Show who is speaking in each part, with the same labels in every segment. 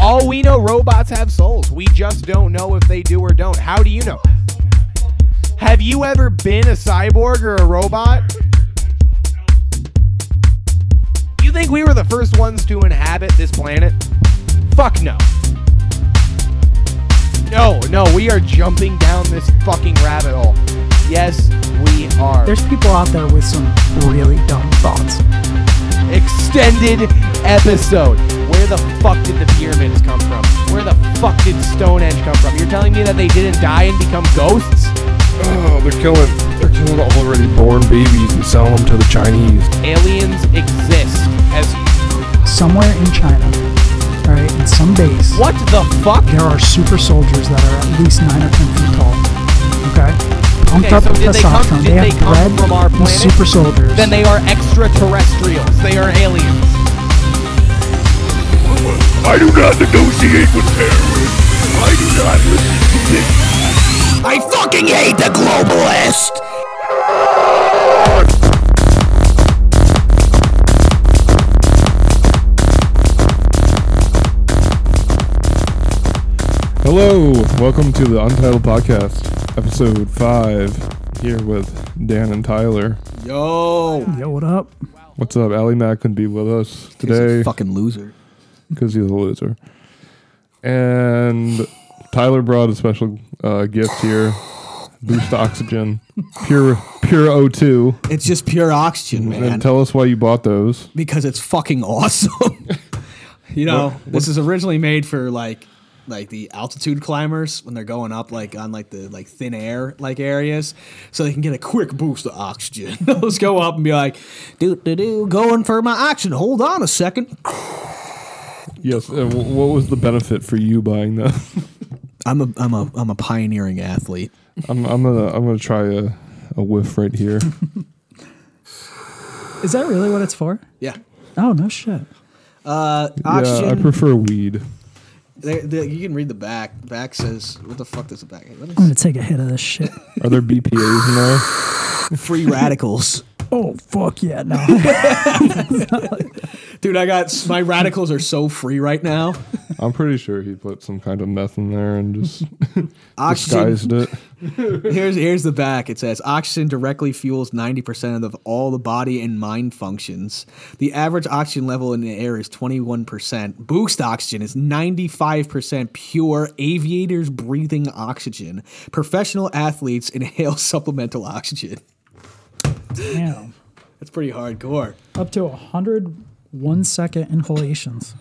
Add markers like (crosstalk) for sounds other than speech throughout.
Speaker 1: all we know, robots have souls. We just don't know if they do or don't. How do you know? Have you ever been a cyborg or a robot? You think we were the first ones to inhabit this planet? Fuck no. No, no, we are jumping down this fucking rabbit hole. Yes, we are.
Speaker 2: There's people out there with some really dumb thoughts.
Speaker 1: extended episode. Where the fuck did the pyramids come from? Where the fuck did Stonehenge come from? You're telling me that they didn't die and become ghosts?
Speaker 3: Oh, they're killing, they're killing already born babies and selling them to the Chinese.
Speaker 1: Aliens exist. As
Speaker 2: Somewhere in China, all right, in some base,
Speaker 1: what the fuck?
Speaker 2: there are super soldiers that are at least nine or ten feet tall. Okay, pumped
Speaker 1: Okay,
Speaker 2: up
Speaker 1: so
Speaker 2: with
Speaker 1: did they come-
Speaker 2: testosterone.
Speaker 1: did they
Speaker 2: have
Speaker 1: come
Speaker 2: bred
Speaker 1: from our
Speaker 2: these
Speaker 1: planet?
Speaker 2: super soldiers.
Speaker 1: Then they are extraterrestrials. They are aliens.
Speaker 3: I do not negotiate with terrorists. I do not listen to this.
Speaker 4: I fucking hate the globalist!
Speaker 3: Hello, welcome to the Untitled Podcast, episode five. Here with Dan and Tyler.
Speaker 4: Yo!
Speaker 2: Yo, what up?
Speaker 3: What's up? Ali Mac couldn't be with us today
Speaker 4: fucking loser.
Speaker 3: because he's a loser. And Tyler brought a special uh, gift
Speaker 4: (sighs)
Speaker 3: here: boost oxygen, pure pure O2.
Speaker 4: It's just pure oxygen, man.
Speaker 3: And tell us why you bought those.
Speaker 4: because it's fucking awesome. (laughs) you know, this is originally made for like like the altitude climbers when they're going up like on like the like thin air like areas so they can get a quick boost of oxygen. (laughs) Those go up and be like, doo doo doo, going for my oxygen. Hold on a second.
Speaker 3: Yes. And w- what was the benefit for you buying them? (laughs)
Speaker 4: I'm a I'm a I'm a pioneering athlete.
Speaker 3: I'm, I'm gonna I'm gonna try a, a whiff right
Speaker 4: (laughs)
Speaker 3: here.
Speaker 2: Is that really what it's for?
Speaker 4: Yeah. Uh,
Speaker 2: Oh no shit.
Speaker 3: Yeah, I
Speaker 4: Oxygen.
Speaker 3: prefer weed.
Speaker 4: They, they, you can read the back. Back says, "What the fuck does the back?" Let me
Speaker 2: I'm gonna take a hit of this shit. (laughs)
Speaker 3: Are there
Speaker 4: (laughs)
Speaker 3: BPA's in there?
Speaker 4: see. Free radicals,
Speaker 2: Oh fuck yeah, no.
Speaker 1: (laughs)
Speaker 4: dude. I got my radicals are so free right now.
Speaker 3: I'm pretty sure he put some kind of meth in there and just
Speaker 4: Oxygen.
Speaker 3: disguised it.
Speaker 4: (laughs) Here's here's the back. It says oxygen directly fuels 90% of all the body and mind functions. The average oxygen level in the air is 21%. Boost oxygen is 95% pure aviators breathing oxygen. Professional athletes inhale (laughs) supplemental oxygen.
Speaker 2: Damn.
Speaker 4: That's pretty hardcore.
Speaker 2: Up to 101 second inhalations.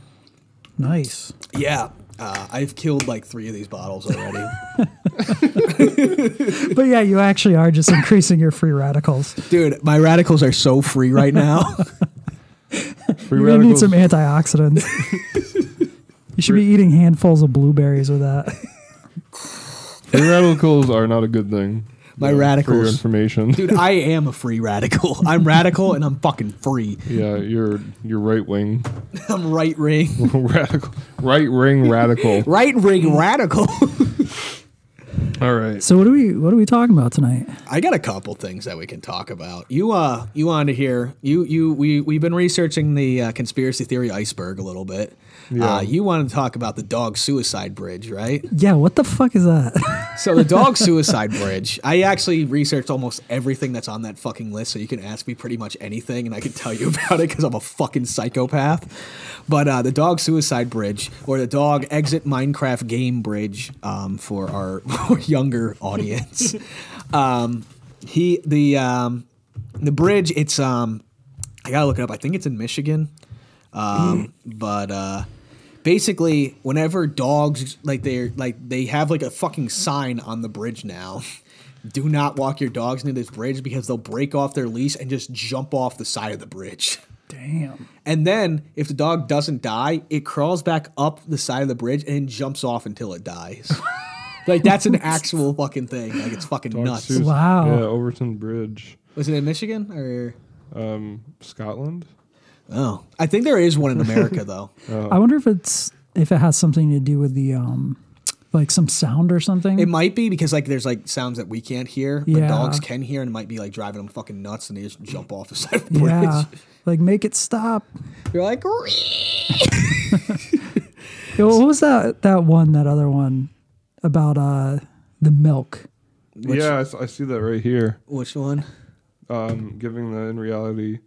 Speaker 2: Nice.
Speaker 4: Yeah. Uh, I've killed like three of these bottles already.
Speaker 2: But yeah, you actually are just increasing your free radicals.
Speaker 4: Dude, my radicals are so free right now. (laughs)
Speaker 3: Free
Speaker 2: You're gonna need some (laughs) antioxidants. you should be eating handfuls of blueberries with that.
Speaker 3: free radicals are not a good thing.
Speaker 4: My
Speaker 3: For your
Speaker 4: radicals.
Speaker 3: information.
Speaker 4: Dude, I am a free radical. (laughs) I'm radical and I'm fucking free.
Speaker 3: (laughs) Yeah, you're you're right wing (laughs)
Speaker 4: I'm right (laughs) ring.
Speaker 3: radical, right ring radical.
Speaker 4: Right ring
Speaker 3: (laughs)
Speaker 4: radical. (laughs)
Speaker 3: All right.
Speaker 2: So what are we what are we talking about tonight?
Speaker 4: I got a couple things that we can talk about. You uh you on to hear. You you we we've been researching the uh, conspiracy theory iceberg a little bit. Uh, you want to talk about the dog suicide bridge, right?
Speaker 2: Yeah, what the fuck is that?
Speaker 4: So the dog suicide bridge. I actually researched almost everything that's on that fucking list, so you can ask me pretty much anything, and I can tell you (laughs) about it because I'm a fucking psychopath. But uh, the dog suicide bridge, or the dog exit Minecraft game bridge, um, for our (laughs) younger audience. um, he the um, the bridge. It's um, I gotta look it up. I think it's in Michigan. Um, but uh, basically, whenever dogs like they're like they have like a fucking sign on the bridge now. (laughs) Do not walk your dogs near this bridge because they'll break off their leash and just jump off the side of the bridge. (laughs)
Speaker 2: Damn.
Speaker 4: And then, if the dog doesn't die, it crawls back up the side of the bridge and jumps off until it dies. (laughs) like that's an actual fucking thing. Like it's fucking nuts.
Speaker 3: Suicide-
Speaker 2: Wow.
Speaker 3: Yeah, Overton Bridge,
Speaker 4: Was it in Michigan or?
Speaker 3: Scotland.
Speaker 4: Oh, I think there is one in America though.
Speaker 2: I wonder if it's if it has something to do with the um like some sound or something.
Speaker 4: It might be because like there's like sounds that we can't hear, but
Speaker 2: Yeah.
Speaker 4: dogs can hear, and it might be like driving them fucking nuts, and they just jump off the side of the bridge. (laughs)
Speaker 2: yeah. Like make it stop.
Speaker 4: You're like,
Speaker 2: Yo, what was that? That one? That other one about uh the milk?
Speaker 3: yeah, I s- I, see that right here.
Speaker 4: Which one?
Speaker 3: Um, giving the in reality,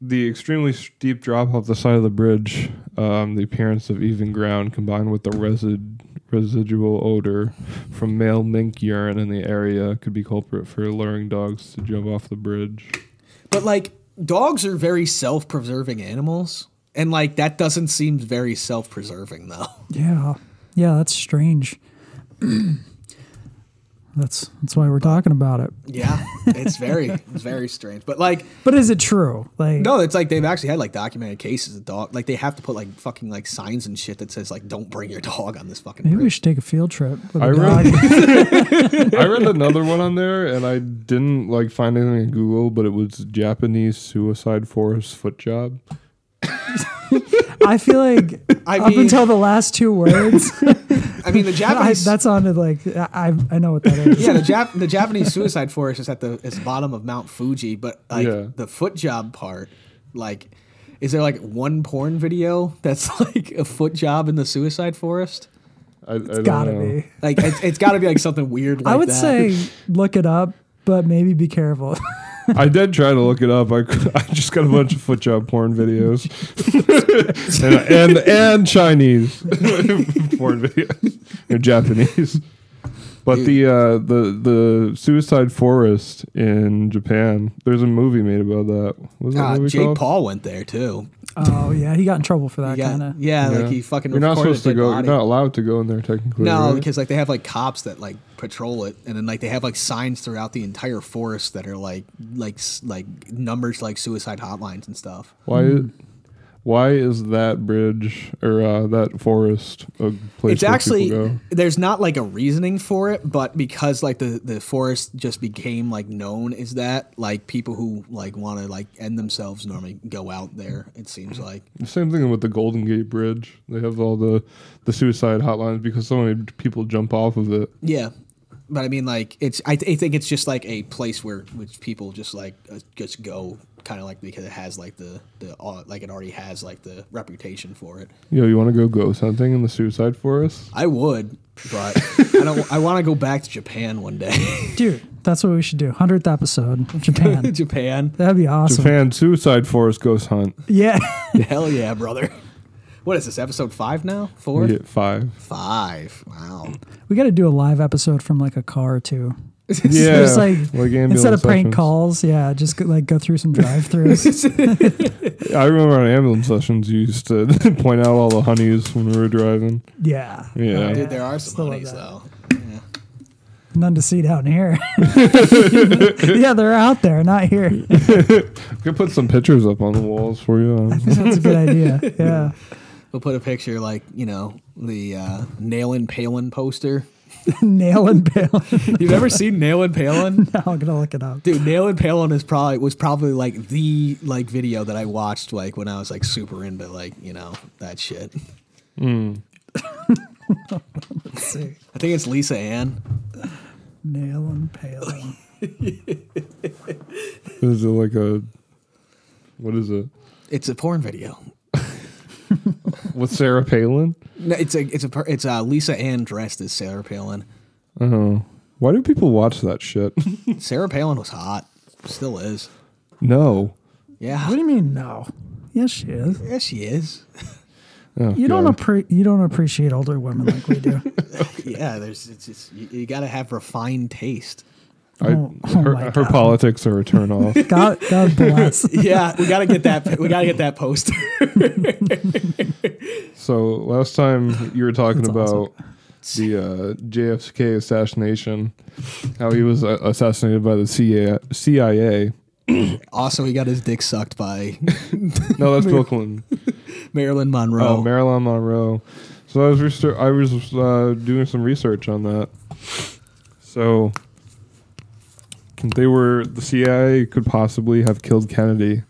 Speaker 3: the extremely steep drop off the side of the bridge, um, the appearance of even ground combined with the resid residual odor from male mink urine in the area could be culprit for luring dogs to jump off the bridge.
Speaker 4: But like dogs are very self-preserving animals, and like that doesn't seem very
Speaker 2: (laughs)
Speaker 4: self-preserving though.
Speaker 2: Yeah, yeah, that's strange. (clears throat) that's that's why we're talking about it.
Speaker 4: Yeah, (laughs) it's very it's very strange. But like
Speaker 2: But is it true? Like,
Speaker 4: no, it's like they've actually had like documented cases of dog like they have to put like fucking like signs and shit that says like don't bring your dog on this fucking
Speaker 2: maybe we
Speaker 4: bridge.
Speaker 2: should take a field trip. With
Speaker 3: I
Speaker 2: a
Speaker 3: read-
Speaker 2: dog.
Speaker 3: (laughs) I read another one on there, and I didn't like find anything in Google, but it was Japanese suicide forest foot job.
Speaker 2: I feel like
Speaker 4: I
Speaker 2: up
Speaker 4: mean-
Speaker 2: until the last two
Speaker 3: (laughs)
Speaker 2: words,
Speaker 4: I mean the
Speaker 2: (laughs) I,
Speaker 4: Japanese
Speaker 2: that sounded like I I know what that is.
Speaker 4: yeah, the Jap- the Japanese suicide forest is at the is bottom of Mount Fuji, but like
Speaker 3: Yeah.
Speaker 4: the foot job part, like, is there like one porn video that's (laughs) like a foot job in the suicide forest?
Speaker 3: I, (laughs) I don't
Speaker 2: Gotta
Speaker 3: know.
Speaker 2: be.
Speaker 4: Like, it's, it's got to be like something weird. Like
Speaker 2: I would
Speaker 4: that.
Speaker 2: say look it up, but maybe be
Speaker 3: (laughs)
Speaker 2: careful.
Speaker 3: (laughs) I did try to look it up. I, (laughs) I just got a bunch of foot job
Speaker 2: (laughs)
Speaker 3: porn videos, and, and and Chinese (laughs) porn videos or Japanese. But the uh, the the suicide forest in Japan. There's a movie made about that. What
Speaker 4: (laughs)
Speaker 3: Was that
Speaker 4: Uh,
Speaker 3: movie
Speaker 4: Jake
Speaker 3: called?
Speaker 4: Paul went there too.
Speaker 2: oh yeah, he got in trouble for that
Speaker 4: He got-
Speaker 2: kind
Speaker 4: (laughs)
Speaker 2: of.
Speaker 4: yeah,
Speaker 3: Yeah.
Speaker 4: like he fucking.
Speaker 3: You're not
Speaker 4: recorded a
Speaker 3: supposed to
Speaker 4: dead
Speaker 3: go.
Speaker 4: body.
Speaker 3: You're not allowed to go in there technically.
Speaker 4: No,
Speaker 3: right?
Speaker 4: because like they have like cops that like patrol it, and then like they have like signs throughout the entire forest that are like like s- like numbers like suicide hotlines and stuff.
Speaker 3: Why? Why is that bridge or uh, that forest a place
Speaker 4: it's
Speaker 3: where
Speaker 4: actually
Speaker 3: people go?
Speaker 4: there's not like a reasoning for it but because like the the forest just became like known is that like people who like want to like end themselves normally go out there it seems like
Speaker 3: The same thing with the Golden Gate Bridge. They have all the the suicide hotlines because so many people jump off of it.
Speaker 4: yeah but i mean like it's i, th- I think it's just like a place where which people just like uh, just go kind of like because it has like the the uh, like it already has like the reputation for it
Speaker 3: Yo, you want to go ghost hunting in the suicide forest?
Speaker 4: i would but i don't i want to go back to japan one day (laughs)
Speaker 2: Dude, that's what we should do. Hundredth episode, Japan.
Speaker 4: japan
Speaker 2: That'd be awesome.
Speaker 3: Japan suicide forest ghost hunt.
Speaker 2: Yeah. (laughs)
Speaker 4: (laughs) Hell yeah, brother. What is this, episode five now? Four?
Speaker 3: We get five.
Speaker 4: (laughs) Five. Wow.
Speaker 2: we got to do a live episode from like a car too.
Speaker 3: Yeah,
Speaker 2: Just like,
Speaker 3: ambulance
Speaker 2: instead of prank
Speaker 3: sessions.
Speaker 2: calls, yeah, just go, like go through
Speaker 3: (laughs)
Speaker 2: some drive-throughs.
Speaker 3: I remember on ambulance sessions, you used to (laughs) point out all the honeys when we were driving.
Speaker 2: Oh, yeah.
Speaker 3: Yeah.
Speaker 4: Dude, there are some
Speaker 2: Still love
Speaker 4: honeys,
Speaker 2: that.
Speaker 4: though.
Speaker 2: None to see down (laughs) here. yeah, they're out there, not here. (laughs)
Speaker 3: We could put some pictures up on the walls for you.
Speaker 2: That's a good idea. Yeah. (laughs)
Speaker 4: We'll put a picture like, you know, the uh, Nailin Palin poster.
Speaker 2: Nail and bail. (laughs)
Speaker 4: You've ever seen Nailin Palin?
Speaker 2: I'm gonna look it up.
Speaker 4: Dude, Nailin Palin is probably was probably like the like video that I watched like when I was like super into like, you know, that shit.
Speaker 2: Let's see.
Speaker 4: I think it's Lisa Ann.
Speaker 2: Nail and pale.
Speaker 3: Is it like a what is it?
Speaker 4: It's a porn video.
Speaker 3: With Sarah Palin?
Speaker 4: No, it's a it's a per- it's uh, Lisa Ann dressed as Sarah Palin.
Speaker 3: Oh, why do people watch that (laughs) shit?
Speaker 4: Sarah Palin was hot, still is.
Speaker 3: no.
Speaker 4: Yeah,
Speaker 2: What do you mean no? Yes, she is.
Speaker 4: yeah, she is.
Speaker 3: Oh,
Speaker 2: You don't
Speaker 3: God.
Speaker 2: appre- you don't appreciate older women like we (laughs) do.
Speaker 4: (laughs) Yeah, there's it's just you, you got to have refined taste.
Speaker 3: I,
Speaker 2: Oh, oh
Speaker 3: her,
Speaker 2: my
Speaker 3: her
Speaker 2: God.
Speaker 3: politics are
Speaker 2: (laughs)
Speaker 3: a turn off.
Speaker 2: God, God bless.
Speaker 4: (laughs) Yeah, we got to get that. We got to get that poster.
Speaker 3: so last time you were talking
Speaker 2: That's
Speaker 3: about
Speaker 2: awesome.
Speaker 3: the uh, JFK assassination, how he was uh, assassinated by the CIA. CIA.
Speaker 4: (laughs) also, he got his dick sucked (laughs) by
Speaker 3: No, that's Bill Clinton.
Speaker 4: Marilyn Monroe.
Speaker 3: Oh, Marilyn Monroe. So I was research- I was uh, doing some research on that. So they were the CIA could possibly have killed Kennedy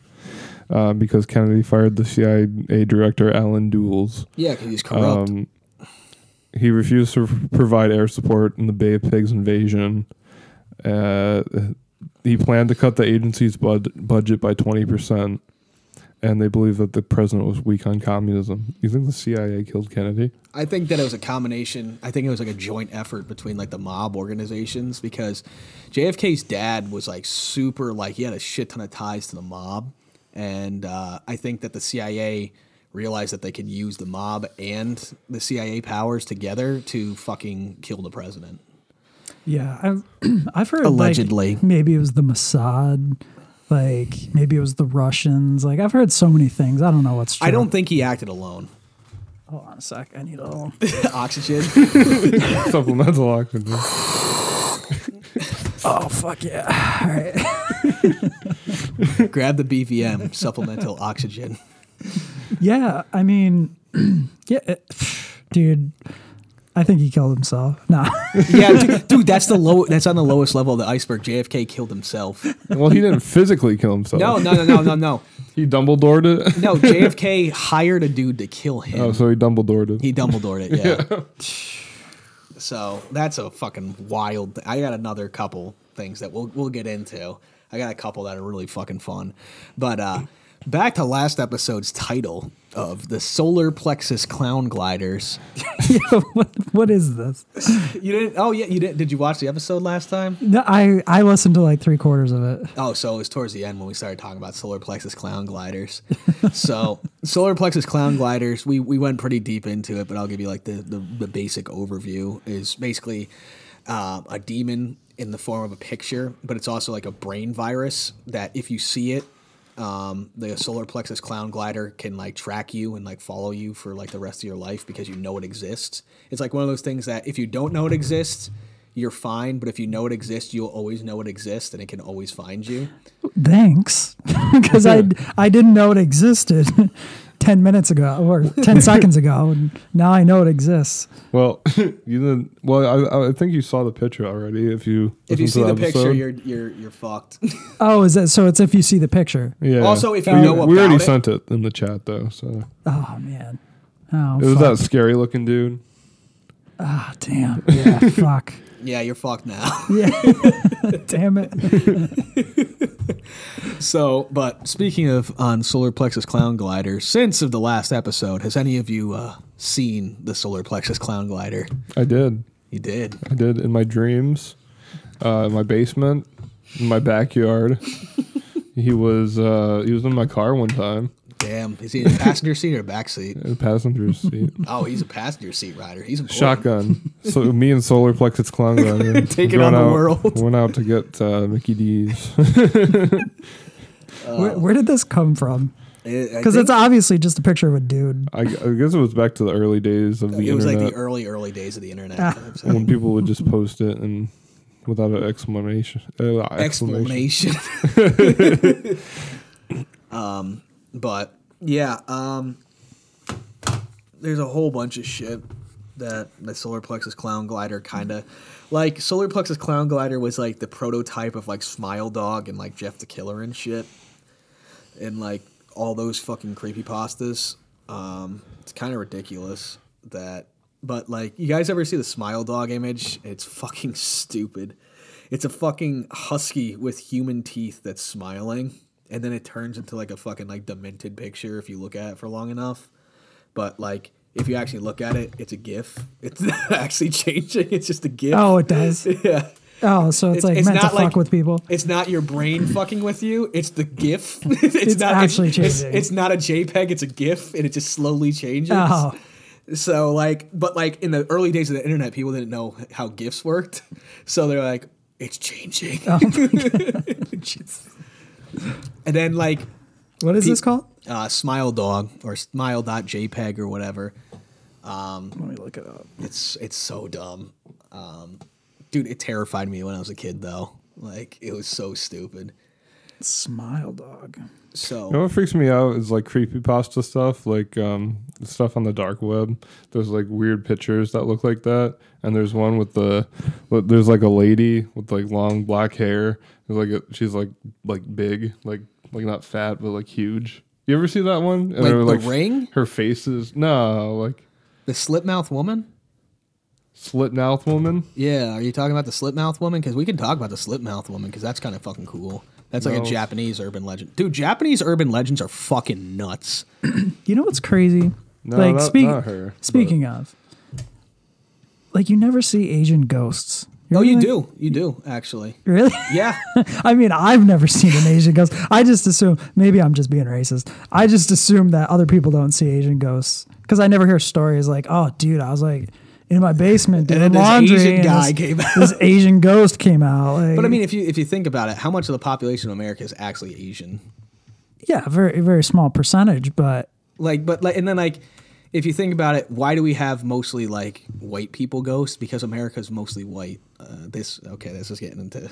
Speaker 3: uh, because Kennedy fired the CIA director Alan Dulles.
Speaker 4: yeah, because he's corrupt.
Speaker 3: Um, he refused to provide air support in the Bay of Pigs invasion. Uh, he planned to cut the agency's bud- budget by 20%. and they believe that the president was weak on communism. You think the CIA killed Kennedy? (laughs)
Speaker 4: I think that it was a combination. I think it was like a joint effort between like the mob organizations because JFK's dad was like super like he had a shit ton of ties to the mob, and uh, I think that the CIA realized that they could use the mob and the CIA powers together to fucking kill the president.
Speaker 2: Yeah, I've, (clears throat) I've heard like,
Speaker 4: Allegedly.
Speaker 2: maybe it was the Mossad, like maybe it was the Russians. Like I've heard so many things. I don't know what's true.
Speaker 4: I don't think he acted alone. (laughs)
Speaker 2: Hold on a sec. I need a little. (laughs)
Speaker 4: Oxygen.
Speaker 3: Supplemental oxygen.
Speaker 2: oh fuck yeah! All right.
Speaker 4: Grab the BVM, supplemental oxygen.
Speaker 2: Yeah, I mean, (clears throat) yeah, it- (sighs) dude. I think he killed himself. (laughs) Nah.
Speaker 4: (laughs) Yeah, dude, dude, that's the low. That's on the lowest level of the iceberg. JFK killed himself.
Speaker 3: Well, he didn't physically kill himself.
Speaker 4: No, no, no, no, no, no.
Speaker 3: He Dumbledored
Speaker 4: (laughs)
Speaker 3: it.
Speaker 4: No, JFK hired a dude to kill him.
Speaker 3: Oh, so he Dumbledored it.
Speaker 4: He Dumbledored (laughs) it, yeah. So that's a fucking wild. I got another couple things that we'll we'll get into. I got a couple that are really fucking fun, but uh, back to last episode's title of the solar plexus clown gliders.
Speaker 2: what, what is this?
Speaker 4: You didn't? Oh yeah, you did. Did you watch the episode last time?
Speaker 2: No, I I listened to like three quarters of it.
Speaker 4: Oh, so it was towards the end when we started talking about solar plexus clown gliders. so solar plexus clown gliders, we we went pretty deep into it, but I'll give you like the the, the basic overview is basically uh, a demon in the form of a picture, but it's also like a brain virus that if you see it, um, the solar plexus clown glider can like track you and like follow you for like the rest of your life because you know it exists. It's like one of those things that if you don't know it exists, you're fine, but if you know it exists, you'll always know it exists and it can always find you.
Speaker 2: Thanks, (laughs) because I I didn't know it existed (laughs) ten minutes ago or
Speaker 3: (laughs)
Speaker 2: ten seconds ago, and now I know it exists.
Speaker 3: Well, (laughs) you didn't. Well, I, I think you saw the picture already. If you
Speaker 4: If you see
Speaker 3: listened to
Speaker 4: the
Speaker 3: that
Speaker 4: picture,
Speaker 3: episode.
Speaker 4: you're you're you're fucked. (laughs)
Speaker 2: Oh, is that so? It's if you see the picture.
Speaker 3: yeah.
Speaker 4: Also, if you
Speaker 3: We-
Speaker 4: know about
Speaker 3: we already
Speaker 4: it-
Speaker 3: sent it in the chat though. So
Speaker 2: Oh man. Oh,
Speaker 3: it was
Speaker 2: fuck.
Speaker 3: that scary looking dude.
Speaker 2: Ah, damn.
Speaker 3: (laughs)
Speaker 2: Yeah, fuck.
Speaker 4: yeah, you're fucked now. (laughs)
Speaker 2: (laughs) Damn it.
Speaker 4: so, but speaking of on solar plexus clown glider, since of the last episode, has any of you uh, seen the solar plexus clown glider?
Speaker 3: I did.
Speaker 4: You did.
Speaker 3: I did in my dreams, uh, in my basement, in my (laughs) backyard. he was uh, he was in my car one time,
Speaker 4: Damn, is he in a passenger seat or back seat?
Speaker 3: in the (laughs) passenger seat,
Speaker 4: Oh, he's a passenger seat rider. He's important.
Speaker 3: shotgun. So me and Solar Plexus Clown
Speaker 4: (laughs)
Speaker 3: Glider
Speaker 4: Taking on
Speaker 3: going
Speaker 4: the
Speaker 3: out-
Speaker 4: world.
Speaker 3: Went out to get uh, Mickey D's. (laughs)
Speaker 2: Where, where did this come from?
Speaker 4: Because
Speaker 2: Because it's obviously just a picture of a dude.
Speaker 3: I, I guess it was back to the early days of the
Speaker 4: it was
Speaker 3: internet Ah.
Speaker 4: like the early, early days of the internet.
Speaker 3: when people
Speaker 4: (laughs)
Speaker 3: would just post it and without an exclamation. Uh, exclamation.
Speaker 4: explanation.
Speaker 3: (laughs)
Speaker 4: um, but yeah, um, there's a whole bunch of shit that the solar plexus clown glider kind of like solar plexus clown glider was like the prototype of like smile dog and like jeff the killer and shit and like all those fucking creepy pastas um it's kind of ridiculous that but like you guys ever see the smile dog image it's fucking stupid it's a fucking husky with human teeth that's smiling and then it turns into like a fucking like demented picture if you look at it for long enough but like if you actually look at it it's a gif it's (laughs) not actually changing it's just a gif
Speaker 2: Oh, it does.
Speaker 4: (laughs) yeah
Speaker 2: Oh, so it's, like meant to fuck with people.
Speaker 4: It's not your brain fucking with you. It's the GIF.
Speaker 2: (laughs)
Speaker 4: (laughs) it's, not
Speaker 2: actually
Speaker 4: it's, it's-
Speaker 2: changing.
Speaker 4: It's, not a JPEG. It's a GIF, and it just slowly changes.
Speaker 2: Oh.
Speaker 4: So like, but like in the early days of the internet, people didn't know how GIFs worked, so they're like, it's changing.
Speaker 2: Oh
Speaker 4: (laughs) and then like
Speaker 2: What is this called?
Speaker 4: uh, Smile Dog or Smile.jpg or whatever.
Speaker 2: Let me look it up.
Speaker 4: It's it's so dumb. Um, dude, it terrified me when I was a kid though. Like it was so stupid.
Speaker 2: Smile dog.
Speaker 4: So
Speaker 3: You know what freaks me out is like creepypasta stuff, like um, stuff on the dark web. There's like weird pictures that look like that, and there's one with the, with- there's like a lady with like long black hair. It's like a, she's like like big, like like not fat but like huge. You ever see that one? And
Speaker 4: Like
Speaker 3: they're,
Speaker 4: The Ring?
Speaker 3: Her face is no like
Speaker 4: the slit mouth woman.
Speaker 3: slit mouth woman.
Speaker 4: Yeah, are you talking about the slit mouth woman? Because we can talk about the slit mouth woman because that's kind of fucking cool. That's like a
Speaker 3: No.
Speaker 4: Japanese urban legend. Dude, Japanese urban legends are fucking nuts.
Speaker 2: You know what's crazy?
Speaker 3: No,
Speaker 2: like
Speaker 3: not-
Speaker 2: speak,
Speaker 3: not her,
Speaker 2: speaking of, like you never see Asian ghosts.
Speaker 4: Oh, you
Speaker 2: Really?
Speaker 4: do. You do, actually.
Speaker 2: Really? (laughs)
Speaker 4: Yeah.
Speaker 2: I mean, I've never seen an Asian ghost. I just assume maybe I'm just being racist. I just assume that other people don't see Asian ghosts because I never hear stories like, "Oh, dude, I was like in my basement doing
Speaker 4: then this
Speaker 2: laundry,
Speaker 4: Asian
Speaker 2: and
Speaker 4: guy
Speaker 2: this,
Speaker 4: came out."
Speaker 2: this Asian ghost came out." Like,
Speaker 4: But I mean, if you if you think about it, how much of the population of America is actually Asian?
Speaker 2: yeah, very very small percentage, but
Speaker 4: Like, but like, and then like, if you think about it, why do we have mostly like white people ghosts? Because America's mostly white. Uh, this okay, this is getting into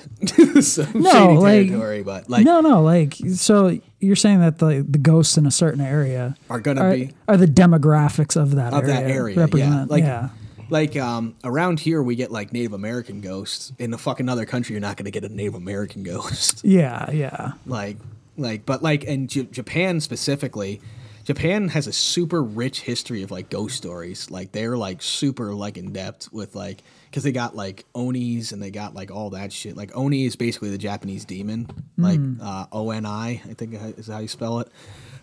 Speaker 4: (laughs) some
Speaker 2: No,
Speaker 4: shady
Speaker 2: like-
Speaker 4: territory, but like,
Speaker 2: no, no, like so you're saying that the the ghosts in a certain area
Speaker 4: Are gonna be-
Speaker 2: are the demographics of that
Speaker 4: of
Speaker 2: area
Speaker 4: that area, yeah,
Speaker 2: represent
Speaker 4: like.
Speaker 2: yeah.
Speaker 4: Like um, around here, we get like Native American ghosts. In the fucking other country, you're not gonna get a Native American (laughs) ghost.
Speaker 2: Yeah, yeah.
Speaker 4: like like but like in J- japan specifically japan has a super rich history of like ghost stories like they're like super like in depth with like because they got like onis and they got like all that shit like oni is basically the japanese demon like
Speaker 2: Hmm.
Speaker 4: uh, oni i think is how you spell it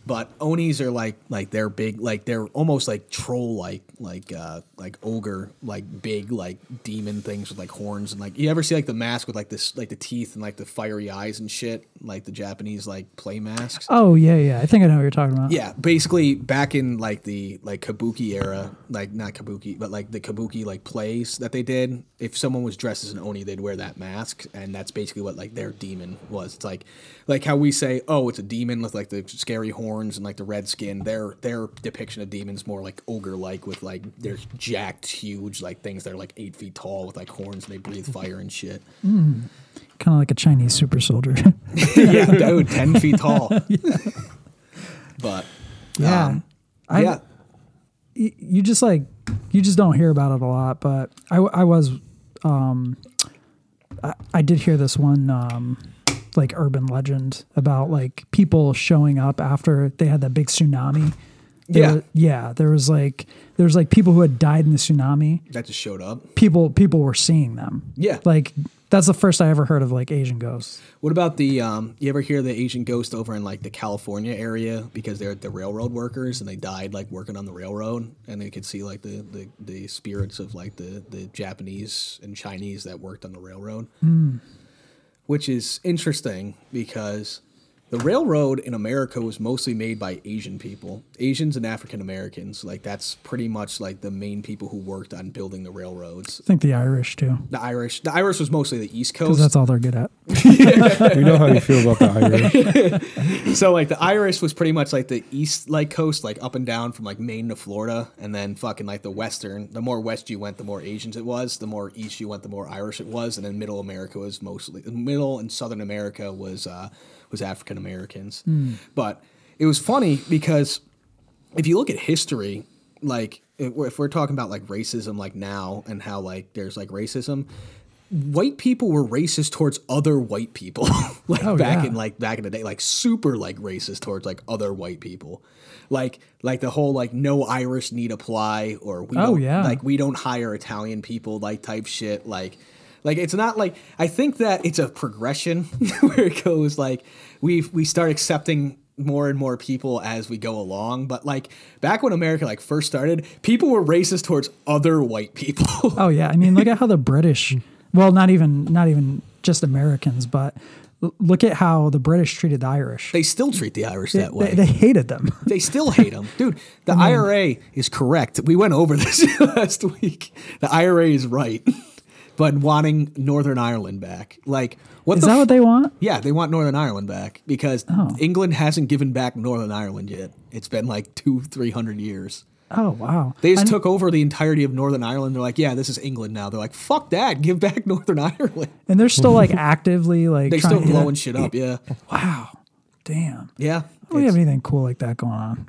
Speaker 4: but onis are like like they're big like they're almost like troll like like uh like ogre like big like demon things with like horns and like you ever see like the mask with like this like the teeth and like the fiery eyes and shit like the Japanese like play masks.
Speaker 2: Oh yeah, yeah. I think I know what you're talking about.
Speaker 4: Yeah, basically back in like the like kabuki era, like not kabuki, but like the kabuki like plays that they did. If someone was dressed as an oni, they'd wear that mask, and that's basically what like their demon was. It's like like how we say, oh, it's a demon with like the scary horns and like the red skin. Their their depiction of demons more like ogre like with like they're jacked, huge like things that are like eight feet tall with like horns and
Speaker 2: (laughs)
Speaker 4: they breathe fire and shit.
Speaker 2: Kind of like a Chinese super soldier. (laughs)
Speaker 4: (laughs) yeah, dude, ten feet tall. but
Speaker 2: yeah.
Speaker 4: um,
Speaker 2: I,
Speaker 4: yeah.
Speaker 2: y- You just like you just don't hear about it a lot, but I, w- I was um I, I did hear this one um like urban legend about like people showing up after they had that big tsunami. There
Speaker 4: Yeah.
Speaker 2: wa- yeah, there was like there was like people who had died in the tsunami.
Speaker 4: That just showed up.
Speaker 2: People people were seeing them.
Speaker 4: Yeah.
Speaker 2: Like that's the first I ever heard of like Asian ghosts.
Speaker 4: What about the um? You ever hear the Asian ghost over in like the California area because they're the railroad workers and they died like working on the railroad and they could see like the the, the spirits of like the the Japanese and Chinese that worked on the railroad, which is interesting because the railroad in America was mostly made by Asian people, Asians and African Americans. Like that's pretty much like the main people who worked on building the railroads.
Speaker 2: I think the Irish too.
Speaker 4: The Irish, the Irish was mostly the East Coast.
Speaker 2: Because that's all they're good at.
Speaker 3: (laughs) we know how you feel about the Irish.
Speaker 4: So like the Irish was pretty much like the east like coast, like up and down from like Maine to Florida, and then fucking like the western. The more west you went, the more Asians it was. The more east you went, the more Irish it was. And then Middle America was mostly Middle and Southern America was uh, was African Americans. But it was funny because if you look at history, like if we're if we're talking about like racism, like now and how like there's like racism, white people were racist towards other white people, (laughs) like
Speaker 2: Oh,
Speaker 4: back
Speaker 2: yeah.
Speaker 4: in like back in the day, like super like racist towards like other white people, like like the whole like no Irish need apply or we
Speaker 2: Oh,
Speaker 4: don't
Speaker 2: yeah.
Speaker 4: like we don't hire Italian people like type shit like. Like it's not like I think that it's a progression (laughs) where it goes like we we start accepting more and more people as we go along. But like back when America like first started, people were racist towards other white people. (laughs)
Speaker 2: Oh yeah, I mean, look at how the British. Well, not even not even just Americans, but l- look at how the British treated the Irish.
Speaker 4: they still treat the Irish that way.
Speaker 2: They, they hated
Speaker 4: (laughs)
Speaker 2: them.
Speaker 4: they still hate them. Dude, the IRA is correct. We went over this (laughs) last week. The IRA is right, (laughs) but wanting Northern Ireland back. Like, what
Speaker 2: Is
Speaker 4: the
Speaker 2: that
Speaker 4: f-
Speaker 2: what they want?
Speaker 4: Yeah, they want Northern Ireland back because
Speaker 2: Oh.
Speaker 4: England hasn't given back Northern Ireland yet. It's been like two, three hundred years.
Speaker 2: Oh wow.
Speaker 4: They just
Speaker 2: I-
Speaker 4: took over the entirety of Northern Ireland. They're like, yeah, this is England now. They're like, fuck that, give back (laughs) Northern Ireland.
Speaker 2: and they're still
Speaker 4: (laughs)
Speaker 2: like actively like.
Speaker 4: They're
Speaker 2: trying
Speaker 4: still
Speaker 2: to get-
Speaker 4: blowing shit up. Yeah,
Speaker 2: Wow. Damn.
Speaker 4: yeah.
Speaker 2: We don't have anything cool like that going on.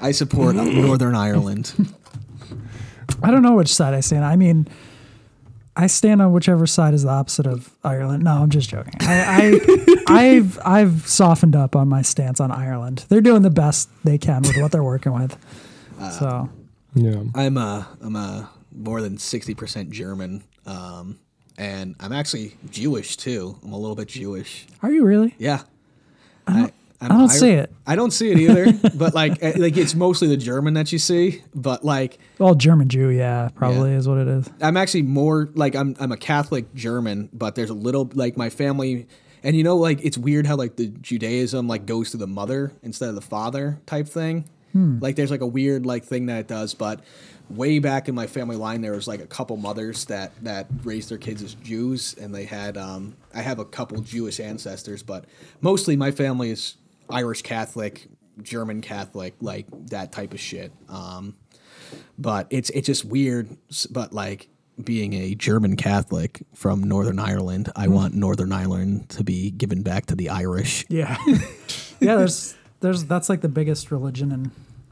Speaker 4: I support uh, Northern Ireland.
Speaker 2: I don't know which side I stand. on. I mean, I stand on whichever side is the opposite of Ireland. No, I'm just joking. I, (laughs) I I've I've softened up on my stance on Ireland. They're doing the best they can with what they're working
Speaker 4: (laughs)
Speaker 2: with. So
Speaker 4: Uh,
Speaker 3: Yeah.
Speaker 4: I'm a I'm a more than sixty percent German. Um, and I'm actually Jewish too. I'm a little bit Jewish.
Speaker 2: Are you really?
Speaker 4: Yeah. I don't,
Speaker 2: I don't see it.
Speaker 4: I don't see it either. but like, (laughs) eh, like it's mostly the German that you see. But like,
Speaker 2: Well, German Jew, yeah, probably
Speaker 4: Yeah.
Speaker 2: is what it is.
Speaker 4: I'm actually more like I'm I'm a Catholic German, but there's a little like my family, and you know like it's weird how like the Judaism like goes to the mother instead of the father type thing. Like there's like a weird like thing that it does, but way back in my family line there was like a couple mothers that that raised their kids as Jews, and they had um I have a couple Jewish ancestors, but mostly my family is Irish Catholic, German Catholic, like that type of shit. Um, but it's it's just weird. s- But like being a German Catholic from Northern Ireland, I
Speaker 2: Mm-hmm.
Speaker 4: want Northern Ireland to be given back to the Irish.
Speaker 2: (laughs) Yeah, yeah. There's (laughs) there's that's like the biggest religion in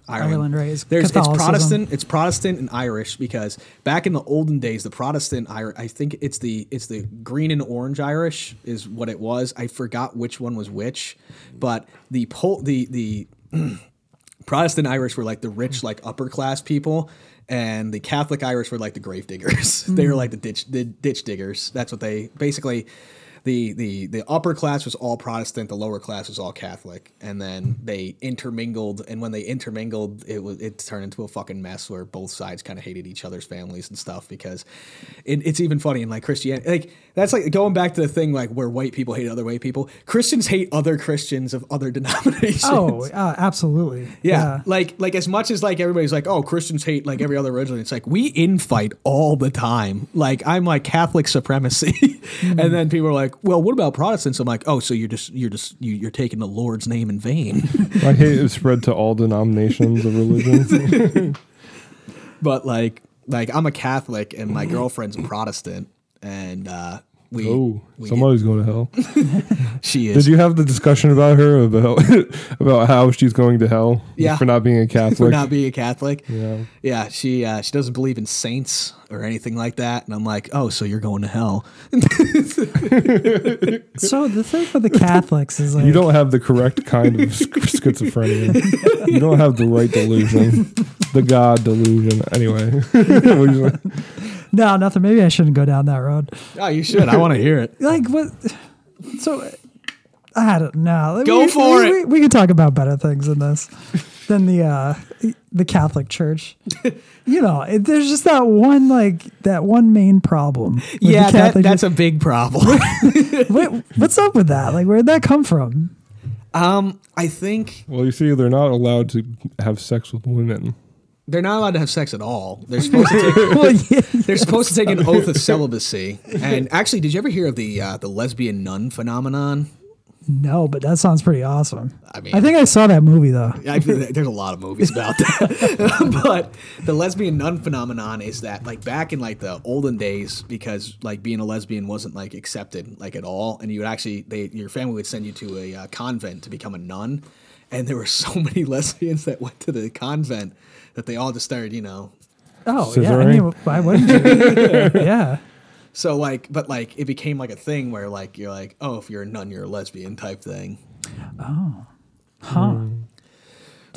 Speaker 4: Ireland.
Speaker 2: Ireland, right? Is
Speaker 4: There's it's
Speaker 2: Catholicism.
Speaker 4: Protestant, it's Protestant and Irish because back in the olden days, the Protestant Irish, I think it's the it's the green and orange Irish is what it was. I forgot which one was which, but the pol- the the Protestant Irish were like the rich, like upper class people, and the Catholic Irish were like the grave diggers. (laughs) they were like the ditch the ditch diggers. That's what they basically. The, the the upper class was all Protestant, the lower class was all Catholic, and then they intermingled. And when they intermingled, it was it turned into a fucking mess where both sides kind of hated each other's families and stuff. Because it, it's even funny in like Christianity, like that's like going back to the thing like where white people hate other white people. Christians hate other Christians of other (laughs) denominations. (laughs)
Speaker 2: Oh, uh, absolutely.
Speaker 4: Yeah. Like like as much as like everybody's like, oh, Christians hate like every other religion. It's like we infight all the time. Like I'm like Catholic supremacy, (laughs) and then people are like, well, what about Protestants? I'm like, oh, so you're just you're just you, you're taking the Lord's name in vain. (laughs)
Speaker 3: I hate it spread to all denominations of (laughs) religion.
Speaker 4: but like like I'm a Catholic and my girlfriend's a Protestant, and uh, we
Speaker 3: oh,
Speaker 4: we-
Speaker 3: somebody's going to hell.
Speaker 4: she is
Speaker 3: Did you have the discussion about her about (laughs) about how she's going to hell
Speaker 4: Yeah.
Speaker 3: for not being a Catholic?
Speaker 4: for not being a Catholic.
Speaker 3: Yeah.
Speaker 4: Yeah, she uh, she doesn't believe in saints or anything like that, and I'm like, oh, so you're going to hell?
Speaker 2: So the thing for
Speaker 4: (laughs)
Speaker 2: the Catholics is like
Speaker 3: you don't have the correct kind of sch- schizophrenia. you don't have the right delusion, the God delusion. Anyway, (laughs) What you say?
Speaker 2: no nothing. Maybe I shouldn't go down that road.
Speaker 4: oh, you should. (laughs) I want to hear it.
Speaker 2: Like what? So I don't know.
Speaker 4: Go
Speaker 2: We-
Speaker 4: for
Speaker 2: we,
Speaker 4: it.
Speaker 2: We, we can talk about better things than this, than the uh, the Catholic
Speaker 4: (laughs)
Speaker 2: Church. you know, it, there's just that one like that one main problem. with the
Speaker 4: Yeah, that,
Speaker 2: Catholic
Speaker 4: that's a big problem.
Speaker 2: What, what's up with that? Like, where'd that come
Speaker 4: (laughs)
Speaker 2: from?
Speaker 4: um, I think
Speaker 3: well, you see, they're not allowed to have sex with women.
Speaker 4: they're not allowed to have sex at all. They're supposed to take,
Speaker 2: Well, yeah,
Speaker 4: they're supposed to take an oath of celibacy. And actually, did you ever hear of the uh, the lesbian nun phenomenon?
Speaker 2: no, but that sounds pretty awesome.
Speaker 4: I
Speaker 2: I
Speaker 4: mean-
Speaker 2: mean, I think I saw that movie though.
Speaker 4: I, there's a lot of movies about that. (laughs) but the lesbian nun phenomenon is that like back in like the olden days, because like being a lesbian wasn't like accepted like at all, and you would actually they your family would send you to a uh, convent to become a nun, and there were so (laughs) many lesbians that went to the convent that they all just started you know
Speaker 2: Oh, yeah. I
Speaker 3: Scissoring?
Speaker 2: mean, why wouldn't you?
Speaker 4: (laughs)
Speaker 2: yeah.
Speaker 4: So like, but like, it became like a thing where like you're like, oh, if you're a nun, you're a lesbian type thing.
Speaker 2: Huh.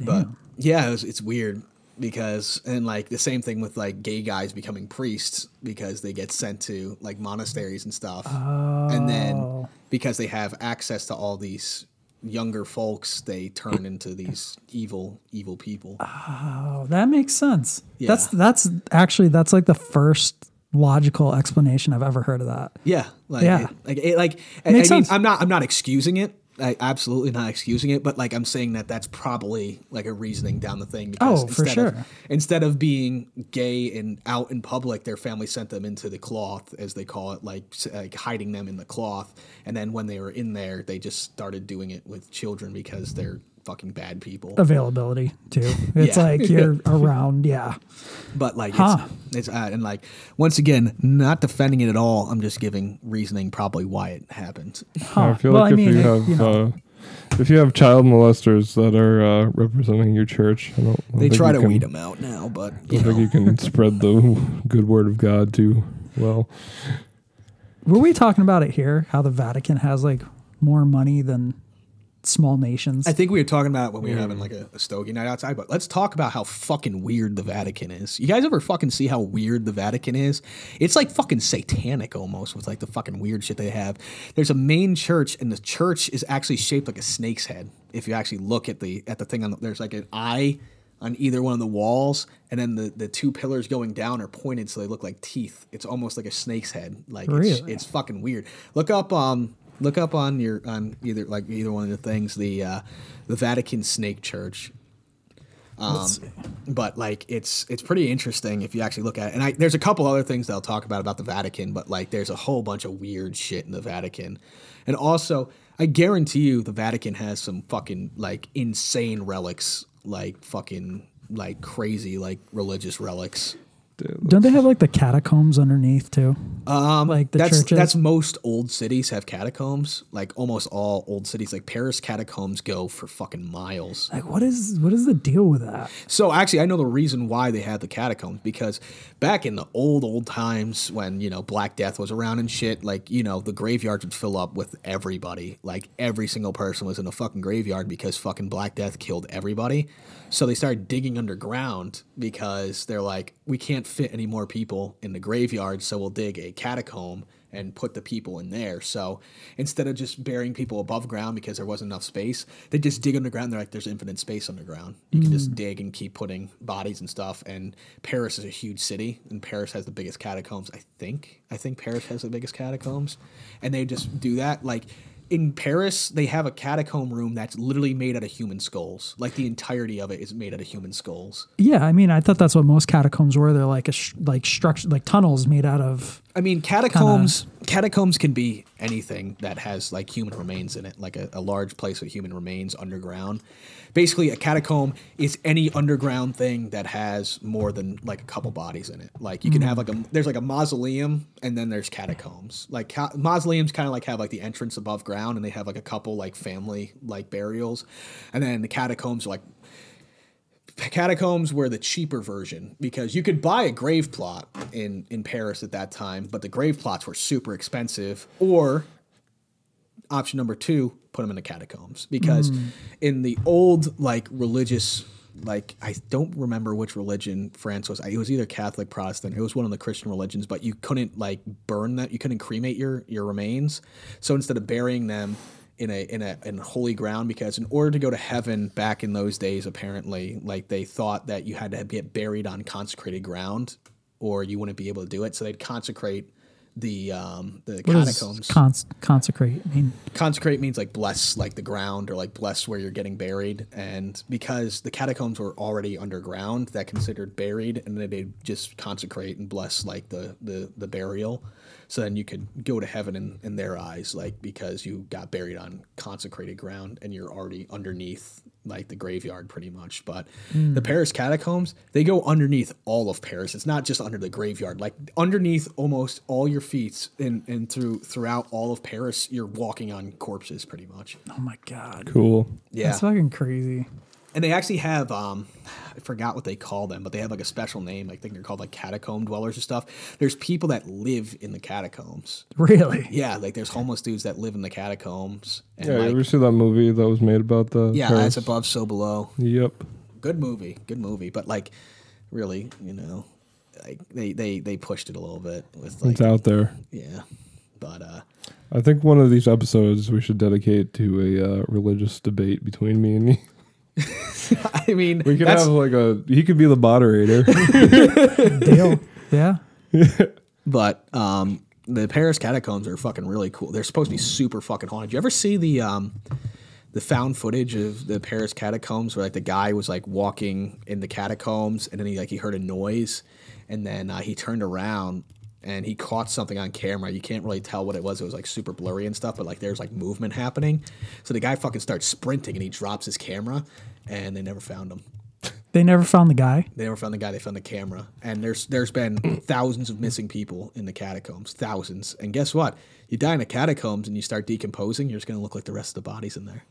Speaker 4: But yeah, it was, it's weird because and like the same thing with like gay guys becoming priests because they get sent to like monasteries and stuff, and then
Speaker 2: Oh.
Speaker 4: because they have access to all these younger folks, they turn into these evil, evil people.
Speaker 2: Oh, that makes sense.
Speaker 4: Yeah.
Speaker 2: That's that's actually that's like the first logical explanation I've ever heard of that.
Speaker 4: Yeah, like
Speaker 2: Yeah.
Speaker 4: it- like it, like I, I mean,
Speaker 2: Makes sense.
Speaker 4: I'm not I'm not excusing it. I absolutely not excusing it, but like I'm saying that that's probably like a reasoning down the thing.
Speaker 2: Oh, for
Speaker 4: Of,
Speaker 2: sure.
Speaker 4: instead of being gay and out in public, their family sent them into the cloth, as they call it, like, s- like hiding them in the cloth. And then when they were in there, they just started doing it with children because they're fucking bad people.
Speaker 2: Availability
Speaker 4: (laughs)
Speaker 2: too. It's
Speaker 4: Yeah.
Speaker 2: like you're around. Yeah.
Speaker 4: But like,
Speaker 2: Huh.
Speaker 4: it's, it's uh, and like once again, not defending it at all. I'm just giving reasoning probably why it happened.
Speaker 2: Huh.
Speaker 3: I feel
Speaker 2: Well,
Speaker 3: like
Speaker 2: I
Speaker 3: if
Speaker 2: mean,
Speaker 3: you
Speaker 2: it-
Speaker 3: have
Speaker 2: you know.
Speaker 3: uh, if you have child molesters that are uh, representing your church, I don't. I don't
Speaker 4: They
Speaker 3: think
Speaker 4: try
Speaker 3: you
Speaker 4: to
Speaker 3: can,
Speaker 4: weed them out now, but
Speaker 3: I
Speaker 4: you
Speaker 3: don't think
Speaker 4: know.
Speaker 3: you can spread the good word of God too well.
Speaker 2: Were we talking about it here? How the Vatican has like more money than small nations.
Speaker 4: I think we were talking about it when we were having like a, a stogie night outside, but let's talk about how fucking weird the Vatican is. You guys ever fucking see how weird the Vatican is? It's like fucking satanic almost with like the fucking weird shit they have. There's a main church, and the church is actually shaped like a snake's head. If you actually look at the at the thing on the, there's like an eye on either one of the walls, and then the, the two pillars going down are pointed so they look like teeth. It's almost like a snake's head. Like it's,
Speaker 2: Really?
Speaker 4: it's fucking weird. Look up um look up on your on either like either one of the things the uh, the Vatican Snake Church. Um, but like it's it's pretty interesting if you actually look at it. And I, there's a couple other things that I'll talk about about the Vatican, but like there's a whole bunch of weird shit in the Vatican, and also I guarantee you the Vatican has some fucking like insane relics, like fucking like crazy like religious relics.
Speaker 2: Don't they have like the catacombs underneath too? Um, like the
Speaker 4: that's
Speaker 2: churches.
Speaker 4: that's most old cities have catacombs. Like almost all old cities, like Paris, catacombs go for fucking miles.
Speaker 2: like what is what is the deal with that?
Speaker 4: So actually, I know the reason why they had the catacombs because back in the old old times when you know Black Death was around and shit, like you know the graveyards would fill up with everybody. Like every single person was in a fucking graveyard because fucking Black Death killed everybody. So they started digging underground because they're like, we can't fit any more people in the graveyard, so we'll dig a catacomb and put the people in there. So instead of just burying people above ground because there wasn't enough space, they just dig underground. They're like, there's infinite space underground. You can just dig and keep putting bodies and stuff. And Paris is a huge city, and Paris has the biggest catacombs, I think. I think Paris has the biggest catacombs. And they just do that. Like, in Paris, they have a catacomb room that's literally made out of human skulls. Like the entirety of it is made out of human skulls.
Speaker 2: Yeah, I mean, I thought that's what most catacombs were. They're like a sh- like structure like tunnels made out of
Speaker 4: I mean, catacombs. Catacombs can be anything that has like human remains in it, like a, a large place with human remains underground. Basically, a catacomb is any underground thing that has more than like a couple bodies in it. Like you can have like a there's like a mausoleum, and then there's catacombs. Like ca- mausoleums kind of like have like the entrance above ground, and they have like a couple like family like burials, and then the catacombs are like catacombs were the cheaper version because you could buy a grave plot in in Paris at that time, but the grave plots were super expensive. Or option number two, put them in the catacombs because in the old like religious like I don't remember which religion France was. It was either Catholic, Protestant. It was one of the Christian religions, but you couldn't like burn that. You couldn't cremate your your remains. So instead of burying them in a in a in holy ground, because in order to go to heaven back in those days, apparently, like they thought that you had to get buried on consecrated ground, or you wouldn't be able to do it. So they'd consecrate the um the
Speaker 2: what does
Speaker 4: catacombs
Speaker 2: cons- consecrate. I mean,
Speaker 4: consecrate means like bless like the ground or like bless where you're getting buried and because the catacombs were already underground that considered buried and then they just consecrate and bless like the the, the burial so then you could go to heaven in, in their eyes like because you got buried on consecrated ground and you're already underneath like the graveyard pretty much but the paris catacombs they go underneath all of paris it's not just under the graveyard like underneath almost all your feet and and through throughout all of paris you're walking on corpses pretty much
Speaker 2: oh my god,
Speaker 3: Cool.
Speaker 4: yeah
Speaker 2: that's fucking crazy.
Speaker 4: and they actually have um I forgot what they call them, but they have like a special name. I think they're called like catacomb dwellers and stuff. There's people that live in the catacombs.
Speaker 2: Really?
Speaker 4: Yeah, like there's homeless dudes that live in the catacombs. And
Speaker 3: Yeah, you
Speaker 4: like,
Speaker 3: ever see that movie that was made about the?
Speaker 4: yeah,
Speaker 3: Paris?
Speaker 4: as above, so below.
Speaker 3: Yep.
Speaker 4: good movie, good movie. But like, really, you know, like they they they pushed it a little bit with like,
Speaker 3: It's out there.
Speaker 4: yeah. But uh, (laughs)
Speaker 3: I think one of these episodes we should dedicate to a uh, religious debate between me (laughs) and you. (laughs)
Speaker 4: I mean,
Speaker 3: We could
Speaker 4: that's,
Speaker 3: have like a. He could be the
Speaker 4: (laughs)
Speaker 3: moderator. (laughs)
Speaker 2: Deal. Yeah.
Speaker 4: but um, the Paris catacombs are fucking really cool. They're supposed to be super fucking haunted. You ever see the um, the found footage of the Paris catacombs where like the guy was like walking in the catacombs and then he like he heard a noise and then uh, he turned around and he caught something on camera. You can't really tell what it was. It was like super blurry and stuff, but like there's like movement happening. So the guy fucking starts sprinting and he drops his camera and they never found him.
Speaker 2: They never found the guy.
Speaker 4: They never found the guy. They found the camera. And there's there's been (clears throat) thousands of missing people in the catacombs, thousands. And guess what? You die in the catacombs and you start decomposing. You're just gonna look like the rest of the bodies in there.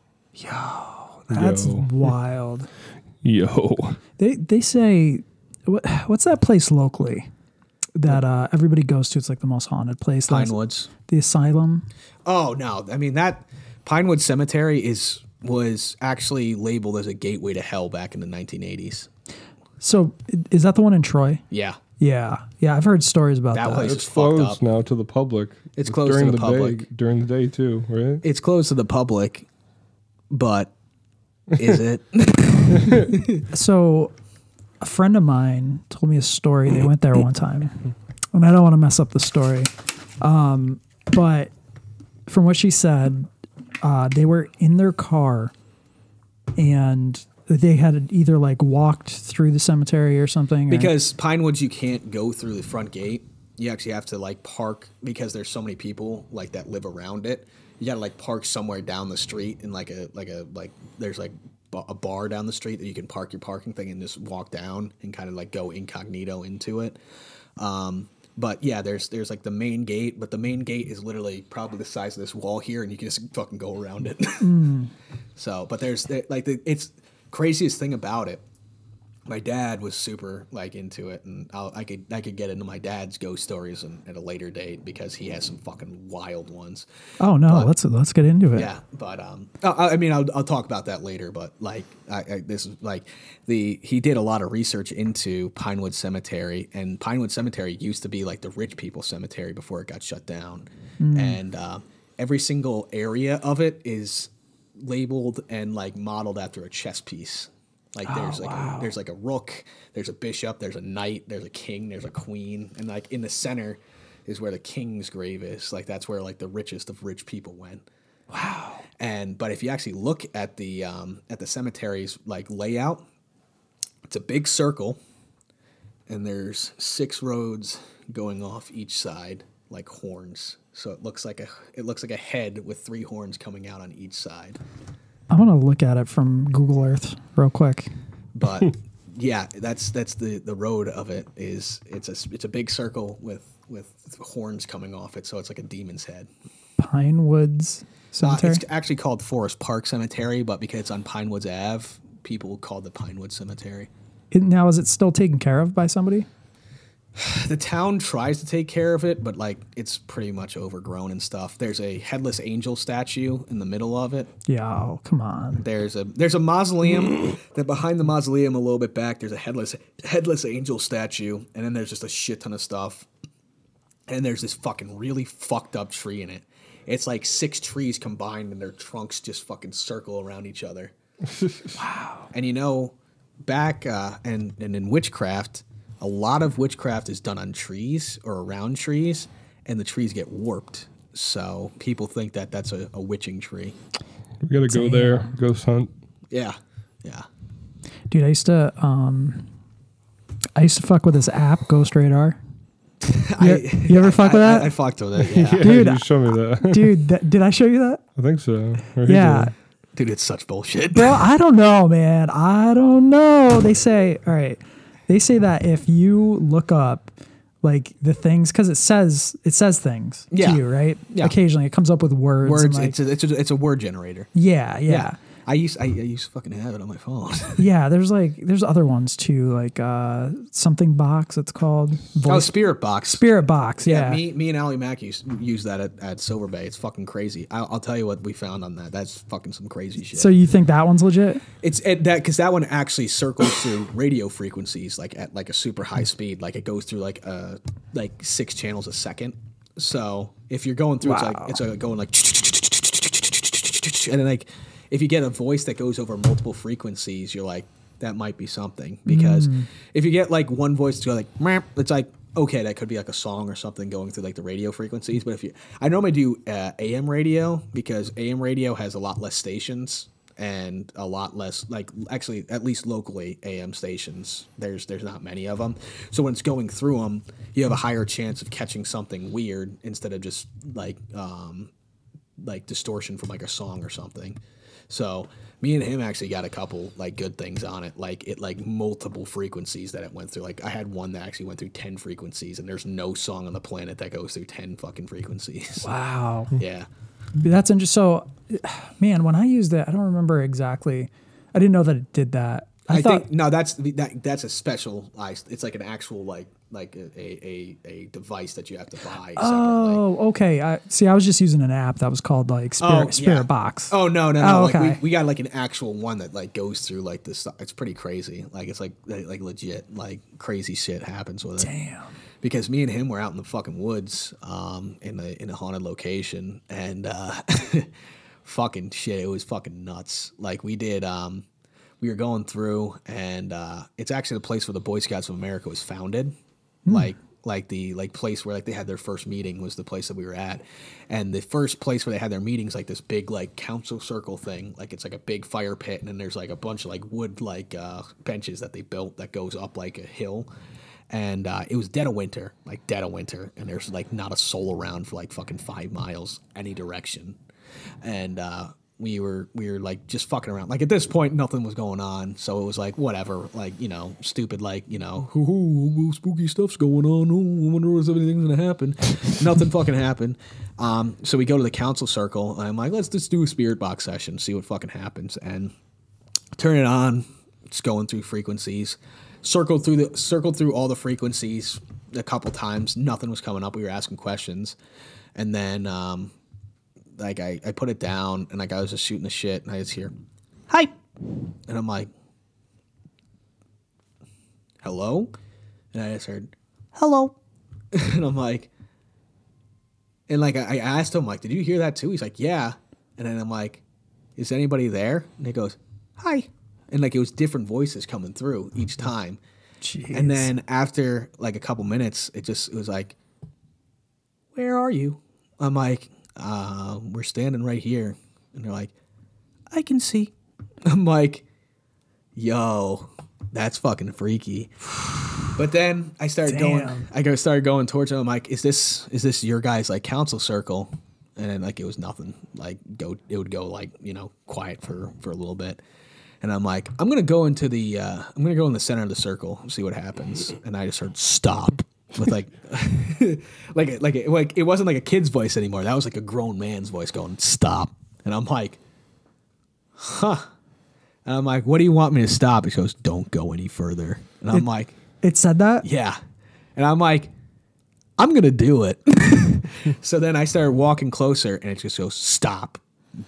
Speaker 2: That's
Speaker 3: Yo.
Speaker 2: wild.
Speaker 3: Yo,
Speaker 2: They they say what, what's that place locally that uh, everybody goes to? It's like the most haunted place. That's-
Speaker 4: Pinewoods.
Speaker 2: The asylum.
Speaker 4: Oh no! I mean that Pinewood Cemetery is was actually labeled as a gateway to hell back in the 1980s.
Speaker 2: So i- is that the one in Troy?
Speaker 4: Yeah,
Speaker 2: Yeah, yeah. I've heard stories about
Speaker 4: That
Speaker 2: that.
Speaker 4: place-
Speaker 3: It's
Speaker 4: It's fucked
Speaker 3: closed
Speaker 4: up.
Speaker 3: now to the public.
Speaker 4: It's closed to
Speaker 3: during
Speaker 4: the
Speaker 3: day.
Speaker 4: public.
Speaker 3: During the day too, right?
Speaker 4: it's closed to the public, but is it?
Speaker 2: So a friend of mine told me a story. They went there one time, and I don't want to mess up the story, um, but from what she said, uh, they were in their car, and they had either like walked through the cemetery or something. or-
Speaker 4: because Pinewoods, you can't go through the front gate. You actually have to like park because there's so many people like that live around it. You gotta like park somewhere down the street in like a like a like there's like ba- a bar down the street that you can park your parking thing and just walk down and kind of like go incognito into it. Um, but yeah, there's there's like the main gate, but the main gate is literally probably the size of this wall here, and you can just fucking go around it. (laughs) So, but there's there, like the, it's craziest thing about it my dad was super like into it, and I'll, I could I could get into my dad's ghost stories and, at a later date because he has some fucking wild ones.
Speaker 2: oh no, let's let's get into it.
Speaker 4: Yeah, but um, I, I mean, I'll, I'll talk about that later. But like, I, I, this is like the he did a lot of research into Pinewood Cemetery, and Pinewood Cemetery used to be like the rich people cemetery before it got shut down, and uh, every single area of it is labeled and like modeled after a chess piece. Like there's like a, there's like a rook, there's a bishop, there's a knight, there's a king, there's a queen, and like in the center is where the king's grave is. Like that's where like the richest of rich people went and but if you actually look at the um, at the cemetery's like layout it's a big circle and there's six roads going off each side like horns so it looks like a it looks like a head with three horns coming out on each side
Speaker 2: I want to look at it from Google Earth real quick.
Speaker 4: but yeah that's that's the the road of it is it's a s- it's a big circle with with horns coming off it so it's like a demon's head
Speaker 2: Pine Woods
Speaker 4: Uh,
Speaker 2: Cemetery.
Speaker 4: it's actually called Forest Park Cemetery, but because it's on Pinewoods Ave, people call it the Pinewood Cemetery.
Speaker 2: It- now is it still taken care of by somebody?
Speaker 4: The town tries to take care of it, but like it's pretty much overgrown and stuff. There's a headless angel statue in the middle of it.
Speaker 2: Yeah. Oh, come on.
Speaker 4: There's a there's a mausoleum that behind the mausoleum a little bit back. There's a headless headless angel statue, and then there's just a shit ton of stuff. And there's this fucking really fucked up tree in it. It's like six trees combined, and their trunks just fucking circle around each other. wow. And you know, back uh, and and in witchcraft, a lot of witchcraft is done on trees or around trees, and the trees get warped. So people think that that's a, a witching tree.
Speaker 3: We gotta go there. Ghost hunt.
Speaker 4: Yeah. Yeah.
Speaker 2: Dude, I used to um I used to fuck with this app, Ghost
Speaker 4: (laughs)
Speaker 2: Radar. You, you ever fuck
Speaker 4: I,
Speaker 2: with that?
Speaker 4: I, I fucked with it. Yeah.
Speaker 3: Yeah,
Speaker 2: Dude,
Speaker 3: you show me that. (laughs)
Speaker 2: Dude, that, did I show you that?
Speaker 3: I think so. Or he
Speaker 2: Yeah.
Speaker 3: did.
Speaker 4: (laughs) Dude, it's such bullshit.
Speaker 2: Bro, I don't know, man. I don't know. They say, all right. They say that if you look up like the things cuz it says it says things
Speaker 4: Yeah.
Speaker 2: to you, right?
Speaker 4: Yeah.
Speaker 2: Occasionally it comes up with words. and,
Speaker 4: Words.
Speaker 2: like-
Speaker 4: (laughs) it's, a, it's, a, it's a word generator.
Speaker 2: yeah, yeah.
Speaker 4: I used I, I used to fucking have it on my phone. (laughs)
Speaker 2: Yeah, there's like there's other ones too, like uh something box it's called.
Speaker 4: oh,
Speaker 2: Voice
Speaker 4: Spirit Box.
Speaker 2: Spirit Box, yeah.
Speaker 4: Me, me and Ali Mack use, use that at, at Silver Bay. It's fucking crazy. I'll, I'll tell you what we found on that. That's fucking some crazy shit.
Speaker 2: so you think that one's legit?
Speaker 4: It's at that because that one actually circles through radio frequencies, like at like a super
Speaker 2: Mm.
Speaker 4: high speed. Like it goes through like uh like six channels a second. So if you're going through, it's like it's like going like, and then like if you get a voice that goes over multiple frequencies, you're like that might be something because if you get like one voice to go like, "Meow," it's like okay, that could be like a song or something going through like the radio frequencies. But if you, I normally do uh, AM radio because AM radio has a lot less stations and a lot less like actually at least locally AM stations. There's there's not many of them. So when it's going through them, you have a higher chance of catching something weird instead of just like um, like distortion from like a song or something. So me and him actually got a couple like good things on it. Like it like multiple frequencies that it went through. Like I had one that actually went through ten frequencies, and there's no song on the planet that goes through ten fucking frequencies.
Speaker 2: Wow.
Speaker 4: (laughs) Yeah.
Speaker 2: That's interesting. So, man, when I used it, I don't remember exactly. I didn't know that it did that.
Speaker 4: I,
Speaker 2: I
Speaker 4: think
Speaker 2: thought-
Speaker 4: no, that's that, that's a specialized. It's like an actual like like a a, a, a device that you have to buy. separately.
Speaker 2: Oh, okay. I see. I was just using an app that was called like Spirit, Spirit
Speaker 4: Oh, yeah.
Speaker 2: Box.
Speaker 4: Oh no, no, no!
Speaker 2: Oh,
Speaker 4: like,
Speaker 2: okay.
Speaker 4: we, we got like an actual one that like goes through like this. It's pretty crazy. Like it's like like like, legit like crazy shit happens with it.
Speaker 2: Damn.
Speaker 4: Because me and him were out in the fucking woods, um, in a in a haunted location, and uh, (laughs) fucking shit, it was fucking nuts. Like we did, um, we were going through, and uh, it's actually the place where the Boy Scouts of America was founded. Like like the like place where like they had their first meeting was the place that we were at and the first place where they had their meetings like this big like council circle thing like it's like a big fire pit and then there's like a bunch of like wood like uh benches that they built that goes up like a hill and uh, it was dead of winter like dead of winter and there's like not a soul around for like fucking five miles any direction and uh we were we were like just fucking around. Like at this point, nothing was going on, so it was like whatever. Like you know, stupid. Like you know, "Hoo hoo, spooky stuff's going on. Ooh, I wonder if anything's gonna happen. (laughs) nothing fucking happened. Um, so we go to the council circle, and I'm like, let's just do a spirit box session, see what fucking happens, and turn it on. It's going through frequencies. Circled through the circled through all the frequencies a couple times. Nothing was coming up. We were asking questions, and then um, like I, I put it down and like I was just shooting the shit and I just hear, "Hi," and I'm like, "Hello," and I just heard, "Hello," (laughs) and I'm like, and like I, I asked him like, "Did you hear that too?" He's like, "Yeah," and then I'm like, "Is anybody there?" And he goes, "Hi," and like it was different voices coming through each time.
Speaker 2: Jeez.
Speaker 4: And then after like a couple minutes, it just it was like, "Where are you?" I'm like, uh, "We're standing right here," and they're like, "I can see." (laughs) I'm like, "Yo, that's fucking freaky." But then I started going.
Speaker 2: Damn.
Speaker 4: I go started going towards him. I'm like, "Is this is this your guys like council circle?" And then like it was nothing. Like go, it would go like you know quiet for for a little bit. And I'm like, I'm gonna go into the uh, I'm gonna go in the center of the circle and see what happens. And I just heard stop with like (laughs) like like like it wasn't like a kid's voice anymore. That was like a grown man's voice going stop. And I'm like, and I'm like, what do you want me to stop? It goes, don't go any further. And I'm like.
Speaker 2: it said that.
Speaker 4: Yeah. And I'm like, I'm going to do it. (laughs) so then I started walking closer and it just goes, stop,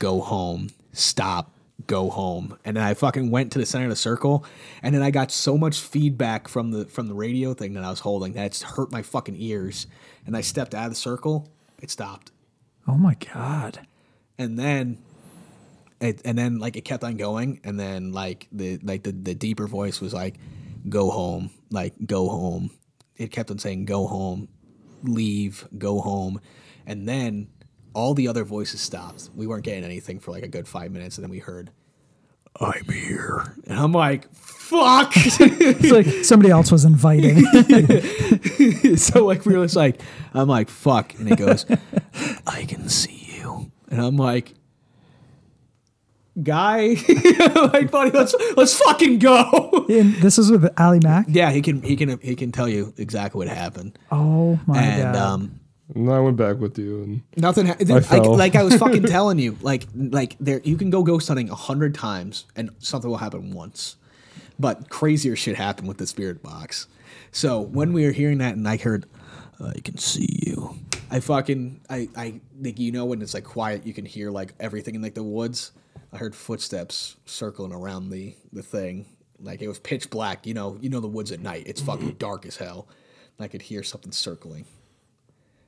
Speaker 4: go home, stop, go home. And then I fucking went to the center of the circle. And then I got so much feedback from the from the radio thing that I was holding that it's hurt my fucking ears. And I stepped out of the circle, it stopped
Speaker 2: Oh my god.
Speaker 4: and then it, and then like it kept on going and then like the like the, the deeper voice was like go home like go home it kept on saying go home leave go home and then all the other voices stopped we weren't getting anything for like a good five minutes and then we heard i'm here and i'm like fuck (laughs)
Speaker 2: It's like somebody else was inviting.
Speaker 4: (laughs) so like we were just like, I'm like, fuck, and it goes, (laughs) I can see you, and I'm like, guy, (laughs) like buddy, let's let's fucking go.
Speaker 2: and this is with Ali Mac.
Speaker 4: (laughs) yeah, he can he can he can tell you exactly what happened,
Speaker 2: Oh my
Speaker 4: and
Speaker 2: god.
Speaker 4: um,
Speaker 3: And I went back with you, and
Speaker 4: Nothing. Ha-
Speaker 3: I
Speaker 4: like,
Speaker 3: fell.
Speaker 4: like I was fucking
Speaker 3: (laughs)
Speaker 4: telling you, like like there, you can go ghost hunting a hundred times and something will happen once, but crazier shit happened with the spirit box. So when we were hearing that, and I heard, I can see you. I fucking I I like you know when it's like quiet, you can hear like everything in like the woods. I heard footsteps circling around the the thing. Like it was pitch black. You know you know the woods at night. It's fucking dark as hell. And I could hear something circling.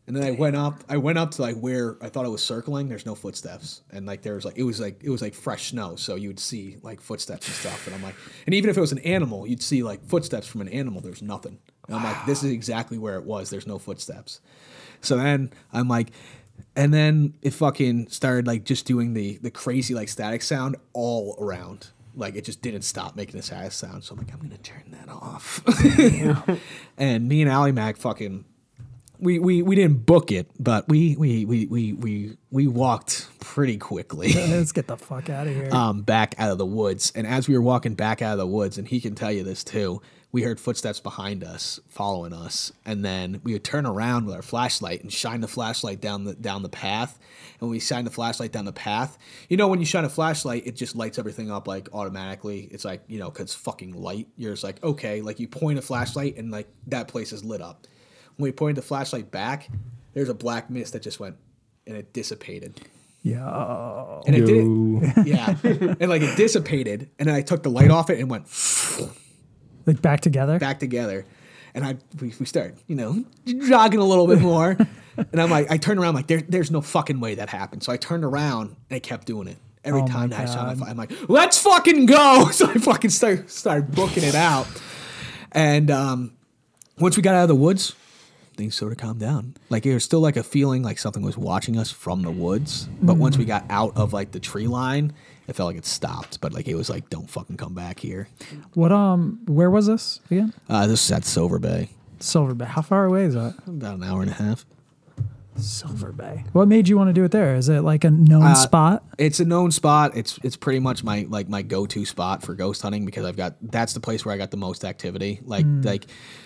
Speaker 4: And then I went up. I went up to like where I thought it was circling. There's no footsteps, and like there was like it was like it was like fresh snow, so you would see like footsteps and stuff. And I'm like, and even if it was an animal, you'd see like footsteps from an animal. There's nothing. And I'm like, this is exactly where it was. There's no footsteps. So then I'm like, and then it fucking started like just doing the the crazy like static sound all around. Like it just didn't stop making the static sound. (laughs) So I'm like, I'm gonna turn that off. and me and Ally Mac fucking we, we, we didn't book it, but we we we we we, we walked pretty quickly. (laughs)
Speaker 2: Let's get the fuck out of here.
Speaker 4: um, back out of the woods. And as we were walking back out of the woods, and he can tell you this too, we heard footsteps behind us, following us. And then we would turn around with our flashlight and shine the flashlight down the down the path. And when we shine the flashlight down the path, you know, when you shine a flashlight, it just lights everything up like automatically. It's like you know, cause fucking light. You're just like okay, like you point a flashlight and like that place is lit up. When we pointed the flashlight back, there's a black mist that just went and it dissipated.
Speaker 2: yeah.
Speaker 4: And it didn't
Speaker 3: Yo.
Speaker 4: yeah. and like it dissipated. And then I took the light off it and went
Speaker 2: Like back together.
Speaker 4: back together. And I we, we started, you know, jogging a little
Speaker 2: (laughs)
Speaker 4: bit more. and I'm like, I turned around, like, there, there's no fucking way that happened. So I turned around and I kept doing it. Every
Speaker 2: Oh
Speaker 4: time
Speaker 2: my
Speaker 4: I saw
Speaker 2: God.
Speaker 4: my, I'm like, let's fucking go. (laughs) So I fucking start, started booking it out. And um, once we got out of the woods, things sort of calmed down. Like it was still like a feeling like something was watching us from the woods. But once we got
Speaker 2: Mm-hmm.
Speaker 4: out of like the tree line, it felt like it stopped. But like it was like, don't fucking come back here.
Speaker 2: What um where was this again?
Speaker 4: Uh, this is at Silver Bay,
Speaker 2: Silver Bay. How far away is that?
Speaker 4: about an hour and a half.
Speaker 2: Silver Bay. What made you want to do it there? Is it like a known
Speaker 4: Uh,
Speaker 2: spot?
Speaker 4: It's a known spot. It's it's pretty much my like my go to spot for ghost hunting because I've got that's the place where I got the most activity. Like like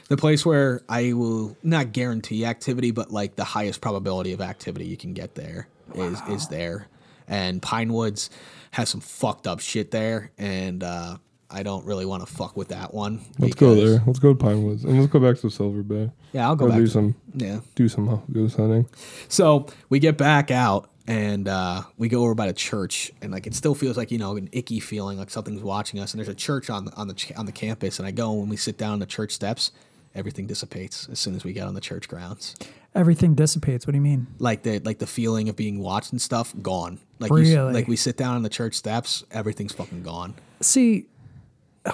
Speaker 4: the place where I will not guarantee activity, but like the highest probability of activity you can get there is is there. And Pine Woods has some fucked up shit there, and uh, I don't really want to fuck with that one.
Speaker 3: Let's go
Speaker 4: because-
Speaker 3: there. Let's go to Pine Woods and let's go back to Silver Bay.
Speaker 4: Yeah, I'll go
Speaker 3: Or
Speaker 4: back
Speaker 3: Do
Speaker 4: to-
Speaker 3: some
Speaker 4: Yeah.
Speaker 3: do some ghost hunting.
Speaker 4: So we get back out and uh, we go over by the church, and like it still feels like you know an icky feeling, like something's watching us. And there's a church on the on the ch- on the campus, and I go and we sit down on the church steps. Everything dissipates as soon as we get on the church grounds.
Speaker 2: Everything dissipates. What do you mean?
Speaker 4: Like the like the feeling of being watched and stuff gone. Like you s-
Speaker 2: Really?
Speaker 4: like we sit down on the church steps, everything's fucking gone.
Speaker 2: See,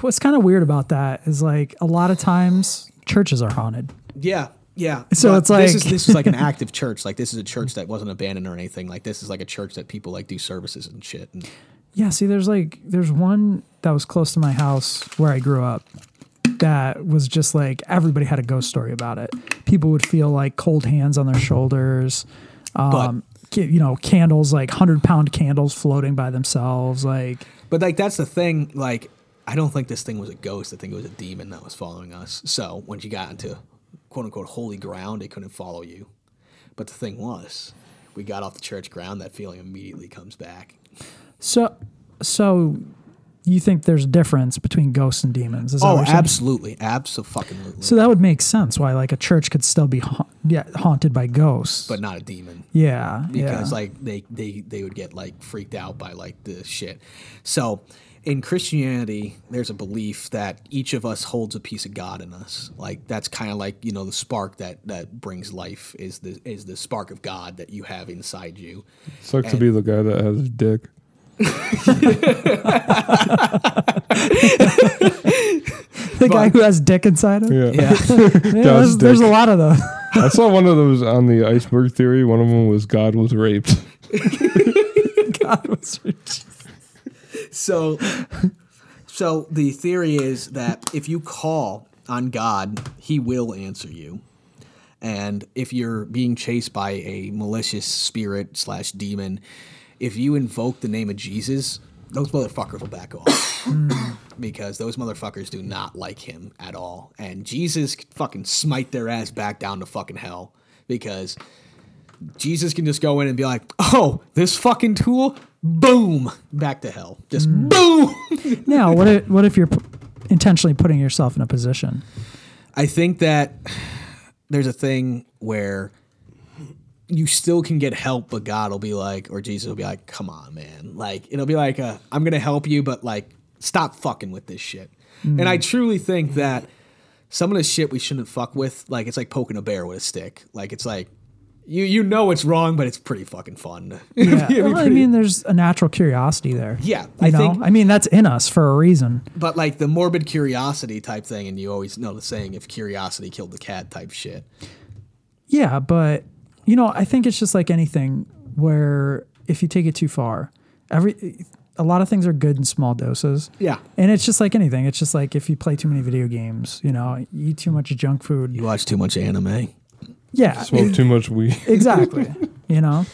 Speaker 2: what's kind of weird about that is like a lot of times churches are haunted.
Speaker 4: Yeah. Yeah.
Speaker 2: So it's
Speaker 4: this is
Speaker 2: like-
Speaker 4: this is like an active church. Like this is a church that wasn't abandoned or anything. Like this is like a church that people like do services and shit. And
Speaker 2: Yeah, see there's like there's one that was close to my house where I grew up that was just like everybody had a ghost story about it. People would feel like cold hands on their shoulders.
Speaker 4: But-
Speaker 2: Um ca- you know, candles like hundred pound candles floating by themselves, like
Speaker 4: But like that's the thing. Like I don't think this thing was a ghost. I think it was a demon that was following us. So when she got into quote unquote holy ground, it couldn't follow you. But the thing was, we got off the church ground. That feeling immediately comes back.
Speaker 2: So, so you think there's a difference between ghosts and demons? Is that
Speaker 4: Oh,
Speaker 2: what you're saying?
Speaker 4: absolutely, absolutely.
Speaker 2: So that would make sense why like a church could still be ha- yeah, haunted by ghosts.
Speaker 4: but not a demon.
Speaker 2: yeah,
Speaker 4: because
Speaker 2: yeah.
Speaker 4: like they, they they would get like freaked out by like the shit. So in Christianity, there's a belief that each of us holds a piece of God in us. Like that's kind of like you know the spark that that brings life is the is the spark of God that you have inside you.
Speaker 3: Sucks to be the guy that has a dick.
Speaker 2: the guy
Speaker 4: but-
Speaker 2: who has dick inside him.
Speaker 3: Yeah.
Speaker 2: Yeah,
Speaker 3: (laughs)
Speaker 4: (laughs) Yeah,
Speaker 3: God's
Speaker 2: there's, there's a
Speaker 3: dick.
Speaker 2: lot of those. (laughs)
Speaker 3: I saw one of those on the iceberg theory. One of them was God
Speaker 2: (laughs)
Speaker 3: was raped.
Speaker 2: God, what's-
Speaker 4: (laughs) so so the theory is that if you call on God, He will answer you. And if you're being chased by a malicious spirit slash demon, if you invoke the name of Jesus, those motherfuckers will back off because those motherfuckers do not like him at all. And Jesus could fucking smite their ass back down to fucking hell because Jesus can just go in and be like, "Oh, this fucking tool, boom, back to hell, just boom." (laughs)
Speaker 2: now, what if, what if you're p- intentionally putting yourself in a
Speaker 4: (laughs)
Speaker 2: position?
Speaker 4: I think that there's a thing where you still can get help, but God will be like, or Jesus will be like, "Come on, man!" Like it'll be like, i "I'm gonna help you, but like, stop fucking with this shit." And I truly think that some of the shit we shouldn't fuck with, like it's like poking a bear with a stick. Like it's like. You, you know it's wrong, but it's pretty fucking fun. (laughs)
Speaker 2: Yeah. well, I mean, there's a natural curiosity there.
Speaker 4: Yeah,
Speaker 2: you
Speaker 4: I
Speaker 2: know?
Speaker 4: think-
Speaker 2: I mean, that's in us for a reason.
Speaker 4: but like the morbid curiosity type thing, and you always know the saying "if curiosity killed the cat" type shit.
Speaker 2: Yeah, but you know, I think it's just like anything where if you take it too far, every a lot of things are good in small doses.
Speaker 4: Yeah.
Speaker 2: And it's just like anything. It's just like if you play too many video games, you know, you eat too much junk food.
Speaker 4: You watch too much anime.
Speaker 2: yeah,
Speaker 3: Smoke too much weed.
Speaker 2: (laughs) exactly. you know,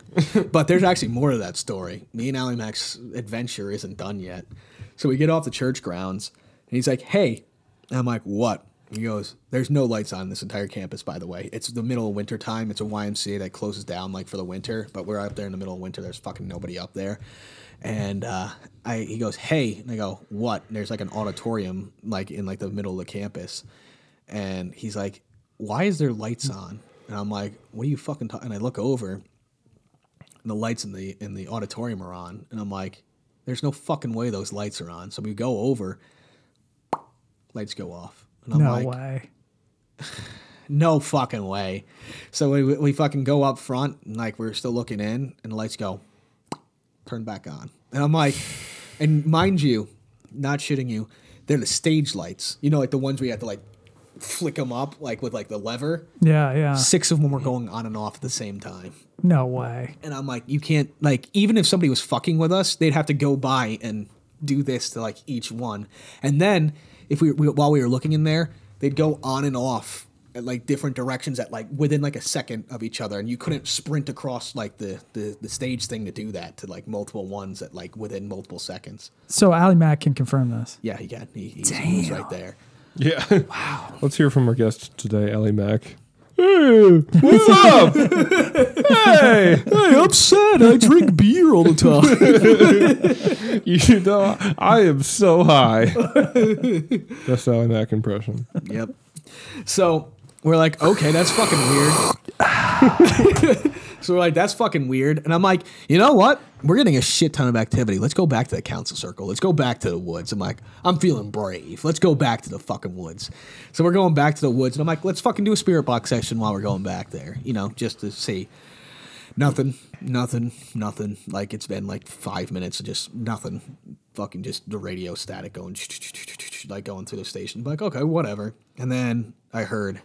Speaker 4: (laughs) But there's actually more to that story. Me and Ali Mac's adventure isn't done yet. So we get off the church grounds, and he's like, "Hey," and I'm like, "What?" He goes, "There's no lights on this entire campus, by the way. It's the middle of winter time. It's a YMCA that closes down like for the winter, but we're up there in the middle of winter. There's fucking nobody up there." And uh, I, he goes, "Hey," and I go, "What?" And there's like an auditorium like in like the middle of the campus, and he's like, "Why is there lights on?" And I'm like, "What are you fucking?" Ta-? And I look over, and the lights in the in the auditorium are on and i'm like there's no fucking way those lights are on so we go over lights go off and i'm
Speaker 2: no
Speaker 4: like
Speaker 2: way.
Speaker 4: no fucking way so we, we fucking go up front and like we're still looking in and the lights go turn back on and i'm like and mind you not shitting you they're the stage lights you know like the ones where you have to like flick them up like with like the lever
Speaker 2: Yeah, yeah.
Speaker 4: six of them were going on and off at the same time
Speaker 2: No way.
Speaker 4: and I'm like, you can't like even if somebody was fucking with us, they'd have to go by and do this to like each one. And then if we, we while we were looking in there, they'd go on and off at like different directions at like within like a second of each other, and you couldn't sprint across like the the, the stage thing to do that to like multiple ones at like within multiple seconds.
Speaker 2: So Ali Mac can confirm this.
Speaker 4: Yeah, he got he, he's, he was right there.
Speaker 3: Yeah. (laughs) Wow. Let's hear from our guest today, Ellie Mack. Hey, what's up? hey, hey, upset.
Speaker 4: I drink beer all the (laughs) time.
Speaker 3: (laughs) You know, I am so (laughs) high. That's Ellie Mack impression.
Speaker 4: yep. So we're like, okay, that's fucking weird. (laughs) so we're like, that's fucking weird. And I'm like, you know what? We're getting a shit ton of activity. Let's go back to the council circle. Let's go back to the woods. I'm like, I'm feeling brave. Let's go back to the fucking woods. So we're going back to the woods. And I'm like, let's fucking do a spirit box session while we're going back there, you know, just to see. Nothing, nothing, nothing. Like it's been like five minutes of just nothing. Fucking just the radio static going, (sniffs) like going through the station. Like okay, whatever. And then I heard,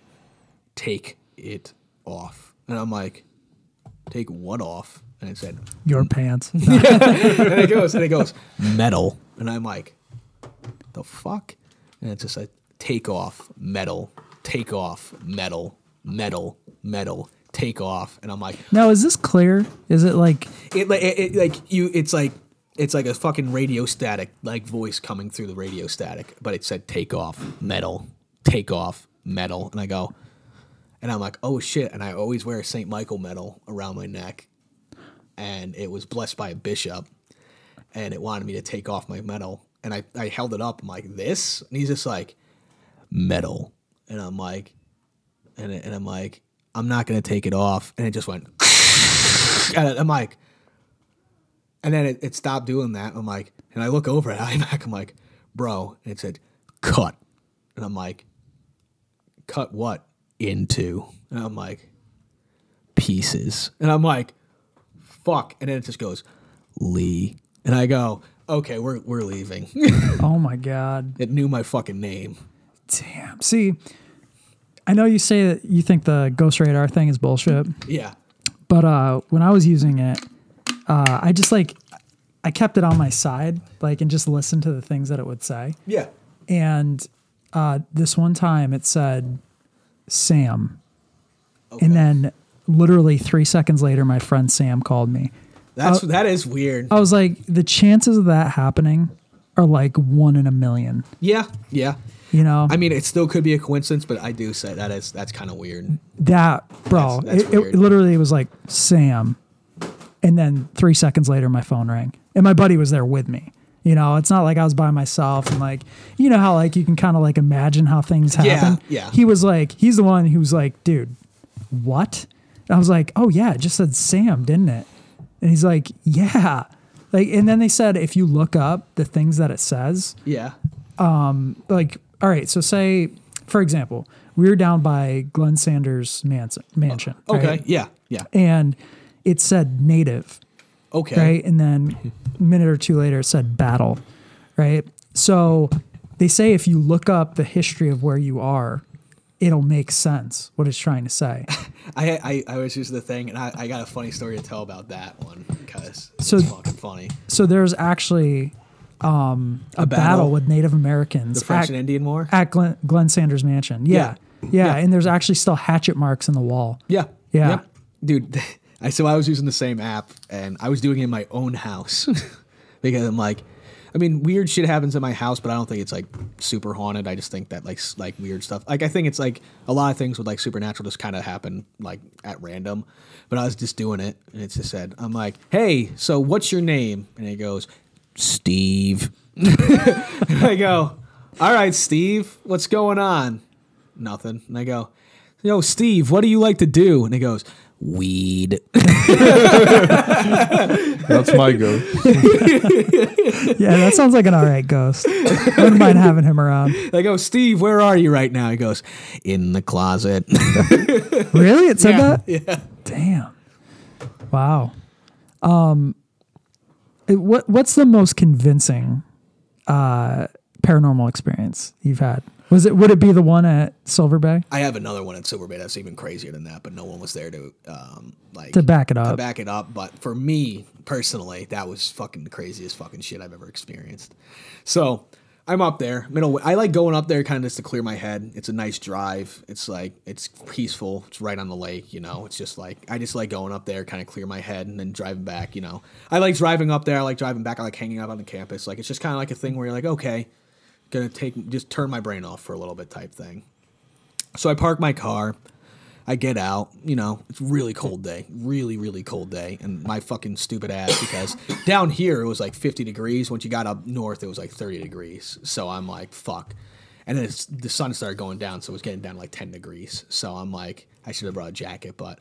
Speaker 4: take it off, and I'm like, take what off? And it said,
Speaker 2: Your pants.
Speaker 4: and it goes, and it goes, metal. And I'm like, the fuck? And it's just like, take off, metal, take off, metal, metal, metal, take off. And I'm like,
Speaker 2: (laughs) now is this clear? Is it like
Speaker 4: it, like- it, it like you it's like it's like a fucking radio static like voice coming through the radio static but it said take off metal take off metal and i go and i'm like oh shit and i always wear a st michael medal around my neck and it was blessed by a bishop and it wanted me to take off my medal and i, I held it up I'm like this and he's just like metal and i'm like and, and i'm like i'm not gonna take it off and it just went (laughs) and I'm like, and then it, it stopped doing that. I'm like, and I look over at (laughs) iMac. I'm like, bro, and it said, cut. And I'm like, cut what? Into. And I'm like, pieces. And I'm like, fuck. And then it just goes, Lee. And I go, okay, we're, we're leaving. (laughs)
Speaker 2: oh my god.
Speaker 4: it knew my fucking name.
Speaker 2: Damn. See, I know you say that you think the Ghost Radar thing is bullshit,
Speaker 4: Yeah.
Speaker 2: but uh, when I was using it, uh, I just like I kept it on my side, like, and just listened to the things that it would say.
Speaker 4: Yeah.
Speaker 2: And uh, this one time, it said Sam, and then literally three seconds later, my friend Sam called me.
Speaker 4: That's,
Speaker 2: Uh,
Speaker 4: that is weird.
Speaker 2: I was like, the chances of that happening are like one in a million.
Speaker 4: yeah. Yeah.
Speaker 2: You know,
Speaker 4: I mean, it still could be a coincidence, but I do say that is, that's kind of weird.
Speaker 2: that bro
Speaker 4: That's- that's
Speaker 2: it, it
Speaker 4: weird.
Speaker 2: literally was like sam and then three seconds later my phone rang and my buddy was there with me you know it's not like i was by myself and like you know how like you can kind of like imagine how things
Speaker 4: Yeah,
Speaker 2: happen
Speaker 4: yeah.
Speaker 2: he was like he's the one who was like dude what and i was like oh yeah it just said sam didn't it and he's like yeah like and then they said if you look up the things that it says
Speaker 4: Yeah.
Speaker 2: like all right so say for example we were down by glenn sanders mansion mansion
Speaker 4: Oh, Okay.
Speaker 2: right?
Speaker 4: Yeah. Yeah.
Speaker 2: and it said native
Speaker 4: Okay.
Speaker 2: right and then a minute or two later it said battle right so they say if you look up the history of where you are it'll make sense what it's trying to
Speaker 4: (laughs)
Speaker 2: say
Speaker 4: I, I I was just the thing, and I, I got a funny story to tell about that one because
Speaker 2: So-
Speaker 4: it's fucking funny.
Speaker 2: so there's actually um, a, battle.
Speaker 4: battle?
Speaker 2: with native americans
Speaker 4: The French
Speaker 2: at,
Speaker 4: and Indian War.
Speaker 2: at glenn, glenn sanders mansion yeah,
Speaker 4: Yeah.
Speaker 2: Yeah, and there's actually still hatchet marks in the wall.
Speaker 4: Yeah.
Speaker 2: Yeah.
Speaker 4: Dude, (laughs) I so I was using the same app and I was doing it in my own house (laughs) because I'm like I mean, weird shit happens in my house, but I don't think it's like super haunted. I just think that like s- like weird stuff. Like I think it's like a lot of things with like supernatural just kind of happen like at random. But I was just doing it, and it just said, "I'm like, hey, so what's your name?" And it goes, "Steve." (laughs) And I go, "All right, Steve, what's going on?" Nothing. And I go, "Yo, Steve, what do you like to do?" And he goes, "Weed." (laughs)
Speaker 3: That's my go.
Speaker 2: Yeah, that sounds like an all right ghost. I wouldn't mind having him around.
Speaker 4: I go, "Steve, where are you right now?" He goes, "In the closet." (laughs)
Speaker 2: Really? It said
Speaker 4: Yeah.
Speaker 2: that? Yeah. Damn. Wow. Um it- what what's the most convincing uh paranormal experience you've had? Was it would it be the one at Silver Bay?
Speaker 4: I have another one at Silver Bay that's even crazier than that, but no one was there to um like
Speaker 2: To back it
Speaker 4: to
Speaker 2: up.
Speaker 4: back it up. But for me personally, that was fucking the craziest fucking shit I've ever experienced. So I'm up there, middle. I like going up there kind of just to clear my head. It's a nice drive. It's like it's peaceful. It's right on the lake. You know, it's just like I just like going up there, kind of clear my head, and then driving back. You know, I like driving up there. I like driving back. I like hanging out on the campus. Like it's just kind of like a thing where you're like, okay, gonna take just turn my brain off for a little bit type thing. So I park my car. I get out, you know, it's a really cold day, really, really cold day. And my fucking stupid ass, because down here it was like 50 degrees. Once you got up north, it was like 30 degrees. So I'm like, fuck. And then it's, the sun started going down, so it was getting down to like 10 degrees. So I'm like, I should have brought a jacket, but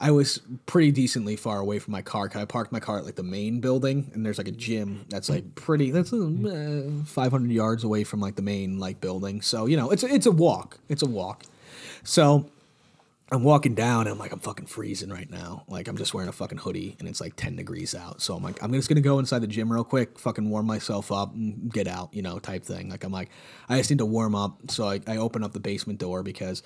Speaker 4: I was pretty decently far away from my car. 'cause I parked my car at like the main building, and there's like a gym that's like pretty. That's uh, 500 yards away from like the main like building. So you know, it's it's a walk. It's a walk. So I'm walking down and I'm like, I'm fucking freezing right now. Like, I'm just wearing a fucking hoodie and it's like 10 degrees out. So I'm like, I'm just gonna go inside the gym real quick, fucking warm myself up and get out, you know, type thing. Like, I'm like, I just need to warm up. So I, I open up the basement door because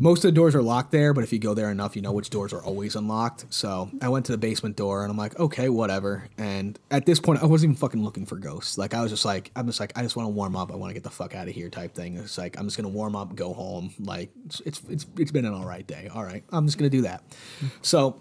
Speaker 4: most of the doors are locked there, but if you go there enough, you know which doors are always unlocked. So I went to the basement door and I'm like, okay, whatever. And at this point, I wasn't even fucking looking for ghosts. Like I was just like, I'm just like, I just want to warm up. I want to get the fuck out of here, type thing. It's like I'm just gonna warm up, go home. Like it's it's it's, it's been an all right day. All right, I'm just gonna do that. So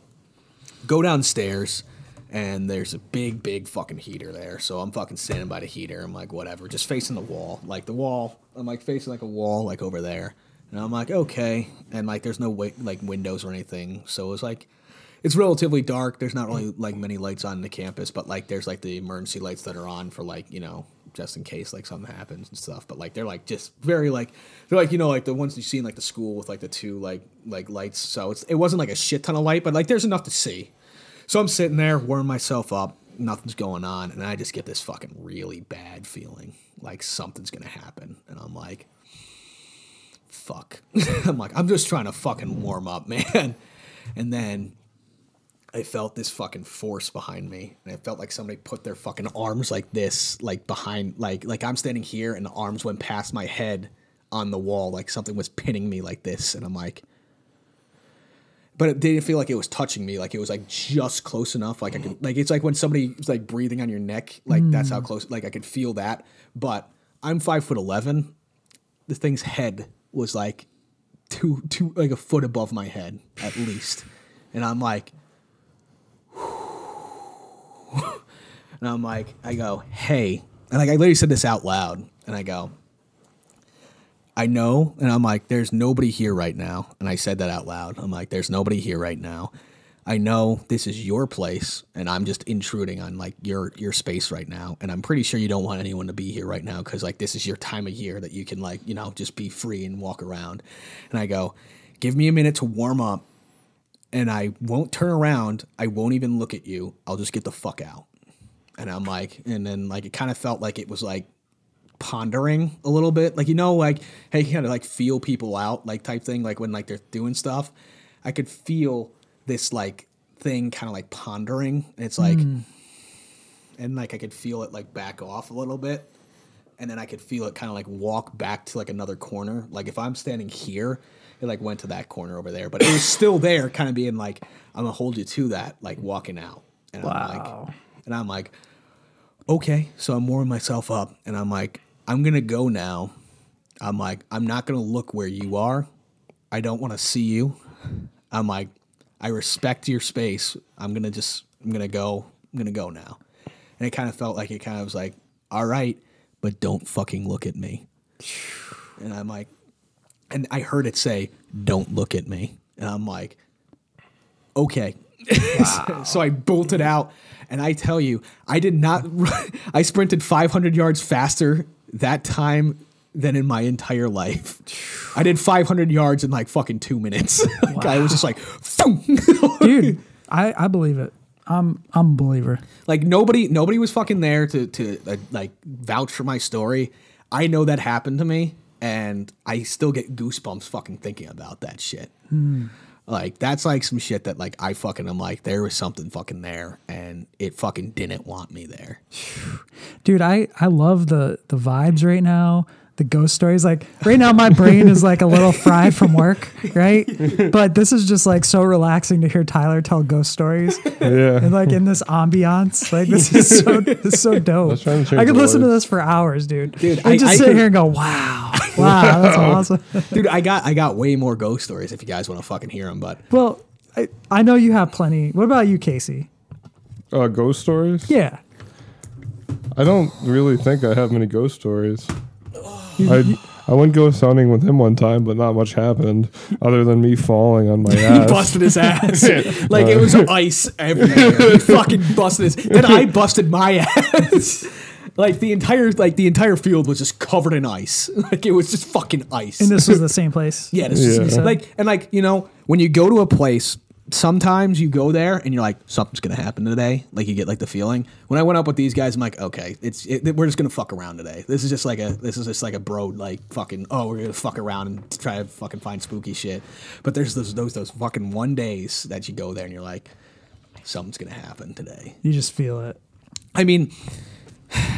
Speaker 4: go downstairs and there's a big big fucking heater there so i'm fucking standing by the heater i'm like whatever just facing the wall like the wall i'm like facing like a wall like over there and i'm like okay and like there's no wa- like windows or anything so it was like it's relatively dark there's not really like many lights on the campus but like there's like the emergency lights that are on for like you know just in case like something happens and stuff. But like they're like just very like they're like you know like the ones you see in like the school with like the two like like lights. So it's it wasn't like a shit ton of light, but like there's enough to see. So I'm sitting there warming myself up. Nothing's going on, and I just get this fucking really bad feeling like something's gonna happen, and I'm like, fuck. (laughs) I'm like I'm just trying to fucking warm up, (laughs) man. And then I felt this fucking force behind me, and I felt like somebody put their fucking arms like this, like behind, like like I'm standing here, and the arms went past my head on the wall, like something was pinning me like this, and I'm like, but it didn't feel like it was touching me, like it was like just close enough, like I could, like it's like when somebody's like breathing on your neck, like that's how close, like I could feel that, but I'm five foot eleven, the thing's head was like two two like a foot above my head at least, and I'm like. And I'm like, I go, hey. And like, I literally said this out loud. And I go, I know. And I'm like, there's nobody here right now. And I said that out loud. I'm like, there's nobody here right now. I know this is your place and I'm just intruding on like your your space right now and I'm pretty sure you don't want anyone to be here right now cuz like this is your time of year that you can like you know just be free and walk around. And I go, "Give me a minute to warm up and I won't turn around. I won't even look at you. I'll just get the fuck out." and I'm like, and then like it kind of felt like it was like pondering a little bit, like you know, like hey, you kind of like feel people out, like type thing, like when like they're doing stuff. I could feel this like thing kind of like pondering. And it's like, and like I could feel it like back off a little bit, and then I could feel it kind of like walk back to like another corner. Like if I'm standing here, it like went to that corner over there, but it was still there, kind of being like, I'm gonna hold you to that, like walking out. And I'm like, and I'm like, okay. So I'm warming myself up, and I'm like, I'm gonna go now. I'm like, I'm not gonna look where you are. I don't want to see you. I'm like, I respect your space. I'm gonna just, I'm gonna go, I'm gonna go now. And it kind of felt like it kind of was like, all right, but don't fucking look at me. And I'm like, and I heard it say, "Don't look at me," and I'm like, "Okay." (laughs) so I bolted out, and I tell you, I did not. (laughs) Run, I sprinted 500 yards faster that time than in my entire life. I did 500 yards in like fucking two minutes. (laughs) like I was just like, (laughs)
Speaker 2: dude. I, I believe it. I'm I'm a believer.
Speaker 4: like nobody nobody was fucking there to to uh, like vouch for my story. I know that happened to me, and I still get goosebumps fucking thinking about that shit. Like that's like some shit that like I fucking am like there was something fucking there, and it fucking didn't want me there.
Speaker 2: dude i i love the the vibes right now the ghost stories like right now my brain is like a little fried from work right but this is just like so relaxing to hear tyler tell ghost stories
Speaker 3: Yeah.
Speaker 2: and like in this ambiance like this is
Speaker 3: (laughs)
Speaker 2: so this is so dope
Speaker 3: trying to change
Speaker 2: i could
Speaker 3: the
Speaker 2: listen to
Speaker 3: words.
Speaker 2: this for hours dude,
Speaker 4: Dude,
Speaker 2: i
Speaker 4: I-
Speaker 2: just
Speaker 4: I
Speaker 2: sit
Speaker 4: could-
Speaker 2: here and go wow wow that's awesome
Speaker 4: Dude, I got I got way more ghost stories if you guys want to fucking hear them, but
Speaker 2: well I, I know you have plenty what about you casey
Speaker 3: Uh, ghost stories?
Speaker 2: yeah
Speaker 3: I don't really think I have many ghost stories. I I went ghost hunting with him one time, but not much happened other than me falling on my ass.
Speaker 4: busted his ass like it was ice everywhere. He fucking busted his. Then I busted my ass. (laughs) Like the entire like the entire field was just covered in ice. (laughs) Like it was just fucking ice.
Speaker 2: and this was the same place
Speaker 4: (laughs) Yeah, this is-
Speaker 3: Yeah.
Speaker 4: like and like you know when you go to a place, sometimes you go there and you're like something's gonna happen today. Like you get like the feeling. When I went up with these guys, I'm like, okay, it's it, we're just gonna fuck around today. This is just like a this is just like a bro like fucking oh we're gonna fuck around and try to fucking find spooky shit. But there's those those those fucking one days that you go there and you're like something's gonna happen today.
Speaker 2: you just feel it
Speaker 4: I mean,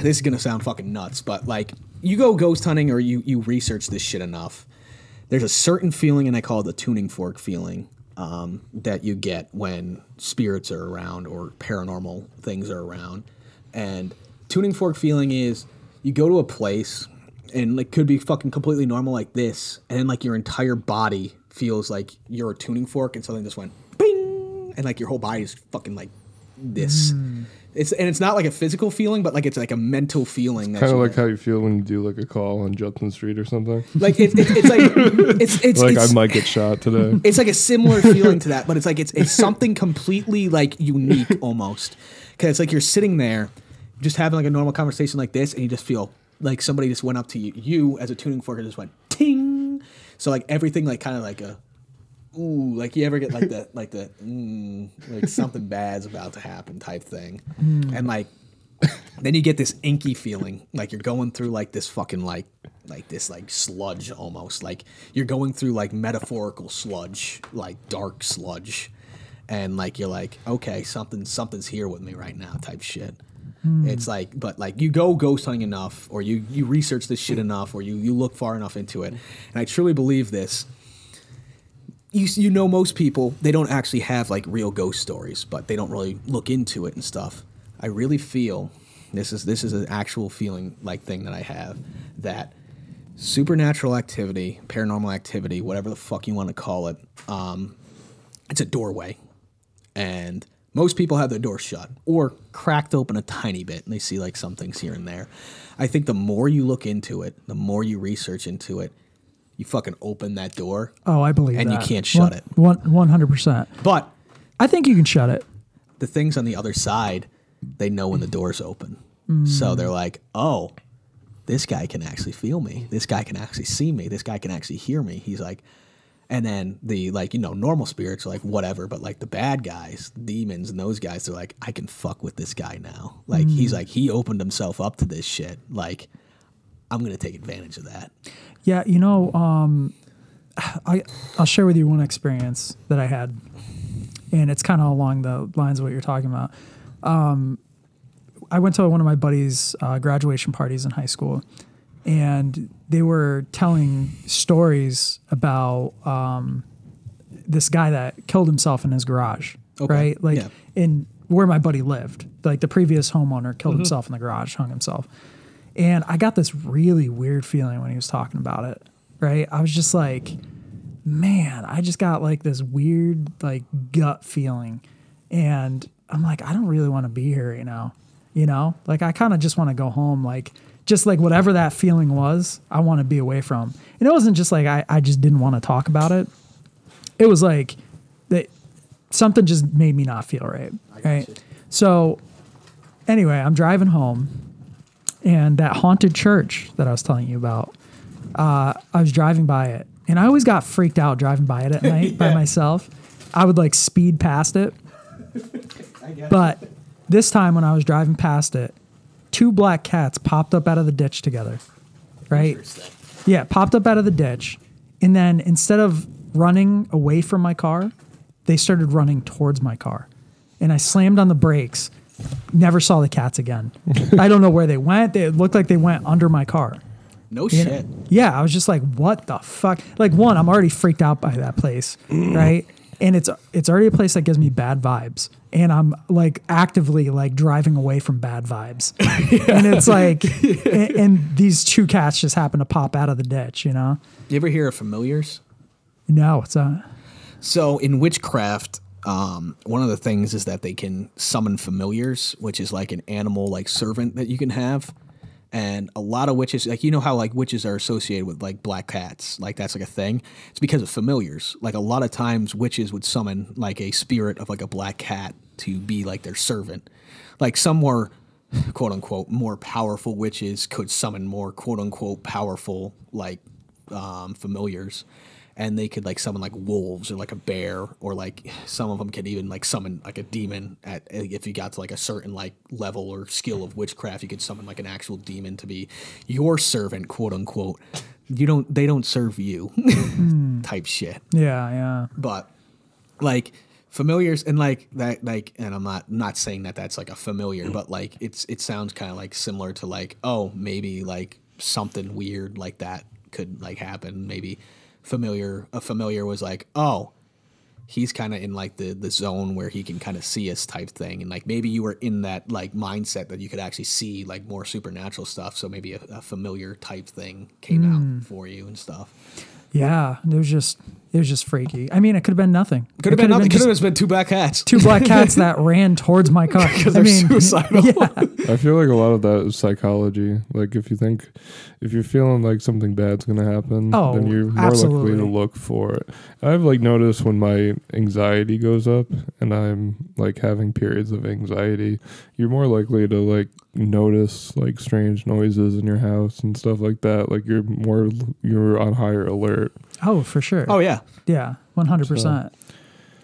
Speaker 4: this is gonna sound fucking nuts, but like you go ghost hunting or you you research this shit enough, there's a certain feeling, and I call it the tuning fork feeling, um, that you get when spirits are around or paranormal things are around. And tuning fork feeling is you go to a place and like could be fucking completely normal like this, and then like your entire body feels like you're a tuning fork, and something just went bing, and like your whole body is fucking like this. It's and it's not like a physical feeling, but like it's like a mental feeling. that
Speaker 3: Kind
Speaker 4: you
Speaker 3: of like
Speaker 4: get.
Speaker 3: how you feel when you do like a call on Judson Street or something.
Speaker 4: like it's it's, it's
Speaker 3: (laughs)
Speaker 4: like it's it's
Speaker 3: Like
Speaker 4: it's,
Speaker 3: I might get shot today.
Speaker 4: (laughs) it's like a similar feeling to that, but it's like it's it's something completely like unique almost. Cause it's like you're sitting there just having like a normal conversation like this and you just feel like somebody just went up to you, you as a tuning fork and just went ting. So like everything like kind of like a ooh, like you ever get like the like the mm, like something bad's about to happen type thing. And like then you get this inky feeling like you're going through like this fucking like like this like sludge almost like you're going through like metaphorical sludge like dark sludge and like you're like okay something something's here with me right now type shit it's like but like you go ghost hunting enough or you you research this shit enough or you you look far enough into it and i truly believe this you, you know most people they don't actually have like real ghost stories but they don't really look into it and stuff i really feel this is this is an actual feeling like thing that i have that supernatural activity paranormal activity whatever the fuck you want to call it um, it's a doorway and most people have their door shut or cracked open a tiny bit and they see like some things here and there i think the more you look into it the more you research into it you fucking open that door
Speaker 2: oh i believe
Speaker 4: And you
Speaker 2: that.
Speaker 4: can't shut it.
Speaker 2: one, it 100%
Speaker 4: but
Speaker 2: i think you can shut it
Speaker 4: the things on the other side, they know when the door's open. So they're like, oh, this guy can actually feel me. This guy can actually see me. This guy can actually hear me. He's like, and then the like, you know, normal spirits are like, whatever, but like the bad guys, demons, and those guys, they're like, I can fuck with this guy now. Like, he's like, he opened himself up to this shit. Like, I'm going to take advantage of that.
Speaker 2: Yeah, you know, um, I I'll share with you one experience that I had, and it's kind of along the lines of what you're talking about. Um, I went to one of my buddies' uh, graduation parties in high school, and they were telling stories about um, this guy that killed himself in his garage,
Speaker 4: Okay,
Speaker 2: right? Like
Speaker 4: yeah.
Speaker 2: in where my buddy lived, like the previous homeowner killed
Speaker 4: Mm-hmm.
Speaker 2: himself in the garage, hung himself. And I got this really weird feeling when he was talking about it, right? I was just like, man, I just got like this weird like gut feeling, and I'm like, I don't really want to be here right now. You know, like I kind of just want to go home. Like just like whatever that feeling was, I want to be away from. And it wasn't just like I I just didn't want to talk about it. It was like that something just made me not feel right. Right. So anyway, I'm driving home, and that haunted church that I was telling you about, uh, I was driving by it, and I always got freaked out driving by it at night by myself. I would like speed past it, but this time when I was driving past it, two black cats popped up out of the ditch together, right? Yeah, popped up out of the ditch, and then instead of running away from my car, they started running towards my car, and I slammed on the brakes never saw the cats again. I don't know where they went. They it looked like they went under my car.
Speaker 4: No
Speaker 2: You know?
Speaker 4: shit.
Speaker 2: Yeah, I was just like, what the fuck? Like one, I'm already freaked out by that place,
Speaker 4: Mm.
Speaker 2: right? And it's it's already a place that gives me bad vibes. And I'm like actively like driving away from bad
Speaker 4: (laughs)
Speaker 2: vibes. And it's like and, and these two cats just happen to pop out of the ditch, you know?
Speaker 4: You ever hear of familiars?
Speaker 2: No, it's a
Speaker 4: So in witchcraft, um, one of the things is that they can summon familiars, which is like an animal like servant that you can have. And a lot of witches, like you know how like witches are associated with like black cats, like that's like a thing. It's because of familiars. Like a lot of times, witches would summon like a spirit of like a black cat to be like their servant. Like some more quote unquote more powerful witches could summon more quote unquote powerful like um, familiars and they could like summon like wolves or like a bear or like some of them could even like summon like a demon at if you got to like a certain like level or skill of witchcraft you could summon like an actual demon to be your servant quote unquote you don't they don't serve you (laughs) type shit
Speaker 2: yeah, yeah.
Speaker 4: but like familiars and like that like and i'm not not saying that that's like a familiar but like it's it sounds kind of like similar to like oh maybe like something weird like that could like happen maybe familiar a familiar was like oh he's kind of in like the the zone where he can kind of see us type thing and like maybe you were in that like mindset that you could actually see like more supernatural stuff so maybe a, a familiar type thing came out for you and stuff
Speaker 2: Yeah. It was just it was just freaky. I mean, it could have been nothing. It
Speaker 4: could have been nothing could
Speaker 2: just-
Speaker 4: have been two black hats (laughs)
Speaker 2: two black cats that ran towards my car. I
Speaker 4: they're
Speaker 2: mean, (laughs)
Speaker 4: suicidal.
Speaker 2: Yeah,
Speaker 3: I feel like a lot of that is psychology. Like if you think, if you're feeling like something bad's gonna happen,
Speaker 2: Oh,
Speaker 3: then you're more
Speaker 2: absolutely.
Speaker 3: likely to look for it. I've like noticed when my anxiety goes up and I'm like having periods of anxiety, you're more likely to like notice like strange noises in your house and stuff like that. Like you're more you're on higher alert.
Speaker 2: Oh, for sure.
Speaker 4: Oh yeah.
Speaker 2: yeah, one hundred percent.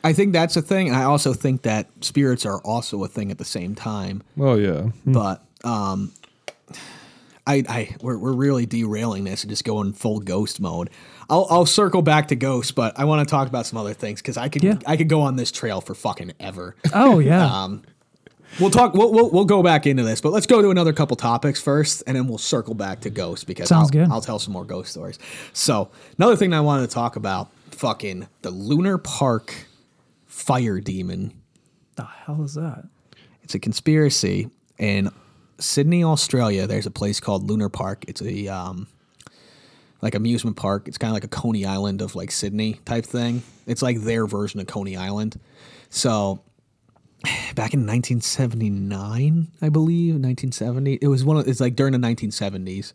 Speaker 4: I think that's a thing. I also think that spirits are also a thing at the same time.
Speaker 3: Well, yeah,
Speaker 2: Hmm.
Speaker 4: But um I I we're we're really derailing this and just going full ghost mode. I'll I'll circle back to ghosts, but I want to talk about some other things cuz I could
Speaker 2: Yeah.
Speaker 4: I could go on this trail for fucking ever. (laughs)
Speaker 2: Oh yeah,
Speaker 4: we'll talk we'll, we'll we'll go back into this, but let's go to another couple topics first and then we'll circle back to ghosts because
Speaker 2: Sounds
Speaker 4: I'll,
Speaker 2: good.
Speaker 4: I'll tell some more ghost stories. So, another thing I wanted to talk about fucking the Lunar Park fire demon.
Speaker 2: the hell is that?
Speaker 4: It's a conspiracy in Sydney, Australia. There's a place called Lunar Park. It's a um, like amusement park. It's kind of like a Coney Island of like Sydney type thing. It's like their version of Coney Island. So back in 1979, I believe 1970. It was one of it's like during the 1970s.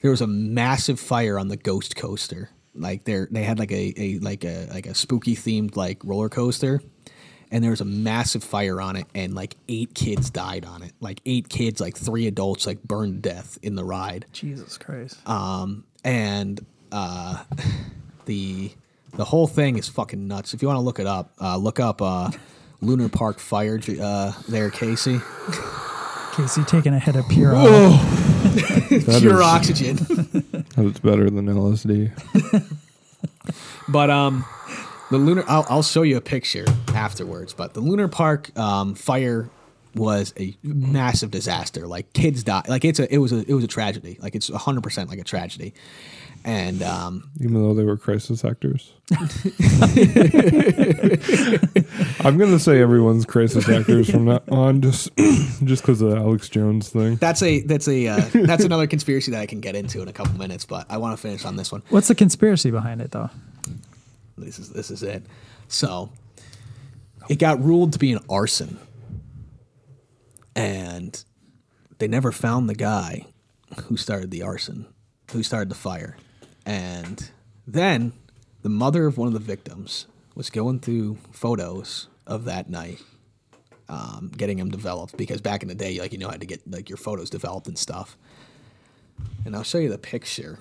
Speaker 4: There was a massive fire on the Ghost Coaster. Like they they had like a, a like a like a spooky themed like roller coaster, and there was a massive fire on it, and like eight kids died on it. Like eight kids, like three adults, like burned to death in the ride
Speaker 2: Jesus Christ!
Speaker 4: um, and uh, (laughs) the the whole thing is fucking nuts. If you want to look it up, uh, look up uh, Lunar Park fire dr- uh, there, Casey.
Speaker 2: Casey taking a hit of pure.
Speaker 4: Oh.
Speaker 3: that
Speaker 4: Pure
Speaker 3: is-
Speaker 4: oxygen.
Speaker 3: that's better than LSD.
Speaker 4: But um, the lunar. I'll, I'll show you a picture afterwards. But the lunar park um, fire was a massive disaster. Like kids died. Like it's a it was a it was a tragedy. Like it's hundred percent like a tragedy. And um,
Speaker 3: even though they were
Speaker 2: (laughs)
Speaker 3: crisis actors. I'm gonna say everyone's crisis actors from now on, just (clears throat) just because of the Alex Jones thing.
Speaker 4: that's a that's a uh, that's another conspiracy that I can get into in a couple minutes. But I want to finish on this one.
Speaker 2: What's the conspiracy behind it though? (laughs)
Speaker 4: This is this is it. So it got ruled to be an arson, and they never found the guy who started the arson, who started the fire. And then the mother of one of the victims was going through photos of that night, um, getting them developed because back in the day, like you know, how to get like your photos developed and stuff. And I'll show you the picture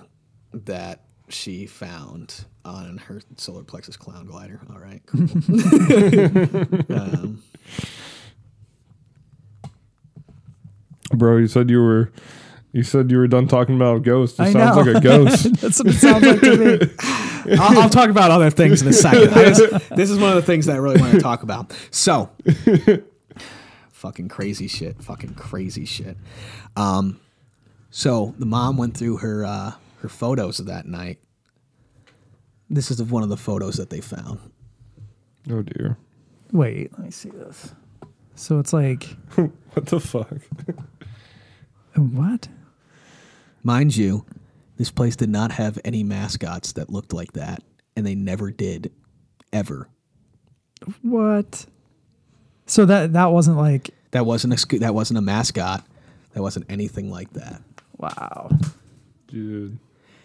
Speaker 4: that she found on her solar plexus clown glider. All right, cool. um,
Speaker 3: Bro, you said you were you said you were done talking about ghosts. It
Speaker 2: I
Speaker 3: sounds
Speaker 2: know.
Speaker 3: like
Speaker 2: (laughs)
Speaker 3: a ghost.
Speaker 2: That's what it sounds like to me.
Speaker 4: (laughs) I'll, I'll talk about other things in a second. I just- this is one of the things that I really want to talk about. So, fucking crazy shit. Fucking crazy shit. Um, so the mom went through her uh, her photos of that night. This is one of the photos that they found.
Speaker 3: oh dear.
Speaker 2: Wait, let me see this. So it's like
Speaker 3: What the fuck?
Speaker 2: what?
Speaker 4: Mind you, this place did not have any mascots that looked like that, and they never did, ever.
Speaker 2: What? So that that wasn't like
Speaker 4: That wasn't a sc- that wasn't a mascot. That wasn't anything like that.
Speaker 2: wow.
Speaker 3: Dude.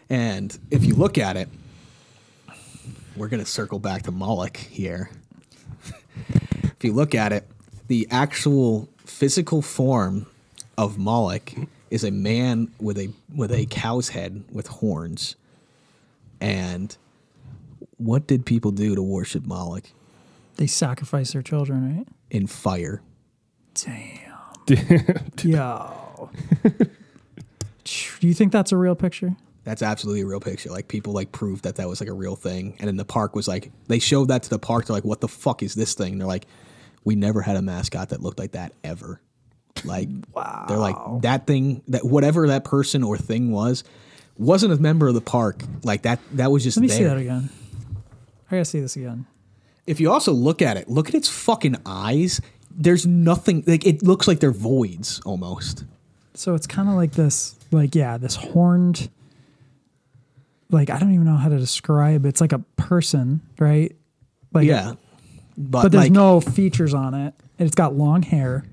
Speaker 4: And if you look at it, we're going to circle back to Moloch here. (laughs) if you look at it, the actual physical form of Moloch is a man with a with a cow's head with horns. And what did people do to worship Moloch?
Speaker 2: They sacrifice their children, right?
Speaker 4: In fire.
Speaker 2: Damn.
Speaker 3: Damn.
Speaker 2: Yo. Do you think that's a real picture?
Speaker 4: That's absolutely a real picture. Like people like proved that that was like a real thing. And then the park was like, they showed that to the park. They're like, what the fuck is this thing? And they're like, we never had a mascot that looked like that ever. Like, wow. They're like that thing that whatever that person or thing was wasn't a member of the park. Like that. That was just
Speaker 2: Let me
Speaker 4: there.
Speaker 2: see that again. I gotta see this again.
Speaker 4: If you also look at it, look at its fucking eyes. There's nothing. Like it looks like they're voids almost.
Speaker 2: So it's kind of like this, like yeah, this horned. Like I don't even know how to describe. It's like a person, right? Like
Speaker 4: Yeah. But,
Speaker 2: but there's
Speaker 4: like,
Speaker 2: no features on it. And It's got long hair.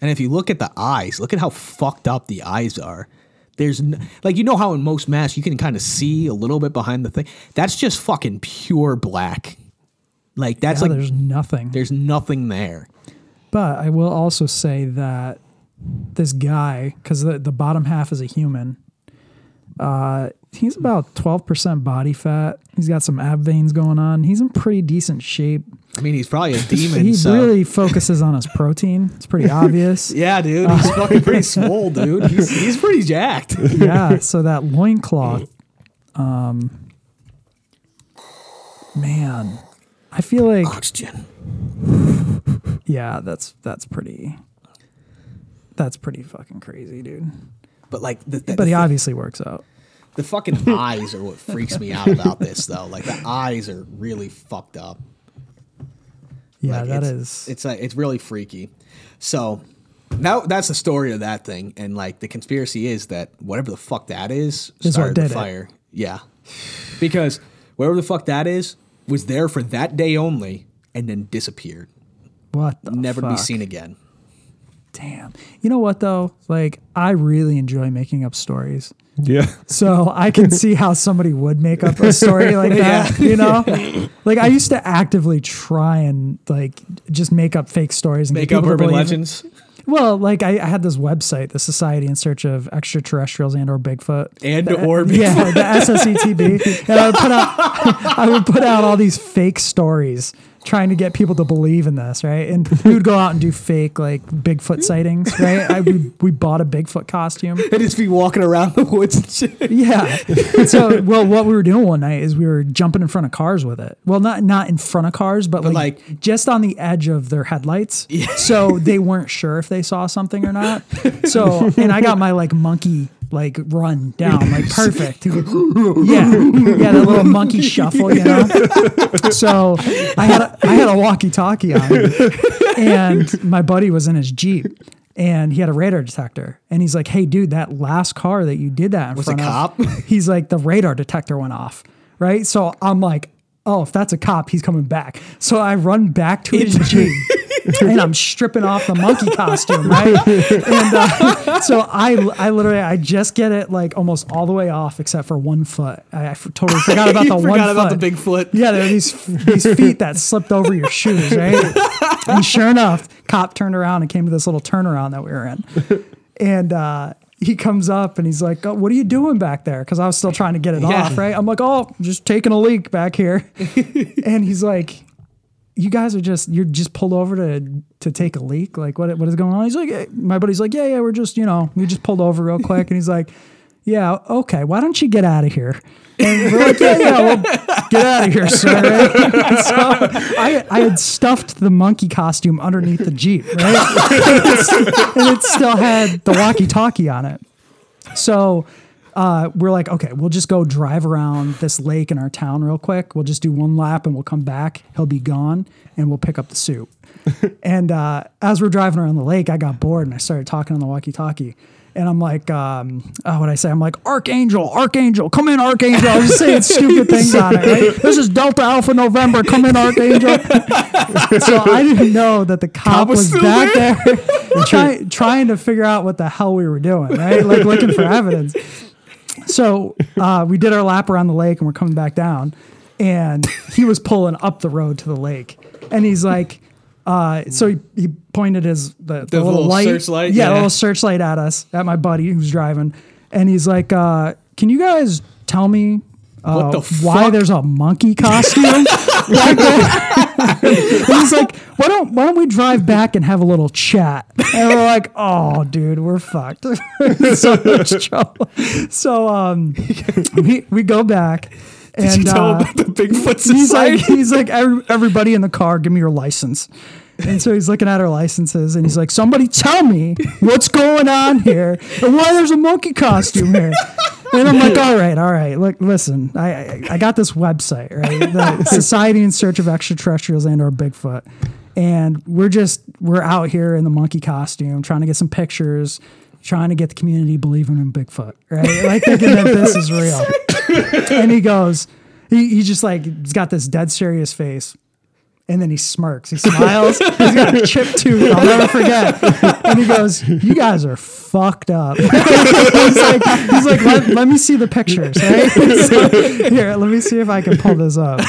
Speaker 4: And if you look at the eyes, look at how fucked up the eyes are. There's n- like you know how in most masks you can kind of see a little bit behind the thing. That's just fucking pure black. Like that's
Speaker 2: Yeah,
Speaker 4: like there's,
Speaker 2: there's nothing.
Speaker 4: nothing there.
Speaker 2: But I will also say that this guy, because the, the bottom half is a human, uh, he's about 12% body fat. He's got some ab veins going on. He's in pretty decent shape.
Speaker 4: I mean, he's probably a demon.
Speaker 2: He
Speaker 4: so
Speaker 2: (laughs) really focuses on his protein. It's
Speaker 4: (laughs)
Speaker 2: pretty obvious.
Speaker 4: yeah, dude, he's fucking pretty swole, dude. He's, he's pretty jacked. (laughs)
Speaker 2: yeah. So that loincloth,
Speaker 4: Mm.
Speaker 2: um, man, I feel like,
Speaker 4: Uh. Oxygen.
Speaker 2: yeah, that's, that's pretty, that's pretty fucking crazy, dude.
Speaker 4: But like, the, the,
Speaker 2: But he obviously works out.
Speaker 4: the fucking eyes are what freaks me out about this, though. Like the eyes are really fucked up.
Speaker 2: Yeah,
Speaker 4: Like,
Speaker 2: that
Speaker 4: it's,
Speaker 2: is.
Speaker 4: It's like, it's really freaky. So now that's the story of that thing, and like the conspiracy is that whatever the fuck that is
Speaker 2: what
Speaker 4: started
Speaker 2: did
Speaker 4: the
Speaker 2: it.
Speaker 4: fire. Yeah, because whatever the fuck that is was there for that day only, and then disappeared,
Speaker 2: What the
Speaker 4: never to be
Speaker 2: fuck?
Speaker 4: seen again.
Speaker 2: Damn. You know what though? Like I really enjoy making up stories.
Speaker 3: Yeah.
Speaker 2: So I can see how somebody would make up a
Speaker 4: (laughs)
Speaker 2: story like that, you know? Like I used to actively try and like just make up fake stories and get
Speaker 4: Make up
Speaker 2: people to
Speaker 4: urban
Speaker 2: believe it. (laughs)
Speaker 4: legends
Speaker 2: Well, like I, I had this website, the Society in Search of Extraterrestrials and or Bigfoot.
Speaker 4: and or (laughs)
Speaker 2: Yeah, the SSETB. And I would put out, (laughs) I would put out all these fake stories trying to get people to believe in this, right? And we would go out and do fake like Bigfoot sightings, right? I, we, we bought a Bigfoot costume.
Speaker 4: and just be walking around the woods and shit.
Speaker 2: Yeah. And so, well, what we were doing one night is we were jumping in front of cars with it. Well, not not in front of cars, but, like,
Speaker 4: like-
Speaker 2: just on the edge of their headlights. So they weren't sure if they saw something or not. So, and I got my like monkey like run down, like perfect. Yeah, yeah, that little monkey shuffle, you know. So I had a, I had a walkie-talkie on, and my buddy was in his jeep. And he had a radar detector, and he's like, "Hey, dude, that last car that you did that in (laughs)
Speaker 4: a
Speaker 2: front of,
Speaker 4: cop?
Speaker 2: he's like the radar detector went off right so i'm like oh, if that's a cop, he's coming back. So I run back to his gym. and I'm stripping off the monkey costume, right? And uh, (laughs) so I, I literally, I just get it like almost all the way off except for one foot. I, I f- totally
Speaker 4: (laughs)
Speaker 2: forgot about
Speaker 4: You
Speaker 2: the one
Speaker 4: forgot about
Speaker 2: foot.
Speaker 4: the big foot.
Speaker 2: Yeah, there are these these feet that slipped over your shoes,
Speaker 4: (laughs)
Speaker 2: right? and sure enough, cop turned around and came to this little turnaround that we were in, and uh, he comes up and he's like, oh, "What are you doing back there?" Because I was still trying to get it
Speaker 4: Yeah.
Speaker 2: off, right? I'm like, "Oh, just taking a leak back here," and he's like. You guys are just you're just pulled over to to take a leak. Like what what is going on? He's like, "Eh." my buddy's like, yeah, yeah, we're just you know we just pulled over real quick, and he's like, yeah, okay, why don't you get out of here? And we're like, yeah, yeah, well, get out of here, sir. right? so I, I had stuffed the monkey costume underneath the Jeep, right? (laughs) and it still had the walkie talkie on it. So uh, we're like, okay, we'll just go drive around this lake in our town real quick. We'll just do one lap and we'll come back. He'll be gone and we'll pick up the suit. and uh, as we're driving around the lake, I got bored and I started talking on the walkie talkie. And I'm like, um, oh, what I say? I'm like, Archangel, Archangel, come in, Archangel. I was just saying stupid things on it. Right? This is Delta Alpha November, come in, Archangel. so I didn't know that the cop,
Speaker 4: was
Speaker 2: was,
Speaker 4: still
Speaker 2: back there try, trying to figure out what the hell we were doing, right? Like looking for evidence. So uh, we did our lap around the lake and we're coming back down. And he was pulling up the road to the lake. And he's like, uh, so he, he pointed his the, the, little,
Speaker 4: little
Speaker 2: light,
Speaker 4: searchlight,
Speaker 2: yeah,
Speaker 4: yeah.
Speaker 2: the little searchlight at us at my buddy who's driving, and he's like, uh, "Can you guys tell me uh,
Speaker 4: What the
Speaker 2: why
Speaker 4: fuck?
Speaker 2: there's a monkey costume?" back there?" And (laughs) he's like, "Why don't why don't we drive back and have a little chat?" And we're like, (laughs) "Oh, dude, we're fucked." (laughs) so much trouble. So um, (laughs) we we go back.
Speaker 4: (laughs)
Speaker 2: and
Speaker 4: you tell
Speaker 2: uh,
Speaker 4: him about the Bigfoot
Speaker 2: he's
Speaker 4: Society?
Speaker 2: like he's like "Every- everybody in the car give me your license and so he's looking at our licenses and he's like somebody tell me what's going on here and why there's a monkey costume here and i'm like all right all right look listen i i, I got this website right the society in search of extraterrestrials and or bigfoot and we're just we're out here in the monkey costume trying to get some pictures trying to get the community believing in bigfoot right like thinking that this is real and he goes, he, he just like he's got this dead serious face. And then he smirks. He smiles. He's got a chip tooth. I'll never forget. And he goes, "You guys are fucked up." (laughs) he's like, he's like let, "Let me see the pictures. Right? (laughs) So, here, let me see if I can pull this up."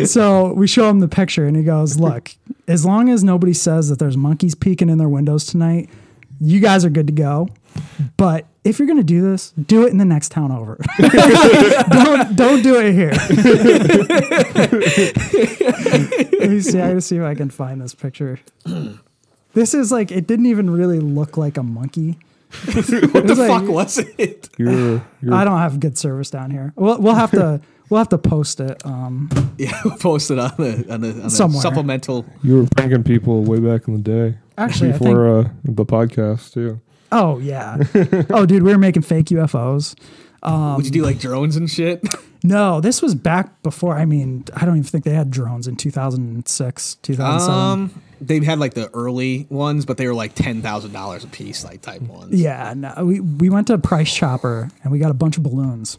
Speaker 2: (laughs) so we show him the picture, and he goes, "Look, as long as nobody says that there's monkeys peeking in their windows tonight, you guys are good to go. But if you're gonna do this, do it in the next town over. (laughs) don't don't do it here. Let me see. I gotta see if I can find this picture. This is like it didn't even really look like a monkey.
Speaker 4: What the
Speaker 2: like-
Speaker 4: fuck was it? (laughs)
Speaker 3: You're, you're
Speaker 2: I don't have good service down here. We'll we'll have to we'll have to post it. Um,
Speaker 4: Yeah, we'll post it on the on the, on the
Speaker 2: Somewhere.
Speaker 4: supplemental.
Speaker 3: you were pranking people way back in the day.
Speaker 2: Actually, I
Speaker 3: before uh, the podcast too.
Speaker 2: oh yeah. Oh dude, we were making fake UFOs.
Speaker 4: Would you
Speaker 2: Um,
Speaker 4: do like drones and shit? (laughs)
Speaker 2: No, this was back before. I mean, I don't even think they had drones in 2006, 2007.
Speaker 4: Um, they had like the early ones, but they were like ten thousand dollars a piece, like type ones.
Speaker 2: Yeah, no, we, we went to Price Chopper and we got a bunch of
Speaker 4: (laughs)
Speaker 2: balloons.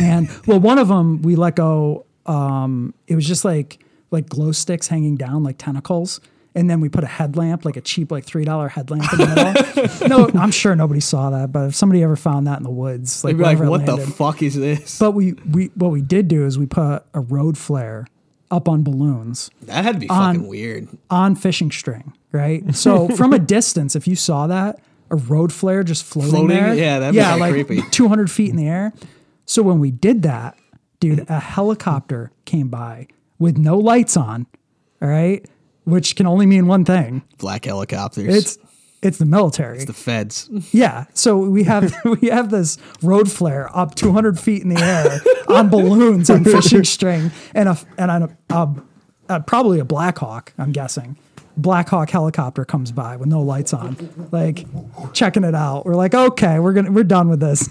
Speaker 2: and well, one of them we let go. Um, it was just like like glow sticks hanging down like tentacles. And then we put a headlamp, like a cheap, like three dollar headlamp in the
Speaker 4: (laughs)
Speaker 2: middle. no, I'm sure nobody saw that, but if somebody ever found that in the woods, like,
Speaker 4: They'd be like,
Speaker 2: wherever it
Speaker 4: "What the
Speaker 2: landed-
Speaker 4: fuck is this?"
Speaker 2: But we we what we did do is we put a road flare up on balloons
Speaker 4: that had to be
Speaker 2: on-
Speaker 4: fucking weird.
Speaker 2: on fishing string, right?
Speaker 4: (laughs)
Speaker 2: So from a distance, if you saw that, a road flare just floating,
Speaker 4: Floating?
Speaker 2: there,
Speaker 4: Yeah, that'd be kinda creepy.
Speaker 2: 200 feet in the air. So when we did that, dude, a helicopter came by with no lights on, all right, which can only mean one thing:
Speaker 4: Black helicopters.
Speaker 2: it's it's the military. (laughs)
Speaker 4: the feds.
Speaker 2: Yeah. So we have we have this road flare up 200 feet in the air on balloons and fishing string and a and a, a, a probably a Black Hawk. I'm guessing. Black Hawk helicopter comes by with no lights on, like checking it out. We're like, okay, we're gonna we're done with this.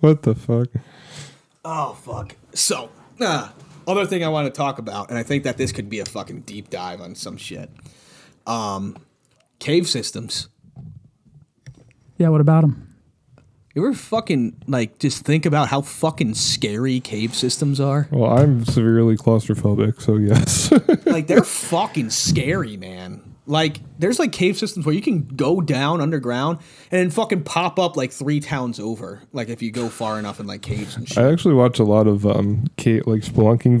Speaker 3: What the fuck?
Speaker 4: Oh fuck. So, uh, other thing I want to talk about, and I think that this could be a fucking deep dive on some shit. Um, cave systems.
Speaker 2: yeah. What about him?
Speaker 4: You ever fucking like just think about how fucking scary cave systems are?
Speaker 3: Well, I'm severely claustrophobic, so yes. (laughs)
Speaker 4: like they're fucking scary, man. Like there's like cave systems where you can go down underground and then fucking pop up like three towns over. Like if you go far enough in like caves and shit.
Speaker 3: I actually watch a lot of um, Kate like spelunking videos (laughs)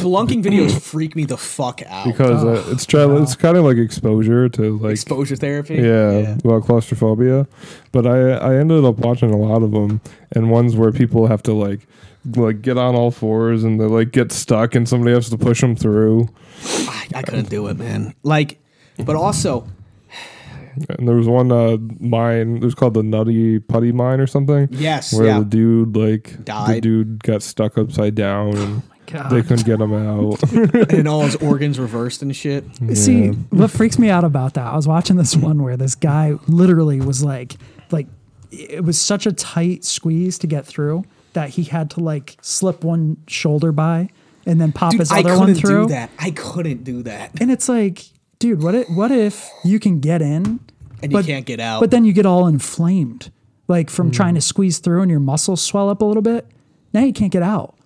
Speaker 4: Spelunking videos freak me the fuck out.
Speaker 3: because uh, it's try- it's kind of like exposure to like
Speaker 4: Oh, Exposure therapy.
Speaker 3: yeah, about claustrophobia. But I I ended up watching a lot of them and ones where people have to like like get on all fours and they like get stuck and somebody has to push them through.
Speaker 4: I, I couldn't do it, man. Like, but also
Speaker 3: And there was one uh, mine. It was called the Nutty Putty Mine or something.
Speaker 4: Yes,
Speaker 3: Where
Speaker 4: yeah.
Speaker 3: the dude like The
Speaker 4: Died.
Speaker 3: dude got stuck upside down and
Speaker 2: God.
Speaker 3: they couldn't get him out.
Speaker 4: and all his organs reversed and shit.
Speaker 2: See, what freaks me out about that, I was watching this one where this guy literally was like, like, it was such a tight squeeze to get through that he had to like slip one shoulder by and then pop
Speaker 4: Dude,
Speaker 2: his
Speaker 4: I
Speaker 2: other one
Speaker 4: couldn't
Speaker 2: through.
Speaker 4: do that. I couldn't do that.
Speaker 2: And it's like, dude, what if, what if you can get in,
Speaker 4: And you can't get out.
Speaker 2: But then you get all inflamed, like
Speaker 4: Mm.
Speaker 2: from trying to squeeze through, and your muscles swell up a little bit. Now you can't get out.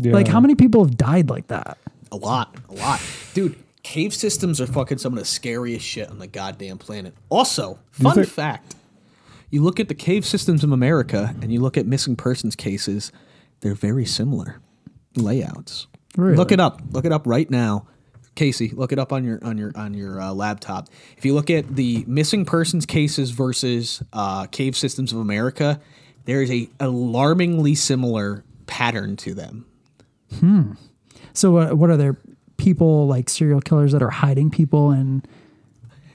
Speaker 2: Like,
Speaker 3: Yeah.
Speaker 2: how many people have died like that?
Speaker 4: A lot, a lot, dude. Cave systems are fucking some of the scariest shit on the goddamn planet. Also, fun
Speaker 3: think-
Speaker 4: fact: you look at the cave systems of America and you look at missing persons cases; they're very similar layouts.
Speaker 2: Really?
Speaker 4: Look it up. Look it up right now, Casey. Look it up on your on your on your uh, laptop. If you look at the missing persons cases versus uh, cave systems of America, there is a alarmingly similar pattern to them.
Speaker 2: So uh, what, what are there people like serial killers that are hiding people in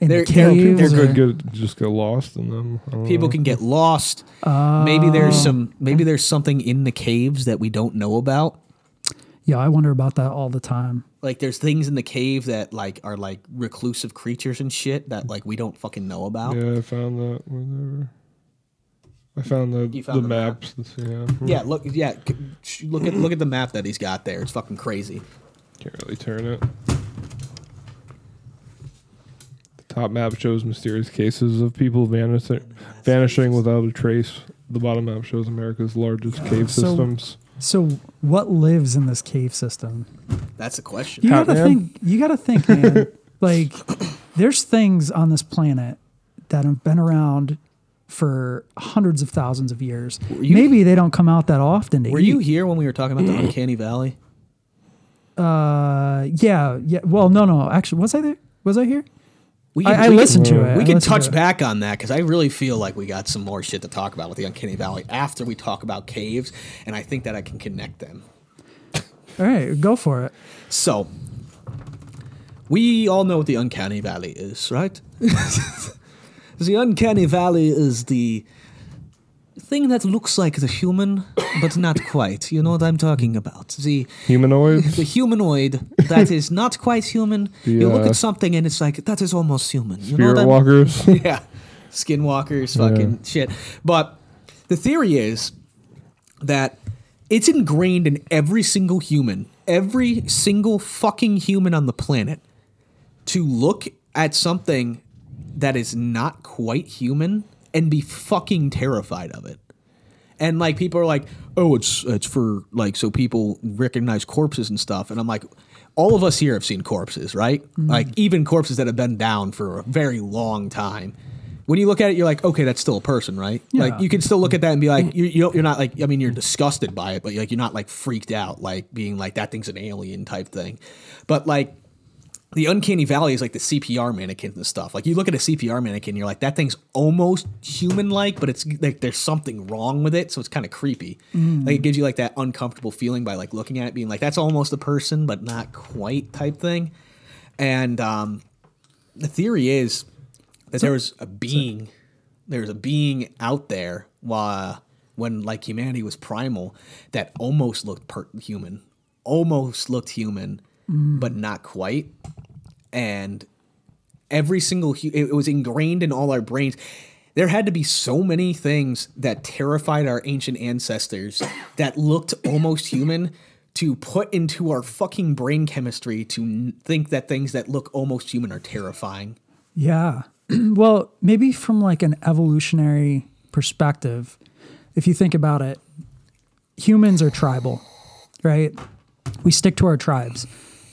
Speaker 2: in
Speaker 4: They're-
Speaker 2: the
Speaker 4: they're-
Speaker 2: caves?
Speaker 4: they're
Speaker 2: or-
Speaker 3: Could get just get lost in them. I don't
Speaker 2: Mm.
Speaker 4: people can get lost. maybe there's
Speaker 2: Ah.
Speaker 4: some maybe there's something in the caves that we don't know about.
Speaker 2: Yeah, I wonder about that all the time.
Speaker 4: Like there's things in the cave that like are like reclusive creatures and shit that like we don't fucking know about. Yeah,
Speaker 3: Yeah, I found that. Whatever. I found the
Speaker 4: You found
Speaker 3: the
Speaker 4: the map.
Speaker 3: maps. that's- Yeah.
Speaker 4: look yeah, c- sh- look at look at the map that he's got there. It's fucking crazy.
Speaker 3: Can't really turn it. The top map shows mysterious cases of people vanishing, vanishing without a trace. The bottom map shows America's largest cave
Speaker 2: So-
Speaker 3: systems.
Speaker 2: So what lives in this cave system?
Speaker 4: That's the question.
Speaker 2: You
Speaker 3: Hat
Speaker 2: gotta
Speaker 3: Man?
Speaker 2: think. You gotta think,
Speaker 4: (laughs)
Speaker 2: man. like, there's things on this planet that have been around for hundreds of thousands of years.
Speaker 4: you-
Speaker 2: Maybe they don't come out that often. To
Speaker 4: Were
Speaker 2: eat.
Speaker 4: you here when we were talking about
Speaker 2: Mm.
Speaker 4: the uncanny valley?
Speaker 2: Uh, yeah, yeah. Well, no, no. Actually, was I there? Was I here?
Speaker 4: We
Speaker 2: I, I
Speaker 4: we
Speaker 2: listened to it.
Speaker 4: We
Speaker 2: I
Speaker 4: can
Speaker 2: listened to
Speaker 4: touch
Speaker 2: it.
Speaker 4: back on that because I really feel like we got some more shit to talk about with the Uncanny Valley after we talk about caves, and I think that I can connect them.
Speaker 2: All right, go for it.
Speaker 4: So, we all know what the uncanny valley is, right? the uncanny valley is the thing that looks like the human, but not quite. You know what I'm talking about? The the (laughs)
Speaker 3: Humanoids.
Speaker 4: humanoid that is not quite human.
Speaker 3: The,
Speaker 4: you look
Speaker 3: uh,
Speaker 4: at something and it's like that is almost human. You know what
Speaker 3: Spirit
Speaker 4: I'm-
Speaker 3: walkers. (laughs)
Speaker 4: yeah, skinwalkers, fucking shit. But the theory is that it's ingrained in every single human, every single fucking human on the planet, to look at something that is not quite human and be fucking terrified of it. And like people are like, oh, it's it's for like so people recognize corpses and stuff. And I'm like, all of us here have seen corpses, right? Like even corpses that have been down for a very long time. When you look at it, you're like, okay, that's still a person, right? Like
Speaker 2: Yeah.
Speaker 4: you can still look at that and be like, you, you don't, you're not like, I mean, you're disgusted by it, but like you're not like freaked out, like being like that thing's an alien type thing. But like the uncanny valley is like the CPR mannequins and stuff. Like you look at a CPR mannequin, you're like, that thing's almost human-like, but it's like there's something wrong with it, so it's kind of creepy. Like it gives you like that uncomfortable feeling by like looking at it, being like, that's almost a person, but not quite type thing. And um, the theory is that there was a being, there was a being out there while, when like humanity was primal that almost looked per- human, almost looked human, but not quite. And every single hu- it, it was ingrained in all our brains. There had to be so many things that terrified our ancient ancestors that looked almost human to put into our fucking brain chemistry to n- think that things that look almost human are terrifying.
Speaker 2: (clears throat) Yeah. well, maybe from like an evolutionary perspective, if you think about it, humans are tribal, right? We stick to our tribes.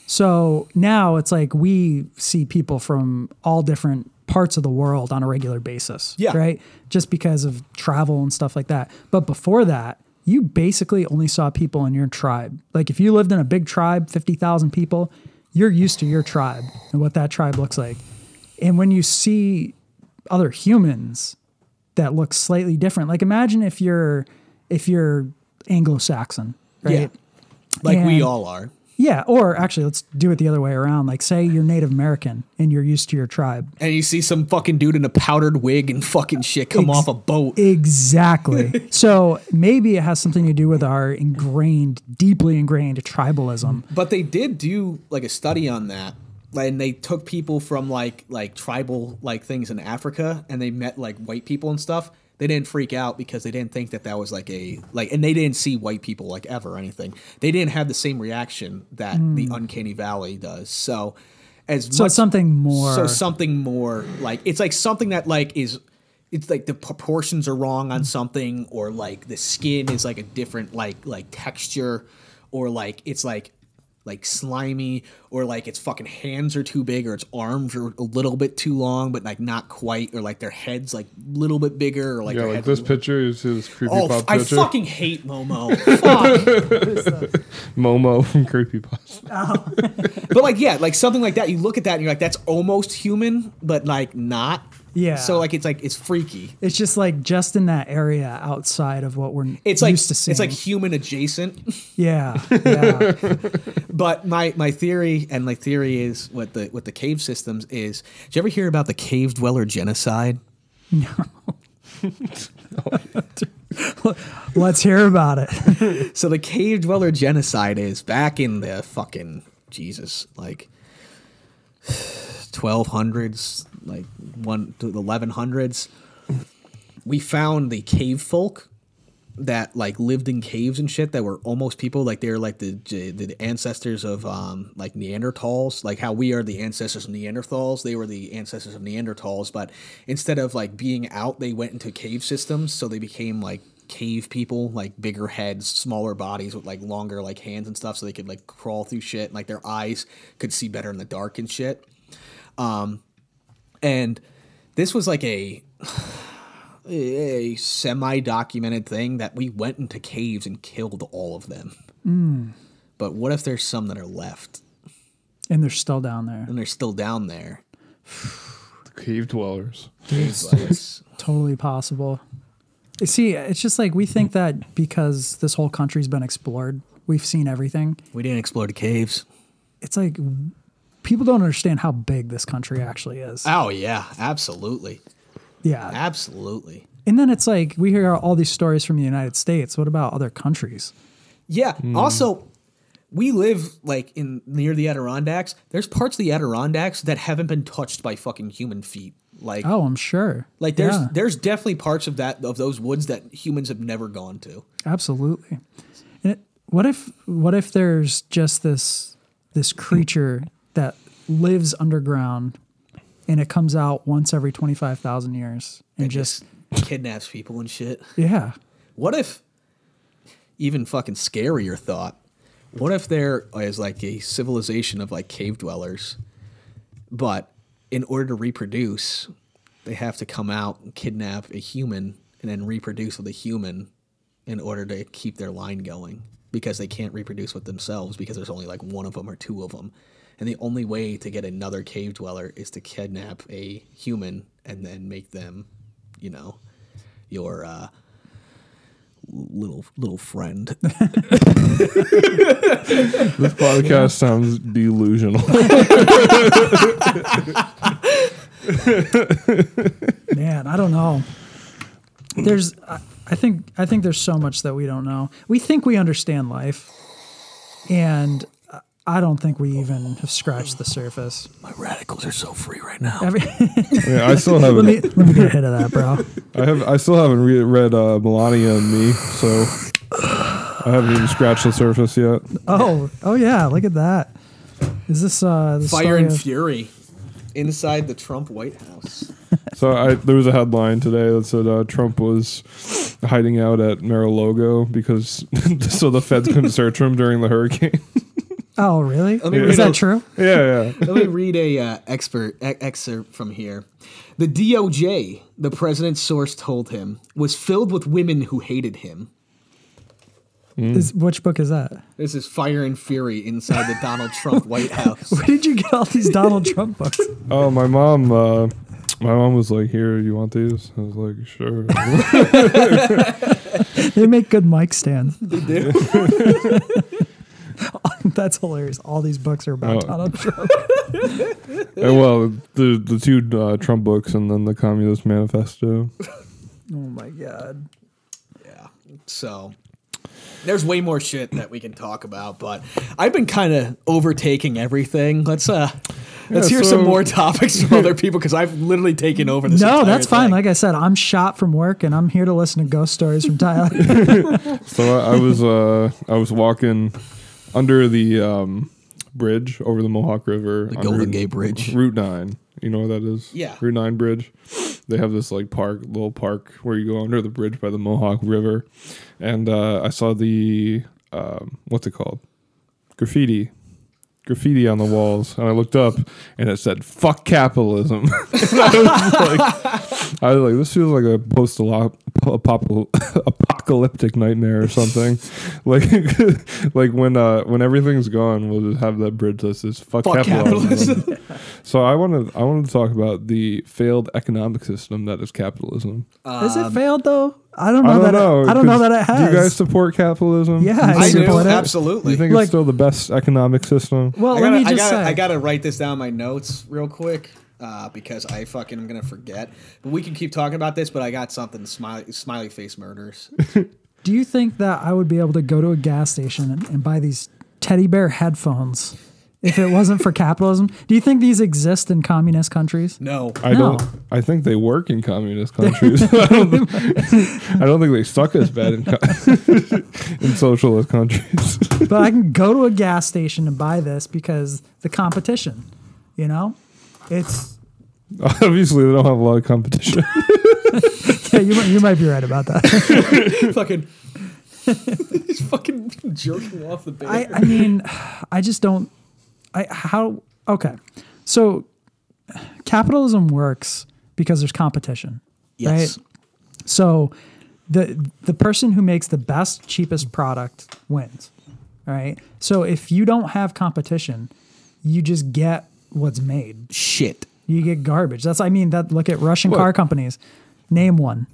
Speaker 2: So now it's like we see people from all different parts of the world on a regular basis,
Speaker 4: Yeah.
Speaker 2: right? Just because of travel and stuff like that. But before that, you basically only saw people in your tribe. Like if you lived in a big tribe, 50,000 people, you're used to your tribe and what that tribe looks like. And when you see other humans that look slightly different, like imagine if you're if you're Anglo-Saxon, right?
Speaker 4: Yeah. Like we
Speaker 2: And-
Speaker 4: all are.
Speaker 2: Yeah, or actually, let's do it the other way around. Like, say you're Native American and you're used to your tribe.
Speaker 4: And you see some fucking dude in a powdered wig and fucking shit come
Speaker 2: Ex-
Speaker 4: off a boat. (laughs)
Speaker 2: Exactly. so maybe it has something to do with our ingrained, deeply ingrained tribalism.
Speaker 4: But they did do like a study on that, and they took people from like like tribal like things in Africa, and they met like white people and stuff. They didn't freak out because they didn't think that that was like a like, and they didn't see white people like ever or anything. They didn't have the same reaction that the Uncanny Valley does. So, as
Speaker 2: So
Speaker 4: much,
Speaker 2: it's something more.
Speaker 4: so something more like it's like something that like is it's like the proportions are wrong on something or like the skin is like a different like like texture or like it's like like slimy or like its fucking hands are too big or its arms are a little bit too long but like not quite or like their heads like a little bit bigger or like,
Speaker 3: Yeah,
Speaker 4: their
Speaker 3: like
Speaker 4: heads
Speaker 3: this picture. You see this creepy
Speaker 4: Oh,
Speaker 3: pop
Speaker 4: I
Speaker 3: picture.
Speaker 4: fucking hate Momo.
Speaker 2: (laughs)
Speaker 4: Fuck.
Speaker 3: Momo from Creepy
Speaker 4: (laughs) But like, yeah, like something like that. You look at that and you're like, that's almost human, but like not.
Speaker 2: Yeah.
Speaker 4: So like, it's like it's freaky.
Speaker 2: it's just like just in that area outside of what we're
Speaker 4: It's like
Speaker 2: used to seeing.
Speaker 4: it's like human adjacent.
Speaker 2: yeah,
Speaker 4: (laughs)
Speaker 2: yeah.
Speaker 4: But my my theory and my theory is what the with the cave systems is. Did you ever hear about the cave dweller genocide?
Speaker 2: Let's hear about it.
Speaker 4: So the cave dweller genocide is back in the fucking Jesus like 1200s, like one to the 1100s. We found the cave folk that like lived in caves and shit that were almost people like they're like the the ancestors of um like Neanderthals like how we are the ancestors of Neanderthals they were the ancestors of Neanderthals but instead of like being out they went into cave systems so they became like cave people like bigger heads smaller bodies with like longer like hands and stuff so they could like crawl through shit and, like their eyes could see better in the dark and shit Um, and this was like a a semi-documented thing that we went into caves and killed all of them.
Speaker 2: Hmm.
Speaker 4: But what if there's some that are left
Speaker 2: And they're still down there.
Speaker 4: and they're still down there?
Speaker 3: Cave dwellers.
Speaker 4: But-
Speaker 2: Totally possible. You See, it's just like we think that because this whole country's been explored, we've seen everything.
Speaker 4: we didn't explore the caves.
Speaker 2: It's like people don't understand how big this country actually is.
Speaker 4: Oh yeah, absolutely,
Speaker 2: Yeah.
Speaker 4: absolutely.
Speaker 2: And then it's like we hear all these stories from the United States. What about other countries?
Speaker 4: Yeah.
Speaker 2: Hmm.
Speaker 4: Also, we live like in near the Adirondacks. There's parts of the Adirondacks that haven't been touched by fucking human feet. Like,
Speaker 2: Oh, I'm sure.
Speaker 4: like there's
Speaker 2: Yeah.
Speaker 4: there's definitely parts of that of those woods that humans have never gone to.
Speaker 2: Absolutely. And it, what if what if there's just this this creature that lives underground and it comes out once every 25,000 years and,
Speaker 4: and
Speaker 2: just
Speaker 4: just kidnaps people and shit.
Speaker 2: yeah.
Speaker 4: What if even fucking scarier thought? What if there is like a civilization of like cave dwellers, but in order to reproduce, they have to come out and kidnap a human and then reproduce with a human in order to keep their line going because they can't reproduce with themselves because there's only like one of them or two of them. And the only way to get another cave dweller is to kidnap a human and then make them, you know, your uh, little little (laughs) friend.
Speaker 3: This podcast sounds
Speaker 4: (laughs)
Speaker 3: delusional.
Speaker 2: Man, I don't know. There's, I, I think, I think there's so much that we don't know. We think we understand life, and I- I don't think we even have scratched the surface.
Speaker 4: My radicals are so free right now.
Speaker 2: Every, (laughs)
Speaker 3: yeah, I still
Speaker 2: let
Speaker 3: haven't.
Speaker 2: me let me get a hit of that, bro.
Speaker 3: I have. I still haven't re- read uh, Melania and Me, so I haven't even scratched the surface yet.
Speaker 2: Oh, oh yeah, look at that. Is this uh the
Speaker 4: Fire
Speaker 2: story
Speaker 4: and
Speaker 2: of-
Speaker 4: fury inside the Trump White House.
Speaker 3: so I, there was a headline today that said uh, Trump was hiding out at Mar-a-Lago because (laughs) so the feds couldn't search him during the hurricane.
Speaker 2: Oh, really?
Speaker 4: Let me
Speaker 2: Is
Speaker 4: read
Speaker 2: that
Speaker 4: out-
Speaker 2: true?
Speaker 3: (laughs) yeah, yeah.
Speaker 4: Let me read a uh, expert e- excerpt from here. The DOJ, the president's source told him, was filled with women who hated him.
Speaker 2: Is, which book is that? (laughs)
Speaker 4: This is fire and fury inside the Donald Trump (laughs) White House.
Speaker 2: Where did you get all these Donald Trump books?
Speaker 3: Oh, my mom. Uh, my mom was like, "Here, you want these?" I was like, "Sure." (laughs)
Speaker 2: They make good mic stands. They do. (laughs) That's hilarious. All these books are about
Speaker 3: Oh.
Speaker 2: Donald Trump.
Speaker 3: Uh, well, the the two uh, Trump books and then the Communist Manifesto.
Speaker 2: Oh my god.
Speaker 4: Yeah. So there's way more shit that we can talk about, but I've been kind of overtaking everything. Let's uh let's
Speaker 3: Yeah,
Speaker 4: hear some
Speaker 3: so-
Speaker 4: more topics from other people because I've literally taken over this.
Speaker 2: No,
Speaker 4: entire
Speaker 2: that's fine.
Speaker 4: thing.
Speaker 2: Like I said, I'm shot from work and I'm here to listen to ghost stories from (laughs) Tyler.
Speaker 3: So I, I was uh, I was walking under the um, bridge over the Mohawk River, the
Speaker 4: Golden Gate Bridge.
Speaker 3: Route Nine. You know where that is?
Speaker 4: Yeah.
Speaker 3: Route Nine Bridge. They have this like park, little park where you go under the bridge by the Mohawk River, and uh, I saw the um, what's it called? Graffiti. Graffiti on the walls, and I looked up, and it said "fuck capitalism." (laughs) And I, was like, I was like, "This feels like a post-apocalyptic nightmare or something." (laughs) like, like when uh, when everything's gone, we'll just have that bridge that says "fuck,
Speaker 4: Fuck
Speaker 3: capitalism. (laughs) So I wanted I wanted to talk about the failed economic system that is capitalism.
Speaker 4: Um,
Speaker 2: Has it failed though? I don't know
Speaker 3: I don't
Speaker 2: that
Speaker 3: know.
Speaker 2: it, I don't know
Speaker 3: 'cause
Speaker 2: that it has.
Speaker 3: Do you guys support capitalism?
Speaker 2: Yeah,
Speaker 3: Do you
Speaker 2: I
Speaker 4: I
Speaker 3: think
Speaker 4: do
Speaker 2: support it.
Speaker 3: Do
Speaker 4: absolutely.
Speaker 3: you think
Speaker 2: Like-
Speaker 3: it's still the best economic system?
Speaker 2: well,
Speaker 4: I gotta,
Speaker 2: let me just
Speaker 4: I gotta,
Speaker 2: say
Speaker 4: I gotta write this down in my notes real quick uh, because I fucking am gonna forget. But we can keep talking about this. But I got something. Smiley, smiley face murders.
Speaker 2: Do you think that I would be able to go to a gas station and, and buy these teddy bear headphones if it wasn't for (laughs) capitalism? Do you think these exist in communist countries? (laughs)
Speaker 4: No,
Speaker 3: I
Speaker 2: No.
Speaker 3: don't. I think they work in communist countries. (laughs) I, don't
Speaker 2: (laughs)
Speaker 3: think, I don't think they suck as bad in, co- (laughs) in socialist countries. (laughs)
Speaker 2: But I can go to a gas station and buy this because the competition, you know? It's
Speaker 3: Obviously, they don't have a lot
Speaker 2: (laughs)
Speaker 3: of competition.
Speaker 2: yeah, you, might- you might be right about that.
Speaker 4: (laughs) fucking. (laughs) He's fucking (laughs) jerking off the bed.
Speaker 2: I, I mean, I just don't. I how okay, so capitalism works because there's competition,
Speaker 4: Yes.
Speaker 2: right? So the the person who makes the best cheapest product wins. All right. So if you don't have competition, you just get what's made.
Speaker 4: Shit.
Speaker 2: You get garbage. That's I mean that look at Russian car companies. Name one.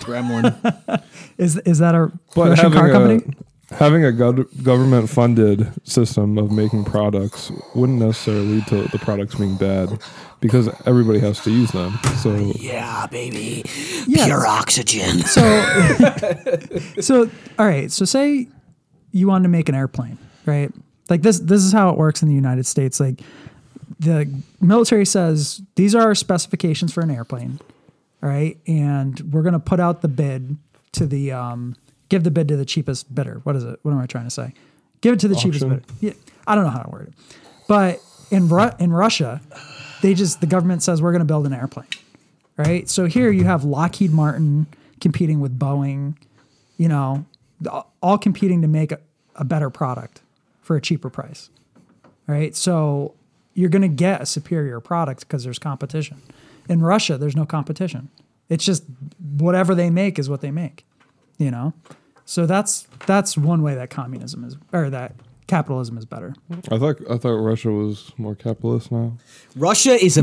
Speaker 4: Gremlin.
Speaker 2: Is is that a
Speaker 3: But
Speaker 2: Russian
Speaker 3: having
Speaker 2: car
Speaker 3: a,
Speaker 2: company?
Speaker 3: Having a gov- government funded system of making products wouldn't necessarily lead to the products being bad because everybody has to use them. So
Speaker 4: yeah, baby.
Speaker 2: Yeah.
Speaker 4: oxygen.
Speaker 2: So, so all right. So say you wanted to make an airplane, right? Like this. This is how it works in the United States. Like the military says these are our specifications for an airplane, all right? And we're gonna put out the bid to the um, give the bid to the cheapest bidder. What is it? What am I trying to say? Give it to the cheapest
Speaker 3: Auction?
Speaker 2: bidder. Yeah, I don't know how to word it, but in Ru- in Russia, they just the government says we're gonna build an airplane right? So here you have Lockheed Martin competing with Boeing, you know, th- all competing to make a, a better product for a cheaper price, right? So you're going to get a superior product because there's competition. In Russia, there's no competition. It's just whatever they make is what they make, you know. So that's that's one way that communism is or that capitalism is better.
Speaker 3: I thought I thought Russia was more capitalist now.
Speaker 4: Russia is a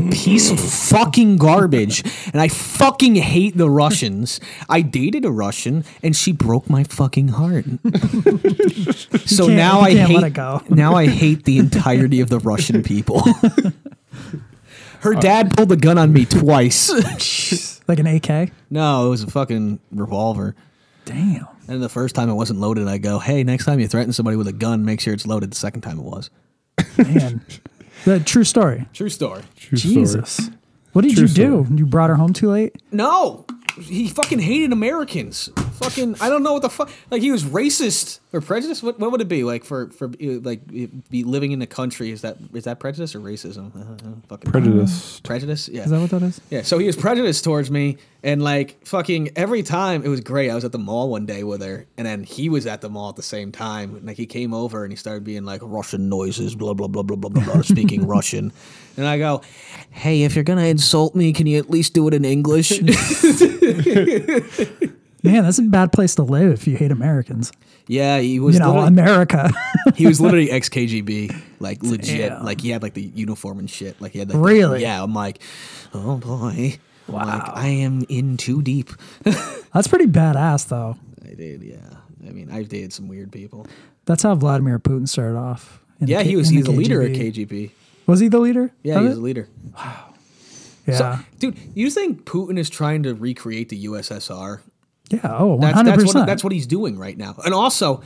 Speaker 2: (laughs)
Speaker 4: piece of fucking garbage, and I fucking hate the Russians. I dated a Russian, and she broke my
Speaker 2: (laughs)
Speaker 4: fucking heart. so
Speaker 2: can't-
Speaker 4: now
Speaker 2: you
Speaker 4: I
Speaker 2: can't
Speaker 4: hate.
Speaker 2: let it go.
Speaker 4: (laughs) Now I hate the entirety of the
Speaker 2: (laughs)
Speaker 4: Russian people. Her dad pulled the gun on me
Speaker 2: (laughs)
Speaker 4: twice.
Speaker 2: Like an AK?
Speaker 4: no, it was a fucking revolver.
Speaker 2: Damn.
Speaker 4: And the first time it wasn't loaded, I go, "Hey, next time you threaten somebody with a gun, make sure it's loaded." The second time it was.
Speaker 2: Man. the true story.
Speaker 4: True story.
Speaker 3: True story.
Speaker 2: Jesus. What did
Speaker 3: True
Speaker 2: you
Speaker 3: story.
Speaker 2: do? You brought her home too late?
Speaker 4: No, he fucking hated Americans. fucking I don't know what the fuck like he was racist or prejudiced. What, what would it be like for for uh, like it- be living in a country is that is that prejudice or racism? I don't know. Fucking
Speaker 3: Prejudice.
Speaker 2: Um,
Speaker 4: prejudice. Yeah.
Speaker 2: Is that what that is?
Speaker 4: Yeah, so he was prejudiced towards me, and like fucking every time it was great. I was at the mall one day with her, and then he was at the mall at the same time. And like he came over and he started being like Russian noises, blah blah blah blah blah blah,
Speaker 2: (laughs)
Speaker 4: blah speaking Russian. And I go, "Hey, if you're gonna insult me, can you at least do it
Speaker 2: (laughs)
Speaker 4: in English?"
Speaker 2: Man, that's a bad place to live if you hate Americans.
Speaker 4: yeah, he was.
Speaker 2: You know,
Speaker 4: literally-
Speaker 2: America. (laughs)
Speaker 4: he was literally ex KGB, like legit.
Speaker 2: Damn.
Speaker 4: Like he had like the uniform and shit. Like he had like the-
Speaker 2: Really?
Speaker 4: yeah. I'm like, oh boy, I'm like,
Speaker 2: Wow.
Speaker 4: I am in too deep. (laughs)
Speaker 2: that's pretty badass, though.
Speaker 4: I did, yeah. I mean, I've dated some weird people.
Speaker 2: That's how Vladimir Putin started off. in the
Speaker 4: Yeah,
Speaker 2: K-
Speaker 4: he was
Speaker 2: in
Speaker 4: he's the leader at
Speaker 2: KGB.
Speaker 4: KGB.
Speaker 2: Was he the leader?
Speaker 4: Yeah,
Speaker 2: of
Speaker 4: he was
Speaker 2: it?
Speaker 4: the leader.
Speaker 2: yeah.
Speaker 4: So, dude, you think Putin is trying to recreate the USSR?
Speaker 2: yeah. Oh, one
Speaker 4: That's
Speaker 2: hundred
Speaker 4: that's what
Speaker 2: percent.
Speaker 4: that's what he's doing right now. And also,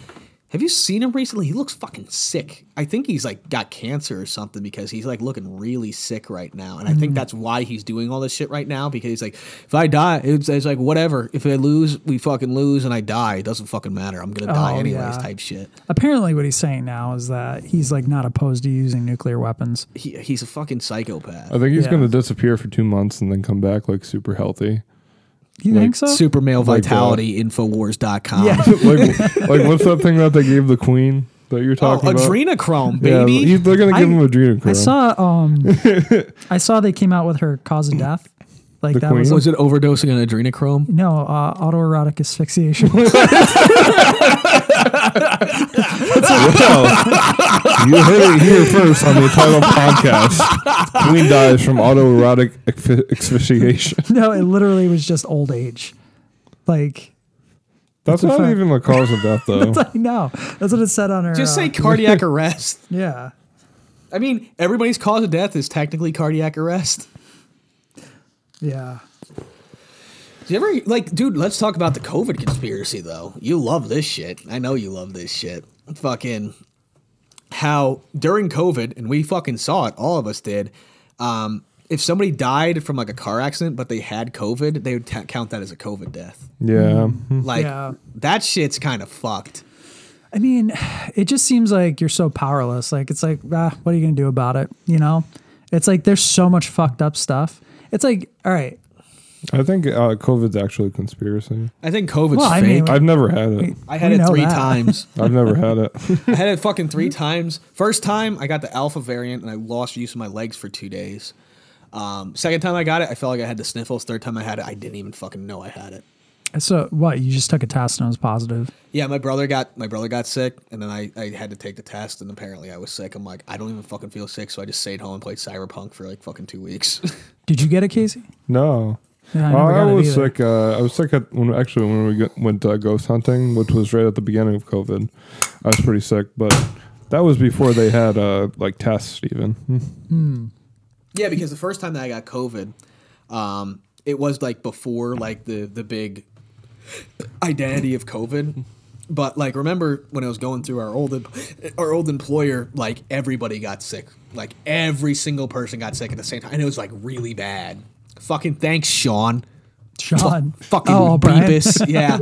Speaker 4: have you seen him recently? He looks fucking sick. I think he's like got cancer or something because he's like looking really sick right now. And I think that's why he's doing all this shit right now because he's like, if I die, it's, it's like whatever. If I lose, we fucking lose, and I die. It doesn't fucking matter. I'm gonna die
Speaker 2: Oh,
Speaker 4: anyways.
Speaker 2: yeah.
Speaker 4: Type shit.
Speaker 2: Apparently, what he's saying now is that he's like not opposed to using nuclear weapons.
Speaker 4: He, he's a fucking psychopath.
Speaker 3: I think he's
Speaker 2: Yeah.
Speaker 3: going to disappear for two months and then come back like super healthy.
Speaker 2: You
Speaker 3: Like,
Speaker 2: think so?
Speaker 4: Super male
Speaker 3: Like, uh,
Speaker 4: vitality, infowars.com. (laughs)
Speaker 2: Yeah.
Speaker 3: (laughs) like, like what's that thing that they gave the queen that you're
Speaker 4: Oh,
Speaker 3: talking about?
Speaker 4: adrenochrome,
Speaker 3: Yeah,
Speaker 4: baby.
Speaker 3: he- they're gonna give him adrenochrome.
Speaker 2: I
Speaker 3: (laughs)
Speaker 2: saw.
Speaker 4: (laughs)
Speaker 2: Um, I saw they came out with her cause of death. Like
Speaker 3: The
Speaker 2: that
Speaker 3: queen?
Speaker 2: was a-
Speaker 4: was it overdosing on adrenochrome?
Speaker 2: no uh, autoerotic asphyxiation. (laughs)
Speaker 4: (laughs)
Speaker 3: Well, you heard it here first on the title podcast. Queen dies from autoerotic asphy- asphyxiation.
Speaker 2: no, it literally was just old age. Like
Speaker 3: (laughs) That's
Speaker 2: a
Speaker 3: not
Speaker 2: fact.
Speaker 3: even the cause of death, though.
Speaker 2: I know that's what it said on her.
Speaker 4: Just
Speaker 2: uh,
Speaker 4: say cardiac arrest.
Speaker 2: yeah.
Speaker 4: I mean, everybody's cause of death is technically cardiac arrest.
Speaker 2: Yeah.
Speaker 4: Do you ever like, dude? Let's talk about the COVID conspiracy, though. You love this shit. I know you love this shit. Fucking how during COVID, and we fucking saw it. All of us did. Um, if somebody died from like a car accident, but they had COVID, they would ta count that as a COVID death.
Speaker 3: yeah.
Speaker 4: Like
Speaker 2: Yeah.
Speaker 4: that shit's kind of fucked.
Speaker 2: I mean, (sighs) it just seems like you're so powerless. Like it's like, ah, what are you gonna do about it? You know? It's like there's so much fucked up stuff. It's like, all right,
Speaker 3: I think uh, COVID's actually a conspiracy.
Speaker 4: I think COVID's
Speaker 2: Well, I
Speaker 4: fake.
Speaker 2: mean,
Speaker 3: I've never had it.
Speaker 4: I had
Speaker 2: we
Speaker 4: it
Speaker 2: know
Speaker 4: three
Speaker 2: that.
Speaker 4: (laughs) times.
Speaker 3: I've never had it.
Speaker 4: I had it fucking three times. First time, I got the alpha variant and I lost use of my legs for two days. Um, second time I got it, I felt like I had the sniffles. Third time I had it, I didn't even fucking know I had it.
Speaker 2: So what? You just took a test and it was positive.
Speaker 4: Yeah, my brother got my brother got sick, and then I, I had to take the test, and apparently I was sick. I'm like, I don't even fucking feel sick, so I just stayed home and played Cyberpunk for like fucking two weeks. (laughs)
Speaker 2: Did you get it, Casey?
Speaker 3: No.
Speaker 2: Yeah, I
Speaker 3: Oh,
Speaker 2: never
Speaker 3: I,
Speaker 2: got it
Speaker 3: was
Speaker 2: either.
Speaker 3: sick. Uh, I was sick at when actually when we get, went uh, ghost hunting, which was right at the beginning of COVID. I was pretty sick, but that was before they had uh, like tests even. (laughs)
Speaker 4: yeah, because the first time that I got COVID, um, it was like before like the the big identity of COVID. But like, remember when I was going through our old our old employer? Like everybody got sick. Like every single person got sick at the same time, and it was like really bad. Fucking thanks, Sean.
Speaker 2: Sean. Oh,
Speaker 4: Fucking
Speaker 2: Brian.
Speaker 4: Beepus, yeah.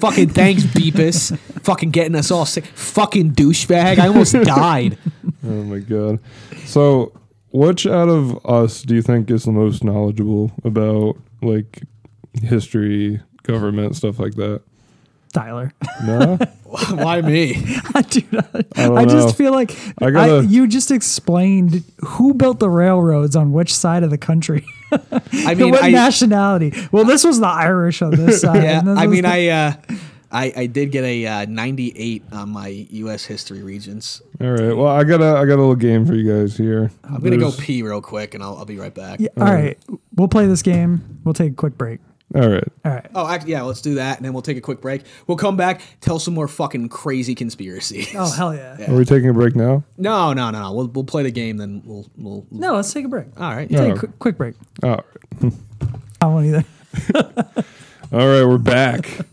Speaker 4: Fucking thanks, Beepus. fucking getting us all sick. Fucking douchebag. I almost died.
Speaker 3: Oh my god! So, which out of us do you think is the most knowledgeable about like history, government, stuff like
Speaker 2: (laughs)
Speaker 3: that?
Speaker 2: Tyler. (laughs)
Speaker 3: No,
Speaker 4: Why me?
Speaker 2: Dude, I,
Speaker 3: don't
Speaker 2: I just
Speaker 3: know.
Speaker 2: feel like
Speaker 3: I
Speaker 2: I
Speaker 3: gotta-
Speaker 2: you just explained who built the railroads on which side of the country. (laughs)
Speaker 4: I mean,
Speaker 2: what
Speaker 4: I,
Speaker 2: nationality? Well, this was the Irish on this side.
Speaker 4: (laughs) yeah,
Speaker 2: and this
Speaker 4: I
Speaker 2: was
Speaker 4: mean,
Speaker 2: the-
Speaker 4: I, uh, I I did get a uh, 98 on my U.S. history regents.
Speaker 3: all right. Well, I got a I got a little game for you guys here.
Speaker 4: I'm gonna go pee real quick, and I'll, I'll be right back.
Speaker 2: Yeah, all right. We'll play this game. We'll take a quick break.
Speaker 3: All right.
Speaker 2: All right.
Speaker 4: Oh, act- yeah, let's do that, and then we'll take a quick break. We'll come back, tell some more fucking crazy conspiracies.
Speaker 2: Oh, hell yeah.
Speaker 3: Are we taking a break now?
Speaker 4: (laughs) No, no, no, no. We'll, we'll play the game, then we'll we'll.
Speaker 2: No, let's take a break.
Speaker 4: All right.
Speaker 2: Take
Speaker 3: Oh.
Speaker 2: a quick, quick break.
Speaker 3: All right.
Speaker 2: I won't either. (laughs)
Speaker 3: All right, we're back.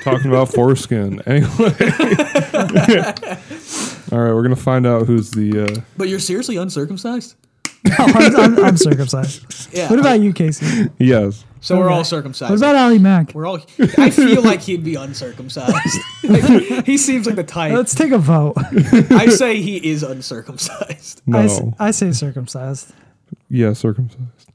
Speaker 3: Talking about foreskin. (laughs) Anyway. All right, we're going to find out who's the. Uh,
Speaker 4: But you're seriously uncircumcised? (laughs)
Speaker 2: No, I'm, I'm, I'm circumcised.
Speaker 4: Yeah.
Speaker 2: What about you, Casey?
Speaker 3: yes.
Speaker 4: So we're all
Speaker 2: Okay.
Speaker 4: circumcised.
Speaker 2: What about Ali Mack?
Speaker 4: we're all. I feel like he'd
Speaker 2: (laughs)
Speaker 4: be uncircumcised. Like, he seems like the type.
Speaker 2: Let's take a vote. (laughs)
Speaker 4: I say he is uncircumcised.
Speaker 3: No.
Speaker 2: I, s- I say circumcised.
Speaker 3: yeah, circumcised.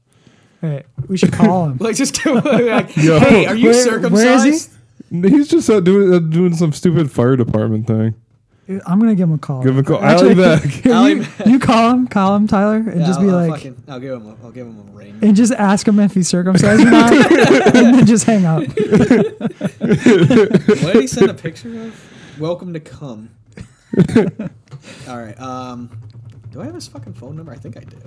Speaker 2: All right, we should call
Speaker 4: (laughs)
Speaker 2: him.
Speaker 4: Like just like,
Speaker 3: Yo.
Speaker 4: hey, are you
Speaker 2: Where-
Speaker 4: circumcised?
Speaker 2: where is he?
Speaker 3: He's just out doing uh, doing some stupid fire department thing.
Speaker 2: I'm gonna give him a call.
Speaker 3: Give him a call.
Speaker 2: Actually,
Speaker 3: Ali
Speaker 2: (laughs)
Speaker 3: Mack.
Speaker 2: here,
Speaker 4: Ali
Speaker 2: you, you call him, call him, Tyler, and
Speaker 4: Yeah,
Speaker 2: just
Speaker 4: I'll-
Speaker 2: be
Speaker 4: I'll
Speaker 2: like,
Speaker 4: fucking- I'll give him. A, I'll give him a
Speaker 2: (laughs)
Speaker 4: ring.
Speaker 2: and just ask him if he's circumcised or
Speaker 4: (laughs)
Speaker 2: not, and then just hang up.
Speaker 4: what did he send a picture of? Welcome to come.
Speaker 2: (laughs)
Speaker 4: All right. Um, do I have his fucking phone number? I think I do.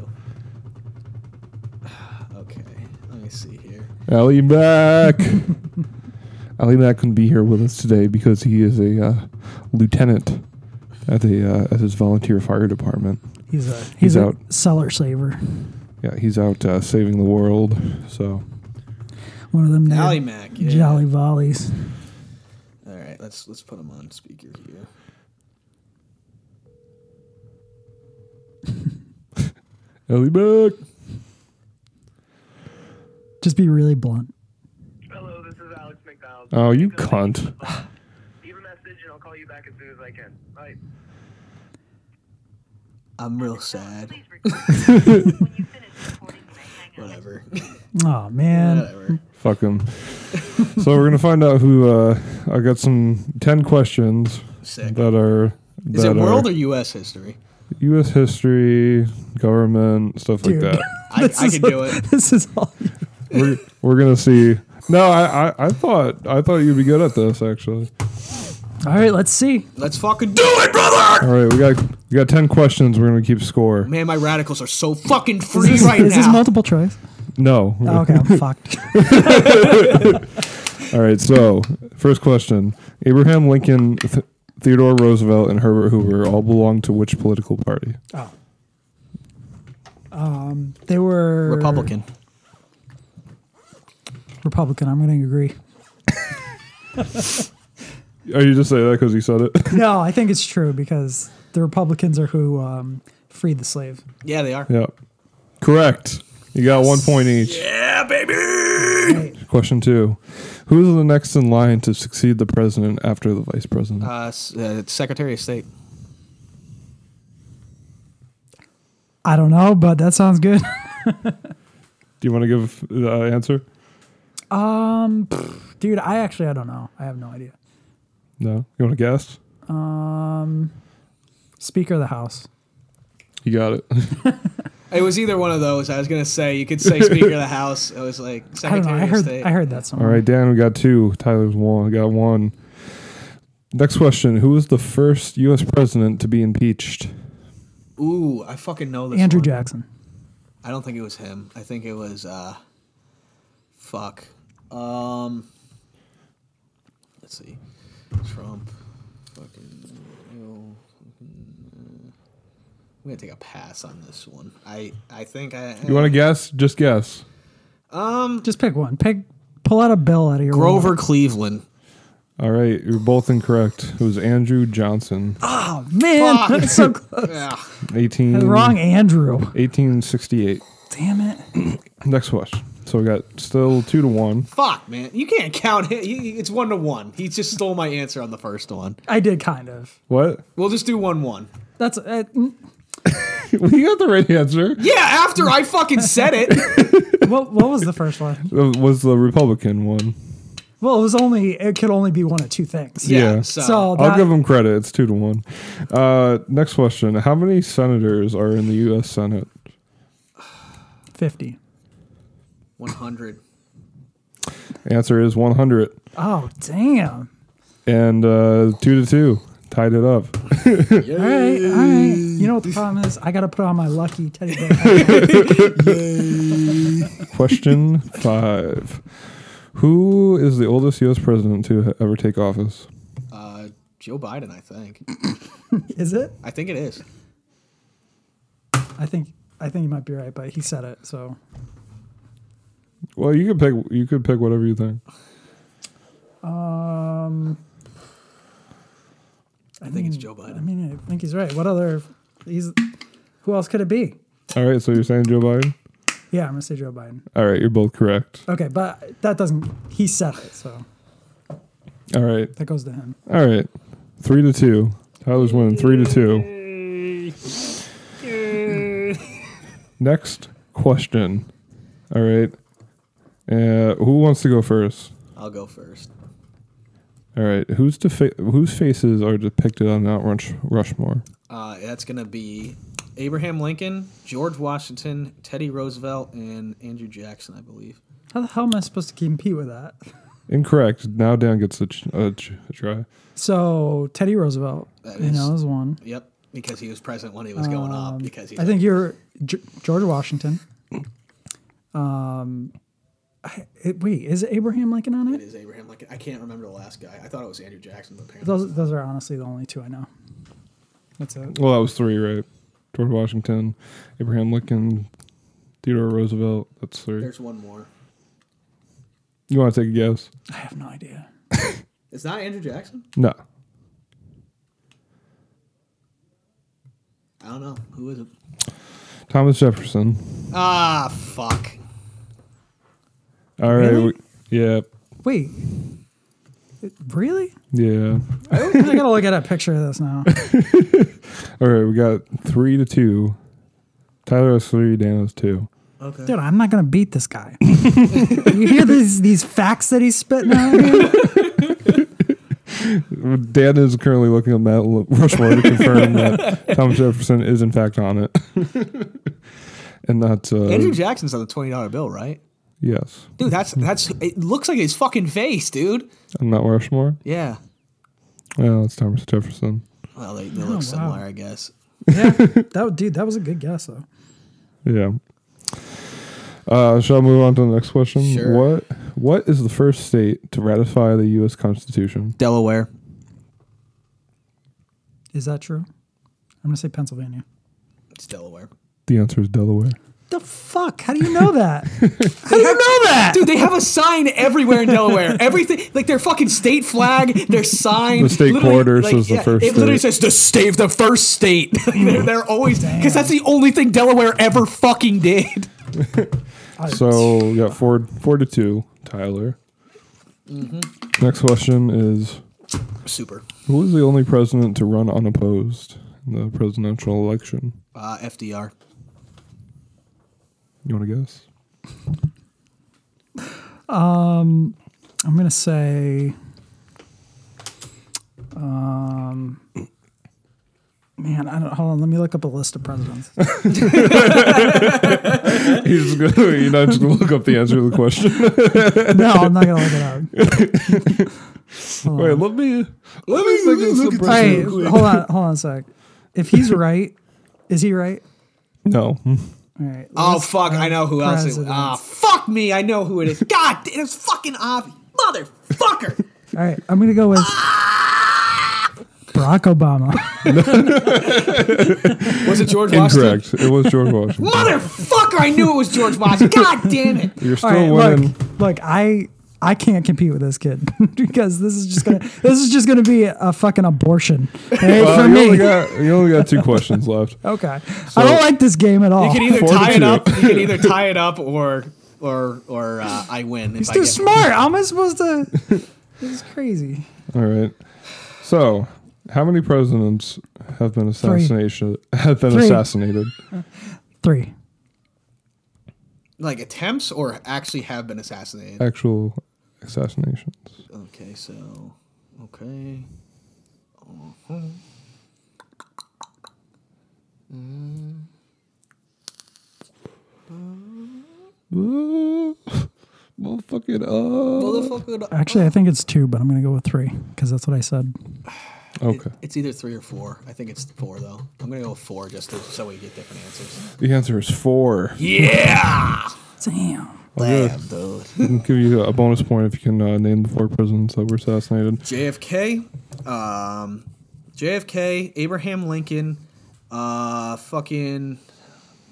Speaker 4: (sighs) Okay. Let me see here.
Speaker 3: Ali Mack. Ali Mack couldn't be here with us today because he is a uh, lieutenant at the uh, at his volunteer fire department.
Speaker 2: He's a he's,
Speaker 3: He's
Speaker 2: a
Speaker 3: out.
Speaker 2: seller saver.
Speaker 3: Yeah, he's out uh, saving the world. So
Speaker 2: One of them nerd
Speaker 4: Ally Mac. Yeah.
Speaker 2: jolly volleys.
Speaker 4: All right. Let's let's put him on speaker here.
Speaker 3: Ali Mack.
Speaker 2: Just be really blunt.
Speaker 5: Hello, this is Alex McDonald.
Speaker 3: Oh, you cunt.
Speaker 5: Leave a message and I'll call you back as soon as I can. Bye.
Speaker 4: I'm real sad.
Speaker 6: Please record. when you finish recording, you may hang
Speaker 4: (laughs)
Speaker 6: up.
Speaker 4: Whatever.
Speaker 2: Oh man,
Speaker 4: Whatever.
Speaker 3: Fuck him. so we're gonna find out who. Uh, I got some ten questions
Speaker 4: Sick.
Speaker 3: that are. That
Speaker 4: Is it
Speaker 3: are
Speaker 4: world or U.S. history?
Speaker 3: U.S. history, government stuff
Speaker 2: Dude.
Speaker 3: like that?
Speaker 4: I, I can do it.
Speaker 2: (laughs) this is all. you-
Speaker 3: we're, we're gonna see. No, I, I, I thought I thought you'd be good at this actually.
Speaker 2: All right, let's see.
Speaker 4: Let's fucking do it, brother.
Speaker 3: All right, we got we got ten questions. We're gonna keep score.
Speaker 4: Man, my radicals are so fucking free
Speaker 2: is
Speaker 4: right
Speaker 2: is this
Speaker 4: now.
Speaker 2: multiple choice?
Speaker 3: No.
Speaker 2: Oh, okay, I'm fucked.
Speaker 3: All right. So first question: Abraham Lincoln, Th- Theodore Roosevelt, and Herbert Hoover all belonged to which political party?
Speaker 2: Oh. Um, (laughs) they were
Speaker 4: Republican.
Speaker 2: Republican. I'm going to agree.
Speaker 3: Are Oh, you just saying that because you said it?
Speaker 2: No, I think it's true because the Republicans are who um, freed the slave.
Speaker 4: Yeah, they are.
Speaker 3: yeah. Correct. You got one point each.
Speaker 4: Yeah, baby.
Speaker 3: Question two: Who is the next in line to succeed the president after the vice president?
Speaker 4: Uh, s- uh, Secretary of State.
Speaker 2: I don't know, but that sounds good. (laughs)
Speaker 3: Do you want to give the uh, answer?
Speaker 2: Um, dude, I actually I don't know. I have no idea.
Speaker 3: No. You want to guess?
Speaker 2: Um, Speaker of the House.
Speaker 3: You got (laughs) it.
Speaker 4: It was either one of those. I was gonna say you could say Speaker of the House. It was like
Speaker 2: I don't know.
Speaker 4: Secretary
Speaker 2: I
Speaker 4: of
Speaker 2: heard
Speaker 4: State.
Speaker 2: I heard that
Speaker 3: All
Speaker 2: somewhere.
Speaker 3: right, Dan, we got two. Tyler's one. I got one. Next question: Who was the first U.S. president to be impeached?
Speaker 4: Ooh, I fucking know this.
Speaker 2: Andrew
Speaker 4: one.
Speaker 2: Jackson.
Speaker 4: I don't think it was him. I think it was uh, fuck. Um, let's see, Trump. Fucking. no, fucking, uh, I'm gonna take a pass on this one. I I think I.
Speaker 3: You want to guess? Just guess.
Speaker 4: Um,
Speaker 2: Just pick one. Pick. Pull out a bill out of your
Speaker 4: Grover
Speaker 2: wallet.
Speaker 4: Cleveland.
Speaker 3: All right, you're both incorrect. It was Andrew Johnson,
Speaker 2: Man,
Speaker 4: Fuck.
Speaker 2: that's so close.
Speaker 4: (laughs) Yeah.
Speaker 3: 18,
Speaker 4: Mm.
Speaker 2: Wrong, Andrew.
Speaker 3: 1868.
Speaker 2: Damn it.
Speaker 3: Next question. So we got still two to one.
Speaker 4: Fuck, man. You can't count it. He- It's one to one. He just stole my answer on the first one.
Speaker 2: I did kind of.
Speaker 3: What?
Speaker 4: We'll just do one one.
Speaker 2: That's uh,
Speaker 3: (laughs) We got the right answer.
Speaker 4: Yeah, after I fucking said it.
Speaker 2: what. What was the first one?
Speaker 3: It was the Republican one.
Speaker 2: Well, it was only. It could only be one of two things.
Speaker 4: Yeah.
Speaker 3: Yeah.
Speaker 4: So,
Speaker 2: So
Speaker 3: I'll
Speaker 2: that-
Speaker 3: give him credit. It's two to one. Uh, next question: How many senators are in the U.S. Senate?
Speaker 2: fifty.
Speaker 4: 100.
Speaker 3: Answer is 100.
Speaker 2: Oh damn.
Speaker 3: and uh, two to two tied it up. (laughs)
Speaker 2: All right, all right. You know what the problem is? I got to put on my lucky teddy bear.
Speaker 4: (laughs)
Speaker 2: hat.
Speaker 3: Question five: Who is the oldest U.S. president to ha- ever take office?
Speaker 4: Uh, Joe Biden, I think.
Speaker 2: Is it?
Speaker 4: I think it is.
Speaker 2: I think I think you might be right, but he said it. So
Speaker 3: Well, you could pick. You could pick whatever you think.
Speaker 2: um,
Speaker 4: I think it's
Speaker 2: Hmm.
Speaker 4: Joe Biden.
Speaker 2: I mean, I think he's right. What other? He's who else could it be?
Speaker 3: All right, so you're saying Joe Biden?
Speaker 2: Yeah, I'm gonna say Joe Biden.
Speaker 3: All right, you're both correct.
Speaker 2: Okay, but that doesn't. He said it, so
Speaker 3: All right,
Speaker 2: that goes to him.
Speaker 3: all right. Three to two. Tyler's winning three to two. Next question. All right. Uh, who wants to go first?
Speaker 4: I'll go first.
Speaker 3: All right. Who's defa- whose faces are depicted on Mount Rush- Rushmore?
Speaker 4: Uh, that's going to be Abraham Lincoln, George Washington, Teddy Roosevelt, and Andrew Jackson, I believe.
Speaker 2: How the hell am I supposed to compete with that?
Speaker 3: Incorrect. Now Dan gets a, ch- a, ch- a try.
Speaker 2: So Teddy Roosevelt,
Speaker 4: That
Speaker 2: you
Speaker 4: is-
Speaker 2: know, is one.
Speaker 4: Yep, because he was president when he was going up. Because he,
Speaker 2: Um, I think you're G- George Washington. Um, I, it, wait, is Abraham Lincoln on
Speaker 4: it
Speaker 2: it?
Speaker 4: is Abraham Lincoln. I can't remember the last guy. I thought it was Andrew Jackson, but apparently
Speaker 2: Those those are honestly the only two I know. That's it.
Speaker 3: Well, that was three, right? George Washington, Abraham Lincoln, Theodore Roosevelt. That's three.
Speaker 4: there's one more.
Speaker 3: You want to take a guess?
Speaker 2: I have no idea.
Speaker 4: It's not Andrew Jackson.
Speaker 3: No.
Speaker 4: I don't know who is it.
Speaker 3: Thomas Jefferson.
Speaker 4: Ah, fuck.
Speaker 3: All right.
Speaker 2: Really?
Speaker 3: we- yeah.
Speaker 2: Wait, It- really?
Speaker 3: Yeah.
Speaker 2: I gotta look at a picture of this
Speaker 4: (laughs)
Speaker 2: now.
Speaker 3: All right. We got three to two. Tyler has three. Dan has two.
Speaker 4: Okay.
Speaker 2: Dude, I'm not gonna beat this guy. (laughs) you hear these these facts that he's spitting out? here?
Speaker 3: Dan is currently looking at Mount Lo- Rushmore to
Speaker 4: (laughs)
Speaker 3: confirm that Thomas Jefferson is in fact on it. and that's uh,
Speaker 4: Andrew Jackson's on the twenty dollar bill, right?
Speaker 3: yes,
Speaker 4: Dude, that's that's. It looks like his fucking face, dude.
Speaker 3: on Mount Rushmore.
Speaker 4: Yeah.
Speaker 3: Yeah, it's Thomas Jefferson.
Speaker 4: Well, they, they look
Speaker 2: Oh, wow.
Speaker 4: similar, I guess.
Speaker 2: yeah, that dude, that was a good guess though.
Speaker 3: Yeah. Uh, shall I move on to the next question?
Speaker 4: Sure.
Speaker 3: What What is the first state to ratify the U.S. Constitution?
Speaker 4: Delaware.
Speaker 2: Is that true? I'm gonna say Pennsylvania.
Speaker 4: It's Delaware.
Speaker 3: The answer is Delaware.
Speaker 2: The fuck? How do you know
Speaker 4: (laughs)
Speaker 2: that? How do you know that?
Speaker 4: Dude, they have a sign everywhere in (laughs) Delaware. Everything, like their fucking state flag, their sign.
Speaker 3: The state
Speaker 4: literally,
Speaker 3: quarter says the first
Speaker 4: It literally
Speaker 3: state.
Speaker 4: says the state, Mm. the first state. (laughs) they're, they're always because that's the only thing Delaware ever fucking did.
Speaker 3: So we got four four to two. Tyler. Next question is:
Speaker 4: (laughs) Super.
Speaker 3: Who was the only president to run unopposed in the presidential election?
Speaker 4: Uh, FDR.
Speaker 3: You want to guess?
Speaker 2: I'm gonna say, um, man, I don't. Hold on, let me look up a list of presidents.
Speaker 3: (laughs) He's just gonna, you're not just gonna look up the answer to the question.
Speaker 2: No, I'm not gonna look it up. Hold
Speaker 3: (laughs) Wait,
Speaker 2: on.
Speaker 3: let me let me think of some
Speaker 2: All right,
Speaker 3: president.
Speaker 2: hold on, hold on a sec. If he's right, is he right?
Speaker 3: No, (laughs)
Speaker 2: All right.
Speaker 4: Oh
Speaker 2: let's-
Speaker 4: fuck! I know who else. It, ah, fuck me! I know who it (laughs) is. God, damn, it's fucking obvious, motherfucker.
Speaker 2: All right, I'm gonna go with Barack Obama.
Speaker 4: (laughs) Was it George Washington?
Speaker 3: incorrect. It was George (laughs) Washington.
Speaker 4: Motherfucker! I knew it was George (laughs) Washington. God damn it!
Speaker 3: You're
Speaker 2: All
Speaker 3: still
Speaker 2: right,
Speaker 3: winning.
Speaker 2: look, look, I I can't compete with this kid (laughs) because this is just gonna this is just gonna be a fucking abortion hey,
Speaker 3: Uh,
Speaker 2: for
Speaker 3: you Only
Speaker 2: me.
Speaker 3: got, you only got two questions left.
Speaker 2: okay, I don't like this game at all.
Speaker 4: You can either
Speaker 3: Four to
Speaker 4: tie it
Speaker 3: two.
Speaker 4: up. You can (laughs) either tie it up or or or uh, I win. If I
Speaker 2: Too
Speaker 4: get-
Speaker 2: smart. How am I supposed (laughs) to? This is crazy.
Speaker 3: All right. So, how many presidents have been assassination have been
Speaker 2: Three.
Speaker 3: assassinated?
Speaker 2: Three.
Speaker 4: like attempts or actually have been
Speaker 3: Uh,
Speaker 4: assassinated.
Speaker 3: Actual assassinations.
Speaker 4: (laughs) Okay, so okay.
Speaker 3: Ooh, Motherfucking uh.
Speaker 4: Motherfucker.
Speaker 2: Actually, I think it's two, but I'm gonna go with three because that's what I said.
Speaker 3: Okay.
Speaker 4: It's either three or four. I think it's four though. I'm gonna go with four just to, so we get different answers.
Speaker 3: The answer is four.
Speaker 4: Yeah.
Speaker 2: Damn.
Speaker 4: Damn, dude.
Speaker 3: I'll give you a bonus point if you can uh, name the four presidents that were assassinated.
Speaker 4: JFK, um, JFK, Abraham Lincoln, uh, fucking,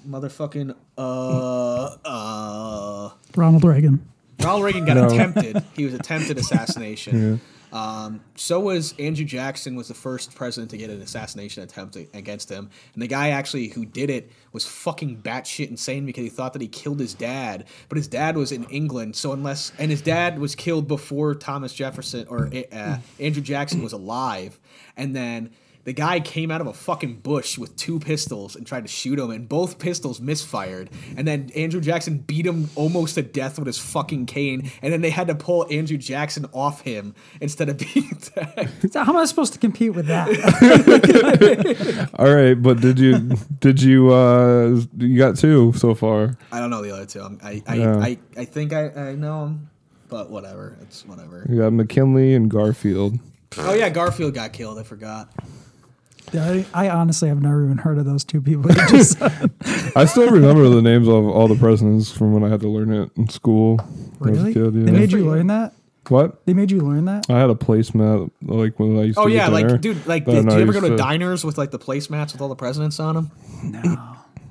Speaker 4: motherfucking, uh, uh,
Speaker 2: Ronald Reagan.
Speaker 4: Ronald Reagan got
Speaker 3: No.
Speaker 4: attempted. He was attempted assassination. Um, so was Andrew Jackson was the first president to get an assassination attempt a- against him, and the guy actually who did it was fucking batshit insane because he thought that he killed his dad, but his dad was in England, so unless and his dad was killed before Thomas Jefferson or uh, Andrew Jackson was alive, and then. The guy came out of a fucking bush with two pistols and tried to shoot him, and both pistols misfired. And then Andrew Jackson beat him almost to death with his fucking cane. And then they had to pull Andrew Jackson off him instead of (laughs) being tagged.
Speaker 2: So how am I supposed to compete with that?
Speaker 3: All right, but did
Speaker 4: (laughs)
Speaker 3: you did you uh you got two so far?
Speaker 4: I don't know the other two. I'm, I, I,
Speaker 3: Yeah.
Speaker 4: I, I think I, I know him, but whatever. It's whatever.
Speaker 3: You got McKinley and Garfield.
Speaker 4: Oh, yeah, Garfield got killed. I forgot.
Speaker 2: (laughs) I, I honestly have never even heard of those two people. (laughs) It just-
Speaker 3: I still remember the names of all the presidents from when I had to learn it in school. when I was a
Speaker 2: really?
Speaker 3: kid, yeah.
Speaker 2: They made you learn that?
Speaker 3: what?
Speaker 2: They made you learn that?
Speaker 3: I had a placemat like when I used
Speaker 4: Oh,
Speaker 3: to.
Speaker 4: yeah,
Speaker 3: get dinner,
Speaker 4: like, dude, like,
Speaker 3: but
Speaker 4: did,
Speaker 3: then
Speaker 4: did
Speaker 3: I
Speaker 4: you ever go
Speaker 3: used
Speaker 4: to diners with, like, the placemats with all the presidents on them?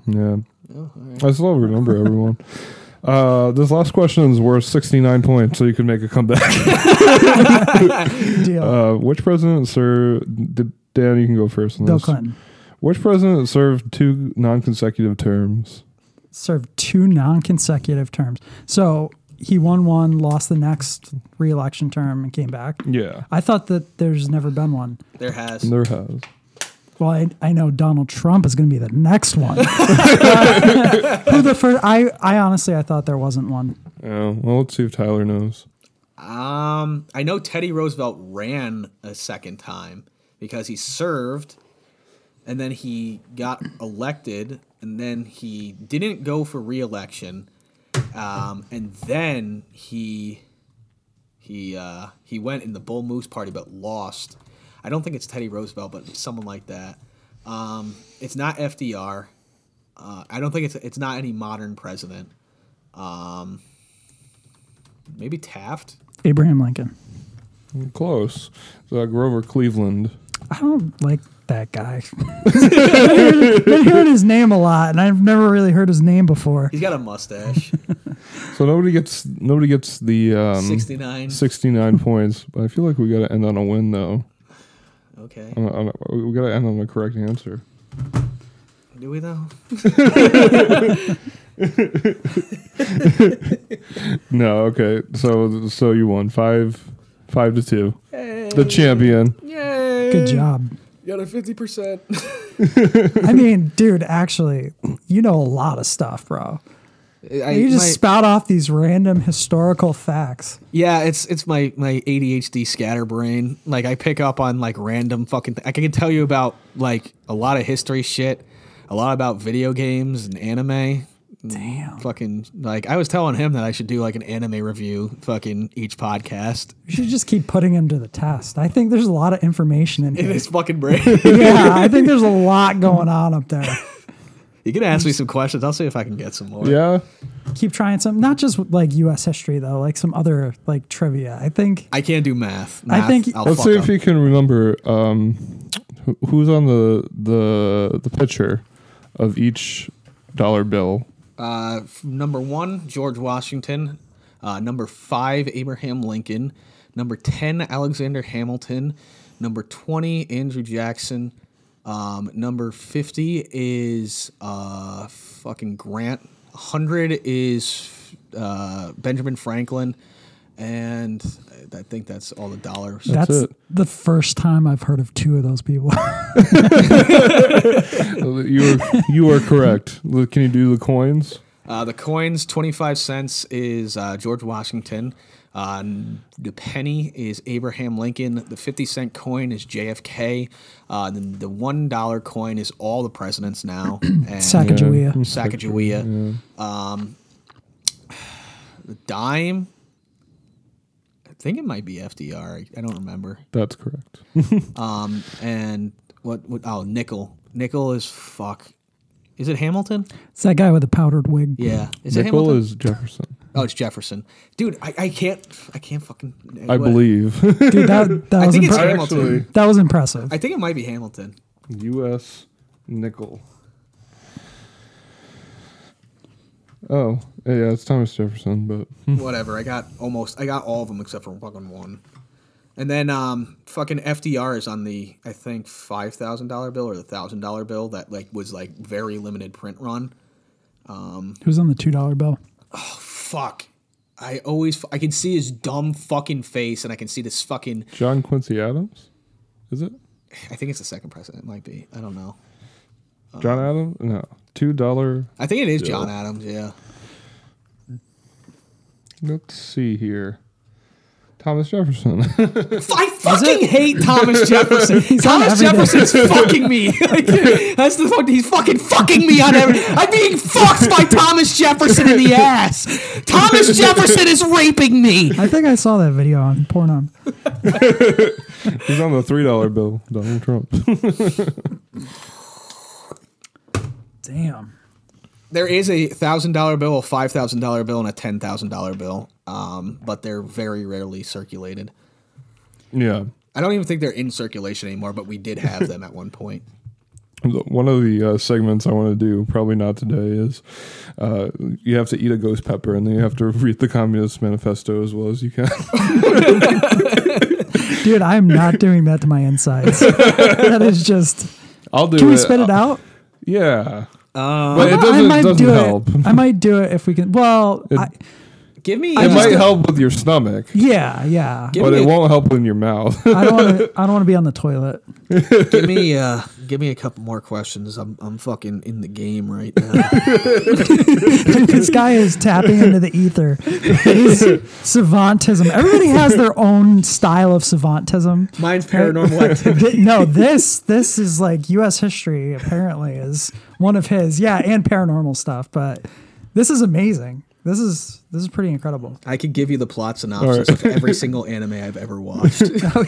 Speaker 3: Yeah. I still remember everyone. Uh, this last question is worth 69 points, so you can make a comeback.
Speaker 2: (laughs) Deal.
Speaker 3: Uh, which president served. Did, Dan, you can go first. On
Speaker 2: Bill
Speaker 3: this.
Speaker 2: Clinton
Speaker 3: Which president served two non consecutive terms?
Speaker 2: served two non-consecutive terms. So he won one, lost the next re-election term, and came back.
Speaker 3: Yeah.
Speaker 2: I thought that there's never been one.
Speaker 4: There has.
Speaker 3: There has.
Speaker 2: Well, I, I know Donald Trump is going to be the next one. (laughs) Who the first? I, I honestly I thought there wasn't one.
Speaker 3: Yeah. Well, let's see if Tyler knows.
Speaker 4: Um, I know Teddy Roosevelt ran a second time because he served and then he got elected and then he didn't go for reelection. Um, and then he he uh, he went in the Bull Moose Party but lost. I don't think it's Teddy Roosevelt, but someone like that. Um, it's not FDR. Uh, I don't think it's it's not any modern president. Um, maybe Taft.
Speaker 2: Abraham Lincoln.
Speaker 3: Close. So, uh, Grover Cleveland.
Speaker 2: I don't like that guy. (laughs) Been hearing his name a lot, and I've never really heard his name before.
Speaker 4: He's got a mustache.
Speaker 3: So nobody gets nobody gets the (laughs) um,
Speaker 4: 69.
Speaker 3: 69 points. But I feel like we got to end on a win though.
Speaker 4: Okay.
Speaker 3: On a- on a- we got to end on a correct answer.
Speaker 4: Do we though?
Speaker 3: No, okay. So so you won five five to two. The champion.
Speaker 4: Yay!
Speaker 2: Good job.
Speaker 4: Got a 50%.
Speaker 2: I mean, dude, actually, you know a lot of stuff, bro.
Speaker 4: (laughs) I,
Speaker 2: you just
Speaker 4: my-
Speaker 2: spout off these random historical facts.
Speaker 4: yeah, it's it's my my ADHD scatterbrain. Like I pick up on like random fucking th- I can tell you about like a lot of history shit, a lot about video games and anime.
Speaker 2: Damn.
Speaker 4: Fucking like I was telling him that I should do like an anime review fucking each podcast. (laughs)
Speaker 2: You should just keep putting him to the test. I think there's a lot of information in
Speaker 4: In
Speaker 2: here.
Speaker 4: his fucking
Speaker 3: (laughs)
Speaker 4: brain.
Speaker 2: (laughs) yeah, I think there's a lot going on up there.
Speaker 4: you can ask me some questions. I'll see if I can get some more.
Speaker 3: Yeah.
Speaker 2: Keep trying some, not just like U.S. history though, like some other like trivia. I think
Speaker 4: I can't do math.
Speaker 2: I
Speaker 4: Math,
Speaker 2: think-
Speaker 4: I'll
Speaker 3: Let's
Speaker 4: fuck
Speaker 3: see
Speaker 4: up.
Speaker 3: if you can remember um, who- who's on the the the picture of each dollar bill.
Speaker 4: Uh, f- number one, George Washington. Uh, number five, Abraham Lincoln. Number 10, Alexander Hamilton. Number 20, Andrew Jackson. Um, number 50 is uh, fucking Grant. 100 is uh, Benjamin Franklin. And I I think that's all the dollars.
Speaker 2: that's,
Speaker 3: it.
Speaker 2: the first time I've heard of two of those people. (laughs)
Speaker 3: Uh, You are, you are correct. Look, Can you do the coins?
Speaker 4: Uh, the coins, 25 cents is uh, George Washington. Uh, n- the penny is Abraham Lincoln. The 50 cent coin is JFK. Uh, the, the $1 coin is all the presidents now. and
Speaker 2: Sacagawea.
Speaker 4: Sacagawea. Um, the dime, I think it might be FDR. I don't remember.
Speaker 3: That's correct.
Speaker 4: Um, and what, what? Oh, nickel. Nickel is fuck. Is it Hamilton?
Speaker 2: It's that guy with the powdered wig.
Speaker 4: Yeah. Is it
Speaker 3: Nickel
Speaker 4: Hamilton?
Speaker 3: is Jefferson,
Speaker 4: Oh, it's Jefferson, dude. I, I can't. I can't fucking.
Speaker 3: I believe.
Speaker 2: Dude, that that
Speaker 4: I
Speaker 2: was
Speaker 4: think it's
Speaker 2: impre-
Speaker 4: Hamilton.
Speaker 3: (laughs) Actually-
Speaker 2: that was impressive.
Speaker 4: I think it might be Hamilton.
Speaker 3: U.S. nickel. Oh, yeah, it's Thomas Jefferson, but
Speaker 4: Whatever. I got almost. I got all of them except for fucking one. And then um, fucking FDR is on the I think five thousand dollar bill or the thousand dollar bill that like was like very limited print run.
Speaker 2: Who's on the two dollar bill?
Speaker 4: Fuck. I always I can see his dumb fucking face and I can see this fucking
Speaker 3: John Quincy Adams? Is it?
Speaker 4: I think it's the second president might be I don't know
Speaker 3: John Adams? No. Two dollar.
Speaker 4: I think it is
Speaker 3: Yeah.
Speaker 4: John
Speaker 3: (laughs)
Speaker 4: Adams yeah
Speaker 3: Let's see here. Thomas Jefferson. (laughs)
Speaker 4: I fucking hate Thomas Jefferson. (laughs) Thomas
Speaker 2: everything.
Speaker 4: Jefferson's fucking me. (laughs) That's the fuck. He's fucking fucking me on every. I'm being fucked by Thomas Jefferson in the ass. Thomas Jefferson is raping me.
Speaker 2: I think I saw that video on Pornhub.
Speaker 3: He's on the three dollar bill. Donald Trump. (laughs)
Speaker 2: Damn.
Speaker 4: There is a thousand dollar bill, a five thousand dollar bill, and a ten thousand dollar bill. Um, but they're very rarely circulated.
Speaker 3: yeah.
Speaker 4: I don't even think they're in circulation anymore. But we did have them at one point.
Speaker 3: One of the uh, segments I want to do, probably not today, is uh, you have to eat a ghost pepper and then you have to (laughs) read the Communist Manifesto as well as you can. (laughs)
Speaker 2: Dude, I am not doing that to my
Speaker 4: (laughs)
Speaker 2: insides. that is just.
Speaker 3: I'll do
Speaker 2: Can
Speaker 3: it.
Speaker 2: we spit it out?
Speaker 3: Yeah. but it doesn't,
Speaker 2: I might
Speaker 3: doesn't
Speaker 2: do
Speaker 3: help.
Speaker 2: it. I might do it if we can. Well, I,
Speaker 4: Give me.
Speaker 3: It
Speaker 4: uh,
Speaker 3: might help with your stomach,
Speaker 2: yeah, yeah.
Speaker 4: Give
Speaker 3: but
Speaker 4: me,
Speaker 3: it won't help in your mouth. (laughs)
Speaker 2: I don't want to. I don't want to be on the toilet.
Speaker 4: give me. Uh, give me a couple more questions. I'm. I'm fucking in the game right now.
Speaker 2: Dude, (laughs) this guy is tapping into the ether. His savantism. Everybody has their own style of savantism.
Speaker 4: (laughs) Mine's paranormal activity.
Speaker 2: Th- no, this this is like U.S. history. Apparently, is one of his. Yeah, and paranormal stuff. But this is amazing. This is this is pretty incredible.
Speaker 4: I could give you the plot synopsis of every single anime I've ever watched.
Speaker 2: I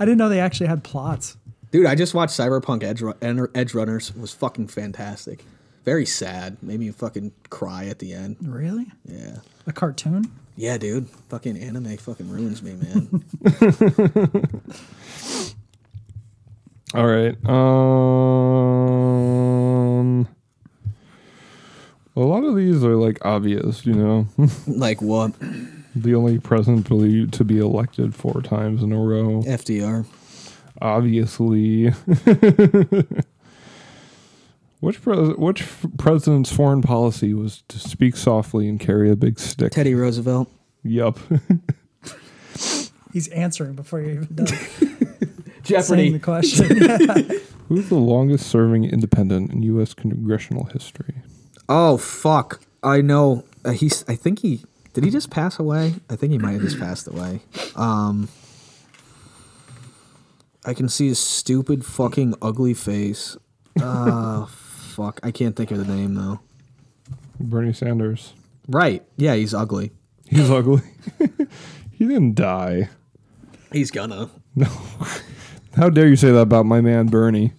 Speaker 2: didn't know they actually had plots.
Speaker 4: Dude, I just watched Cyberpunk Edge, Ru- Edge Runners. It was fucking fantastic. Very sad. Made me fucking cry at the end.
Speaker 2: Really?
Speaker 4: Yeah.
Speaker 2: A cartoon?
Speaker 4: Yeah, dude. Fucking anime fucking ruins me, man.
Speaker 3: All right. Um, a lot of these are like obvious, you know. (laughs)
Speaker 4: like what?
Speaker 3: the only president to, le- to be elected four times in a row,
Speaker 4: FDR.
Speaker 3: obviously. (laughs) which pres- which f- president's foreign policy was to speak softly and carry a big stick?
Speaker 4: Teddy Roosevelt.
Speaker 3: Yup. (laughs)
Speaker 2: He's answering before you're even done saying the
Speaker 4: Jeopardy.
Speaker 2: question. (laughs)
Speaker 3: Who's the longest serving independent in U.S. congressional history?
Speaker 4: Oh fuck. I know. Uh, he's I think he did he just pass away? I think he might have just passed away. Um I can see his stupid fucking ugly face. Uh (laughs) fuck. I can't think of the name though.
Speaker 3: Bernie Sanders. (laughs)
Speaker 4: Right. Yeah, he's ugly.
Speaker 3: He's ugly. (laughs) he didn't die.
Speaker 4: He's gonna.
Speaker 3: How dare you say that about my man Bernie?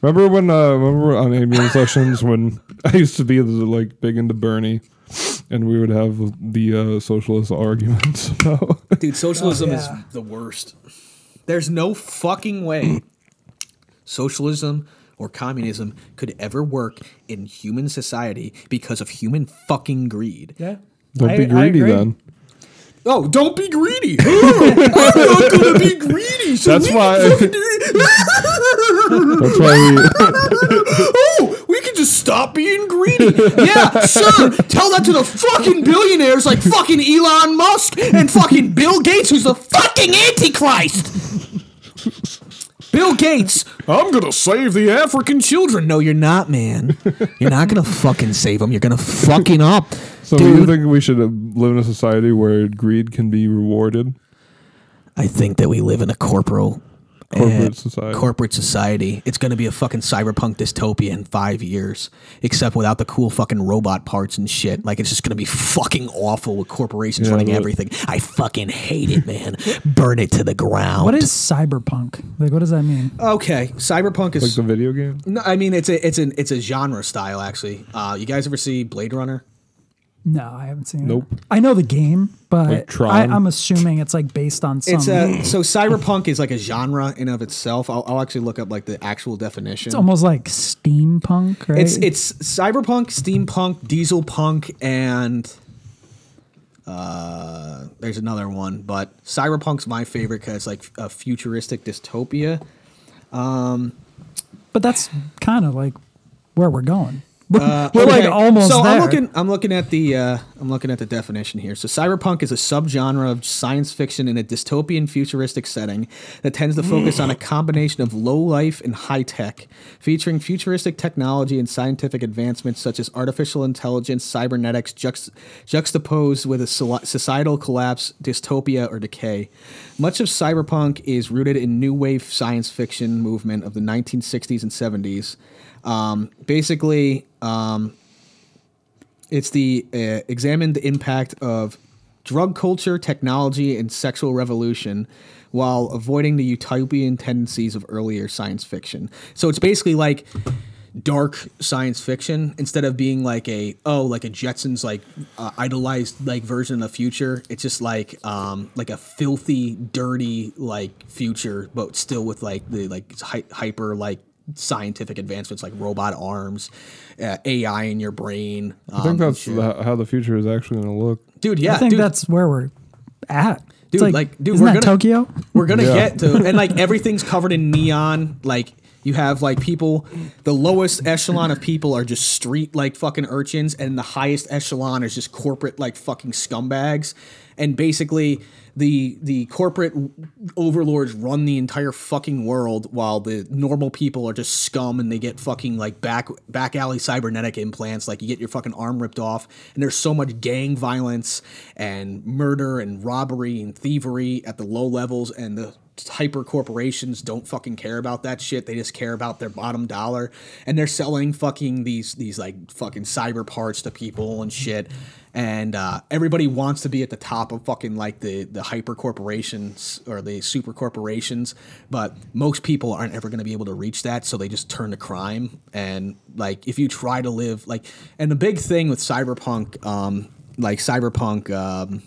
Speaker 3: Remember when? Uh, remember on Ambient Sessions when (laughs) I used to be the, like big into Bernie, and we would have the uh, socialist arguments (laughs) about.
Speaker 4: Dude, socialism
Speaker 2: Oh, yeah.
Speaker 4: is the worst. There's no fucking way socialism or communism could ever work in human society because of human fucking greed.
Speaker 2: yeah.
Speaker 3: Don't
Speaker 2: I-
Speaker 3: be
Speaker 2: I
Speaker 3: greedy
Speaker 2: agree.
Speaker 3: then.
Speaker 4: Oh, don't
Speaker 3: (laughs)
Speaker 4: be greedy. I'm not gonna be greedy. So
Speaker 3: That's
Speaker 4: we
Speaker 3: why-
Speaker 4: can fucking (laughs) do-
Speaker 3: That's why
Speaker 4: oh, we can just stop being greedy. Yeah, sure. Tell that to the fucking billionaires like fucking Elon Musk and fucking Bill Gates, who's the fucking Antichrist. Bill Gates. I'm gonna save the African children. No, you're not, man. You're not gonna fucking save them. You're gonna fucking up.
Speaker 3: (laughs) So do you
Speaker 4: Dude,
Speaker 3: think we should uh, live in a society where greed can be rewarded?
Speaker 4: I think that we live in a corporal
Speaker 3: Corporate
Speaker 4: uh,
Speaker 3: society.
Speaker 4: Corporate society. It's going to be a fucking cyberpunk dystopia in five years, except without the cool fucking robot parts and shit. Like it's just going to be fucking awful with corporations
Speaker 3: Yeah,
Speaker 4: running
Speaker 3: but-
Speaker 4: everything. I fucking hate it, man. Burn it to the ground.
Speaker 2: What is cyberpunk? Like, what does that mean?
Speaker 4: okay?
Speaker 3: like
Speaker 4: Cyberpunk is.
Speaker 3: the video game.
Speaker 4: no, I mean it's a it's an it's a genre style actually. Uh, you guys ever see Blade Runner?
Speaker 2: No, I haven't seen
Speaker 3: Nope.
Speaker 2: it. I know the game,
Speaker 3: Like
Speaker 2: but I,
Speaker 3: Tron?
Speaker 2: I'm assuming it's like based on some.
Speaker 4: It's
Speaker 2: It's,
Speaker 4: a so cyberpunk is like a genre in of itself. I'll, I'll actually look up like the actual definition.
Speaker 2: almost like steampunk, right?
Speaker 4: It's it's cyberpunk, steampunk, diesel punk, and Uh, there's another one, but Cyberpunk's my favorite because it's like a futuristic dystopia.
Speaker 2: But that's kind of like where we're going. (laughs) We're,
Speaker 4: Uh,
Speaker 2: we're
Speaker 4: okay,
Speaker 2: like almost
Speaker 4: so
Speaker 2: there.
Speaker 4: I'm looking. I'm looking at the. Uh, I'm looking at the definition here. So cyberpunk is a subgenre of science fiction in a dystopian futuristic setting that tends to focus on a combination of low life and high tech, featuring futuristic technology and scientific advancements such as artificial intelligence, cybernetics, juxt- juxtaposed with a so- societal collapse, dystopia, or decay. Much of cyberpunk is rooted in new wave science fiction movement of the 1960s and 70s. Um, basically, it's the uh, examine the impact of drug culture, technology, and sexual revolution while avoiding the utopian tendencies of earlier science fiction. So it's basically like dark science fiction instead of being like a oh like a Jetsons like uh, idolized like version of the future. It's just like um like a filthy, dirty like future, but still with like the like hy- hyper like scientific advancements like robot arms uh, ai in your brain
Speaker 3: I think
Speaker 4: um,
Speaker 3: that's
Speaker 4: shit.
Speaker 3: the, how the future is actually going to look.
Speaker 4: dude. Yeah,
Speaker 2: I think
Speaker 4: dude,
Speaker 2: that's where we're at. It's
Speaker 4: Dude, like, dude,
Speaker 2: isn't
Speaker 4: we're
Speaker 2: that
Speaker 4: gonna-
Speaker 2: Tokyo?
Speaker 4: we're gonna
Speaker 3: Yeah.
Speaker 4: get to, and like everything's covered in neon. Like you have like people, the lowest echelon of people are just street like fucking urchins, and the highest echelon is just corporate like fucking scumbags, and basically. The, the corporate overlords run the entire fucking world while the normal people are just scum and they get fucking like back back alley cybernetic implants like you get your fucking arm ripped off and there's so much gang violence and murder and robbery and thievery at the low levels and the hyper corporations don't fucking care about that shit they just care about their bottom dollar and they're selling fucking these these like fucking cyber parts to people and shit and uh, everybody wants to be at the top of fucking like the the hyper corporations or the super corporations, but most people aren't ever going to be able to reach that, so they just turn to crime. And like, if you try to live like, and the big thing with cyberpunk, um, like cyberpunk um,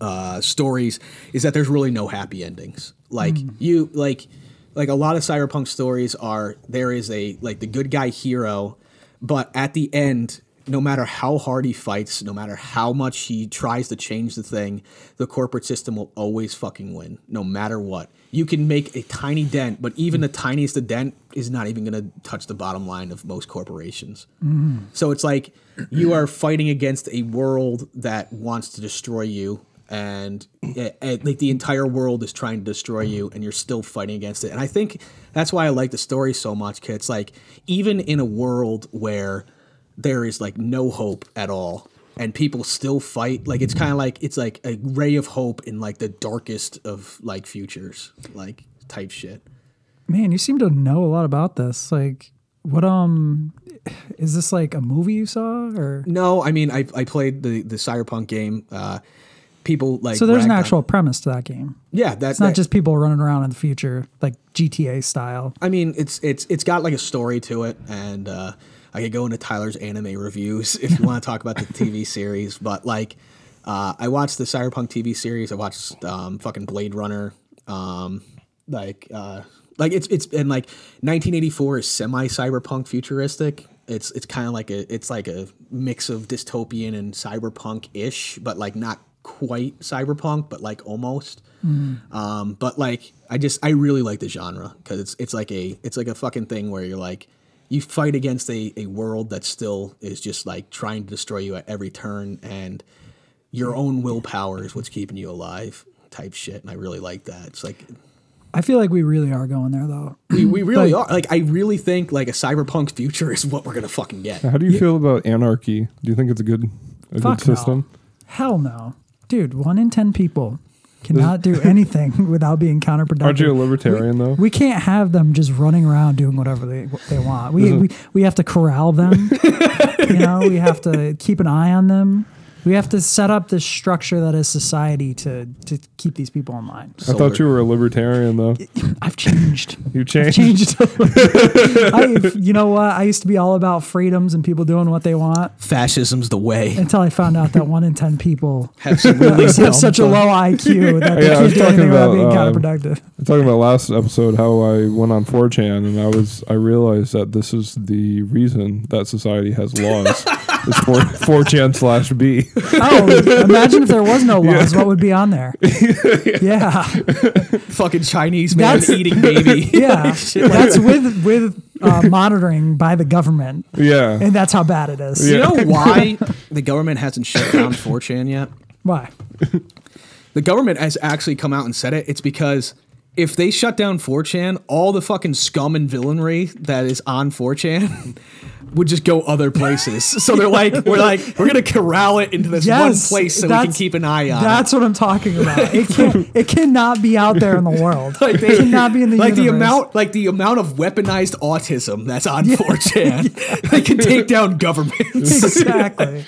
Speaker 4: uh, stories, is that there's really no happy endings. Like you like like a lot of cyberpunk stories are there is a like the good guy hero but at the end, no matter how hard he fights, no matter how much he tries to change the thing, the corporate system will always fucking win, no matter what. You can make a tiny dent, but even the tiniest of dent is not even going to touch the bottom line of most corporations. So it's like you are fighting against a world that wants to destroy you, and eh, eh, like the entire world is trying to destroy you, and you're still fighting against it. And I think that's why I like the story so much. 'cause it's like even in a world where there is like no hope at all, and people still fight. Like it's kind of like it's like a ray of hope in like the darkest of like futures, like type shit.
Speaker 2: Man, you seem to know a lot about this. Like, what um, is this like a movie you saw or?
Speaker 4: No, I mean I I played the the cyberpunk game. Uh, people like
Speaker 2: So there's an
Speaker 4: ragged on-
Speaker 2: actual premise to that game.
Speaker 4: Yeah, that's
Speaker 2: It's not just people running around in the future like GTA style.
Speaker 4: I mean, it's it's it's got like a story to it, and uh, I could go into Tyler's anime reviews (laughs) if you want to talk about
Speaker 2: (laughs)
Speaker 4: the TV series. But like, uh, I watched the Cyberpunk TV series. I watched um, fucking Blade Runner. Um, like, uh, like it's it's and like 1984 is semi cyberpunk futuristic. It's it's kind of like a it's like a mix of dystopian and cyberpunk ish, but like not quite cyberpunk, but like almost. Um, but like, I just I really like the genre because it's it's like a it's like a fucking thing where you're like you fight against a, a world that still is just like trying to destroy you at every turn, and your own willpower is what's keeping you alive, type shit. And I really like that. It's like
Speaker 2: I feel like we really are going there though.
Speaker 4: we, we really
Speaker 2: Like-
Speaker 4: are. Like I really think like a cyberpunk future is what we're gonna fucking
Speaker 3: (laughs)
Speaker 4: get.
Speaker 3: How do you feel about anarchy? Do you think it's a good a
Speaker 2: Fuck
Speaker 3: good system?
Speaker 2: No. Hell no, dude. One in ten people cannot
Speaker 3: (laughs)
Speaker 2: do anything without being counterproductive.
Speaker 3: Aren't you a libertarian though?
Speaker 2: We can't have them just running around doing whatever they what they want. We, we we have to corral
Speaker 3: (laughs)
Speaker 2: them. you know, we have to keep an eye on them. We have to set up this structure that is society to to keep these people in line.
Speaker 3: I thought you were a libertarian
Speaker 4: (laughs)
Speaker 3: though.
Speaker 2: I've changed.
Speaker 3: You changed.
Speaker 2: (laughs) Changed. (laughs) I, you know what? I used to be all about freedoms and people doing what they want
Speaker 4: Fascism's the (laughs) way.
Speaker 2: until I found out that one in ten people (laughs)
Speaker 4: Absolutely.
Speaker 2: have such a low
Speaker 3: (laughs)
Speaker 2: IQ that they
Speaker 3: Yeah, I
Speaker 2: can't
Speaker 3: was
Speaker 2: do
Speaker 3: talking
Speaker 2: anything without
Speaker 3: about,
Speaker 2: being
Speaker 3: um,
Speaker 2: counterproductive.
Speaker 3: (laughs) I'm talking about last episode how I went on
Speaker 4: (laughs)
Speaker 3: 4chan and I was I realized that this is the reason that society has laws It's 4, 4chan slash B.
Speaker 2: Oh, imagine if there was no laws, what would be on
Speaker 3: (laughs)
Speaker 2: there? yeah.
Speaker 4: (laughs) Fucking Chinese man
Speaker 2: That's-
Speaker 4: eating baby.
Speaker 3: (laughs)
Speaker 2: Yeah. that's with with uh, monitoring by the government.
Speaker 3: Yeah.
Speaker 2: And that's how bad it is.
Speaker 3: Yeah.
Speaker 4: (laughs) You know why the government hasn't shut down 4chan yet?
Speaker 2: Why?
Speaker 4: The government has actually come out and said it. It's because if they shut down 4chan, all the fucking scum and villainry that is on 4chan (laughs) would just go other places.
Speaker 2: (laughs)
Speaker 4: So they're like, we're like, we're gonna corral it into this one
Speaker 2: Yes,
Speaker 4: place so we can
Speaker 2: that's-
Speaker 4: keep an eye on it.
Speaker 2: That's what I'm talking about.
Speaker 3: (laughs)
Speaker 2: It can it cannot be out there in the world.
Speaker 4: (laughs) Like
Speaker 2: it cannot be in the
Speaker 4: like the
Speaker 2: universe.
Speaker 4: amount (laughs) like the amount of weaponized autism that's
Speaker 2: (laughs)
Speaker 4: on 4chan. (laughs) They can take down governments.
Speaker 2: (laughs) Exactly.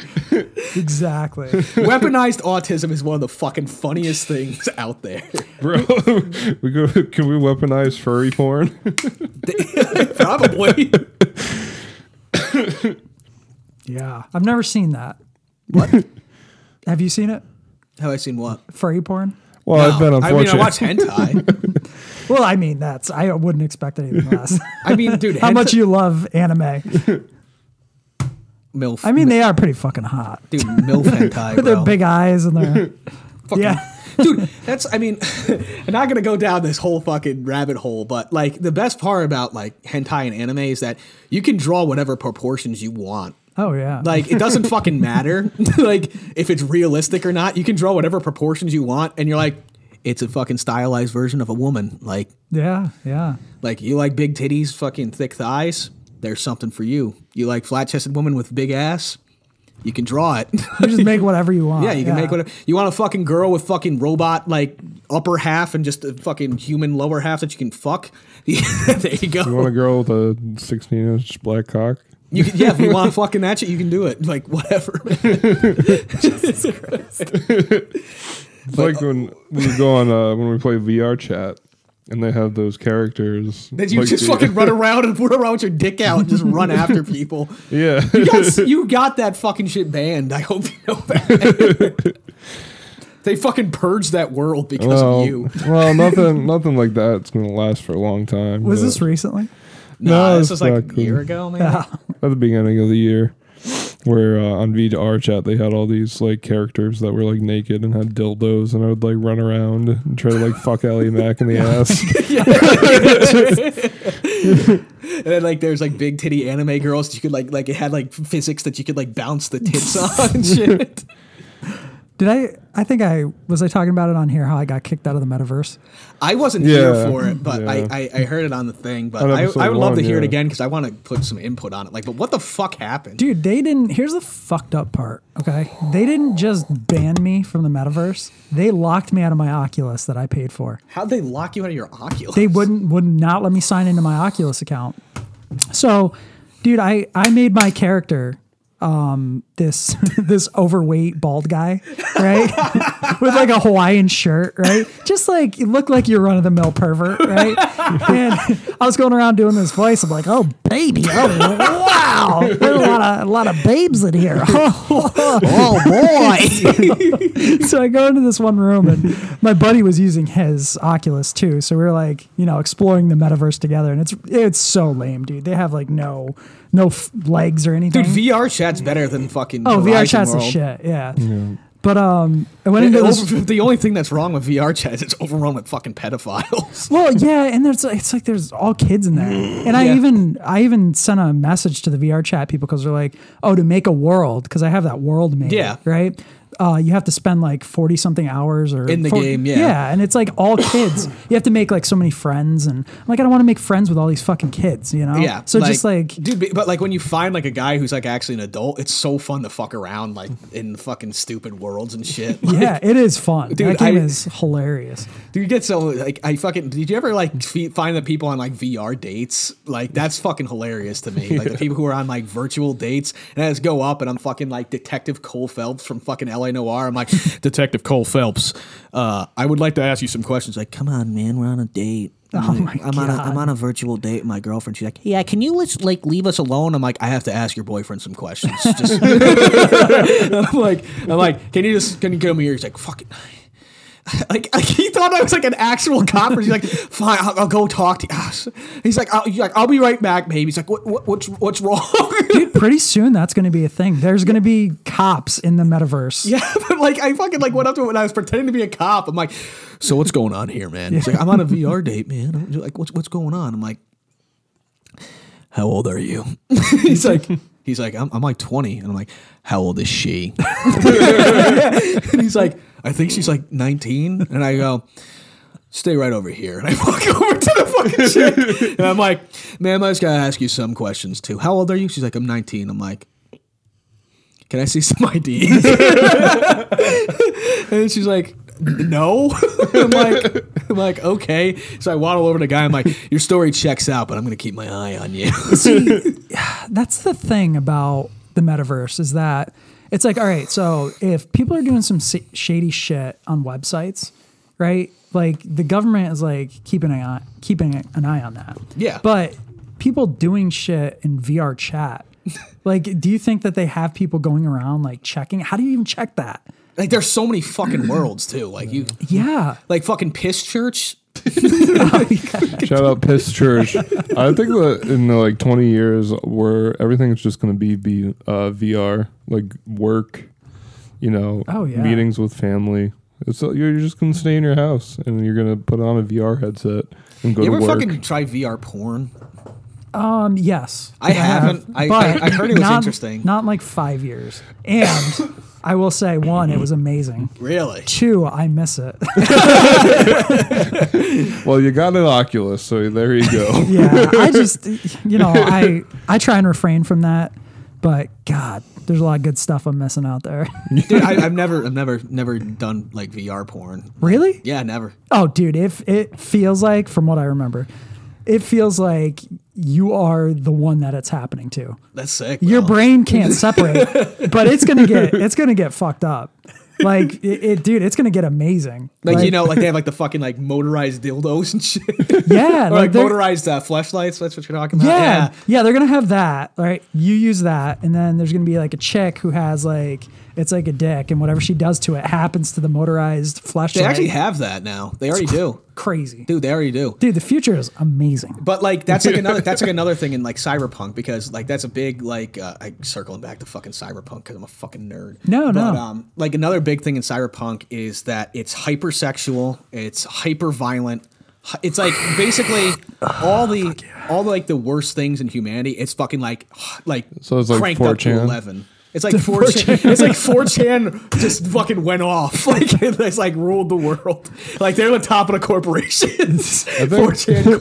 Speaker 2: exactly.
Speaker 4: (laughs) weaponized autism is one of the fucking funniest things out there. (laughs)
Speaker 3: Bro, (laughs) we go, can we weaponize furry porn? (laughs)
Speaker 2: (laughs)
Speaker 4: Probably.
Speaker 2: Yeah. I've never seen that.
Speaker 3: (laughs)
Speaker 2: What? Have you seen it?
Speaker 4: Have I seen what?
Speaker 2: Furry porn?
Speaker 3: Well, I've been
Speaker 4: I mean, I
Speaker 3: unfortunate.
Speaker 4: watch hentai.
Speaker 2: Well, I mean, that's I wouldn't expect
Speaker 4: (laughs)
Speaker 2: anything less.
Speaker 4: I mean, dude,
Speaker 2: How
Speaker 4: hentai-
Speaker 2: much you love anime?
Speaker 4: milf?
Speaker 2: I mean, they are pretty fucking hot. (laughs)
Speaker 4: dude, milf hentai,
Speaker 2: With their
Speaker 4: bro.
Speaker 2: big eyes and
Speaker 4: (laughs)
Speaker 2: their yeah.
Speaker 4: dude that's i mean (laughs) i'm not gonna go down this whole fucking rabbit hole but like the best part about like hentai and anime is that you can draw whatever proportions you want
Speaker 2: Oh yeah.
Speaker 4: like it doesn't fucking matter (laughs) like if it's realistic or not you can draw whatever proportions you want and you're like it's a fucking stylized version of a woman like
Speaker 2: yeah, yeah.
Speaker 4: like you like big titties fucking thick thighs there's something for you you like flat-chested woman with big ass you can draw it (laughs)
Speaker 2: You just make whatever you want.
Speaker 4: Yeah, you can make whatever you want. A fucking girl with fucking robot like upper half and just a fucking human lower half that you can fuck. (laughs) there you
Speaker 3: You want
Speaker 4: go.
Speaker 3: a girl with a 16 inch black cock?
Speaker 4: You can, yeah, if you want to fucking that shit, you can do it. Like whatever. (laughs)
Speaker 3: It's like when we go on, uh, when we play VR chat and they have those characters.
Speaker 4: Then you
Speaker 3: like
Speaker 4: just
Speaker 3: the-
Speaker 4: fucking run around and run around with your dick out and just run after people.
Speaker 3: (laughs) Yeah.
Speaker 4: (laughs) You got, you got that fucking shit banned. I hope you know that. (laughs) they fucking purged that world
Speaker 3: (laughs)
Speaker 4: because
Speaker 3: Well,
Speaker 4: of you.
Speaker 3: well, nothing, nothing like that's gonna last for a long time.
Speaker 2: Was
Speaker 3: but
Speaker 2: this recently?
Speaker 4: Nah,
Speaker 3: no,
Speaker 4: this was like a
Speaker 3: exactly.
Speaker 4: year ago, man.
Speaker 3: at the beginning of the year, where uh, on VR chat they had all these like characters that were like naked and had dildos, and I would like run around and try to like fuck Ellie Mac in
Speaker 4: (laughs)
Speaker 3: the ass.
Speaker 4: And then like there's like big titty anime girls that you could like like it had like physics that you could like bounce
Speaker 3: (laughs)
Speaker 4: the tits on and shit.
Speaker 2: Did I? I think I was I talking about it on here how I got kicked out of the metaverse.
Speaker 4: I wasn't
Speaker 3: Yeah.
Speaker 4: here for it, but
Speaker 3: Yeah.
Speaker 4: I, I I heard it on the thing. But
Speaker 3: On
Speaker 4: I,
Speaker 3: episode
Speaker 4: I would love to
Speaker 3: one,
Speaker 4: hear it
Speaker 3: yeah.
Speaker 4: again because I want to put some input on it. Like, but what the fuck happened?
Speaker 2: Dude, they didn't. Here's the fucked up part. Okay, they didn't just ban me from the metaverse. They locked me out of my Oculus that I paid for.
Speaker 4: How'd they lock you out of your Oculus?
Speaker 2: They wouldn't would not let me sign into my Oculus account. So, dude, I I made my character um this (laughs) this overweight bald guy, right? With like a Hawaiian shirt,
Speaker 4: (laughs)
Speaker 2: right? Just like you look like you're run of the mill pervert, right? And I was going around doing this voice. I'm like, oh baby, oh wow, there's a lot of a lot of babes in here. (laughs)
Speaker 4: Oh boy!
Speaker 2: (laughs) so I go into this one room, and my buddy was using his Oculus too. So we were like, you know, exploring the metaverse together, and it's it's so lame, dude. They have like no no f- legs or anything.
Speaker 4: Dude, VR chat's better than fucking.
Speaker 2: oh, VR
Speaker 4: Verizon
Speaker 2: chat's the
Speaker 4: World.
Speaker 2: shit, yeah. But um, I went
Speaker 4: It-
Speaker 2: into
Speaker 4: it
Speaker 2: this.
Speaker 4: over- (laughs) the only thing that's wrong with VR chat is it's overrun with fucking pedophiles. (laughs)
Speaker 2: Well, yeah, and there's it's like there's all kids in there, and I
Speaker 4: Mm, Yeah.
Speaker 2: even I even sent a message to the VR chat people because they're like, oh, to make a world because I have that world made,
Speaker 4: Yeah.
Speaker 2: right. Uh, you have to spend like forty something hours or
Speaker 4: In the game, yeah.
Speaker 2: yeah, and it's like all
Speaker 4: (coughs)
Speaker 2: kids. you have to make like so many friends, and I'm like, I don't want to make friends with all these fucking kids, you know?
Speaker 4: Yeah.
Speaker 2: Oh, So just like
Speaker 4: dude, but- but like when you find like a guy who's like actually an adult, it's so fun to fuck around like in fucking stupid worlds and shit. (laughs)
Speaker 2: (laughs)
Speaker 4: Like,
Speaker 2: yeah, it is fun.
Speaker 4: Dude,
Speaker 2: that game
Speaker 4: I-
Speaker 2: is
Speaker 4: (laughs)
Speaker 2: hilarious.
Speaker 4: Dude, you get so like I fucking. Did you ever like fe- find the people on like VR dates? Like that's fucking hilarious to me. (laughs) Like the people who are on like virtual dates, and I just go up and I'm fucking like Detective Cole Phelps from fucking LA Noir. I'm like (laughs) Detective Cole Phelps. Uh, I would like to ask you some questions. Like, come on, man, we're on a date.
Speaker 2: Oh my
Speaker 7: I'm on a
Speaker 2: God.
Speaker 7: I'm on a virtual date with my girlfriend. She's like, "Hey,
Speaker 4: yeah, can you let like leave us alone? I'm like, I have to ask your boyfriend some questions. Just I'm like, I'm like, can you just can you come here? He's like, fucking. (laughs) Like, (laughs) like, he thought I was like an actual cop. He's like, fine, I'll, I'll go talk to you. (laughs) He's like, I'll, he's like, I'll be right back, baby. He's like, what, what, what's, what's wrong? (laughs)
Speaker 2: Dude, pretty soon that's going to be a thing. There's going to be cops in the metaverse.
Speaker 4: yeah, (laughs) but like, I fucking like went up to him and I was pretending to be a cop. I'm like, so what's going on here, man? He's like, I'm on a VR date, man. I'm like, what's, what's going on? I'm like, how old are you? he's like, he's like, I'm, I'm like 20. And I'm like, how old is she? (laughs) and he's like, I think she's like 19. And I go, stay right over here. And I (laughs) walk over to the fucking chick. And I'm like, ma'am, I just gotta ask you some questions too. How old are you? She's like, I'm 19. I'm like, can I see some (laughs) IDs? and she's like, no. (laughs) I'm like, I'm like, okay. So I waddle over to the guy. I'm like, your story checks out, but I'm gonna keep my eye on you. (laughs)
Speaker 2: that's the thing about the metaverse is that it's like all right so if people are doing some s- shady shit on websites right like the government is like keeping an eye, keeping an eye on that
Speaker 4: Yeah.
Speaker 2: but people doing shit in vr
Speaker 4: (laughs)
Speaker 2: chat like do you think that they have people going around like checking how do you even check that
Speaker 4: like, there's so many fucking worlds too. Like you,
Speaker 2: yeah
Speaker 4: like fucking piss church.
Speaker 3: Shout out Piss
Speaker 2: (laughs)
Speaker 3: Church. I think that in the, like 20 years, where everything's just going to be be uh, VR, like work, you know,
Speaker 2: Oh, yeah.
Speaker 3: meetings with family. It's uh, you're just going to stay in your house and you're going to put on a VR headset and go
Speaker 4: You
Speaker 3: to
Speaker 4: ever
Speaker 3: work.
Speaker 4: fucking try VR porn?
Speaker 2: um yes
Speaker 4: I haven't. I- I- I heard it was
Speaker 2: not-
Speaker 4: interesting.
Speaker 2: not in, like five years and i will say one it was amazing
Speaker 4: (laughs) Really?
Speaker 2: two i miss it
Speaker 3: well, you got an Oculus, so there you go.
Speaker 2: (laughs) yeah i just you know i i try and refrain from that but god there's a lot of good stuff i'm missing out there
Speaker 4: Dude, I, I've never, I've never, never done like VR porn.
Speaker 2: really
Speaker 4: Yeah, never.
Speaker 2: oh dude if it feels like from what i remember it feels like you are the one that it's happening to
Speaker 4: That's sick.
Speaker 2: your
Speaker 4: bro.
Speaker 2: brain
Speaker 4: (laughs)
Speaker 2: can't separate but it's gonna get it's gonna get fucked up like it, it dude it's gonna get amazing
Speaker 4: Like, you know, like they
Speaker 2: (laughs)
Speaker 4: have like the fucking like motorized dildos and shit,
Speaker 2: yeah
Speaker 4: or like
Speaker 2: they're-
Speaker 4: motorized uh, flashlights. That's what you're talking about.
Speaker 2: Yeah. yeah. they're going to have that, right? You use that and then there's going to be like a chick who has like it's like a dick and whatever she does to it happens to the motorized
Speaker 4: They
Speaker 2: flashlight.
Speaker 4: actually have that now. They already do.
Speaker 2: crazy. Dude.
Speaker 4: Dude, they already do.
Speaker 2: the future is
Speaker 4: (laughs)
Speaker 2: amazing.
Speaker 4: But like that's like another
Speaker 2: (laughs)
Speaker 4: that's like another thing in like cyberpunk because like that's a big like uh, I circling back to fucking cyberpunk because I'm a fucking nerd.
Speaker 2: No,
Speaker 4: But,
Speaker 2: no.
Speaker 4: Um, like another big thing in cyberpunk is that it's hypersexual, it's hyper violent. It's like
Speaker 2: (sighs)
Speaker 4: basically all the all like the worst things in humanity. It's fucking like like
Speaker 3: So it's like
Speaker 4: cranked up to
Speaker 3: 4chan?
Speaker 4: eleven. It's like 4chan. It's like 4chan just fucking went off. (laughs) Like it's like ruled the world. Like they're the top of the corporations. 4chan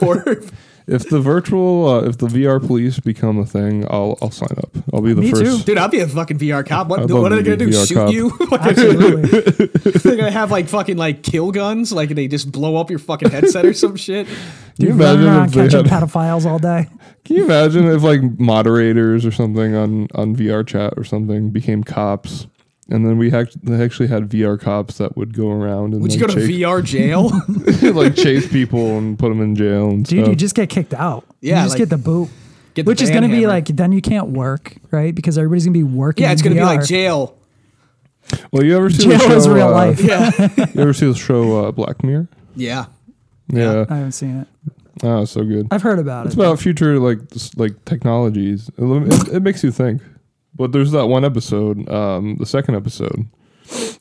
Speaker 3: (laughs)
Speaker 4: Corp.
Speaker 3: If the virtual, uh, if the VR police become a thing, I'll I'll sign up. I'll be the
Speaker 2: Me
Speaker 3: first.
Speaker 4: Dude, I'll be a fucking VR cop. What,
Speaker 3: I'd
Speaker 4: what
Speaker 3: love
Speaker 4: are
Speaker 3: to
Speaker 4: they gonna
Speaker 3: be a
Speaker 4: do?
Speaker 3: VR
Speaker 4: Shoot
Speaker 3: cop.
Speaker 4: you? (laughs) What,
Speaker 2: Absolutely.
Speaker 4: they're gonna have like fucking like kill guns. Like they just blow up your fucking headset or some shit.
Speaker 3: Can you
Speaker 2: Dude, running around
Speaker 3: imagine if they
Speaker 2: uh, catching
Speaker 3: had?
Speaker 2: pedophiles all day.
Speaker 3: Can you imagine if like moderators or something on on VR chat or something became cops, and then we hac- they actually had VR cops that would go around and
Speaker 4: Would
Speaker 3: like,
Speaker 4: you go to
Speaker 3: chase,
Speaker 4: VR
Speaker 3: (laughs)
Speaker 4: jail?
Speaker 3: like chase people and put them in jail and
Speaker 2: Dude,
Speaker 3: stuff.
Speaker 2: you just get kicked out.
Speaker 4: Oh. Yeah,
Speaker 2: You just
Speaker 4: like,
Speaker 2: get the boot.
Speaker 4: get the
Speaker 2: Which is
Speaker 4: ban
Speaker 2: going to be
Speaker 4: hammer.
Speaker 2: like then you can't work, right? Because everybody's going to be working.
Speaker 4: yeah, it's
Speaker 2: in
Speaker 4: gonna be like
Speaker 2: VR. (laughs)
Speaker 4: jail.
Speaker 3: well, you ever see the
Speaker 2: Jail
Speaker 3: show?
Speaker 2: is real
Speaker 3: uh,
Speaker 2: life.
Speaker 4: Yeah,
Speaker 3: You ever see the show uh, Black Mirror?
Speaker 4: yeah.
Speaker 3: Yeah,
Speaker 2: I haven't seen it.
Speaker 3: oh, so good.
Speaker 2: I've heard about
Speaker 3: It's
Speaker 2: it.
Speaker 3: about future like s- like technologies. It, it, it makes you think. But there's that one episode, um, the second episode,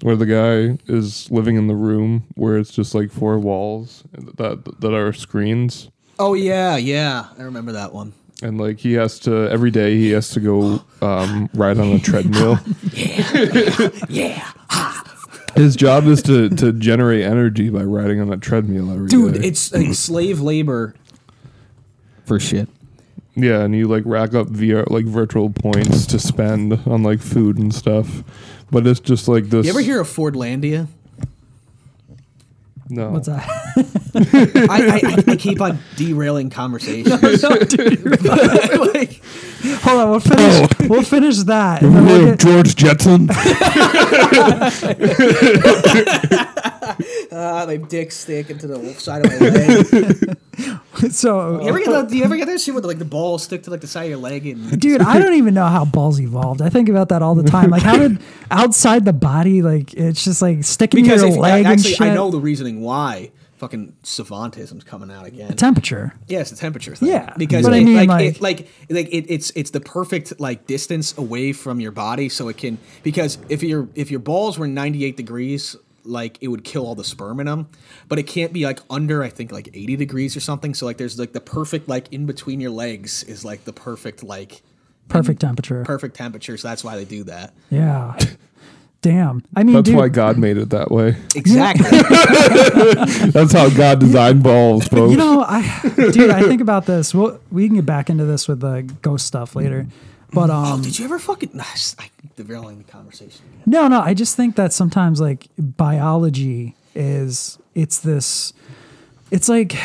Speaker 3: where the guy is living in the room where it's just like four walls that that are screens,
Speaker 4: Oh yeah, yeah. I remember that one.
Speaker 3: and like he has to every day he has to go um, ride on a treadmill.
Speaker 4: (laughs) Yeah,
Speaker 3: His job is to to generate energy by riding on a treadmill every day.
Speaker 4: dude, it's like slave labor for shit.
Speaker 3: Yeah, and you like rack up VR like virtual points to spend on like food and stuff. But it's just like this.
Speaker 4: You ever hear of Fordlandia?
Speaker 3: No.
Speaker 2: What's that?
Speaker 4: I, I, I keep on
Speaker 2: (laughs)
Speaker 4: derailing conversations. (laughs) like, Oh.
Speaker 2: Hold on, we'll finish. We'll finish that. and then we'll
Speaker 3: Hello,
Speaker 2: get-
Speaker 3: George
Speaker 2: (laughs)
Speaker 3: Jetson.
Speaker 4: ah, my dick's sticking to the side of my leg.
Speaker 2: so
Speaker 4: You ever get the, do you ever get that shit where like the balls stick to like the side of your leg and
Speaker 2: dude i don't even know how balls evolved i think about that all the time like how
Speaker 4: (laughs)
Speaker 2: did outside the body like it's just like sticking to
Speaker 4: because
Speaker 2: your
Speaker 4: if,
Speaker 2: leg and
Speaker 4: actually
Speaker 2: shit
Speaker 4: I know the reasoning why fucking savantism's coming out again.
Speaker 2: temperature
Speaker 4: Yeah, it's the temperature thing.
Speaker 2: Yeah,
Speaker 4: because
Speaker 2: but I
Speaker 4: it-
Speaker 2: mean,
Speaker 4: like,
Speaker 2: like-
Speaker 4: it, like like it, it's it's the perfect like distance away from your body, so it can because if your if your balls were ninety eight degrees, like it would kill all the sperm in them, but it can't be like under I think like eighty degrees or something. So like there's like the perfect like in between your legs is like the perfect like
Speaker 2: perfect temperature
Speaker 4: perfect temperature. So that's why they do that.
Speaker 2: yeah damn i mean
Speaker 3: That's
Speaker 2: dude,
Speaker 3: why God made it that way.
Speaker 4: Exactly.
Speaker 3: That's how God designed balls, folks.
Speaker 2: you know i dude i
Speaker 3: (laughs)
Speaker 2: think about this we'll, we can get back into this with the ghost stuff later but um
Speaker 4: Did you ever fucking? (sighs) I s- I- derailing the conversation. again.
Speaker 2: No, no, I just think that sometimes like biology is it's this it's like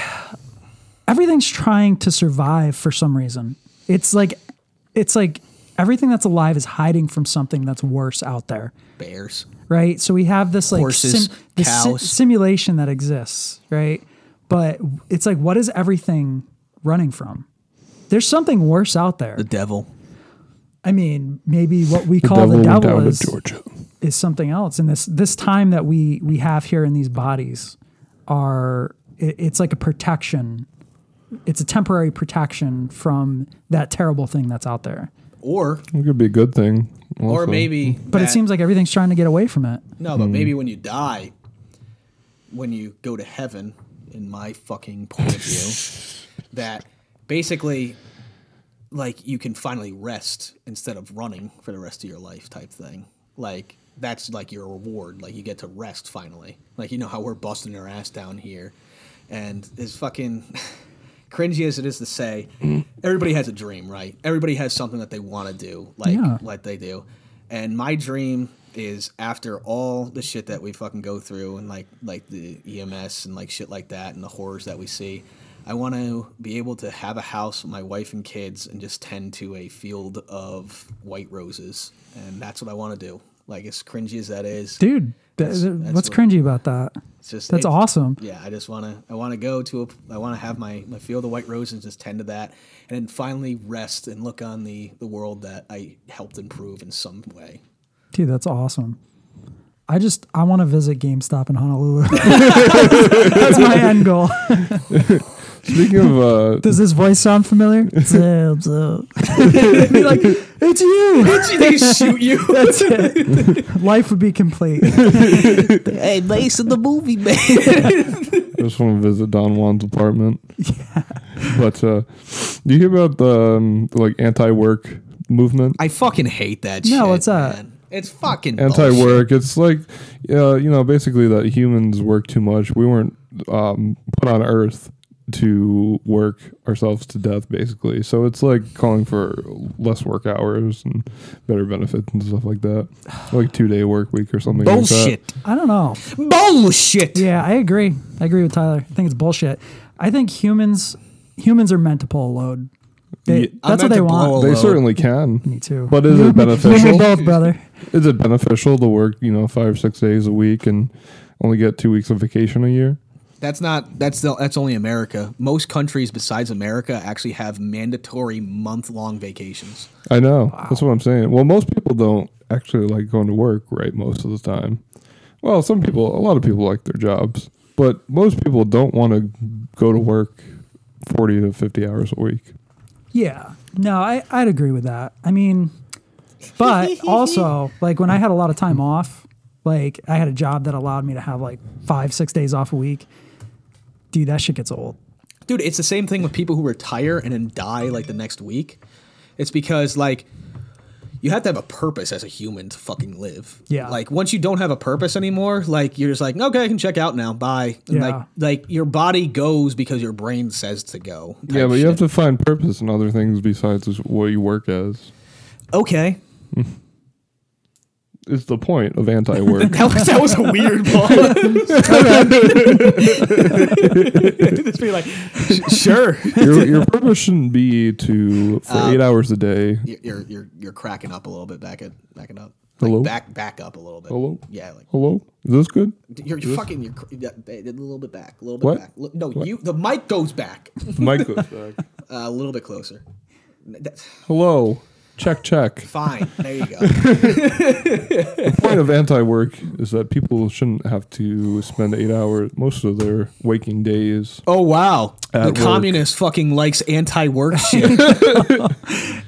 Speaker 2: everything's trying to survive for some reason. It's like it's like everything that's alive is hiding from something that's worse out there,
Speaker 4: Bears.
Speaker 2: right? So we have this like
Speaker 4: Horses,
Speaker 2: this si-
Speaker 4: cows.
Speaker 2: simulation that exists, right? But it's like what is everything running from? There's something worse out there.
Speaker 4: devil.
Speaker 2: I mean, maybe what we call the
Speaker 3: went
Speaker 2: devil,
Speaker 3: down
Speaker 2: is
Speaker 3: to Georgia.
Speaker 2: is something else and this this time that we we have here in these bodies are it, it's like a protection it's a temporary protection from that terrible thing that's out there
Speaker 4: Or
Speaker 3: It could be a good thing.
Speaker 4: or
Speaker 3: also.
Speaker 4: maybe.
Speaker 2: but it seems like everything's trying to get away from it
Speaker 4: No, but maybe when you die, when you go to heaven, in my fucking point of view, that basically, like, you can finally rest instead of running for the rest of your life type thing. Like, that's like your reward. Like, you get to rest finally. Like, you know how we're busting our ass down here. And as fucking (laughs) cringy as it is to say, everybody has a dream, right? Everybody has something that they want to do. Like,
Speaker 2: Yeah.
Speaker 4: like they do. And my dream is after all the shit that we fucking go through and like like the EMS and like shit like that and the horrors that we see, I want to be able to have a house with my wife and kids and just tend to a field of white roses. And that's what I want to do. Like as cringy as that is,
Speaker 2: dude th-
Speaker 4: That's-
Speaker 2: th-
Speaker 4: that's
Speaker 2: what's
Speaker 4: what-
Speaker 2: cringy about that
Speaker 4: it's just
Speaker 2: that's
Speaker 4: it-
Speaker 2: awesome
Speaker 4: yeah, I just want to. I want to go to a. I want to have my my field of white roses and just tend to that, and then finally rest and look on the the world that I helped improve in some way.
Speaker 2: dude that's awesome i just i want to visit gamestop in honolulu (laughs) that's my end goal
Speaker 3: Speaking of uh,
Speaker 2: (laughs) does this voice sound familiar it's, uh, it's, uh, (laughs) be like, it's you (laughs)
Speaker 4: they shoot you.
Speaker 2: That's it. Life would be complete.
Speaker 7: Hey, Mason, the movie (laughs) man.
Speaker 3: I just want to visit Don Juan's apartment. Yeah. But uh, do you hear about the um, like anti-work movement?
Speaker 4: I fucking hate that shit.
Speaker 2: No, uh, what's that?
Speaker 4: man. It's fucking
Speaker 2: Oh,
Speaker 4: bullshit.
Speaker 3: Anti-work. It's like uh, you know, basically that humans work too much. We weren't um, put on Earth to work ourselves to death, basically. So it's like calling for less work hours and better benefits and stuff
Speaker 2: (sighs)
Speaker 3: like that, like two-day work week or something. like that.
Speaker 4: Bullshit.
Speaker 2: I don't know.
Speaker 4: Bullshit.
Speaker 2: Yeah, I agree. I agree with Tyler. I think it's bullshit. I think humans humans are meant to pull a load. They-
Speaker 3: Yeah.
Speaker 2: that's
Speaker 4: I'm
Speaker 2: what they
Speaker 4: meant to blow
Speaker 2: want.
Speaker 4: a
Speaker 3: They
Speaker 4: Well,
Speaker 3: certainly can.
Speaker 2: Me too. (laughs)
Speaker 3: But is it
Speaker 2: You and
Speaker 3: beneficial?
Speaker 2: me both, brother.
Speaker 3: Is it beneficial to work, you know, five, six days a week and only get two weeks of vacation a year?
Speaker 4: That's not. That's the, that's only America. Most countries besides America actually have mandatory month long vacations.
Speaker 3: I know. That's what I'm saying. Well, most people don't actually like going to work, right? Most of the time. Well, some people, a lot of people like their jobs, but most people don't want to go to work 40 to 50 hours a week.
Speaker 2: Yeah. No, I, I'd agree with that. I mean, but also, like when I had a lot of time off, like I had a job that allowed me to have like five, six days off a week. Dude, that shit gets old.
Speaker 4: Dude, it's the same thing with people who retire and then die like the next week. It's because like you have to have a purpose as a human to fucking live.
Speaker 2: Yeah.
Speaker 4: Like once you don't have a purpose anymore, like you're just like, okay, I can check out now. Bye. And,
Speaker 2: Yeah.
Speaker 4: Like like your body goes because your brain says to go. type
Speaker 3: yeah, but you
Speaker 4: shit.
Speaker 3: have to find purpose in other things besides just what you work as.
Speaker 4: Okay.
Speaker 3: It's the point of anti work.
Speaker 4: (laughs) (laughs) That was, that was a weird pause. (laughs) Just be (laughs) like, sure.
Speaker 3: your, your purpose shouldn't be to, for eight hours a day,
Speaker 4: You're, you're you're cracking up a little bit. Back it back it up. Like
Speaker 3: Hello?
Speaker 4: back back up a little bit.
Speaker 3: Hello?
Speaker 4: Yeah, like
Speaker 3: Hello? Is this good?
Speaker 4: you're, you're fucking you're cr- yeah, ba- a little bit back, a little bit
Speaker 3: What?
Speaker 4: back. L- No, you the mic goes back (laughs) uh,
Speaker 3: The mic goes back.
Speaker 4: a little bit closer. N- That's
Speaker 3: Hello. Check, check.
Speaker 4: fine.
Speaker 3: (laughs)
Speaker 4: There you go.
Speaker 3: The point of anti work is that people shouldn't have to spend eight hours, most of their waking days.
Speaker 4: Oh wow,
Speaker 3: At
Speaker 4: the
Speaker 3: work.
Speaker 4: communist fucking likes
Speaker 3: (laughs)
Speaker 4: anti-work shit.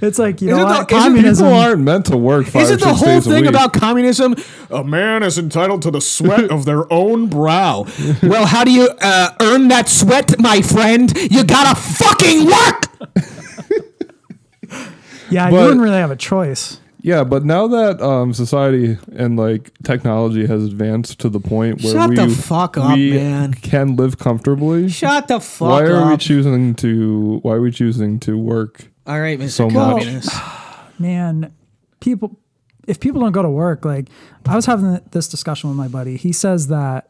Speaker 2: It's like you
Speaker 4: Isn't
Speaker 2: know
Speaker 4: the-
Speaker 2: what?
Speaker 4: isn't
Speaker 2: communism.
Speaker 3: People aren't meant to work five
Speaker 4: Isn't
Speaker 3: or
Speaker 4: um, the
Speaker 3: six
Speaker 4: whole
Speaker 3: days a
Speaker 4: thing
Speaker 3: week.
Speaker 4: about communism? A man is entitled to the sweat of their (laughs) own brow. well, how do you uh, earn that sweat, my friend? You gotta fucking work.
Speaker 2: yeah, you
Speaker 3: but-
Speaker 2: wouldn't really have a choice.
Speaker 3: Yeah, but now that um, society and like technology has advanced to the point where
Speaker 4: Shut
Speaker 3: we,
Speaker 4: the fuck up,
Speaker 3: we
Speaker 4: man.
Speaker 3: can live comfortably,
Speaker 4: Shut the fuck
Speaker 3: why are we
Speaker 4: up.
Speaker 3: choosing to why are we choosing to work?
Speaker 4: All right, Mr.
Speaker 3: so much?
Speaker 4: Communist.
Speaker 2: man, people, if people don't go to work, like I was having this discussion with my buddy. He says that,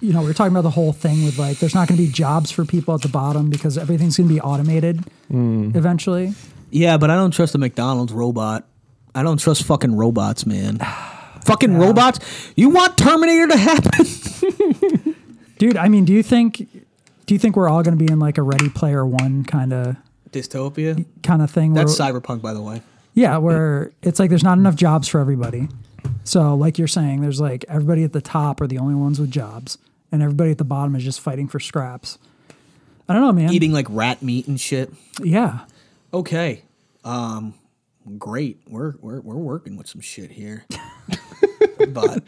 Speaker 2: you know, we are talking about the whole thing with like, there's not going to be jobs for people at the bottom because everything's going to be automated eventually.
Speaker 4: Yeah, but I don't trust a McDonald's robot. I don't trust fucking robots, man. (sighs) fucking robots. You want Terminator to happen? (laughs)
Speaker 2: Dude, I mean, do you think, do you think we're all going to be in like a Ready Player One kind of
Speaker 4: Dystopia.
Speaker 2: kind of thing?
Speaker 4: That's
Speaker 2: where,
Speaker 4: cyberpunk, by the way.
Speaker 2: yeah, where it's like there's not enough jobs for everybody. So, like you're saying, there's like everybody at the top are the only ones with jobs, and everybody at the bottom is just fighting for scraps. I don't know, man.
Speaker 4: Eating like rat meat and shit.
Speaker 2: Yeah.
Speaker 4: Okay. Um great. We're we're we're working with some shit here. (laughs) but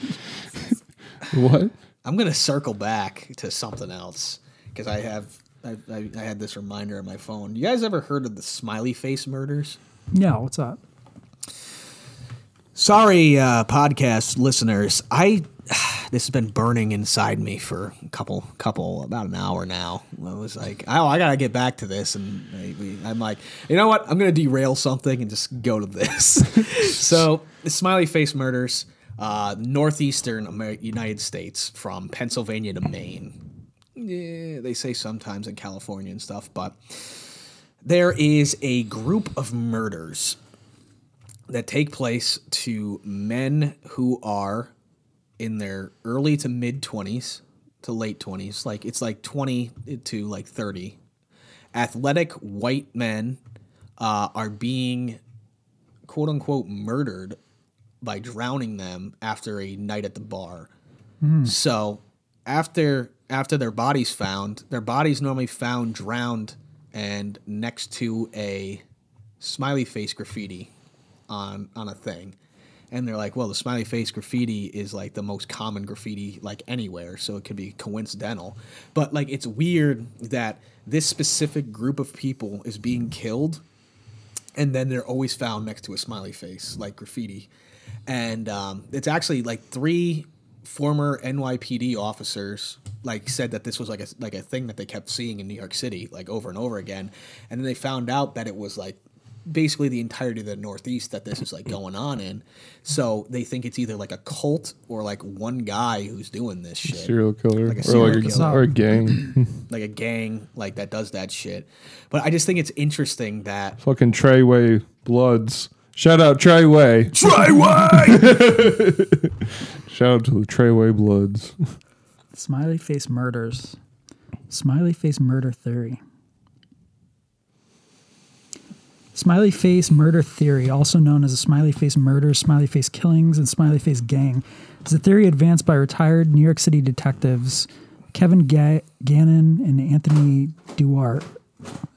Speaker 3: What?
Speaker 4: I'm going to circle back to something else cuz I have I, I, I had this reminder on my phone. You guys ever heard of the smiley face murders?
Speaker 2: No, what's up?
Speaker 4: Sorry, uh, podcast listeners. I (sighs) this has been burning inside me for a couple, couple about an hour now. I was like, oh, I gotta get back to this, and I, we- I'm like, you know what? I'm gonna derail something and just go to this. (laughs) so, the smiley face murders, uh, northeastern Amer- United States, from Pennsylvania to Maine. Yeah, they say sometimes in California and stuff, but there is a group of murders that take place to men who are in their early to mid 20s to late 20s like it's like 20 to like 30 athletic white men uh, are being quote unquote murdered by drowning them after a night at the bar so after after their bodies found their bodies normally found drowned and next to a smiley face graffiti on on a thing and they're like well the smiley face graffiti is like the most common graffiti like anywhere so it could be coincidental but like it's weird that this specific group of people is being killed and then they're always found next to a smiley face like graffiti and um, it's actually like three former NYPD officers like said that this was like a like a thing that they kept seeing in New York City like over and over again and then they found out that it was like basically the entirety of the northeast that this is like going on in so they think it's either like a cult or like one guy who's doing this shit
Speaker 3: Serial killer.
Speaker 4: Like a
Speaker 3: or like
Speaker 4: serial
Speaker 3: a,
Speaker 4: killer.
Speaker 3: or a gang.
Speaker 4: like a gang like that does that shit but i just think it's interesting that
Speaker 3: Fucking Treyway Bloods. Shout out Treyway. Treyway. (laughs) Shout out to the Treyway Bloods.
Speaker 2: Smiley face murders. Smiley face murder theory. Smiley face murder theory, also known as the smiley face murders, smiley face killings, and smiley face gang, is a theory advanced by retired New York City detectives Kevin Ga- Gannon and Anthony Duarte.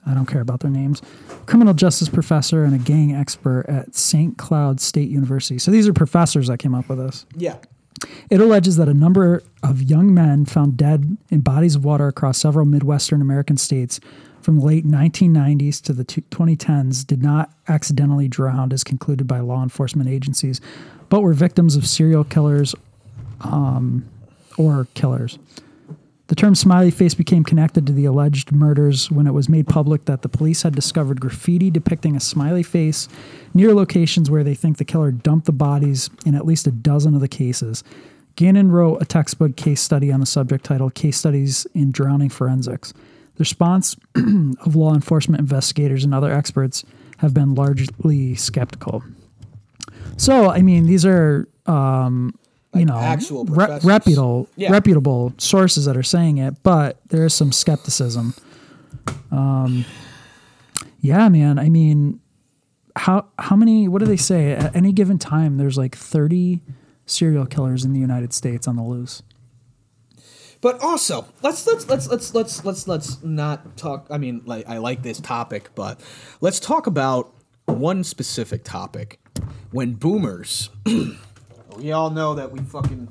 Speaker 2: I don't care about their names. Criminal justice professor and a gang expert at St. Cloud State University. So these are professors that came up with this.
Speaker 4: yeah
Speaker 2: It alleges that a number of young men found dead in bodies of water across several Midwestern American states from the late 1990s to the two- 2010s did not accidentally drown, as concluded by law enforcement agencies, but were victims of serial killers um, or killers. The term smiley face became connected to the alleged murders when it was made public that the police had discovered graffiti depicting a smiley face near locations where they think the killer dumped the bodies in at least a dozen of the cases. Gannon wrote a textbook case study on the subject titled Case Studies in Drowning Forensics. The response (clears throat) of law enforcement investigators and other experts have been largely skeptical. So I mean, these are um, you
Speaker 4: Like
Speaker 2: know
Speaker 4: actual
Speaker 2: re-
Speaker 4: professors.
Speaker 2: reputable
Speaker 4: Yeah.
Speaker 2: reputable sources that are saying it, but there is some skepticism. Um, yeah, man. I mean, how how many? What do they say? At any given time, there's like thirty serial killers in the United States on the loose.
Speaker 4: But also, let's let's let's let's let's let's let's not talk. I mean, like I like this topic, but let's talk about one specific topic. When boomers, (clears throat) we all know that we fucking,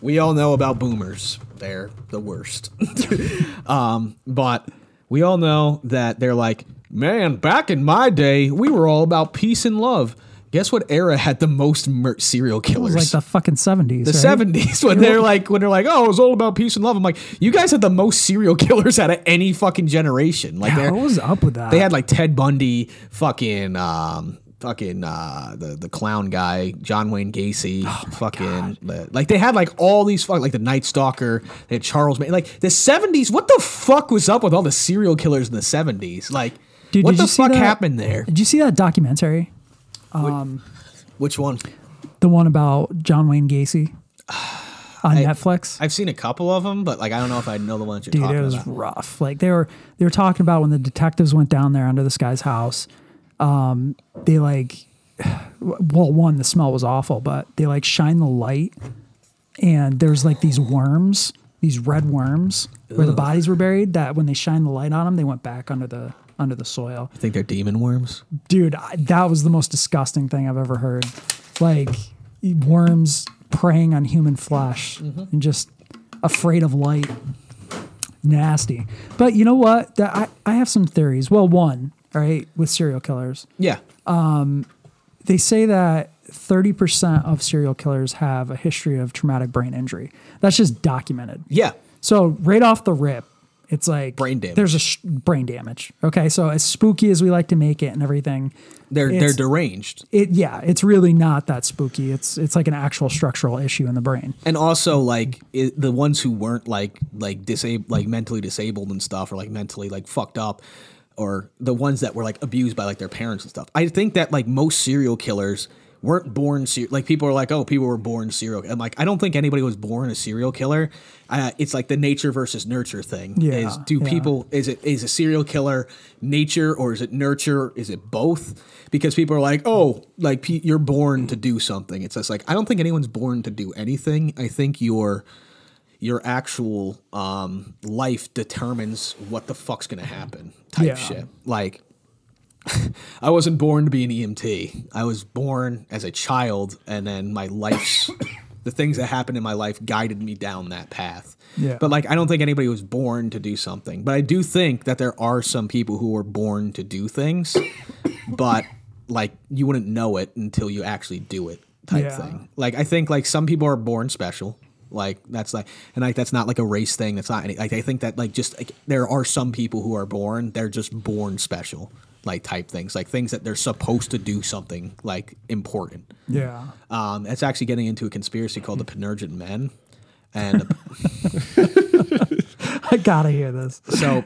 Speaker 4: we all know about boomers. They're the worst. (laughs) um, but we all know that they're like, man, back in my day, we were all about peace and love. Guess what era had the most mur- serial
Speaker 2: It
Speaker 4: killers?
Speaker 2: was like the fucking seventies.
Speaker 4: the seventies (laughs) when they're like when they're like, oh, it's all about peace and love. I'm like, you guys had the most serial (laughs) killers out of any fucking generation. Like
Speaker 2: Yeah,
Speaker 4: they're
Speaker 2: what was up with that?
Speaker 4: they had like Ted Bundy, fucking um fucking uh the the clown guy, John Wayne Gacy,
Speaker 2: Oh
Speaker 4: fucking the, like they had like all these fuck like the Night Stalker, they had Charles Manson. Like the seventies, what the fuck was up with all the serial killers in the seventies? Like
Speaker 2: Dude,
Speaker 4: what
Speaker 2: did
Speaker 4: the
Speaker 2: you see
Speaker 4: fuck
Speaker 2: that?
Speaker 4: happened there?
Speaker 2: Did you see that documentary?
Speaker 4: Which one?
Speaker 2: The one about John Wayne
Speaker 4: (sighs)
Speaker 2: Gacy on Netflix.
Speaker 4: I've seen a couple of them, but like I don't know if I know the ones you're
Speaker 2: Dude,
Speaker 4: talking
Speaker 2: it was
Speaker 4: about.
Speaker 2: rough. Like they were they were talking about when the detectives went down there under this guy's house. Um, they like (sighs) well, one, the smell was awful, but they like shine the light and there's like these worms, these red worms where the bodies were buried that when they shine the light on them, they went back under the under the soil.
Speaker 4: I think they're demon worms.
Speaker 2: dude I, that was the most disgusting thing i've ever heard like worms preying on human flesh
Speaker 4: Mm-hmm.
Speaker 2: and just afraid of light nasty but you know what that I, I have some theories well one all right with serial killers
Speaker 4: Yeah.
Speaker 2: they say that 30% of serial killers have a history of traumatic brain injury that's just documented
Speaker 4: Yeah.
Speaker 2: so right off the rip, it's like
Speaker 4: Brain damage.
Speaker 2: There's a sh- brain damage. Okay, so as spooky as we like to make it and everything,
Speaker 4: They're
Speaker 2: it's-
Speaker 4: they're deranged.
Speaker 2: It yeah, it's really not that spooky. It's it's like an actual structural issue in the brain.
Speaker 4: And also like i the ones who weren't like like disabled like mentally disabled and stuff or like mentally like fucked up or the ones that were like abused by like their parents and stuff. I think that like most serial killers weren't born ser- like people are like oh people were born serial I'm like I don't think anybody was born a serial killer. Uh, it's like the nature versus nurture thing.
Speaker 2: Yeah,
Speaker 4: is do
Speaker 2: yeah.
Speaker 4: people is it is a serial killer nature or is it nurture is it both because people are like oh like pe- you're born to do something it's just like i don't think anyone's born to do anything i think your your actual um life determines what the fuck's gonna happen type
Speaker 2: Yeah.
Speaker 4: shit like I wasn't born to be an EMT. I was born as a child, and then my life's the things that happened in my life guided me down that path.
Speaker 2: Yeah.
Speaker 4: But like, I don't think anybody was born to do something. But I do think that there are some people who were born to do things, but like you wouldn't know it until you actually do it type
Speaker 2: Yeah.
Speaker 4: thing. Like I think like some people are born special. Like that's like and like that's not like a race thing. That's not any like I think that like just like there are some people who are born, they're just born special, like type things. Like things that they're supposed to do something like important.
Speaker 2: Yeah.
Speaker 4: Um that's actually getting into a conspiracy called the Penergent Men. And
Speaker 2: (laughs) I gotta hear this.
Speaker 4: so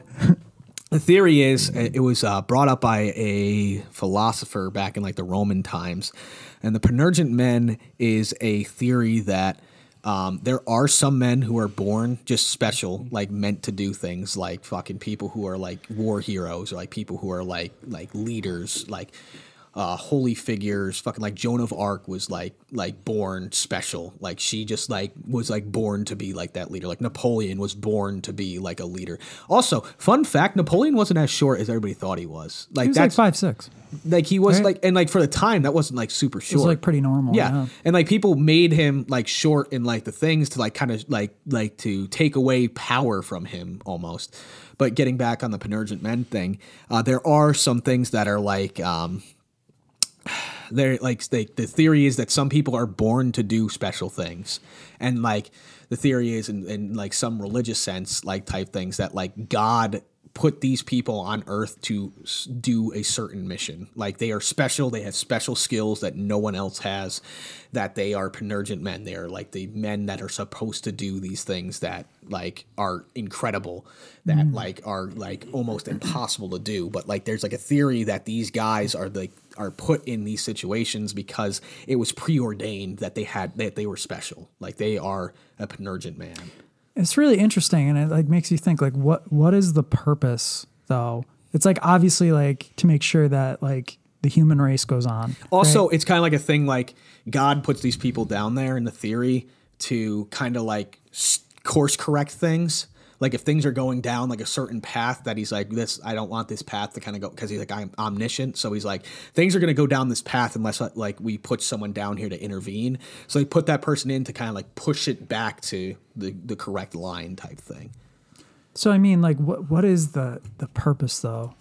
Speaker 4: the theory is uh, it was uh, brought up by a philosopher back in like the roman times and the penergent men is a theory that um, there are some men who are born just special like meant to do things like fucking people who are like war heroes or like people who are like like leaders like uh, holy figures, fucking like Joan of Arc was like like born special. Like she just like was like born to be like that leader. Like Napoleon was born to be like a leader. Also, fun fact: Napoleon wasn't as short as everybody thought he was. Like
Speaker 2: He was like
Speaker 4: that's
Speaker 2: five six.
Speaker 4: like he was
Speaker 2: right?
Speaker 4: like and like for the time that wasn't like super short.
Speaker 2: It was like pretty normal.
Speaker 4: Yeah.
Speaker 2: Yeah.
Speaker 4: And like people made him like short in like the things to like kind of like like to take away power from him almost. But getting back on the Penergent Men thing, uh, there are some things that are like um they're like they, the theory is that some people are born to do special things and like the theory is in, in like some religious sense like type things that like god put these people on Earth to s- do a certain mission. Like they are special. They have special skills that no one else has. That they are penergent men. They are like the men that are supposed to do these things that like are incredible. That like are like almost impossible to do. But like there's like a theory that these guys are like are put in these situations because it was preordained that they had that they were special. Like they are a penergent man.
Speaker 2: It's really interesting, and it like makes you think like what what is the purpose though? It's like obviously like to make sure that like the human race goes on.
Speaker 4: Also,
Speaker 2: right?
Speaker 4: it's kind of like a thing like God puts these people down there in the theory to kind of like s- course correct things. Like if things are going down like a certain path that he's like this, I don't want this path to kind of go because he's like I'm omniscient. So he's like things are going to go down this path unless uh, like we put someone down here to intervene. So he put that person in to kind of like push it back to the the correct line type thing.
Speaker 2: so I mean like what what is the the purpose though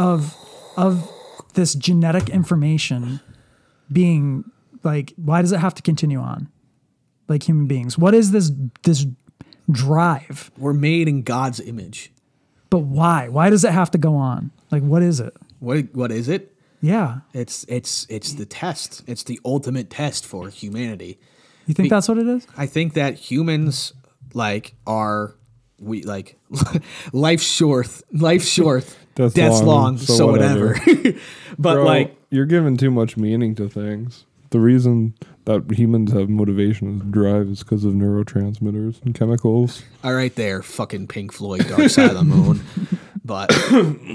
Speaker 2: of of this genetic information being like why does it have to continue on like human beings? What is this this drive?
Speaker 4: We're made in God's image.
Speaker 2: But why? Why does it have to go on? Like what is it?
Speaker 4: What what is it?
Speaker 2: Yeah,
Speaker 4: It's it's it's the test. It's the ultimate test for humanity.
Speaker 2: you think that's what it is?
Speaker 4: I think that humans like are we like (laughs) life's short, life's short,
Speaker 3: Death's
Speaker 4: death's,
Speaker 3: long,
Speaker 4: long,
Speaker 3: so
Speaker 4: so, whatever. (laughs) but
Speaker 3: Bro,
Speaker 4: like
Speaker 3: you're giving too much meaning to things. The reason that humans have motivation and drive is because of neurotransmitters and chemicals.
Speaker 4: All right, there, fucking Pink Floyd, Dark Side of the Moon. But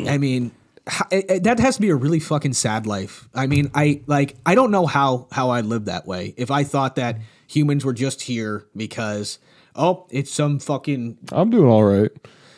Speaker 4: I mean, h- it- it- that has to be a really fucking sad life. I mean, I like I don't know how how I lived that way. If I thought that humans were just here because oh, it's some fucking
Speaker 3: I'm doing all right.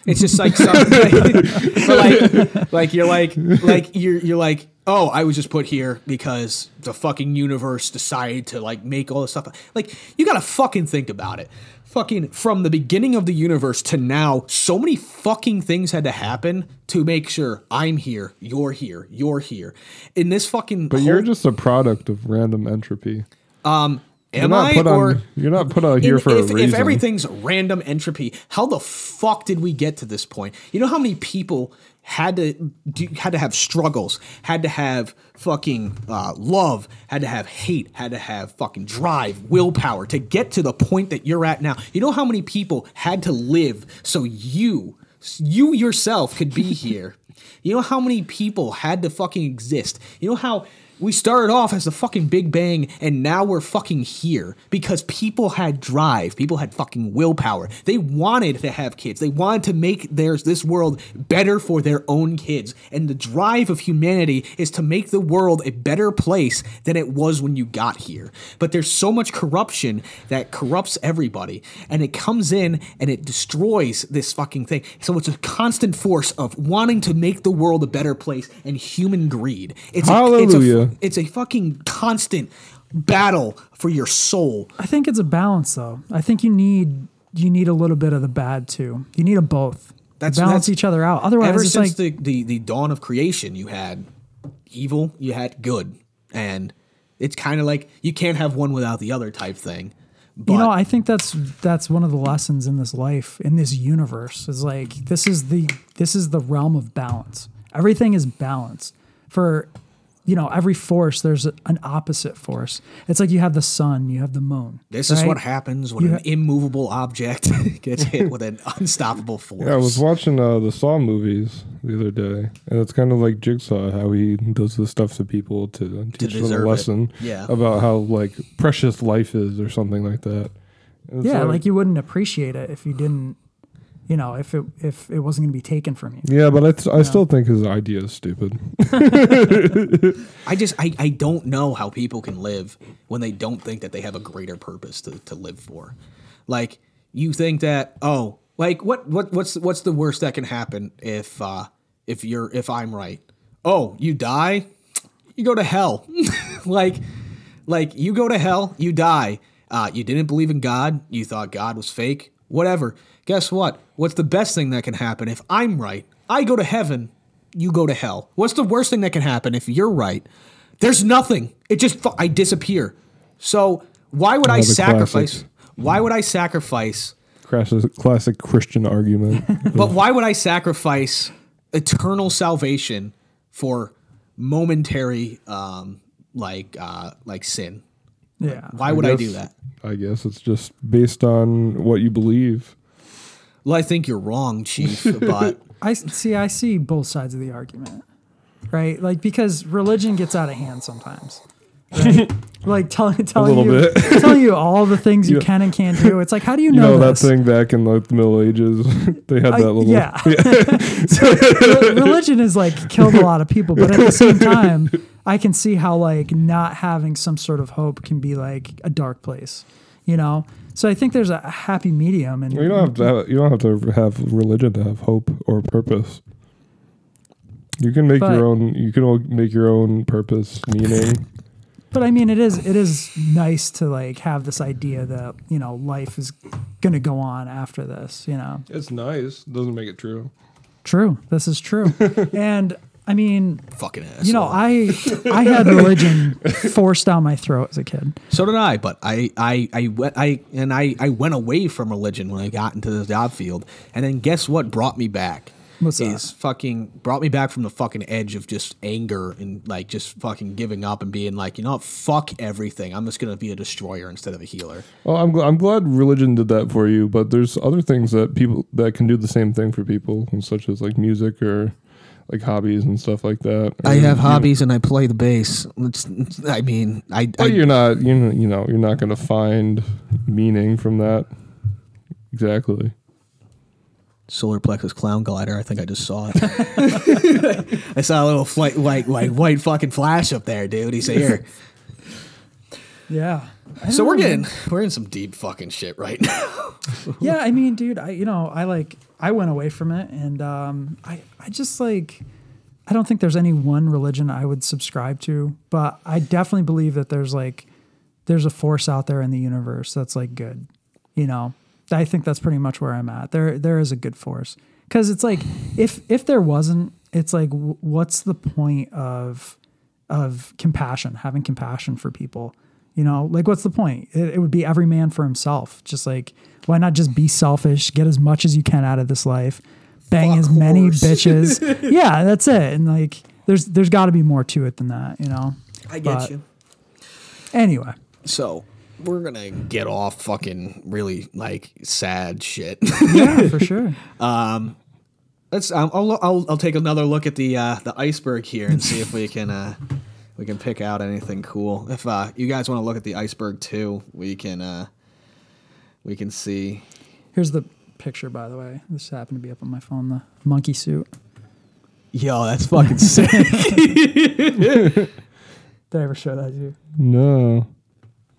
Speaker 4: It's just
Speaker 3: (laughs)
Speaker 4: like (laughs) something like, like you're like like you're you're like oh I was just put here because the fucking universe decided to like make all this stuff like you gotta fucking think about it fucking from the beginning of the universe to now so many fucking things had to happen to make sure I'm here you're here you're here in this fucking
Speaker 3: But you're just a product of random entropy.
Speaker 4: am
Speaker 3: not
Speaker 4: I
Speaker 3: put
Speaker 4: or
Speaker 3: on, you're not put out uh, here
Speaker 4: And
Speaker 3: for
Speaker 4: if,
Speaker 3: a
Speaker 4: if
Speaker 3: reason.
Speaker 4: everything's random entropy, how the fuck did we get to this point? You know how many people had to do, had to have struggles, had to have fucking uh, love, had to have hate, had to have fucking drive, willpower to get to the point that you're at now. You know how many people had to live so you you yourself
Speaker 3: (laughs)
Speaker 4: could be here. You know how many people had to fucking exist? You know how we started off as the fucking Big Bang and now we're fucking here because people had drive, people had fucking willpower. They wanted to have kids. They wanted to make theirs this world better for their own kids. And the drive of humanity is to make the world a better place than it was when you got here. But there's so much corruption that corrupts everybody and it comes in and it destroys this fucking thing. So it's a constant force of wanting to make the world a better place and human greed. It's A,
Speaker 3: Hallelujah.
Speaker 4: it's a it's a fucking constant battle for your soul.
Speaker 2: I think it's a balance though. I think you need you need a little bit of the bad too. You need them both.
Speaker 4: That's-
Speaker 2: That's, balance
Speaker 4: that's-
Speaker 2: each other out. Otherwise,
Speaker 4: Ever
Speaker 2: it's
Speaker 4: since
Speaker 2: like
Speaker 4: the, the, the dawn of creation, you had evil, you had good, and it's kind of like you can't have one without the other type thing. But
Speaker 2: you know. I think that's that's one of the lessons in this life, in this universe, is like this is the this is the realm of balance. Everything is balanced. For you know, every force there's an opposite force. It's like you have the sun, you have the moon.
Speaker 4: this is
Speaker 2: right?
Speaker 4: what happens when
Speaker 2: You
Speaker 4: an
Speaker 2: ha-
Speaker 4: immovable object (laughs) gets hit with an unstoppable force.
Speaker 3: Yeah, I was watching uh, the Saw movies the other day, and it's kind of like Jigsaw how he does this stuff to people to teach them
Speaker 4: deserve
Speaker 3: a
Speaker 4: it.
Speaker 3: lesson
Speaker 4: Yeah.
Speaker 3: about how like precious life is or something like that. And it's
Speaker 2: Yeah, like you wouldn't appreciate it if you didn't. You know, if it if it wasn't going to be taken from you.
Speaker 3: yeah, but I, th- I still think his idea is stupid. (laughs)
Speaker 4: I just I, I don't know how people can live when they don't think that they have a greater purpose to, to live for. Like you think that oh like what what what's what's the worst that can happen if uh if you're if I'm right? Oh, you die? You go to hell. (laughs) like like you go to hell, you die. Uh you didn't believe in God, you thought God was fake, whatever. Guess what? What's the best thing that can happen if I'm right? I go to heaven you go to hell. What's the worst thing that can happen if you're right? There's nothing. It just fu- I disappear. So why would I
Speaker 3: Another
Speaker 4: sacrifice?
Speaker 3: classic.
Speaker 4: Why would I sacrifice
Speaker 3: Classic, classic
Speaker 2: (laughs)
Speaker 3: Christian argument.
Speaker 4: But why would I sacrifice eternal salvation for momentary, um, like, uh, like sin?
Speaker 2: Yeah.
Speaker 4: Why would I, do
Speaker 3: guess-
Speaker 4: that?
Speaker 3: I guess it's just based on what you believe.
Speaker 4: Well, I think you're
Speaker 2: (laughs)
Speaker 4: wrong, Chief. but
Speaker 2: I s- see. I see both sides of the argument, right? Like because religion gets out of hand sometimes.
Speaker 3: (laughs)
Speaker 2: right? like telling telling
Speaker 3: little
Speaker 2: you
Speaker 3: bit.
Speaker 2: (laughs) telling you all the
Speaker 3: (laughs)
Speaker 2: things you
Speaker 3: Yeah.
Speaker 2: can and can't do. It's like how do you
Speaker 3: You
Speaker 2: know,
Speaker 3: know that
Speaker 2: this?
Speaker 3: thing back in like the Middle Ages? (laughs) they had
Speaker 2: I-
Speaker 3: that little.
Speaker 2: yeah.
Speaker 3: (laughs)
Speaker 2: So, (laughs) re- religion has like killed a lot of people, but at the same time, I can see how like not having some sort of hope can be like a dark place, you know. So I think there's a happy medium, and
Speaker 3: You don't have to. Have, you don't have to have religion to have hope or purpose. You can make
Speaker 2: But-
Speaker 3: your own. You can all make your own purpose, meaning.
Speaker 2: but I mean, it is it is nice to like have this idea that you know life is gonna go on after this, you know.
Speaker 3: (laughs) It's nice. Doesn't make it true.
Speaker 2: True, this is (laughs) true, and I mean,
Speaker 4: fucking asshole.
Speaker 2: you know, I I (laughs) had religion forced down my throat as a kid.
Speaker 4: so did I. But I, I, I went, I, and I, I went away from religion when I got into the job field. And then guess what brought me back?
Speaker 2: What's that?
Speaker 4: is fucking brought me back from the fucking edge of just anger and like just fucking giving up and being like, you know what, fuck everything. I'm just gonna be a destroyer instead of a healer.
Speaker 3: Well, I'm gl- I'm glad religion did that for you, but there's other things that people that can do the same thing for people, such as like music or like hobbies and stuff like that.
Speaker 4: I
Speaker 3: Or
Speaker 4: have
Speaker 3: you-
Speaker 4: hobbies and I play the bass. It's, I mean, I,
Speaker 3: But
Speaker 4: I
Speaker 3: you're not you know, you know you're not going to find meaning from that. Exactly.
Speaker 4: solar plexus clown glider. I think I just saw it. I saw a little flight, white, like white fucking flash up there, dude. He's here.
Speaker 2: Yeah.
Speaker 4: So we're getting we're in some deep fucking shit right now.
Speaker 2: yeah i mean dude i you know i like i went away from it and um i i just like i don't think there's any one religion i would subscribe to but i definitely believe that there's like there's a force out there in the universe that's like good you know i think that's pretty much where i'm at there there is a good force because it's like if if there wasn't it's like w- what's the point of of compassion having compassion for people you know like what's the point it, it would be every man for himself just like why not just be selfish get as much as you can out of this life bang
Speaker 4: Fuck
Speaker 2: as many
Speaker 4: horse.
Speaker 2: bitches yeah that's it and like there's there's got to be more to it than that you know
Speaker 4: I
Speaker 2: But- anyway
Speaker 4: So we're gonna get off fucking really like sad shit.
Speaker 2: yeah for sure
Speaker 4: Let's. Um, I'll, I'll I'll take another look at the uh, the iceberg here and see if we can uh, we can pick out anything cool. If uh, you guys want to look at the iceberg too, we can uh, we can see.
Speaker 2: here's the picture by the way this happened to be up on my phone the monkey suit
Speaker 4: Yo, that's (laughs) fucking sick.
Speaker 2: did i ever show that to you
Speaker 3: No.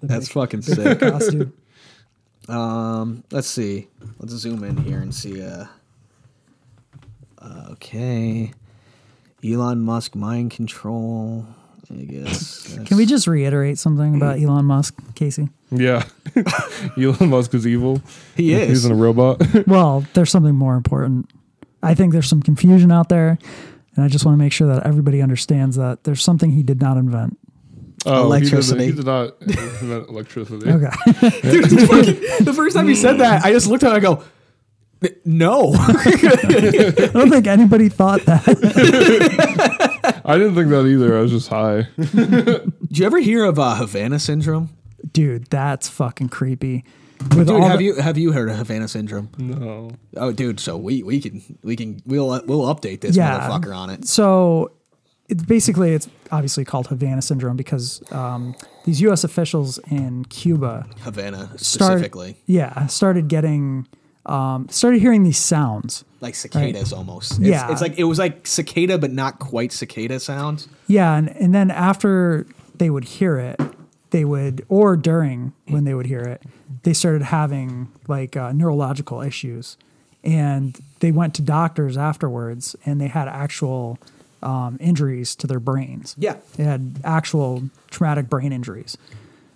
Speaker 4: that's fucking sick.
Speaker 2: costume
Speaker 4: Um, let's see. Let's zoom in here and see. Uh, okay, Elon Musk mind control. I guess.
Speaker 2: can we just reiterate something about (clears throat) elon musk casey
Speaker 3: Yeah. (laughs) Elon Musk is evil.
Speaker 4: He
Speaker 3: He's
Speaker 4: is.
Speaker 3: in a robot. (laughs)
Speaker 2: Well, there's something more important. I think there's some confusion out there, and I just want to make sure that everybody understands that there's something he did not invent.
Speaker 3: Oh, he did-
Speaker 4: Electricity.
Speaker 3: He did, not (laughs) invent
Speaker 2: (laughs)
Speaker 3: electricity.
Speaker 2: Okay.
Speaker 4: the first time you said that, I just looked at it and I go, "N- no. (laughs)
Speaker 2: I don't think anybody thought that. (laughs)
Speaker 3: I didn't think that either. I was just high.
Speaker 4: Did you ever hear of uh, Havana syndrome?
Speaker 2: Dude, that's fucking creepy. With
Speaker 4: Dude,
Speaker 2: all
Speaker 4: have
Speaker 2: the-
Speaker 4: you have you heard of Havana syndrome?
Speaker 3: No.
Speaker 4: Oh, dude, so we we can we can we'll we'll update this
Speaker 2: Yeah.
Speaker 4: motherfucker on it.
Speaker 2: So it's basically it's obviously called Havana syndrome because um, these U.S. officials in Cuba
Speaker 4: Havana
Speaker 2: started
Speaker 4: specifically,
Speaker 2: yeah started getting um, started hearing these sounds.
Speaker 4: like cicadas almost. It's,
Speaker 2: Yeah.
Speaker 4: it's like it was like cicada, but not quite cicada sounds.
Speaker 2: Yeah, and, and then after they would hear it, they would, or during when they would hear it, they started having like uh, neurological issues, and they went to doctors afterwards, and they had actual um, injuries to their brains.
Speaker 4: Yeah.
Speaker 2: they had actual traumatic brain injuries.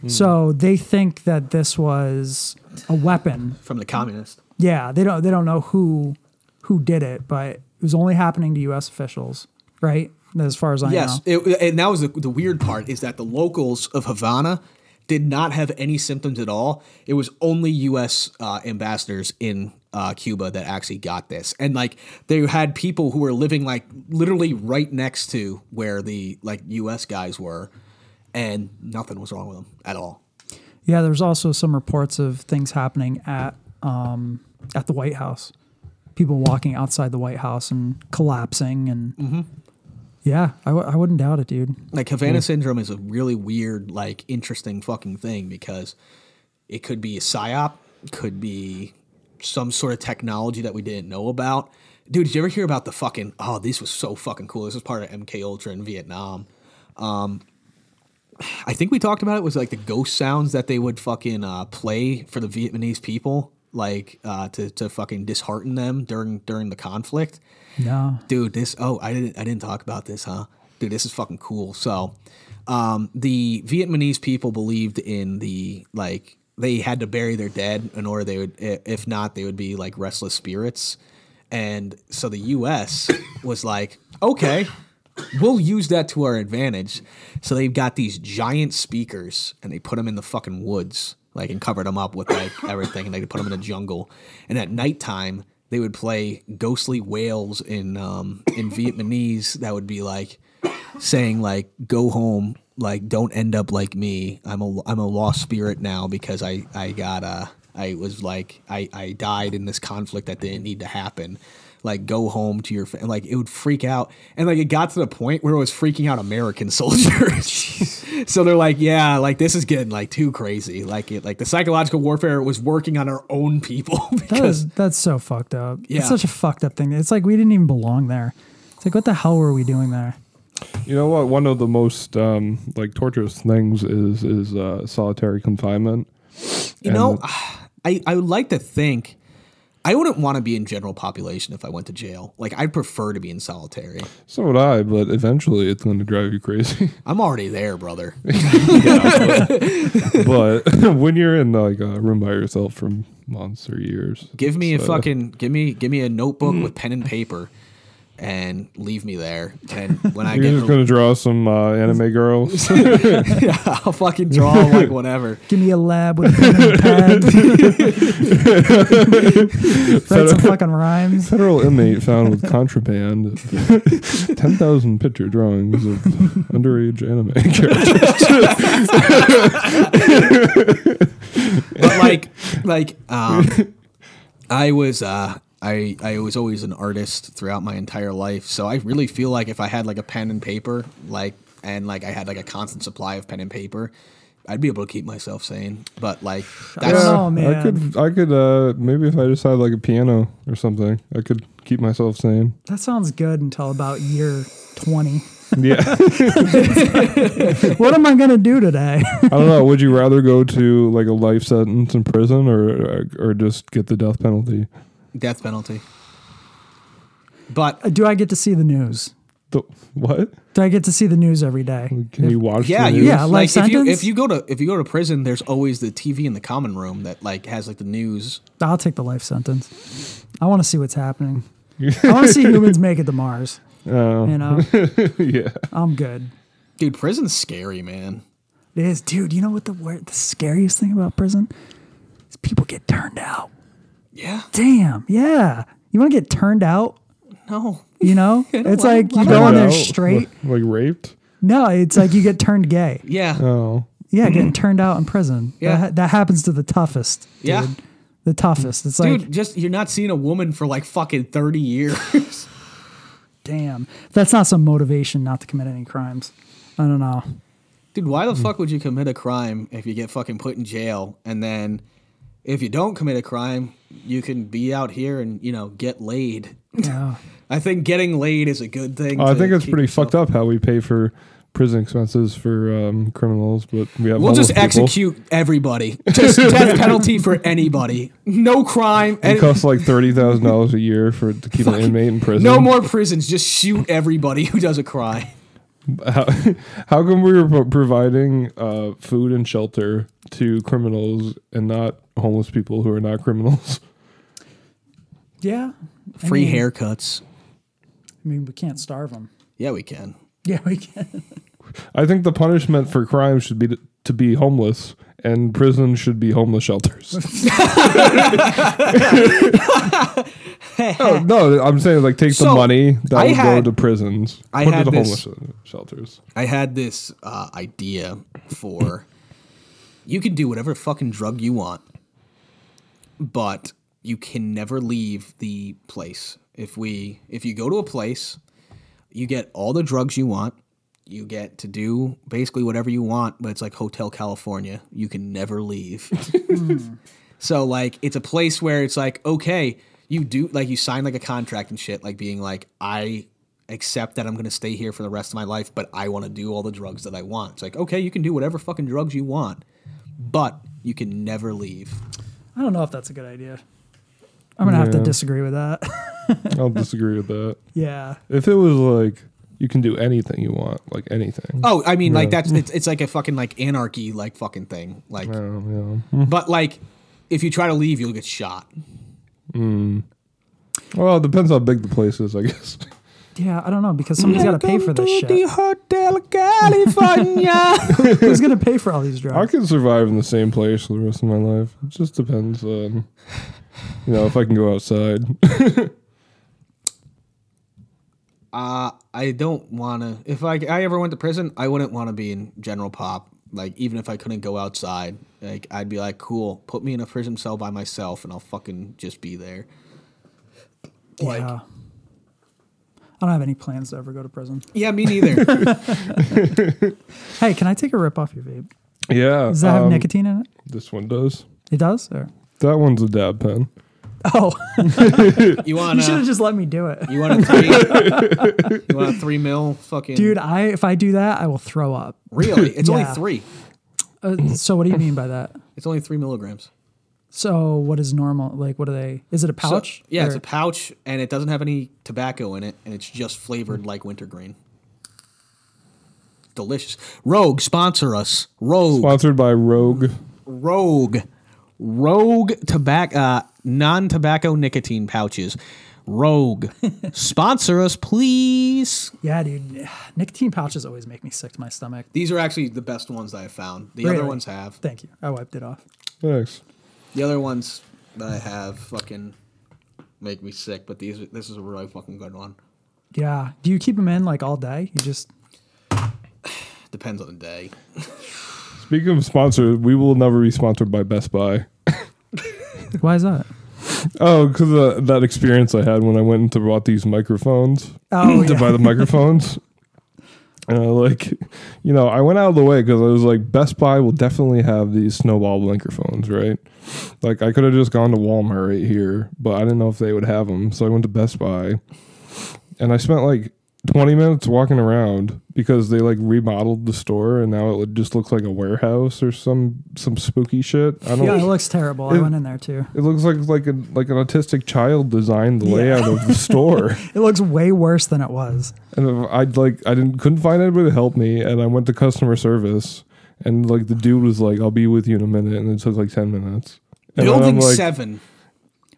Speaker 4: Hmm.
Speaker 2: So they think that this was a weapon
Speaker 4: From the communist,
Speaker 2: yeah, they don't they don't know who who did it, but it was only happening to U.S. officials, right? As far as I
Speaker 4: yes.
Speaker 2: know,
Speaker 4: It, and that was the, the weird part is that the locals of Havana did not have any symptoms at all. It was only U.S. Uh, ambassadors in uh, Cuba that actually got this, and like they had people who were living like literally right next to where the like U.S. guys were, and nothing was wrong with them at all.
Speaker 2: Yeah, there's also some reports of things happening at um, at the White House. People walking outside the White House and collapsing, and
Speaker 4: Mm-hmm.
Speaker 2: yeah, I w- I wouldn't doubt it, dude.
Speaker 4: Like Havana syndrome is a really weird, like interesting fucking thing because it could be a psyop, could be some sort of technology that we didn't know about. Dude, did you ever hear about the fucking? Oh, this was so fucking cool. This was part of MK Ultra in Vietnam. Um, I think we talked about it. Was like the ghost sounds that they would fucking uh, play for the Vietnamese people, like uh, to to fucking dishearten them during during the conflict
Speaker 2: No,
Speaker 4: dude this oh i didn't i didn't talk about this huh dude this is fucking cool so um the vietnamese people believed in the like they had to bury their dead in order they would i- if not they would be like restless spirits and so the us was like okay we'll use that to our advantage so they've got these giant speakers and they put them in the fucking woods like and covered them up with like everything and they put them in the jungle and at nighttime they would play ghostly wails in um, in Vietnamese that would be like saying like go home like don't end up like me I'm a I'm a lost spirit now because I I got uh I was like I I died in this conflict that didn't need to happen like go home to your family like it would freak out and like it got to the point where it was freaking out American (laughs) soldiers so they're like yeah like this is getting like too crazy like it like the psychological warfare was working on our own people (laughs)
Speaker 2: that
Speaker 4: because
Speaker 2: is that's so fucked up.
Speaker 4: Yeah.
Speaker 2: It's such a fucked up thing. It's like we didn't even belong there. It's like what the hell were we doing there?
Speaker 3: You know what? One of the most um, like torturous things is is uh, solitary confinement.
Speaker 4: You
Speaker 3: And-
Speaker 4: know, (sighs) I, I would like to think I wouldn't want to be in general population if I went to jail. Like I'd prefer to be in solitary.
Speaker 3: So would I, but eventually it's going to drive you crazy. (laughs)
Speaker 4: I'm already there, brother.
Speaker 3: but (laughs) when you're in like a room by yourself for months or years,
Speaker 4: Give me a
Speaker 3: So- Hmm.
Speaker 4: fucking give me give me a notebook with pen and paper and leave me there. And when
Speaker 3: (laughs)
Speaker 4: I
Speaker 3: you're
Speaker 4: get
Speaker 3: just going to draw some uh, anime
Speaker 4: (laughs)
Speaker 3: girls.
Speaker 4: I'll fucking
Speaker 3: (laughs)
Speaker 4: draw like whatever.
Speaker 2: Give me a lab with a pen and a pad. Write some fucking rhymes.
Speaker 3: Federal inmate found with contraband. (laughs) Ten thousand picture drawings
Speaker 4: (laughs)
Speaker 3: of underage anime characters.
Speaker 4: but like like um i was uh I, I was always an artist throughout my entire life so i really feel like if i had like a pen and paper like and like i had like a constant supply of pen and paper i'd be able to keep myself sane but like that's
Speaker 2: don't know. Oh,
Speaker 3: I
Speaker 2: man.
Speaker 3: could, I could, uh, maybe if I just had like a piano or something, I could keep myself
Speaker 4: (laughs)
Speaker 3: sane.
Speaker 2: That sounds good until about year 20.
Speaker 3: Yeah.
Speaker 2: What am I going to do today? (laughs)
Speaker 3: I don't know. Would you rather go to like a life sentence in prison or uh, or just get the death penalty?
Speaker 4: death penalty but
Speaker 2: do I get to see the news?
Speaker 3: The, what?
Speaker 2: Do I get to see the news every day?
Speaker 3: Can you watch?
Speaker 4: yeah,
Speaker 3: the
Speaker 4: you,
Speaker 3: news?
Speaker 2: Yeah,
Speaker 4: like
Speaker 2: life
Speaker 4: if you
Speaker 2: sentence?
Speaker 4: if you go to if you go to prison, there's always the TV in the common room that like has like the news.
Speaker 2: I'll take the life sentence. I want to see what's happening. I want to see humans make it to Mars. You know,
Speaker 3: yeah.
Speaker 2: I'm good.
Speaker 4: Dude, prison's scary, man.
Speaker 2: It is, dude. You know what the wor- the scariest thing about prison is people get turned out.
Speaker 4: Yeah,
Speaker 2: Damn. Yeah. You want to get turned out?
Speaker 4: no,
Speaker 2: You
Speaker 4: (laughs)
Speaker 2: know, it's like you
Speaker 3: Turned
Speaker 2: go in there
Speaker 3: out, (laughs)
Speaker 2: straight.
Speaker 3: Like, raped?
Speaker 2: No, it's like you get turned gay.
Speaker 4: yeah.
Speaker 3: Oh.
Speaker 2: Yeah, getting turned out in prison.
Speaker 4: Yeah.
Speaker 2: That, that happens to the toughest. Dude.
Speaker 4: Yeah.
Speaker 2: The toughest. It's like,
Speaker 4: Dude, just you're not seeing a woman for like fucking 30 years. (laughs)
Speaker 2: damn. That's not some motivation not to commit any crimes. I don't know.
Speaker 4: Dude, why the fuck would you commit a crime if you get fucking put in jail and then if you don't commit a crime, you can be out here and, you know, get laid.
Speaker 2: Yeah.
Speaker 4: (laughs) I think getting laid is a good thing.
Speaker 3: Oh, I
Speaker 4: to
Speaker 3: think it's
Speaker 4: keep
Speaker 3: pretty
Speaker 4: yourself-
Speaker 3: fucked up how we pay for prison expenses for um, criminals, but we have
Speaker 4: We'll
Speaker 3: homeless
Speaker 4: just
Speaker 3: people.
Speaker 4: execute
Speaker 3: (laughs)
Speaker 4: everybody. Just death penalty for anybody. No crime.
Speaker 3: It
Speaker 4: And
Speaker 3: costs like thirty thousand dollars a year for to keep an inmate in prison.
Speaker 4: no more prisons. Just shoot everybody who does a crime.
Speaker 3: How, (laughs) how come we were pro- providing uh, food and shelter to criminals and not homeless people who are not criminals? (laughs)
Speaker 2: Yeah. I
Speaker 4: Free
Speaker 2: mean-
Speaker 4: haircuts.
Speaker 2: I mean, we can't starve them.
Speaker 4: Yeah, we can.
Speaker 2: (laughs) Yeah, we can.
Speaker 3: I think the punishment for crime should be to, to be homeless, and prisons should be homeless
Speaker 4: (laughs)
Speaker 3: shelters. (laughs) no, Oh, no, I'm saying like take
Speaker 4: So,
Speaker 3: the money that
Speaker 4: I
Speaker 3: would
Speaker 4: had-
Speaker 3: go to prisons,
Speaker 4: I
Speaker 3: put it
Speaker 4: had
Speaker 3: to
Speaker 4: this-
Speaker 3: homeless shelters.
Speaker 4: I had this uh, idea for you can do whatever fucking drug you want, but you can never leave the place. If we if you go to a place, you get all the drugs you want. You get to do basically whatever you want, but it's like Hotel California. You can never leave. So like it's a place where it's like, okay, you do like you sign like a contract and shit, like being like, I accept that I'm gonna stay here for the rest of my life, but I wanna do all the drugs that I want. It's like, okay, you can do whatever fucking drugs you want, but you can never leave.
Speaker 2: I don't know if that's a good idea. I'm gonna have to
Speaker 3: Yeah.
Speaker 2: disagree with that. (laughs)
Speaker 3: I'll disagree with that.
Speaker 2: yeah,
Speaker 3: If it was like you can do anything you want, like anything.
Speaker 4: Oh, I mean, like that's it's, it's like a fucking like anarchy like fucking thing. Like
Speaker 3: Oh,
Speaker 4: but like if you try to leave, you'll get shot.
Speaker 3: Hmm. yeah. Well, it depends how big the place is, I (laughs) guess.
Speaker 2: yeah. I don't know because somebody's got to pay for this shit.
Speaker 4: Hotel California.
Speaker 2: Who's gonna pay for all these
Speaker 3: I (laughs)
Speaker 2: drugs?
Speaker 3: can survive in the same place for the rest of my life. It just depends on, you know, if I can go outside.
Speaker 4: Uh, I don't want to. If I, I ever went to prison, I wouldn't want to be in general pop. Like, even if I couldn't go outside, like, I'd be like, cool, put me in a prison cell by myself and I'll fucking just be there. Like,
Speaker 2: yeah.
Speaker 4: yeah,
Speaker 2: I don't have any plans to ever go to prison.
Speaker 4: me
Speaker 2: (laughs)
Speaker 4: neither.
Speaker 2: Hey, can I take a rip off your vape?
Speaker 3: (laughs) yeah.
Speaker 2: Does that have
Speaker 3: um,
Speaker 2: nicotine in it?
Speaker 3: This one does.
Speaker 2: It does. Or
Speaker 3: That one's a dab pen.
Speaker 2: oh,
Speaker 4: You want
Speaker 2: you should have
Speaker 4: to.
Speaker 2: just let me do it,
Speaker 4: You want a three? you want a three mil? Fucking
Speaker 2: dude. I if I do that, I will throw up.
Speaker 4: really? It's only
Speaker 2: Yeah.
Speaker 4: three.
Speaker 2: Uh, so what do you mean by that?
Speaker 4: It's only three milligrams.
Speaker 2: So what is normal? Like what are they? Is it a
Speaker 4: So-
Speaker 2: pouch?
Speaker 4: yeah, it's
Speaker 2: Or-
Speaker 4: a pouch, and it doesn't have any tobacco in it, and it's just flavored like wintergreen. Delicious. Rogue sponsor us. Rogue.
Speaker 3: Sponsored by Rogue.
Speaker 4: Rogue, Rogue tobacco, uh, non-tobacco nicotine pouches. (laughs) Rogue, sponsor us, please.
Speaker 2: yeah, dude. (sighs) Nicotine pouches always make me sick to my stomach.
Speaker 4: These are actually the best ones that I found. The other
Speaker 2: Really?
Speaker 4: ones have.
Speaker 2: Thank you. I wiped it off.
Speaker 3: Thanks.
Speaker 4: The other ones that I have fucking make me sick, but these this is a really fucking good one.
Speaker 2: Yeah. Do you keep them in like all day? You just
Speaker 4: Depends on the day.
Speaker 3: Speaking of sponsors, we will never be sponsored by Best Buy.
Speaker 2: why is that?
Speaker 3: Oh, because of that experience I had when I went and to bought these microphones.
Speaker 2: Oh
Speaker 3: (laughs) to buy
Speaker 2: yeah.
Speaker 3: the
Speaker 2: (laughs)
Speaker 3: microphones. And I like, you know, I went out of the way because I was like, Best Buy will definitely have these snowball microphones, right? Like, I could have just gone to Walmart right here, but I didn't know if they would have them. So I went to Best Buy and I spent like 20 minutes walking around because they like remodeled the store and now it just looks like a warehouse or some some spooky shit. I don't
Speaker 2: Yeah, it looks terrible. I
Speaker 3: It-
Speaker 2: went in there too.
Speaker 3: It looks like like an like an autistic child designed the layout of the
Speaker 2: (laughs)
Speaker 3: store.
Speaker 2: It looks way worse than it was.
Speaker 3: And I'd like I didn't couldn't find anybody to help me, and I went to customer service, and like the dude was like, "I'll be with you in a minute," and it took like ten minutes. And then I'm
Speaker 4: Building
Speaker 3: like, (laughs)
Speaker 4: seven.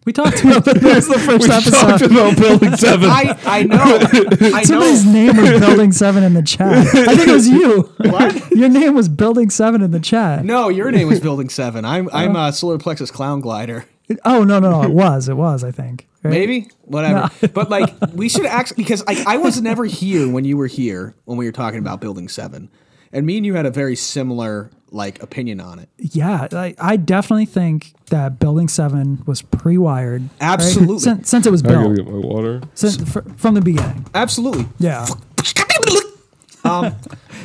Speaker 2: We talked about this the first
Speaker 3: Talked
Speaker 2: episode.
Speaker 3: about building
Speaker 4: (laughs)
Speaker 3: seven.
Speaker 4: I I know. I
Speaker 2: Somebody's
Speaker 4: know.
Speaker 2: name was Building Seven in the chat. I think it was you.
Speaker 4: (laughs) What?
Speaker 2: Your name was Building Seven in the chat.
Speaker 4: No, your name was Building Seven. I'm I'm
Speaker 3: Uh-huh.
Speaker 4: uh, Solar Plexus Clown Glider.
Speaker 2: Oh no, no, no. It was. It was. I think. right?
Speaker 4: Maybe, whatever. But
Speaker 2: (laughs)
Speaker 4: like, we should actually because like I was never here when you were here when we were talking about Building Seven, and me and you had a very similar like opinion on it.
Speaker 2: Yeah, I, I definitely think that Building Seven was pre-wired. right?
Speaker 4: Absolutely.
Speaker 2: Since, since it was
Speaker 3: I gotta
Speaker 2: built,
Speaker 3: get my water.
Speaker 2: since, fr- from the beginning.
Speaker 4: Absolutely.
Speaker 2: Yeah,
Speaker 4: (laughs) Um,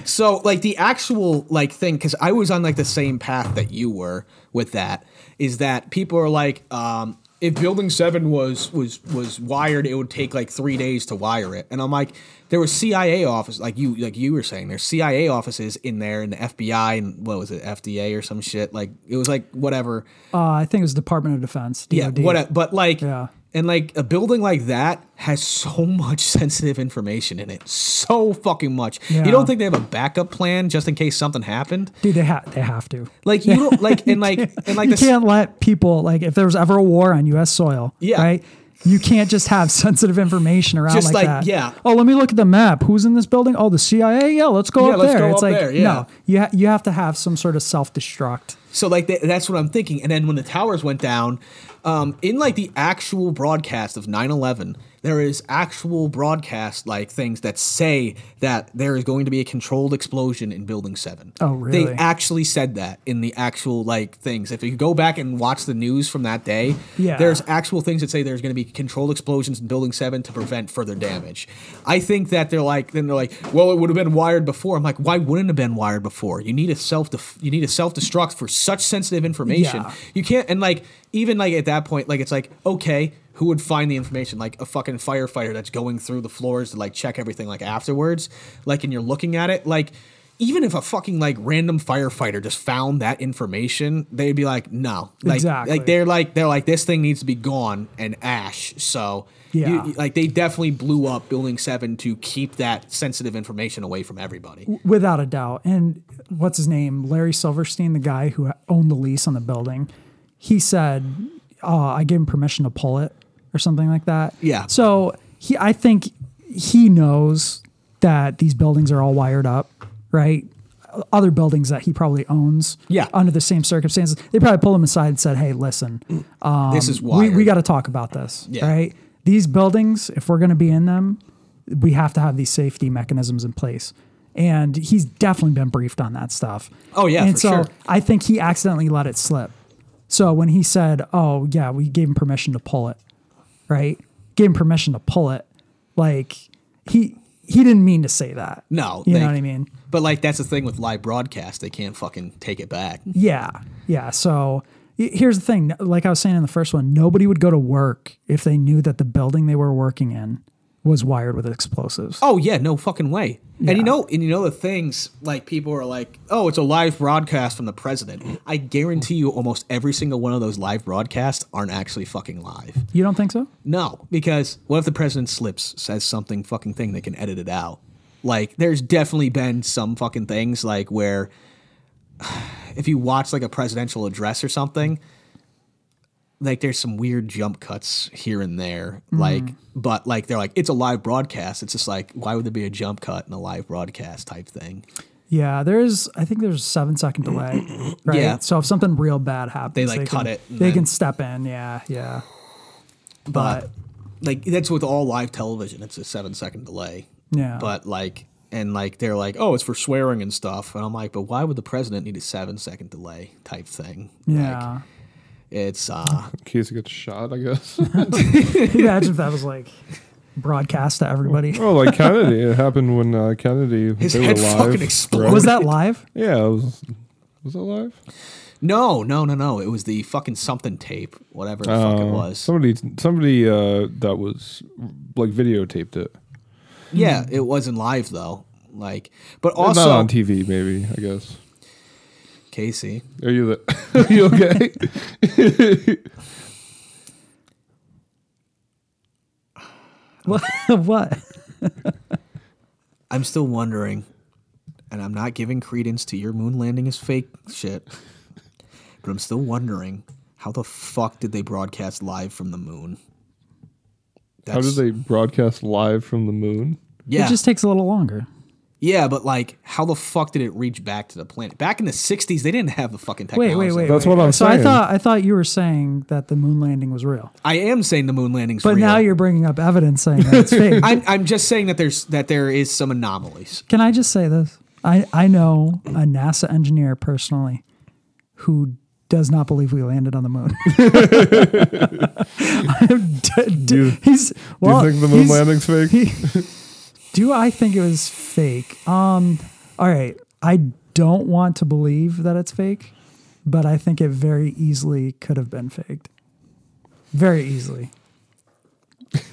Speaker 4: So like the actual like thing because I was on like the same path that you were with that is that people are like um, if Building Seven was was was wired it would take like three days to wire it and I'm like there were CIA office like you like you were saying there's CIA offices in there and the FBI and what was it FDA or some shit like it was like whatever
Speaker 2: uh, I think it was Department of Defense.
Speaker 4: yeah
Speaker 2: DOD.
Speaker 4: what a- but like
Speaker 2: Yeah.
Speaker 4: and like a building like that has so (laughs) much sensitive information in it so fucking much you
Speaker 2: Yeah.
Speaker 4: don't think they have a backup plan just in case something happened
Speaker 2: Dude, they have they have to.
Speaker 4: like
Speaker 2: (laughs)
Speaker 4: you don't like and like and like
Speaker 2: you
Speaker 4: this
Speaker 2: can't let people like if there was ever a war on U.S. soil.
Speaker 4: Yeah.
Speaker 2: right. You can't just have (laughs) sensitive information around
Speaker 4: Just
Speaker 2: like, that.
Speaker 4: like, yeah.
Speaker 2: Oh, let me look at the map. Who's in this building? Oh, the CIA. Yeah, let's go
Speaker 4: Yeah,
Speaker 2: up
Speaker 4: let's
Speaker 2: there.
Speaker 4: go
Speaker 2: it's
Speaker 4: up
Speaker 2: like
Speaker 4: there, yeah.
Speaker 2: no, you ha- you have to have some sort of self destruct.
Speaker 4: So like that, that's what I'm thinking. And then when the towers went down, um, in like the actual broadcast of 9/11, there is actual broadcast like things that say that there is going to be a controlled explosion in Building Seven.
Speaker 2: Oh,
Speaker 4: They
Speaker 2: really?
Speaker 4: actually said that in the actual like things. If you go back and watch the news from that day,
Speaker 2: Yeah.
Speaker 4: there's actual things that say there's going to be controlled explosions in Building Seven to prevent further damage. I think that they're like, then they're like, well, it would have been wired before. I'm like, why wouldn't it have been wired before? You need a self, def- you need a self destruct for such sensitive information.
Speaker 2: Yeah.
Speaker 4: You can't, and like, even like at that point, like it's like, okay, who would find the information? Like a fucking firefighter that's going through the floors to like check everything like afterwards, like, and you're looking at it, like. Even if a fucking like random firefighter just found that information, they'd be like, no, like,
Speaker 2: Exactly.
Speaker 4: like they're like they're like this thing needs to be gone and ash. So you-
Speaker 2: Yeah.
Speaker 4: like they definitely blew up Building Seven to keep that sensitive information away from everybody.
Speaker 2: Without a doubt. And what's his name? Larry Silverstein, the guy who owned the lease on the building, he said, oh, I gave him permission to pull it or something like that.
Speaker 4: Yeah.
Speaker 2: So he, I think he knows that these buildings are all wired up, right? Other buildings that he probably owns
Speaker 4: Yeah.
Speaker 2: under the same circumstances. They probably pulled him aside and said, hey, listen,
Speaker 4: this is why
Speaker 2: Um, we, we got to talk about this,
Speaker 4: Yeah.
Speaker 2: right? These buildings, if we're going to be in them, we have to have these safety mechanisms in place. And he's definitely been briefed on that stuff.
Speaker 4: Oh, yeah,
Speaker 2: and
Speaker 4: for
Speaker 2: so
Speaker 4: sure.
Speaker 2: I think he accidentally let it slip. So when he said, "Oh yeah, we gave him permission to pull it," right? Gave him permission to pull it. Like he he didn't mean to say that.
Speaker 4: no.
Speaker 2: you
Speaker 4: they-
Speaker 2: know what I mean?
Speaker 4: But like that's the thing with live broadcast, they can't fucking take it back.
Speaker 2: Yeah. Yeah. So y- here's the thing. Like I was saying in the first one, nobody would go to work if they knew that the building they were working in was wired with explosives.
Speaker 4: Oh yeah, no fucking way. And
Speaker 2: Yeah.
Speaker 4: you know, and you know the things like people are like, oh, it's a live broadcast from the president. I guarantee you, almost every single one of those live broadcasts aren't actually fucking live.
Speaker 2: You don't think so?
Speaker 4: No, because what if the president slips, says something fucking thing, they can edit it out. Like, there's definitely been some fucking things like where (sighs) if you watch like a presidential address or something, like there's some weird jump cuts here and there. Like, but like they're like, it's a live broadcast. It's just like, why would there be a jump cut in a live broadcast type thing?
Speaker 2: Yeah, there is. I think there's a seven second delay, right?
Speaker 4: (clears throat) Yeah.
Speaker 2: So if something real bad happens,
Speaker 4: They, like, cut
Speaker 2: can,
Speaker 4: it and
Speaker 2: They
Speaker 4: then-
Speaker 2: can step in. Yeah, yeah.
Speaker 4: But like that's with all live television, it's a seven second delay.
Speaker 2: Yeah.
Speaker 4: But like, and like they're like, oh, it's for swearing and stuff, and I'm like, but why would the president need a seven second delay type thing?
Speaker 2: Yeah.
Speaker 4: Like,
Speaker 2: (laughs)
Speaker 4: it's uh,
Speaker 3: In case it gets shot, I guess.
Speaker 2: Can you imagine if that was like broadcast to everybody?
Speaker 3: (laughs) oh, like Kennedy. It happened when uh, Kennedy
Speaker 4: His
Speaker 3: they were
Speaker 4: head
Speaker 3: alive,
Speaker 4: fucking
Speaker 3: right?
Speaker 4: exploded.
Speaker 2: Was
Speaker 3: (laughs)
Speaker 2: that live? (laughs)
Speaker 3: Yeah, it was was it live?
Speaker 4: no, no, no, no. It was the fucking something tape, whatever the fuck it
Speaker 3: Uh,
Speaker 4: was.
Speaker 3: Somebody somebody uh, that was like videotaped it.
Speaker 4: yeah, it wasn't live though. Like, but
Speaker 3: Not
Speaker 4: also
Speaker 3: on TV, maybe. I guess.
Speaker 4: Casey,
Speaker 3: Are you the? (laughs) Are you
Speaker 4: (laughs)
Speaker 3: okay?
Speaker 2: What? what?
Speaker 4: I'm still wondering, and I'm not giving credence to your moon landing is fake shit, but I'm still wondering how the fuck did they broadcast live from the moon? That's,
Speaker 3: How did they broadcast live from the moon?
Speaker 4: Yeah,
Speaker 2: It just takes a little longer.
Speaker 4: yeah, but like, how the fuck did it reach back to the planet? Back in the '60s, they didn't have the fucking
Speaker 2: Wait,
Speaker 4: technology.
Speaker 2: wait, wait.
Speaker 3: That's
Speaker 2: wait.
Speaker 3: what I'm
Speaker 2: so
Speaker 3: saying.
Speaker 2: I thought I thought you were saying that the moon landing was real.
Speaker 4: I am saying the moon landing's
Speaker 2: But
Speaker 4: real.
Speaker 2: now you're bringing up evidence saying that it's
Speaker 3: (laughs)
Speaker 2: fake. (laughs)
Speaker 4: I'm, I'm just saying that there's that there is some anomalies.
Speaker 2: Can I just say this? I, I know a NASA engineer personally who does not believe we landed on the
Speaker 3: (laughs)
Speaker 2: moon. (laughs) I'm d- d- he's,
Speaker 3: Do
Speaker 2: well,
Speaker 3: you think the moon
Speaker 2: he's- (laughs)
Speaker 3: landing's fake?
Speaker 2: Do I think it was fake? Um, all right. I don't want to believe that it's fake, but I think it very easily could have been faked. Very easily.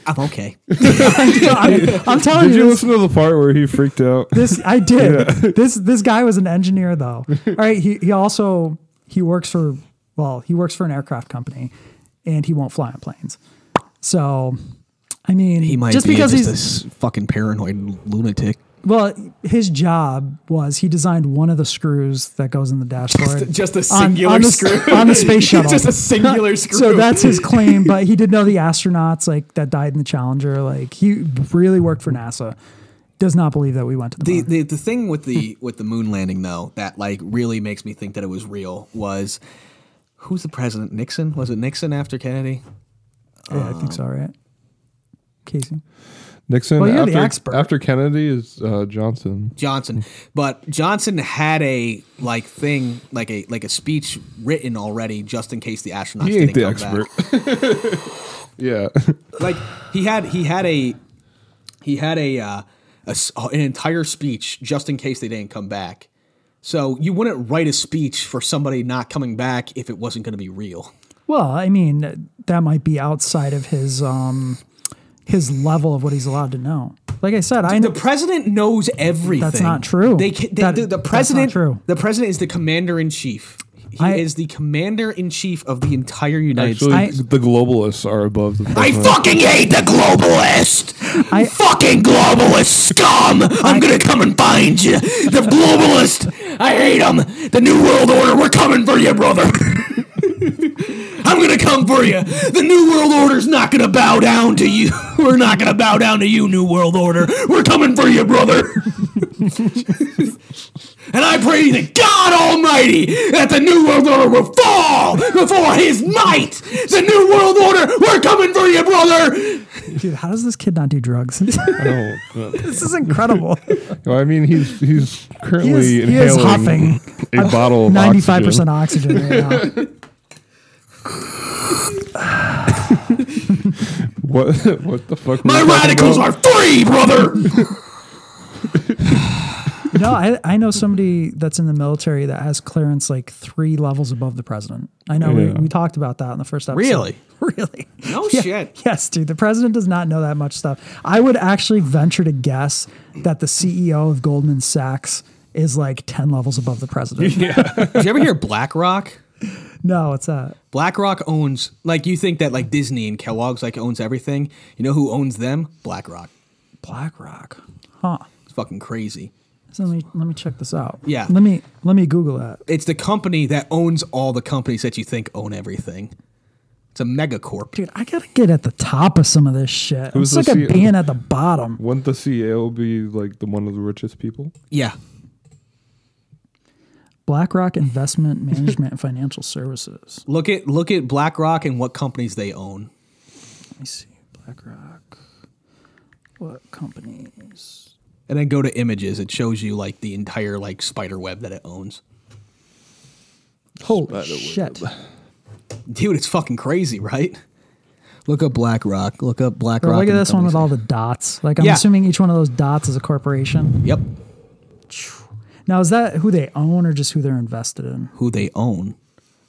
Speaker 4: I'm okay.
Speaker 2: I, am telling
Speaker 3: Did you
Speaker 2: you, this-
Speaker 3: listen to the part where he
Speaker 2: (laughs)
Speaker 3: freaked out?
Speaker 2: this I did. This this guy was an engineer
Speaker 4: (laughs)
Speaker 2: though. All right, he he also he works for well, he works for an aircraft company and he won't fly on planes. So I mean,
Speaker 4: He might
Speaker 2: just
Speaker 4: be
Speaker 2: because
Speaker 4: just
Speaker 2: he's
Speaker 4: this fucking paranoid lunatic.
Speaker 2: Well, his job was he designed one of the screws that goes in the dashboard.
Speaker 4: just a
Speaker 2: on-
Speaker 4: singular
Speaker 2: on the, (laughs)
Speaker 4: screw.
Speaker 2: on the
Speaker 4: (laughs)
Speaker 2: space shuttle.
Speaker 4: Just a
Speaker 2: (laughs)
Speaker 4: singular
Speaker 2: So
Speaker 4: screw.
Speaker 2: that's his claim, but he did know
Speaker 4: (laughs)
Speaker 2: the astronauts like that died in the Challenger. Like he really worked for NASA. Does not believe that we went to the,
Speaker 4: the,
Speaker 2: moon.
Speaker 4: the the thing
Speaker 3: (laughs)
Speaker 4: with the with the moon landing though that like really makes me think that it was real was who's the president Nixon was it Nixon after Kennedy
Speaker 2: yeah, I think
Speaker 3: Um,
Speaker 2: so, right? Casey.
Speaker 3: Nixon
Speaker 2: Well, you're the
Speaker 3: after,
Speaker 2: expert.
Speaker 3: after Kennedy is uh, Johnson.
Speaker 4: Johnson but Johnson had a like thing like a like a speech written already just in case the astronauts
Speaker 3: He ain't
Speaker 4: didn't
Speaker 3: the
Speaker 4: come
Speaker 3: expert.
Speaker 4: back.
Speaker 3: (laughs) yeah.
Speaker 4: (laughs) like he had he had a he had a, uh, a s- an entire speech just in case they didn't come back. So you wouldn't write a speech for somebody not coming back if it wasn't going to be real.
Speaker 2: Well, I mean, that might be outside of his um his level of what he's allowed to know. Like I said, I
Speaker 4: The
Speaker 2: know
Speaker 4: president knows everything.
Speaker 2: That's not true.
Speaker 4: They, ca- they
Speaker 2: That-
Speaker 4: the, the
Speaker 2: that's not
Speaker 4: president.
Speaker 2: true.
Speaker 4: The president is the commander in chief. He
Speaker 2: I-
Speaker 4: is the commander in chief of the entire United
Speaker 3: Actually, uh,
Speaker 2: I-
Speaker 3: the globalists are above the.
Speaker 4: I
Speaker 3: president.
Speaker 4: fucking hate the globalist.
Speaker 2: I-
Speaker 4: (laughs) fucking globalist scum. I'm gonna come and find you. The (laughs) globalist. I hate them. The new world order. We're coming for you, brother. (laughs) I'm gonna come for you. The new world order's not gonna bow down to you. (laughs) We're not gonna bow down to you, new world order. We're coming for you, brother. (laughs) And I pray to God Almighty that the New World Order will fall before His might. The New World Order, we're coming for you, brother.
Speaker 2: dude, how does this kid not do drugs? (laughs)
Speaker 3: Oh, uh, (laughs)
Speaker 2: this is incredible.
Speaker 3: well, I mean, he's he's currently
Speaker 2: He is, he is
Speaker 3: inhaling
Speaker 2: huffing
Speaker 3: a bottle of
Speaker 2: ninety-five percent
Speaker 3: oxygen.
Speaker 2: oxygen right now.
Speaker 3: What (laughs) what the fuck? were
Speaker 4: My
Speaker 3: we talking
Speaker 4: radicals
Speaker 3: about?
Speaker 4: are free, brother.
Speaker 2: no, I, I know somebody that's in the military that has clearance like three levels above the president. I know we,
Speaker 3: Yeah.
Speaker 2: we talked about that in the first episode.
Speaker 4: Really?
Speaker 2: (laughs) Really?
Speaker 4: No
Speaker 2: Yeah.
Speaker 4: shit.
Speaker 2: Yes, dude. The president does not know that much stuff. I would actually venture to guess that the CEO of Goldman Sachs is like 10 levels above the president.
Speaker 4: Did you ever hear BlackRock?
Speaker 2: No, it's uh, that.
Speaker 4: BlackRock owns like you think that like Disney and Kellogg's like owns everything. You know who owns them? BlackRock.
Speaker 2: BlackRock. Huh.
Speaker 4: It's fucking crazy.
Speaker 2: So let me let me check this out.
Speaker 4: Yeah.
Speaker 2: Let me let me Google that.
Speaker 4: It's the company that owns all the companies that you think own everything. It's a megacorp.
Speaker 2: Dude, I gotta get at the top of some of this shit. I'm
Speaker 3: Who's
Speaker 2: sick
Speaker 3: the
Speaker 2: of
Speaker 3: CEO?
Speaker 2: being at the bottom.
Speaker 3: Wouldn't the CEO be like the one of the richest people?
Speaker 4: Yeah.
Speaker 2: BlackRock Investment Management (laughs) and Financial Services.
Speaker 4: Look at look at BlackRock and what companies they own.
Speaker 2: Let me see. BlackRock. What companies?
Speaker 4: and then go to images. It shows you like the entire like spider web that it owns.
Speaker 2: Holy shit.
Speaker 4: Dude, it's fucking crazy, right? Look up BlackRock. Look up BlackRock.
Speaker 2: Bro, look at
Speaker 4: and
Speaker 2: this one with all
Speaker 4: companies.
Speaker 2: the dots. Like I'm
Speaker 4: Yeah.
Speaker 2: assuming each one of those dots is a corporation.
Speaker 4: Yep,
Speaker 2: Now is that who they own or just who they're invested in?
Speaker 4: who they own.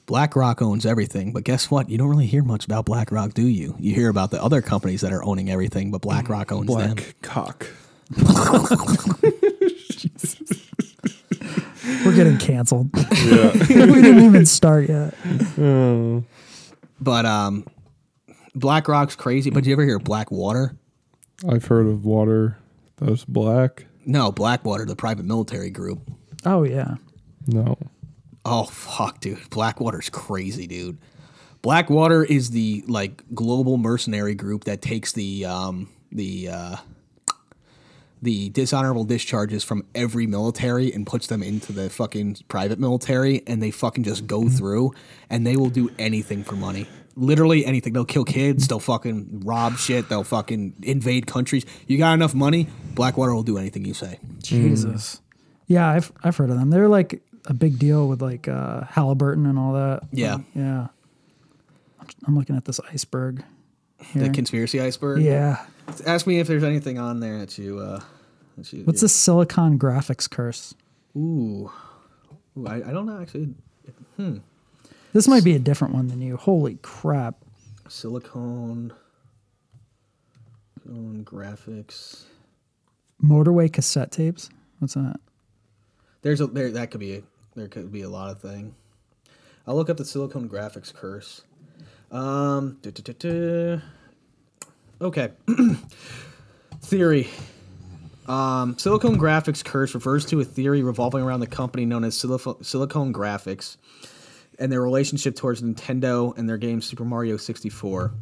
Speaker 4: BlackRock owns everything, but guess what? You don't really hear much about BlackRock, do you? You hear about the other companies that are owning everything, but BlackRock owns them.
Speaker 3: cock.
Speaker 2: We're getting
Speaker 4: (laughs)
Speaker 2: canceled.
Speaker 3: Yeah.
Speaker 2: (laughs) we didn't even start yet.
Speaker 4: (laughs) But um, BlackRock's crazy. But do you ever hear of Blackwater?
Speaker 3: I've heard of water that's black.
Speaker 4: No, Blackwater, the private military group.
Speaker 2: Oh yeah.
Speaker 3: No.
Speaker 4: Oh fuck, dude. Blackwater's crazy, dude. Blackwater is the like global mercenary group that takes the um the uh the dishonorable discharges from every military and puts them into the fucking private military and they fucking just go through and they will do anything for money. Literally anything. They'll kill kids, they'll fucking rob shit, they'll fucking invade countries. You got enough money, Blackwater will do anything you say.
Speaker 2: Jesus. Yeah, I've I've heard of them. They're like a big deal with like uh, Halliburton and all that.
Speaker 4: Yeah.
Speaker 2: Yeah. I'm looking at this iceberg.
Speaker 4: The
Speaker 2: here.
Speaker 4: conspiracy iceberg.
Speaker 2: yeah.
Speaker 4: Ask me if there's anything on there that you. Uh, that you
Speaker 2: What's the silicon graphics curse?
Speaker 4: Ooh, Ooh I, I don't know actually.
Speaker 2: This might be a different one than you. Holy crap.
Speaker 4: Silicone. Own graphics.
Speaker 2: Motorway cassette tapes? What's that?
Speaker 4: There's a there that could be a, there could be a lot of thing. I'll look up the silicone graphics curse. Um. (clears throat) du-du-du-du. Okay. Theory. Um, silicone graphics curse refers to a theory revolving around the company known as Silif- Silicone Graphics and their relationship towards Nintendo and their game Super Mario 64.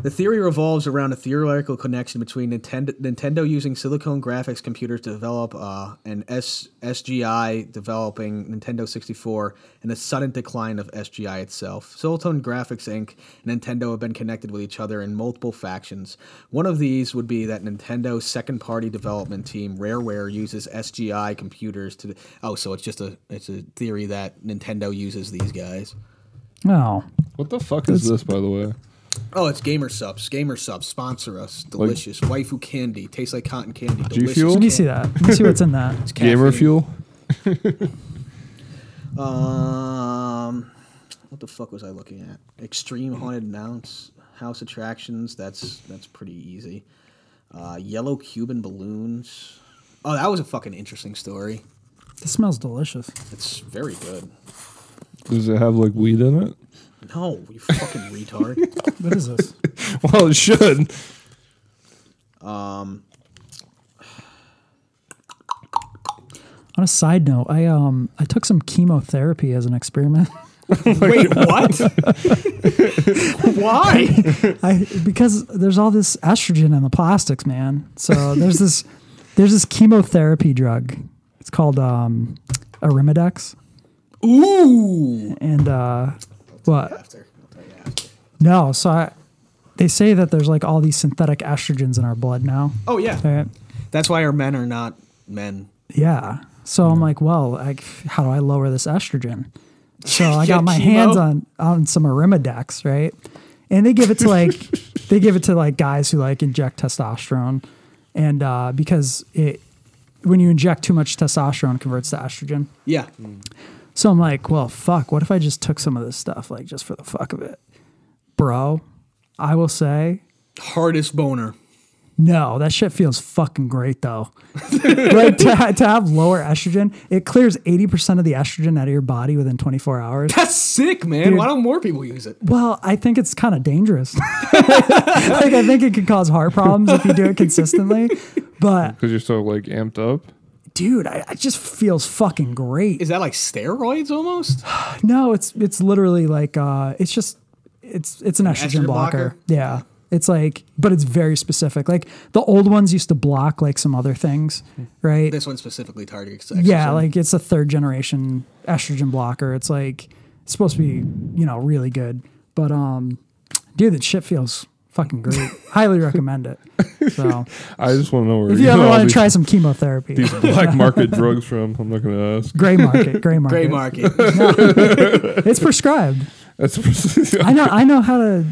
Speaker 4: The theory revolves around a theoretical connection between Nintendo, Nintendo using silicone graphics computers to develop uh, an S- SGI developing Nintendo 64 and a sudden decline of SGI itself. Silicone Graphics Inc. and Nintendo have been connected with each other in multiple factions. One of these would be that Nintendo's second party development team, Rareware, uses SGI computers to. Oh, so it's just a it's a theory that Nintendo uses these guys.
Speaker 2: No.
Speaker 3: What the fuck is this, by the way?
Speaker 4: Oh, it's Gamer Subs. Gamer Subs sponsor us. Delicious waifu candy. Tastes like cotton candy. Delicious.
Speaker 3: Fuel?
Speaker 2: Let
Speaker 3: Can
Speaker 2: me
Speaker 4: candy.
Speaker 2: see that. Let me see what's in that.
Speaker 4: It's
Speaker 3: Gamer
Speaker 4: caffeine.
Speaker 3: fuel?
Speaker 4: Um, what the fuck was I looking at? Extreme haunted mounts, house attractions. That's that's pretty easy. Uh, yellow Cuban balloons. Oh, that was a fucking interesting story.
Speaker 2: It smells delicious.
Speaker 4: It's very good.
Speaker 3: Does it have like weed in it? (laughs)
Speaker 4: No, you fucking
Speaker 2: (laughs)
Speaker 4: retard.
Speaker 2: What is this?
Speaker 3: Well, it should.
Speaker 2: On a side note, I um I took some chemotherapy as an experiment.
Speaker 4: (laughs)
Speaker 2: (laughs)
Speaker 4: Wait, what? Why?
Speaker 2: I because there's all this estrogen in the plastics, man. So there's this there's this chemotherapy drug. It's called um Arimidex.
Speaker 4: Ooh.
Speaker 2: And uh what?
Speaker 4: After. I'll tell you after.
Speaker 2: No, so I, they say that there's like all these synthetic estrogens in our blood now.
Speaker 4: Oh yeah.
Speaker 2: Right?
Speaker 4: That's why our men are not men.
Speaker 2: Yeah. So I'm like, well, I, how do I lower this estrogen? So I
Speaker 4: Yeah,
Speaker 2: got my
Speaker 4: chemo.
Speaker 2: hands on on some Arimidex, right? And they give it to like they give it to like guys who like inject testosterone, and uh, because it when you inject too much testosterone, it converts to estrogen.
Speaker 4: Yeah.
Speaker 2: So I'm like, well, fuck. What if I just took some of this stuff, like just for the fuck of it, bro? I will say
Speaker 4: Hardest boner.
Speaker 2: no, that shit feels fucking great though. (laughs) like to, to have lower estrogen, it clears 80% of the estrogen out of your body within 24 (laughs) hours.
Speaker 4: That's sick, man. Why don't more people use it?
Speaker 2: Well, I think it's kind of dangerous. (laughs) like I think it could cause heart problems if you do it consistently. But
Speaker 3: Because you're so like amped up.
Speaker 2: dude, I, I just feels fucking great.
Speaker 4: Is that like steroids almost?
Speaker 2: No, it's it's literally like uh it's just it's it's an estrogen,
Speaker 4: estrogen
Speaker 2: blocker.
Speaker 4: blocker?
Speaker 2: Yeah. It's like but it's very specific. Like the old ones used to block like some other things, right?
Speaker 4: This one specifically targets.
Speaker 2: Yeah,
Speaker 4: estrogen.
Speaker 2: like it's a third generation estrogen blocker. It's like it's supposed to be, you know, really good. But um dude, that shit feels fucking
Speaker 3: (laughs)
Speaker 2: great. Highly recommend it. So
Speaker 3: I just want to know where
Speaker 2: if you
Speaker 3: know
Speaker 2: ever
Speaker 3: all
Speaker 2: want to
Speaker 3: these-
Speaker 2: try some chemotherapy.
Speaker 3: these (laughs) black market drugs from. I'm not gonna ask.
Speaker 2: Gray market, gray market.
Speaker 4: gray
Speaker 2: (laughs)
Speaker 4: market.
Speaker 2: It's prescribed.
Speaker 3: That's (laughs)
Speaker 2: I know I know how to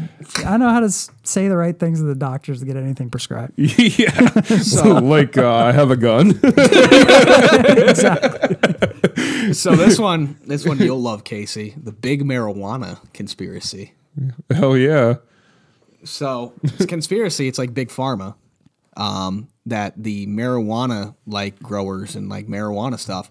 Speaker 2: I know how to s- say the right things to the doctors to get anything prescribed.
Speaker 3: yeah.
Speaker 2: (laughs)
Speaker 3: like uh, I have a gun. (laughs)
Speaker 4: so this one, this one you'll love, Casey. The big marijuana conspiracy.
Speaker 3: Hell yeah.
Speaker 4: So it's conspiracy. It's like big pharma. Um, that the marijuana like growers and like marijuana stuff,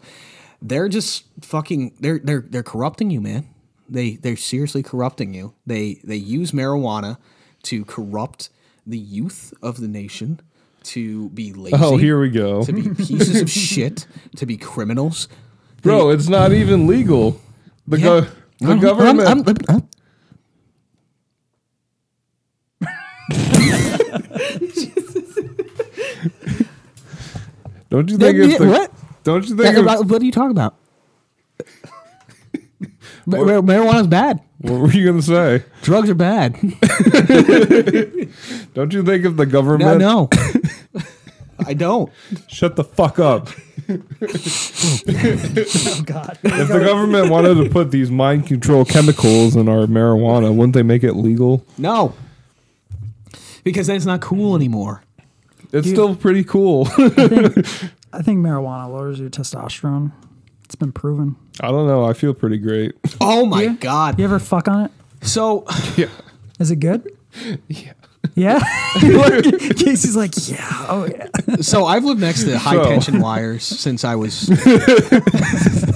Speaker 4: they're just fucking. They're they're they're corrupting you, man. They they're seriously corrupting you. They they use marijuana to corrupt the youth of the nation to be lazy.
Speaker 3: Oh, here we go. (laughs)
Speaker 4: to be pieces of shit, to be criminals.
Speaker 3: Bro, it's not even legal. The
Speaker 4: Yeah.
Speaker 3: go- the government. don't you think it's the,
Speaker 7: What?
Speaker 3: Don't you think it's,
Speaker 7: What are you talking (laughs) about? Ma- ma- Marijuana's bad.
Speaker 3: what were you gonna say?
Speaker 7: Drugs are bad.
Speaker 3: Don't you think if the government
Speaker 7: No, no.
Speaker 4: I don't.
Speaker 3: shut the fuck
Speaker 4: (laughs)
Speaker 3: up?
Speaker 2: Oh god.
Speaker 3: If the government wanted to put these mind control chemicals in our marijuana, wouldn't they make it legal?
Speaker 4: No. Because then it's not cool anymore.
Speaker 3: It's still pretty cool. (laughs)
Speaker 2: I think marijuana lowers your testosterone. It's been proven.
Speaker 3: I don't know. I feel pretty great.
Speaker 4: Oh my god.
Speaker 2: You ever fuck on it?
Speaker 4: So
Speaker 3: Yeah.
Speaker 2: Is it good?
Speaker 3: (laughs) Yeah.
Speaker 2: Yeah.
Speaker 3: (laughs)
Speaker 2: (laughs) Like, Casey's like, yeah, oh yeah.
Speaker 4: so I've lived next to high
Speaker 3: So-
Speaker 4: tension wires since
Speaker 3: (laughs)
Speaker 4: I was (laughs)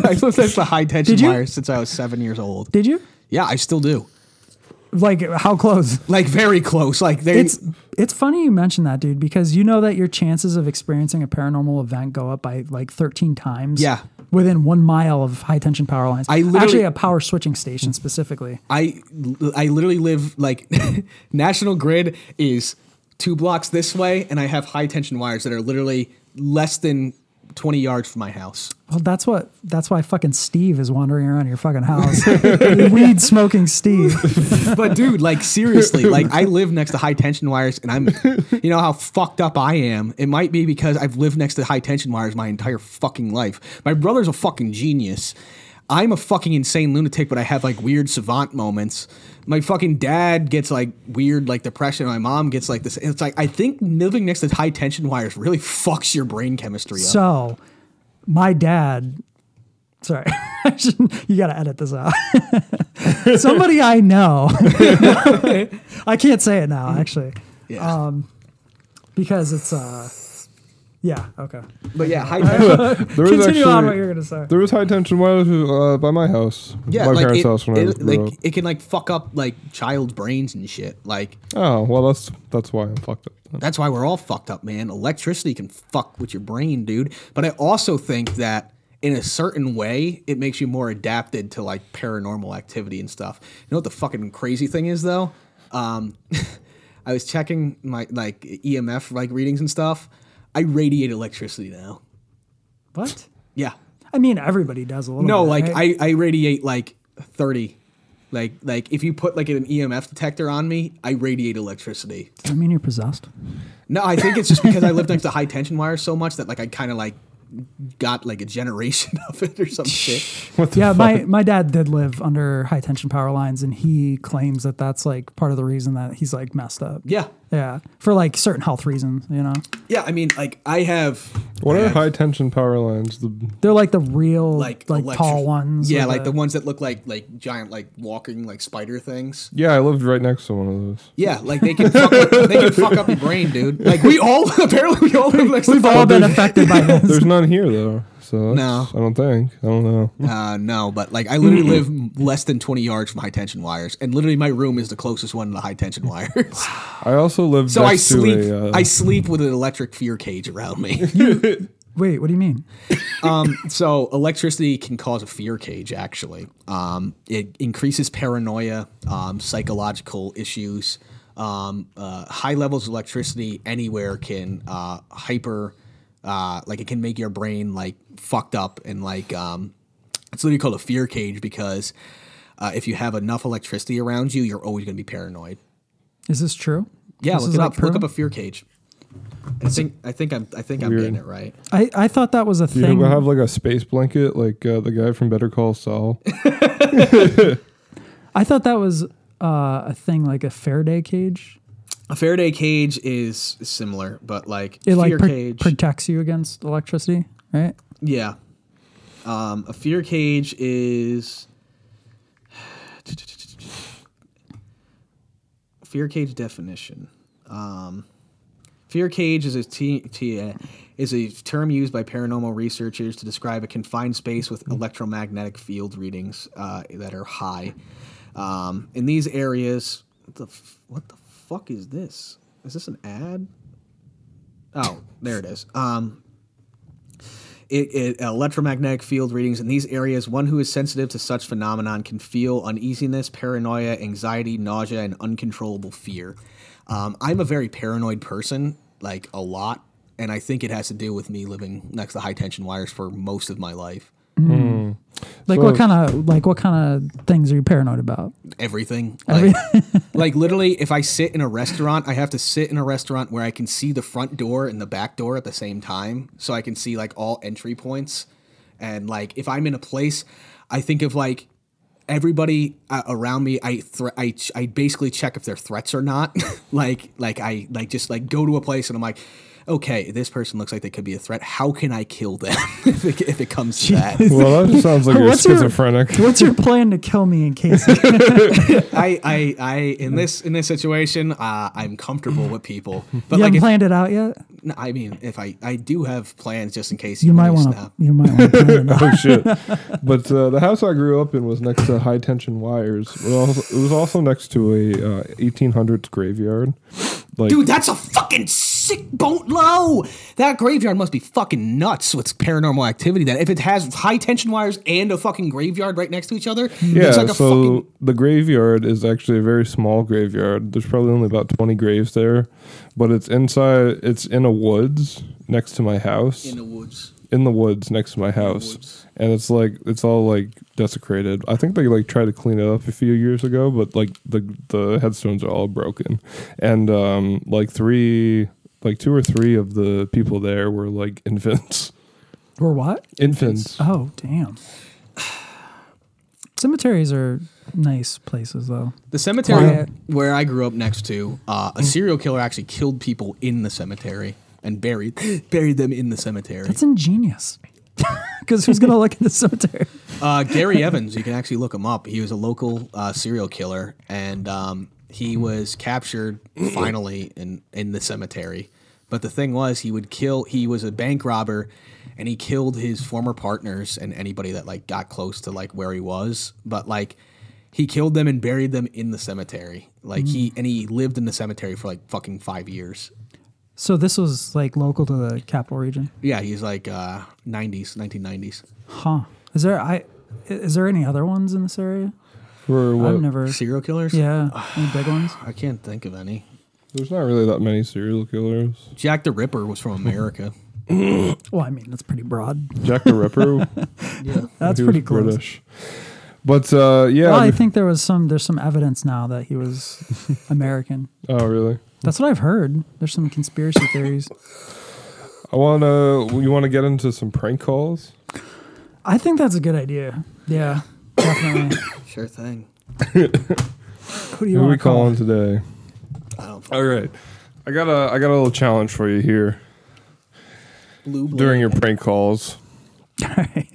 Speaker 4: I've lived next to high tension
Speaker 2: Did you?
Speaker 4: wires since I was seven years old.
Speaker 2: Did you?
Speaker 4: Yeah, I still do.
Speaker 2: like how close?
Speaker 4: Like very close. Like they
Speaker 2: It's it's funny you mention that, dude, because you know that your chances of experiencing a paranormal event go up by like 13 times.
Speaker 4: Yeah.
Speaker 2: Within one mile of high tension power lines.
Speaker 4: I literally-
Speaker 2: actually a power switching station specifically.
Speaker 4: I I literally live like (laughs) National Grid is two blocks this way, and I have high tension wires that are literally less than twenty yards from my house.
Speaker 2: Well, that's what that's why fucking Steve is wandering around your fucking
Speaker 4: (laughs)
Speaker 2: house. Weed smoking Steve.
Speaker 4: But dude, like seriously, like I live next to high tension wires, and I'm, you know how fucked up I am. It might be because I've lived next to high tension wires my entire fucking life. My brother's a fucking genius. I'm a fucking insane lunatic, but I have like weird savant moments. My fucking dad gets like weird like depression. My mom gets like this. It's like I think living next to high tension wires really fucks your brain chemistry up.
Speaker 2: So, my dad, sorry, (laughs) I shouldn't- you got to edit this out. (laughs) Somebody I know, (laughs) I can't say it now actually,
Speaker 4: yeah.
Speaker 2: uh, Um, because it's uh, yeah, okay.
Speaker 4: but yeah, high tension.
Speaker 3: There was
Speaker 2: Continue on
Speaker 3: actually-
Speaker 2: what you're gonna say.
Speaker 3: There was high tension wires uh, by my house.
Speaker 4: Yeah,
Speaker 3: my
Speaker 4: like
Speaker 3: parents'
Speaker 4: it,
Speaker 3: house when I
Speaker 4: it-
Speaker 3: was grew
Speaker 4: like it can like fuck up like child's brains and shit. Like
Speaker 3: up. Oh well, that's that's why I'm fucked up.
Speaker 4: That's why we're all fucked up, man. Electricity can fuck with your brain, dude. But I also think that in a certain way, it makes you more adapted to like paranormal activity and stuff. You know what the fucking crazy thing is though? Um, (laughs) I was checking my like EMF like readings and stuff. I radiate electricity now.
Speaker 2: What?
Speaker 4: Yeah.
Speaker 2: I mean, everybody does a little.
Speaker 4: No,
Speaker 2: bit,
Speaker 4: like
Speaker 2: right?
Speaker 4: I, I radiate like 30. Like like if you put like an EMF detector on me, I radiate electricity.
Speaker 2: I mean, you're possessed.
Speaker 4: No, I think it's just because I lived next to high tension wires so much that like I kind of like got like a generation (laughs) of it or some shit.
Speaker 3: What the
Speaker 2: Yeah,
Speaker 3: fuck?
Speaker 2: my my dad did live under high tension power lines, and he claims that that's like part of the reason that he's like messed up.
Speaker 4: Yeah,
Speaker 2: Yeah, for like certain health reasons, you know.
Speaker 4: yeah. I mean, like I have.
Speaker 3: what
Speaker 4: I
Speaker 3: are
Speaker 4: have,
Speaker 3: high tension power lines? The
Speaker 2: They're like the real, like,
Speaker 4: electric-
Speaker 2: tall ones.
Speaker 4: Yeah,
Speaker 2: with
Speaker 4: like
Speaker 2: a-
Speaker 4: the ones that look like like giant like walking like spider things.
Speaker 3: yeah, I lived right next to one of those.
Speaker 4: Yeah,
Speaker 2: (laughs)
Speaker 4: like they can fuck up, they can fuck up your brain, dude. Like we all (laughs) apparently we all live next
Speaker 2: We've
Speaker 4: to.
Speaker 2: all been affected
Speaker 4: (laughs)
Speaker 2: by this.
Speaker 3: There's none here though, so that's-
Speaker 4: No.
Speaker 3: I don't think. I don't know.
Speaker 4: Uh, no, but like I literally live less than twenty yards from high tension wires, and literally my room is the closest one to the high tension (laughs) wires.
Speaker 3: I also lived.
Speaker 4: So
Speaker 3: next
Speaker 4: I sleep.
Speaker 3: To a, uh,
Speaker 4: I sleep with an electric fear cage around me.
Speaker 2: Wait, what do you mean?
Speaker 4: So electricity can cause a fear cage. Actually, um, it increases paranoia, um, psychological issues. Um, uh, high levels of electricity anywhere can uh, hyper, uh, like it can make your brain like fucked up and like um, it's literally called a fear cage because uh, if you have enough electricity around you, you're always going to be paranoid.
Speaker 2: Is this true?
Speaker 4: Yeah,
Speaker 2: This
Speaker 4: look
Speaker 2: is,
Speaker 4: it
Speaker 2: like,
Speaker 4: up. Look up
Speaker 2: proven?
Speaker 4: a fear cage. I think I think I'm I think I'm
Speaker 3: Weird.
Speaker 4: getting it right.
Speaker 2: I I thought that was a
Speaker 3: Do you
Speaker 2: thing.
Speaker 3: have like a space blanket, like uh, the guy from Better Call
Speaker 4: (laughs)
Speaker 3: Saul?
Speaker 2: I thought that was uh, a thing like a Faraday cage.
Speaker 4: A Faraday cage is similar, but like
Speaker 2: It
Speaker 4: fear
Speaker 2: like pr-
Speaker 4: cage,
Speaker 2: protects you against electricity, right?
Speaker 4: yeah. Um, a fear cage is fear cage definition. Um, fear cage is a t- t- uh, is a term used by paranormal researchers to describe a confined space with electromagnetic field readings uh, that are high. Um, in these areas, what the f- what the fuck is this? Is this an ad? Oh, there it is. Um, it, it, electromagnetic field readings in these areas. One who is sensitive to such phenomenon can feel uneasiness, paranoia, anxiety, nausea, and uncontrollable fear. Um, I'm a very paranoid person, like a lot, and I think it has to do with me living next to high tension wires for most of my life.
Speaker 2: Like what kind of like what kind of things are you paranoid about?
Speaker 4: everything. Like, like literally, if I sit in a restaurant, I have to sit in a restaurant where I can see the front door and the back door at the same time, so I can see like all entry points. And like, if I'm in a place, I think of like everybody uh, around me. I thre- I ch- (laughs) I basically check if they're threats or not. like like I like just like go to a place and I'm like. okay, this person looks like they could be a threat. How can I kill them (laughs) if, it, if it comes to that?
Speaker 3: Well, that sounds
Speaker 4: (laughs)
Speaker 3: like you're
Speaker 2: What's your-
Speaker 3: schizophrenic.
Speaker 2: (laughs) What's your plan to kill me in case?
Speaker 3: (laughs)
Speaker 4: I, I, I, in this in this situation, uh, I'm comfortable
Speaker 2: (laughs)
Speaker 4: with people,
Speaker 2: you
Speaker 4: but like,
Speaker 2: haven't
Speaker 4: if,
Speaker 2: planned it out yet.
Speaker 4: no, I mean, if I, I do have plans just in case
Speaker 2: You might
Speaker 4: want
Speaker 2: want to. You might
Speaker 3: (laughs)
Speaker 2: want to plan it out.
Speaker 3: oh
Speaker 4: (laughs)
Speaker 3: shit! But uh, the house I grew up in was next to high tension wires. It was also, it was also next to a uh, 1800s graveyard. Like,
Speaker 4: Dude, that's a fucking sick boat low. That graveyard must be fucking nuts with paranormal activity. That if it has high tension wires and a fucking graveyard right next to each other,
Speaker 3: yeah.
Speaker 4: it's like
Speaker 3: so
Speaker 4: a fucking
Speaker 3: the graveyard is actually a very small graveyard. There's probably only about 20 graves there, but it's inside. It's in a woods next to my house.
Speaker 4: in the woods.
Speaker 3: in the woods next to my house and it's like it's all like desecrated i think they like tried to clean it up a few years ago but like the the headstones are all broken and um like three like two or three of the people there were like (laughs) infants
Speaker 2: Or what?
Speaker 3: infants
Speaker 2: Oh, damn. Cemeteries are nice places, though.
Speaker 4: The cemetery
Speaker 2: Quiet.
Speaker 4: where I grew up next to, uh, a serial killer actually killed people in the cemetery and buried (gasps) buried them in the cemetery.
Speaker 2: That's ingenious. (laughs) Because who's gonna look at the cemetery?
Speaker 4: Uh, Gary Evans, you can actually look him up. He was a local uh, serial killer, and um, he was captured finally in, in the cemetery. But the thing was, he would kill. He was a bank robber, and he killed his former partners and anybody that like got close to like where he was. But like, he killed them and buried them in the cemetery. Like he and he lived in the cemetery for like fucking five years.
Speaker 2: So this was like local to the capital region,
Speaker 4: Yeah, he's like uh, 90s, 1990s.
Speaker 2: huh? Is there I? Is there any other ones in this area?
Speaker 3: Or what?
Speaker 2: I've never.
Speaker 4: Serial killers?
Speaker 2: Yeah, any big ones?
Speaker 4: I can't think of any.
Speaker 3: there's not really that many
Speaker 2: (laughs)
Speaker 3: serial killers
Speaker 4: Jack the Ripper was from America.
Speaker 2: Well, I mean that's pretty broad.
Speaker 3: jack
Speaker 2: (laughs)
Speaker 3: the ripper
Speaker 4: Yeah.
Speaker 2: That's
Speaker 3: he was
Speaker 2: pretty close.
Speaker 3: british but uh yeah
Speaker 2: Well, I
Speaker 3: bef-
Speaker 2: think there was some. There's some evidence now that he was
Speaker 3: (laughs)
Speaker 2: American.
Speaker 3: oh really
Speaker 2: That's what I've heard. There's some conspiracy theories.
Speaker 3: i want to you want to get into some prank calls
Speaker 2: I think that's a good idea. Yeah, definitely.
Speaker 4: Sure thing.
Speaker 2: Who do you
Speaker 3: who are
Speaker 2: want
Speaker 3: we
Speaker 2: to call?
Speaker 3: calling today
Speaker 4: I don't
Speaker 3: All right, I got a I got a little challenge for you here
Speaker 4: blue blue.
Speaker 3: during your prank calls.
Speaker 2: (laughs) Alright.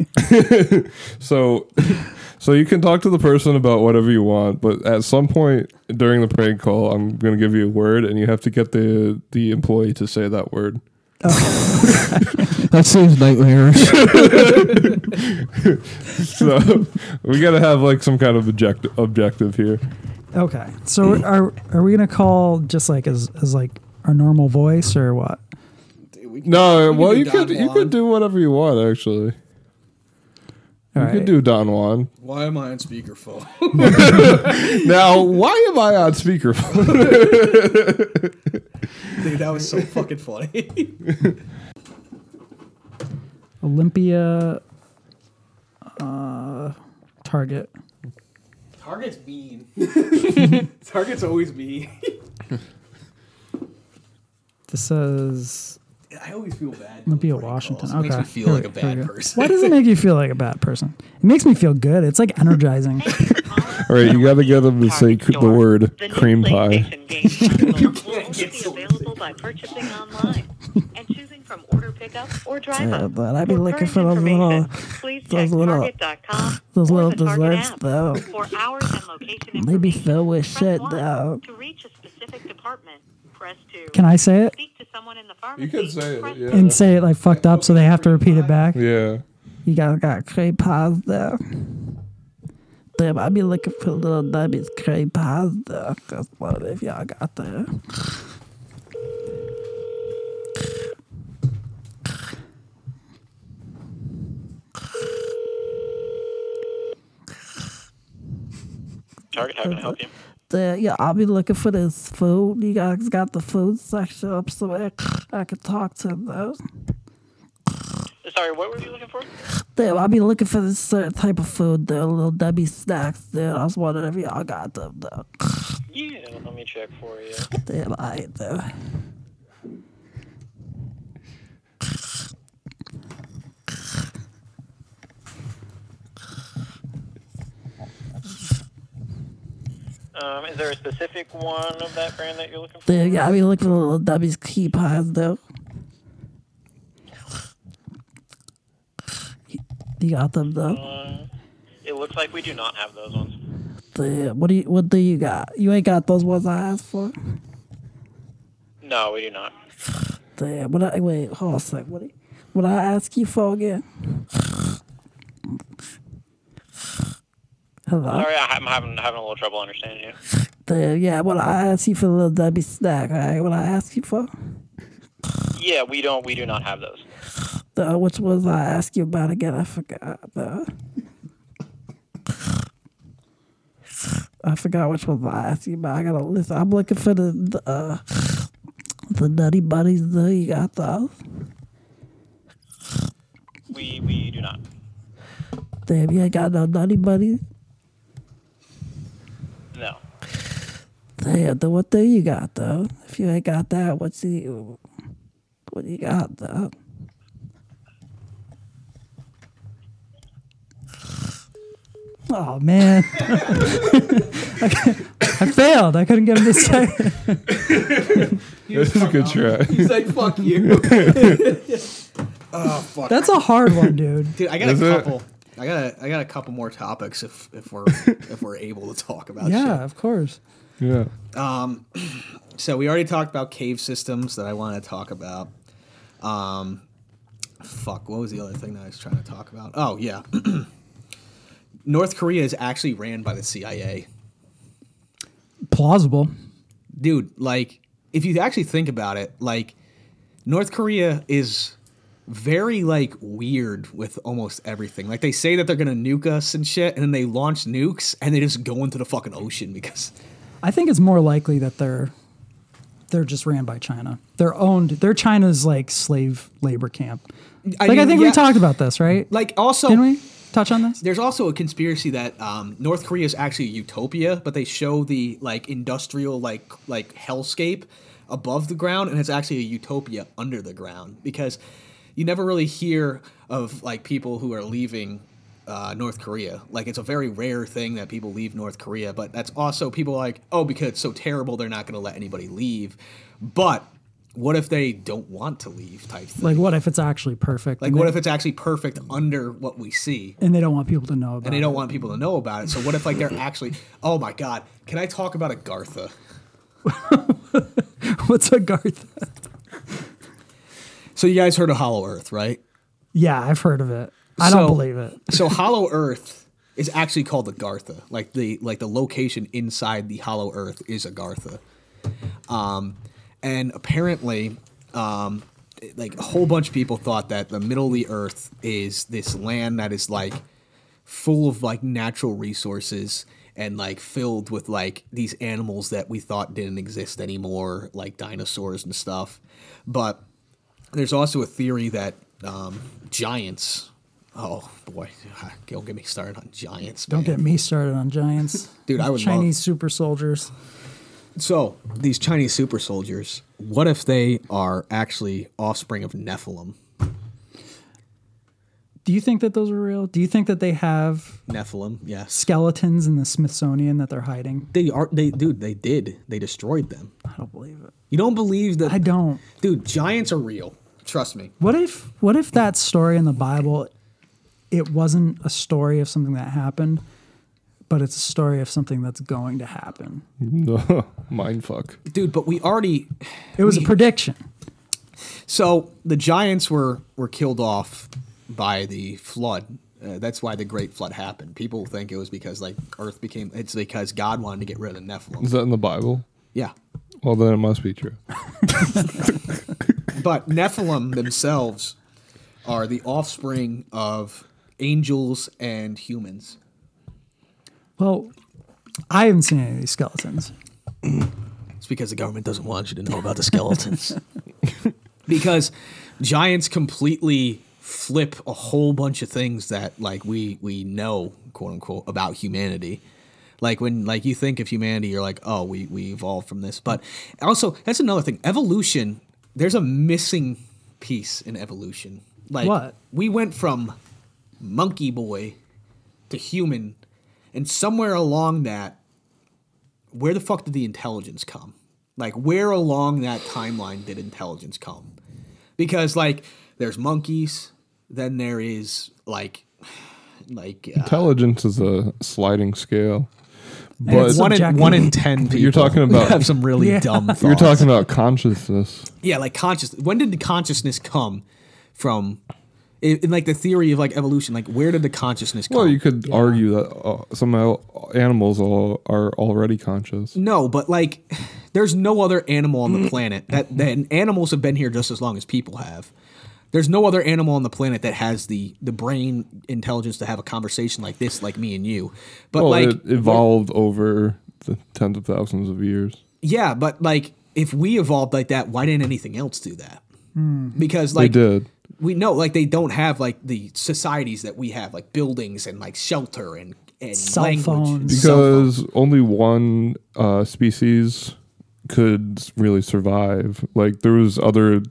Speaker 3: So, (laughs) so you can talk to the person about whatever you want, but at some point during the prank call, I'm going to give you a word, and you have to get the the employee to say that word.
Speaker 7: (laughs)
Speaker 3: (laughs)
Speaker 7: That seems nightmarish.
Speaker 3: So (laughs) we got to have like some kind of objective objective here.
Speaker 2: Okay. So are are we gonna call just like as as like our normal voice or what?
Speaker 3: No, well
Speaker 4: do
Speaker 3: you could
Speaker 4: Don
Speaker 3: you
Speaker 4: Juan.
Speaker 3: could do whatever you want actually.
Speaker 2: All
Speaker 3: You
Speaker 2: right.
Speaker 3: could do Don Juan.
Speaker 4: Why am I on speakerphone? (laughs)
Speaker 3: Now, why am I on speakerphone?
Speaker 4: Dude, that was so fucking funny.
Speaker 2: Olympia. Uh, Target.
Speaker 4: (laughs) Target's (laughs) mean. Target's always mean.
Speaker 2: This says
Speaker 4: I always feel bad.
Speaker 2: Olympia, Washington.
Speaker 4: It
Speaker 2: Okay.
Speaker 4: makes me feel
Speaker 2: Here
Speaker 4: like
Speaker 2: we-
Speaker 4: a
Speaker 2: here we
Speaker 4: bad
Speaker 2: go.
Speaker 4: person.
Speaker 2: Why does it make you feel like a bad person? It makes me feel good. It's like energizing.
Speaker 3: All right, you got to get them to say c- the word
Speaker 6: The new
Speaker 3: cream pie.
Speaker 6: PlayStation game
Speaker 8: (laughs)
Speaker 6: console will
Speaker 4: can't
Speaker 6: only
Speaker 4: get
Speaker 6: be
Speaker 4: sold.
Speaker 6: available by purchasing online and choosing from order pickup or drive
Speaker 8: Yeah,
Speaker 6: up.
Speaker 8: but I'd be looking
Speaker 6: current
Speaker 8: for those little-
Speaker 6: information, please
Speaker 8: those
Speaker 6: check
Speaker 8: little-
Speaker 6: Target.com
Speaker 8: (sighs) those
Speaker 6: or
Speaker 8: little
Speaker 6: the Target
Speaker 8: desserts,
Speaker 6: app.
Speaker 8: though.
Speaker 6: For hours and location
Speaker 8: They be
Speaker 6: information,
Speaker 8: filled with
Speaker 6: press
Speaker 8: shit,
Speaker 6: one.
Speaker 8: though.
Speaker 6: To reach a specific department, press two.
Speaker 2: Can I say it
Speaker 6: Speak to someone in the pharmacy.
Speaker 3: could say it,
Speaker 6: press
Speaker 3: yeah.
Speaker 2: and say it like fucked up so they have to repeat it back?
Speaker 3: Yeah.
Speaker 8: You guys got cream pies there. Damn, I'd be looking for little nubbies cream pies there. Cause what if y'all got there?
Speaker 9: Target, how can I help you?
Speaker 8: Damn, yeah, I'll be looking for this food. You guys got the food section up somewhere. I can talk to those.
Speaker 9: Sorry, what were you looking for?
Speaker 8: Damn, I'll be looking for this certain type of food there, little nubby snacks there. I was wondering if y'all got them though.
Speaker 9: Yeah, let me check for you.
Speaker 8: Damn, I ain't there.
Speaker 9: Um, is there a specific one of that brand that you're looking for?
Speaker 8: Damn, yeah, I'll be looking for little nubbies key pies though.
Speaker 2: You got them though.
Speaker 5: Uh, it looks like we do not have those ones.
Speaker 2: Damn. What do you What do you got? You ain't got those ones I asked for.
Speaker 5: No, we do not.
Speaker 2: Damn. What I wait. Hold on a sec. What? do you- What I ask you for again? Hello.
Speaker 5: Sorry, I- I'm having having a little trouble understanding you.
Speaker 2: Damn. Yeah. What I asked you for a little Debbie snack. All right. What I asked you for?
Speaker 5: Yeah, we don't. We do not have those.
Speaker 2: The, which was I asked you about again? I forgot. The, I forgot which one I asked you about. I gotta listen. I'm looking for the the, uh, the nutty buddies. Though you got those?
Speaker 5: We we do not.
Speaker 2: Damn, you ain't got no nutty buddies.
Speaker 5: No.
Speaker 2: Damn, then what thing you got though? If you ain't got that, what's the what you got though?
Speaker 8: Oh man, (laughs) I, I failed. I couldn't get him to say.
Speaker 2: (laughs)
Speaker 8: it.
Speaker 3: This is a good try.
Speaker 6: (laughs)
Speaker 4: He's like, fuck you.
Speaker 8: That's a hard one, dude.
Speaker 4: Dude, I got
Speaker 3: Is
Speaker 4: a
Speaker 3: it?
Speaker 4: couple. I got a, I got a couple more topics if if we're if we're able to talk about
Speaker 8: Yeah,
Speaker 4: shit.
Speaker 8: of course.
Speaker 3: Yeah.
Speaker 4: So we already talked about cave systems that I want to talk about. Um, fuck, what was the other thing that I was trying to talk about? Oh yeah, (clears throat) North Korea is actually ran by the CIA,
Speaker 8: Plausible.
Speaker 4: dude. Like, if you actually think about it, like North Korea is very like weird with almost everything. Like they say that they're gonna nuke us and shit, and then they launch nukes and they just go into the fucking ocean because
Speaker 8: I think it's more likely that they're they're just ran by China. They're owned. They're China's like slave labor camp. like I
Speaker 4: mean,
Speaker 8: think we
Speaker 4: yeah.
Speaker 8: talked about this, right?
Speaker 4: like also
Speaker 8: Didn't we touch on this?
Speaker 4: There's also a conspiracy that um, North Korea is actually a utopia, but they show the like industrial like like hellscape above the ground, and it's actually a utopia under the ground because you never really hear of like people who are leaving uh, North Korea. Like it's a very rare thing that people leave North Korea, but that's also people are like oh because it's so terrible they're not going to let anybody leave, but. What if they don't want to leave? Type thing.
Speaker 8: Like, what if it's actually perfect?
Speaker 4: Like,
Speaker 8: and
Speaker 4: what
Speaker 8: they-
Speaker 4: if it's actually perfect under what we see?
Speaker 8: and they don't want people to know about
Speaker 4: and they
Speaker 8: it.
Speaker 4: don't want people to know about it. So what if like (laughs) they're actually? Oh my God! Can I talk about a Gartha?
Speaker 8: (laughs) What's a Garth?
Speaker 4: So you guys heard of Hollow Earth, right?
Speaker 8: Yeah, I've heard of it. I
Speaker 4: So-
Speaker 8: don't believe it.
Speaker 4: So Hollow Earth is actually called the Gartha. Like the like the location inside the Hollow Earth is a Gartha. Um, and apparently, um, like a whole bunch of people thought that the middle of the Earth is this land that is like full of like natural resources and like filled with like these animals that we thought didn't exist anymore, like dinosaurs and stuff. But there's also a theory that um, giants. Oh boy, (laughs) don't get me started on giants.
Speaker 8: Don't
Speaker 4: man.
Speaker 8: get me started on giants,
Speaker 4: (laughs) Dude, I would love-
Speaker 8: Chinese super soldiers.
Speaker 4: So these Chinese super soldiers, what if they are actually offspring of Nephilim?
Speaker 8: Do you think that those are real? Do you think that they have
Speaker 4: Nephilim, yes.
Speaker 8: skeletons in the Smithsonian that they're hiding?
Speaker 4: They are they dude, they did. They destroyed them.
Speaker 8: I don't believe it.
Speaker 4: You don't believe that
Speaker 8: I don't.
Speaker 4: dude, giants are real. Trust me.
Speaker 8: What if what if that story in the Bible it wasn't a story of something that happened, but it's a story of something that's going to happen.
Speaker 3: No. Mind fuck.
Speaker 4: Dude, but we already
Speaker 8: It was a prediction.
Speaker 4: So the giants were were killed off by the flood. Uh, that's why the great flood happened. People think it was because like earth became it's because God wanted to get rid of the Nephilim.
Speaker 3: Is that in the Bible?
Speaker 4: Yeah.
Speaker 3: Well, then it must be true.
Speaker 4: But Nephilim themselves are the offspring of angels and humans.
Speaker 8: Well, I haven't seen any of these skeletons.
Speaker 4: It's because the government doesn't want you to know about the skeletons. (laughs) because giants completely flip a whole bunch of things that like we we know quote unquote about humanity. Like when like you think of humanity, you're like, oh, we we evolved from this. But also that's another thing. Evolution. There's a missing piece in evolution. Like
Speaker 8: What?
Speaker 4: we went from monkey boy to human, and somewhere along that where the fuck did the intelligence come? Like, where along that timeline did intelligence come? Because, like, there's monkeys, then there is, like, Like uh,
Speaker 3: Intelligence is a sliding scale. But
Speaker 8: it's
Speaker 4: one in
Speaker 8: subjective.
Speaker 4: one in ten people.
Speaker 3: you're talking about-
Speaker 4: have some really dumb. Thoughts.
Speaker 3: you're talking about consciousness.
Speaker 4: yeah, like conscious. When did the consciousness come from? In, in like the theory of like evolution, like where did the consciousness come?
Speaker 3: Well, you could argue that uh, somehow animals all, are already conscious.
Speaker 4: No, but like, there's no other animal on
Speaker 3: Mm-hmm.
Speaker 4: the planet that that animals have been here just as long as people have. There's no other animal on the planet that has the the brain intelligence to have a conversation like this, like me and you. But
Speaker 3: well,
Speaker 4: like,
Speaker 3: it evolved over the tens of thousands of years.
Speaker 4: yeah, but like, if we evolved like that, why didn't anything else do that? Because
Speaker 3: Hmm. They
Speaker 4: like,
Speaker 3: did.
Speaker 4: we know like they don't have like the societies that we have, like buildings and like shelter and and
Speaker 8: Cell
Speaker 4: language.
Speaker 8: phones.
Speaker 4: Cell phones.
Speaker 3: because only one uh, species could s- really survive. Like there was other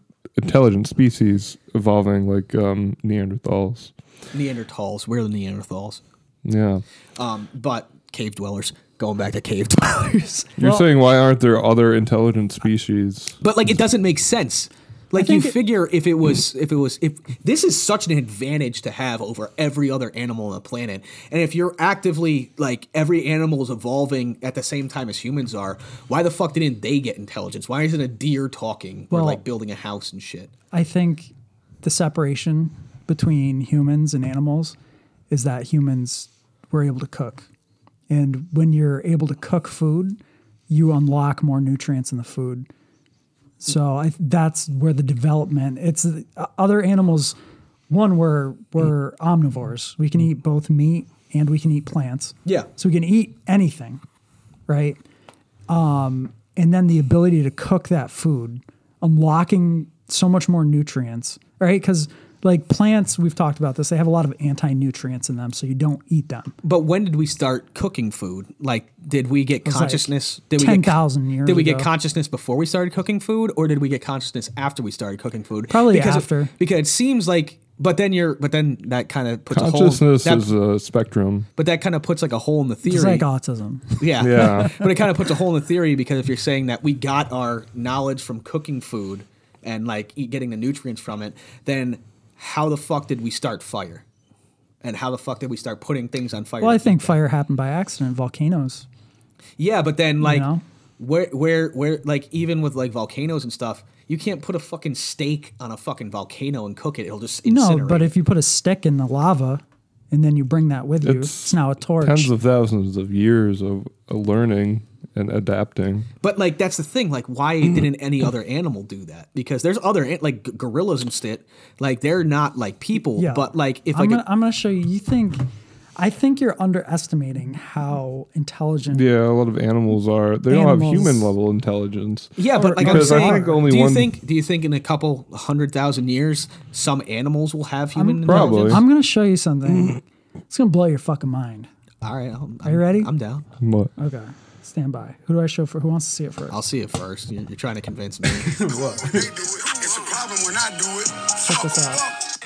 Speaker 3: intelligent species evolving, like um, Neanderthals.
Speaker 4: Neanderthals, we're the Neanderthals,
Speaker 3: Yeah,
Speaker 4: um, but cave dwellers. Going back to cave dwellers.
Speaker 3: you're saying why aren't there other intelligent species?
Speaker 4: (laughs) but like it doesn't make sense like you
Speaker 8: think it-
Speaker 4: figure if it was if it was if this is such an advantage to have over every other animal on the planet and if you're actively like every animal is evolving at the same time as humans are why the fuck didn't they get intelligence why isn't a deer talking or
Speaker 8: Well-
Speaker 4: like building a house and shit
Speaker 8: I think the separation between humans and animals is that humans were able to cook. And when you're able to cook food, you unlock more nutrients in the food. So I, that's where the development. It's uh, other animals. One we're we're omnivores. We can eat both meat and we can eat plants.
Speaker 4: Yeah.
Speaker 8: So we can eat anything, right? Um, and then the ability to cook that food, unlocking so much more nutrients, right? Because like plants, we've talked about this, they have a lot of anti nutrients in them, so you don't eat them.
Speaker 4: but when did we start cooking food like did we get
Speaker 8: was like
Speaker 4: consciousness did we get
Speaker 8: 10,000 years
Speaker 4: did we get
Speaker 8: ago.
Speaker 4: consciousness before we started cooking food or did we get consciousness after we started cooking food
Speaker 8: Probably
Speaker 4: because it-
Speaker 8: after.
Speaker 4: because it seems like but then you're but then that kind of puts
Speaker 3: Consciousness
Speaker 4: a hole that-
Speaker 3: is a spectrum.
Speaker 4: But that kind of puts like a hole in the theory.
Speaker 8: It's like (laughs) autism.
Speaker 4: yeah.
Speaker 3: Yeah.
Speaker 4: (laughs) but it kind of puts a hole in the theory because if you're saying that we got our knowledge from cooking food and like eat, getting the nutrients from it, then how the fuck did we start fire? And how the fuck did we start putting things on fire?
Speaker 8: Well, I think fire happened by accident, volcanoes.
Speaker 4: Yeah, but then like
Speaker 8: know?
Speaker 4: where where where like even with like volcanoes and stuff, you can't put a fucking steak on a fucking volcano and cook it. It'll just
Speaker 8: No,
Speaker 4: incinerate.
Speaker 8: but if you put a stick in the lava and then you bring that with you,
Speaker 3: It's
Speaker 8: it's, now a torch.
Speaker 3: Tens of thousands of years of uh, learning and adapting.
Speaker 4: But like that's the thing. Like, why
Speaker 8: Mm.
Speaker 4: didn't any other animal do that? Because there's other an- like g- gorillas and shit. Like they're not like people.
Speaker 8: Yeah.
Speaker 4: But like if
Speaker 8: I'm,
Speaker 4: like
Speaker 8: gonna,
Speaker 4: a-
Speaker 8: I'm gonna show you. You think, I think you're underestimating how intelligent.
Speaker 3: Yeah, a lot of animals are. They don't have
Speaker 8: Animals.
Speaker 3: human level intelligence.
Speaker 4: yeah, but like I'm
Speaker 3: Because I
Speaker 4: saying,
Speaker 3: think only
Speaker 4: do you
Speaker 3: one-
Speaker 4: think do you think in a couple hundred thousand years some animals will have human
Speaker 3: Probably.
Speaker 4: intelligence?
Speaker 8: I'm gonna show you something.
Speaker 3: Mm-hmm.
Speaker 8: it's gonna blow your fucking mind.
Speaker 4: All right, I'm,
Speaker 8: you
Speaker 4: I'm-
Speaker 8: ready?
Speaker 4: I'm down.
Speaker 3: But
Speaker 8: Okay. Stand by. Who do I show for? Who wants to see it first?
Speaker 4: I'll see it first. You're, you're trying to convince me.
Speaker 7: They do it. It's a (laughs) problem when I do it. Check
Speaker 8: this out.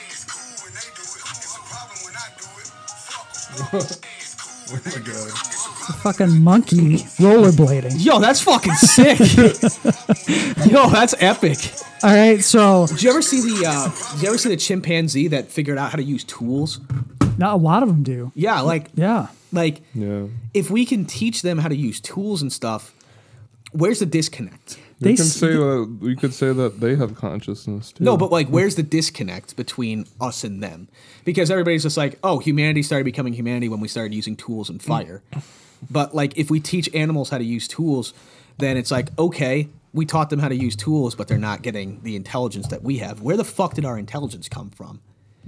Speaker 7: It's cool when they do it. It's a problem when I do it. Fuck 'em. It's cool when they do it. It's a problem
Speaker 8: Fucking monkey rollerblading.
Speaker 4: Yo, that's fucking sick. (laughs) Yo, that's epic.
Speaker 8: All right. So
Speaker 4: Did you ever see the? Uh, did you ever see the chimpanzee that figured out how to use tools?
Speaker 8: not a lot of them do.
Speaker 4: Yeah, like
Speaker 8: Yeah.
Speaker 4: like
Speaker 3: yeah.
Speaker 4: if we can teach them how to use tools and stuff, where's the disconnect?
Speaker 8: They
Speaker 3: you can
Speaker 8: s-
Speaker 3: say that we could say that they have consciousness too.
Speaker 4: No, but like, where's the disconnect between us and them? Because everybody's just like, oh, humanity started becoming humanity when we started using tools and fire. But like, if we teach animals how to use tools, then it's like, okay, we taught them how to use tools, but they're not getting the intelligence that we have. Where the fuck did our intelligence come from?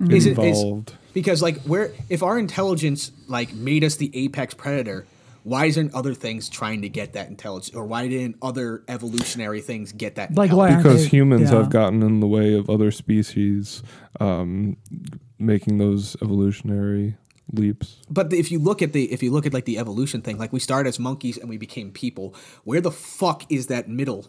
Speaker 4: Is it is
Speaker 3: Evolved.
Speaker 4: because like where if our intelligence like made us the apex predator, why isn't other things trying to get that intelligence, or why didn't other evolutionary things get that?
Speaker 8: Like
Speaker 4: intelligence?
Speaker 8: why? aren't
Speaker 3: because
Speaker 8: they-
Speaker 3: humans
Speaker 8: Oh, yeah.
Speaker 3: have gotten in the way of other species um, making those evolutionary leaps.
Speaker 4: But if you look at the if you look at like the evolution thing, like we started as monkeys and we became people. Where the fuck is that middle?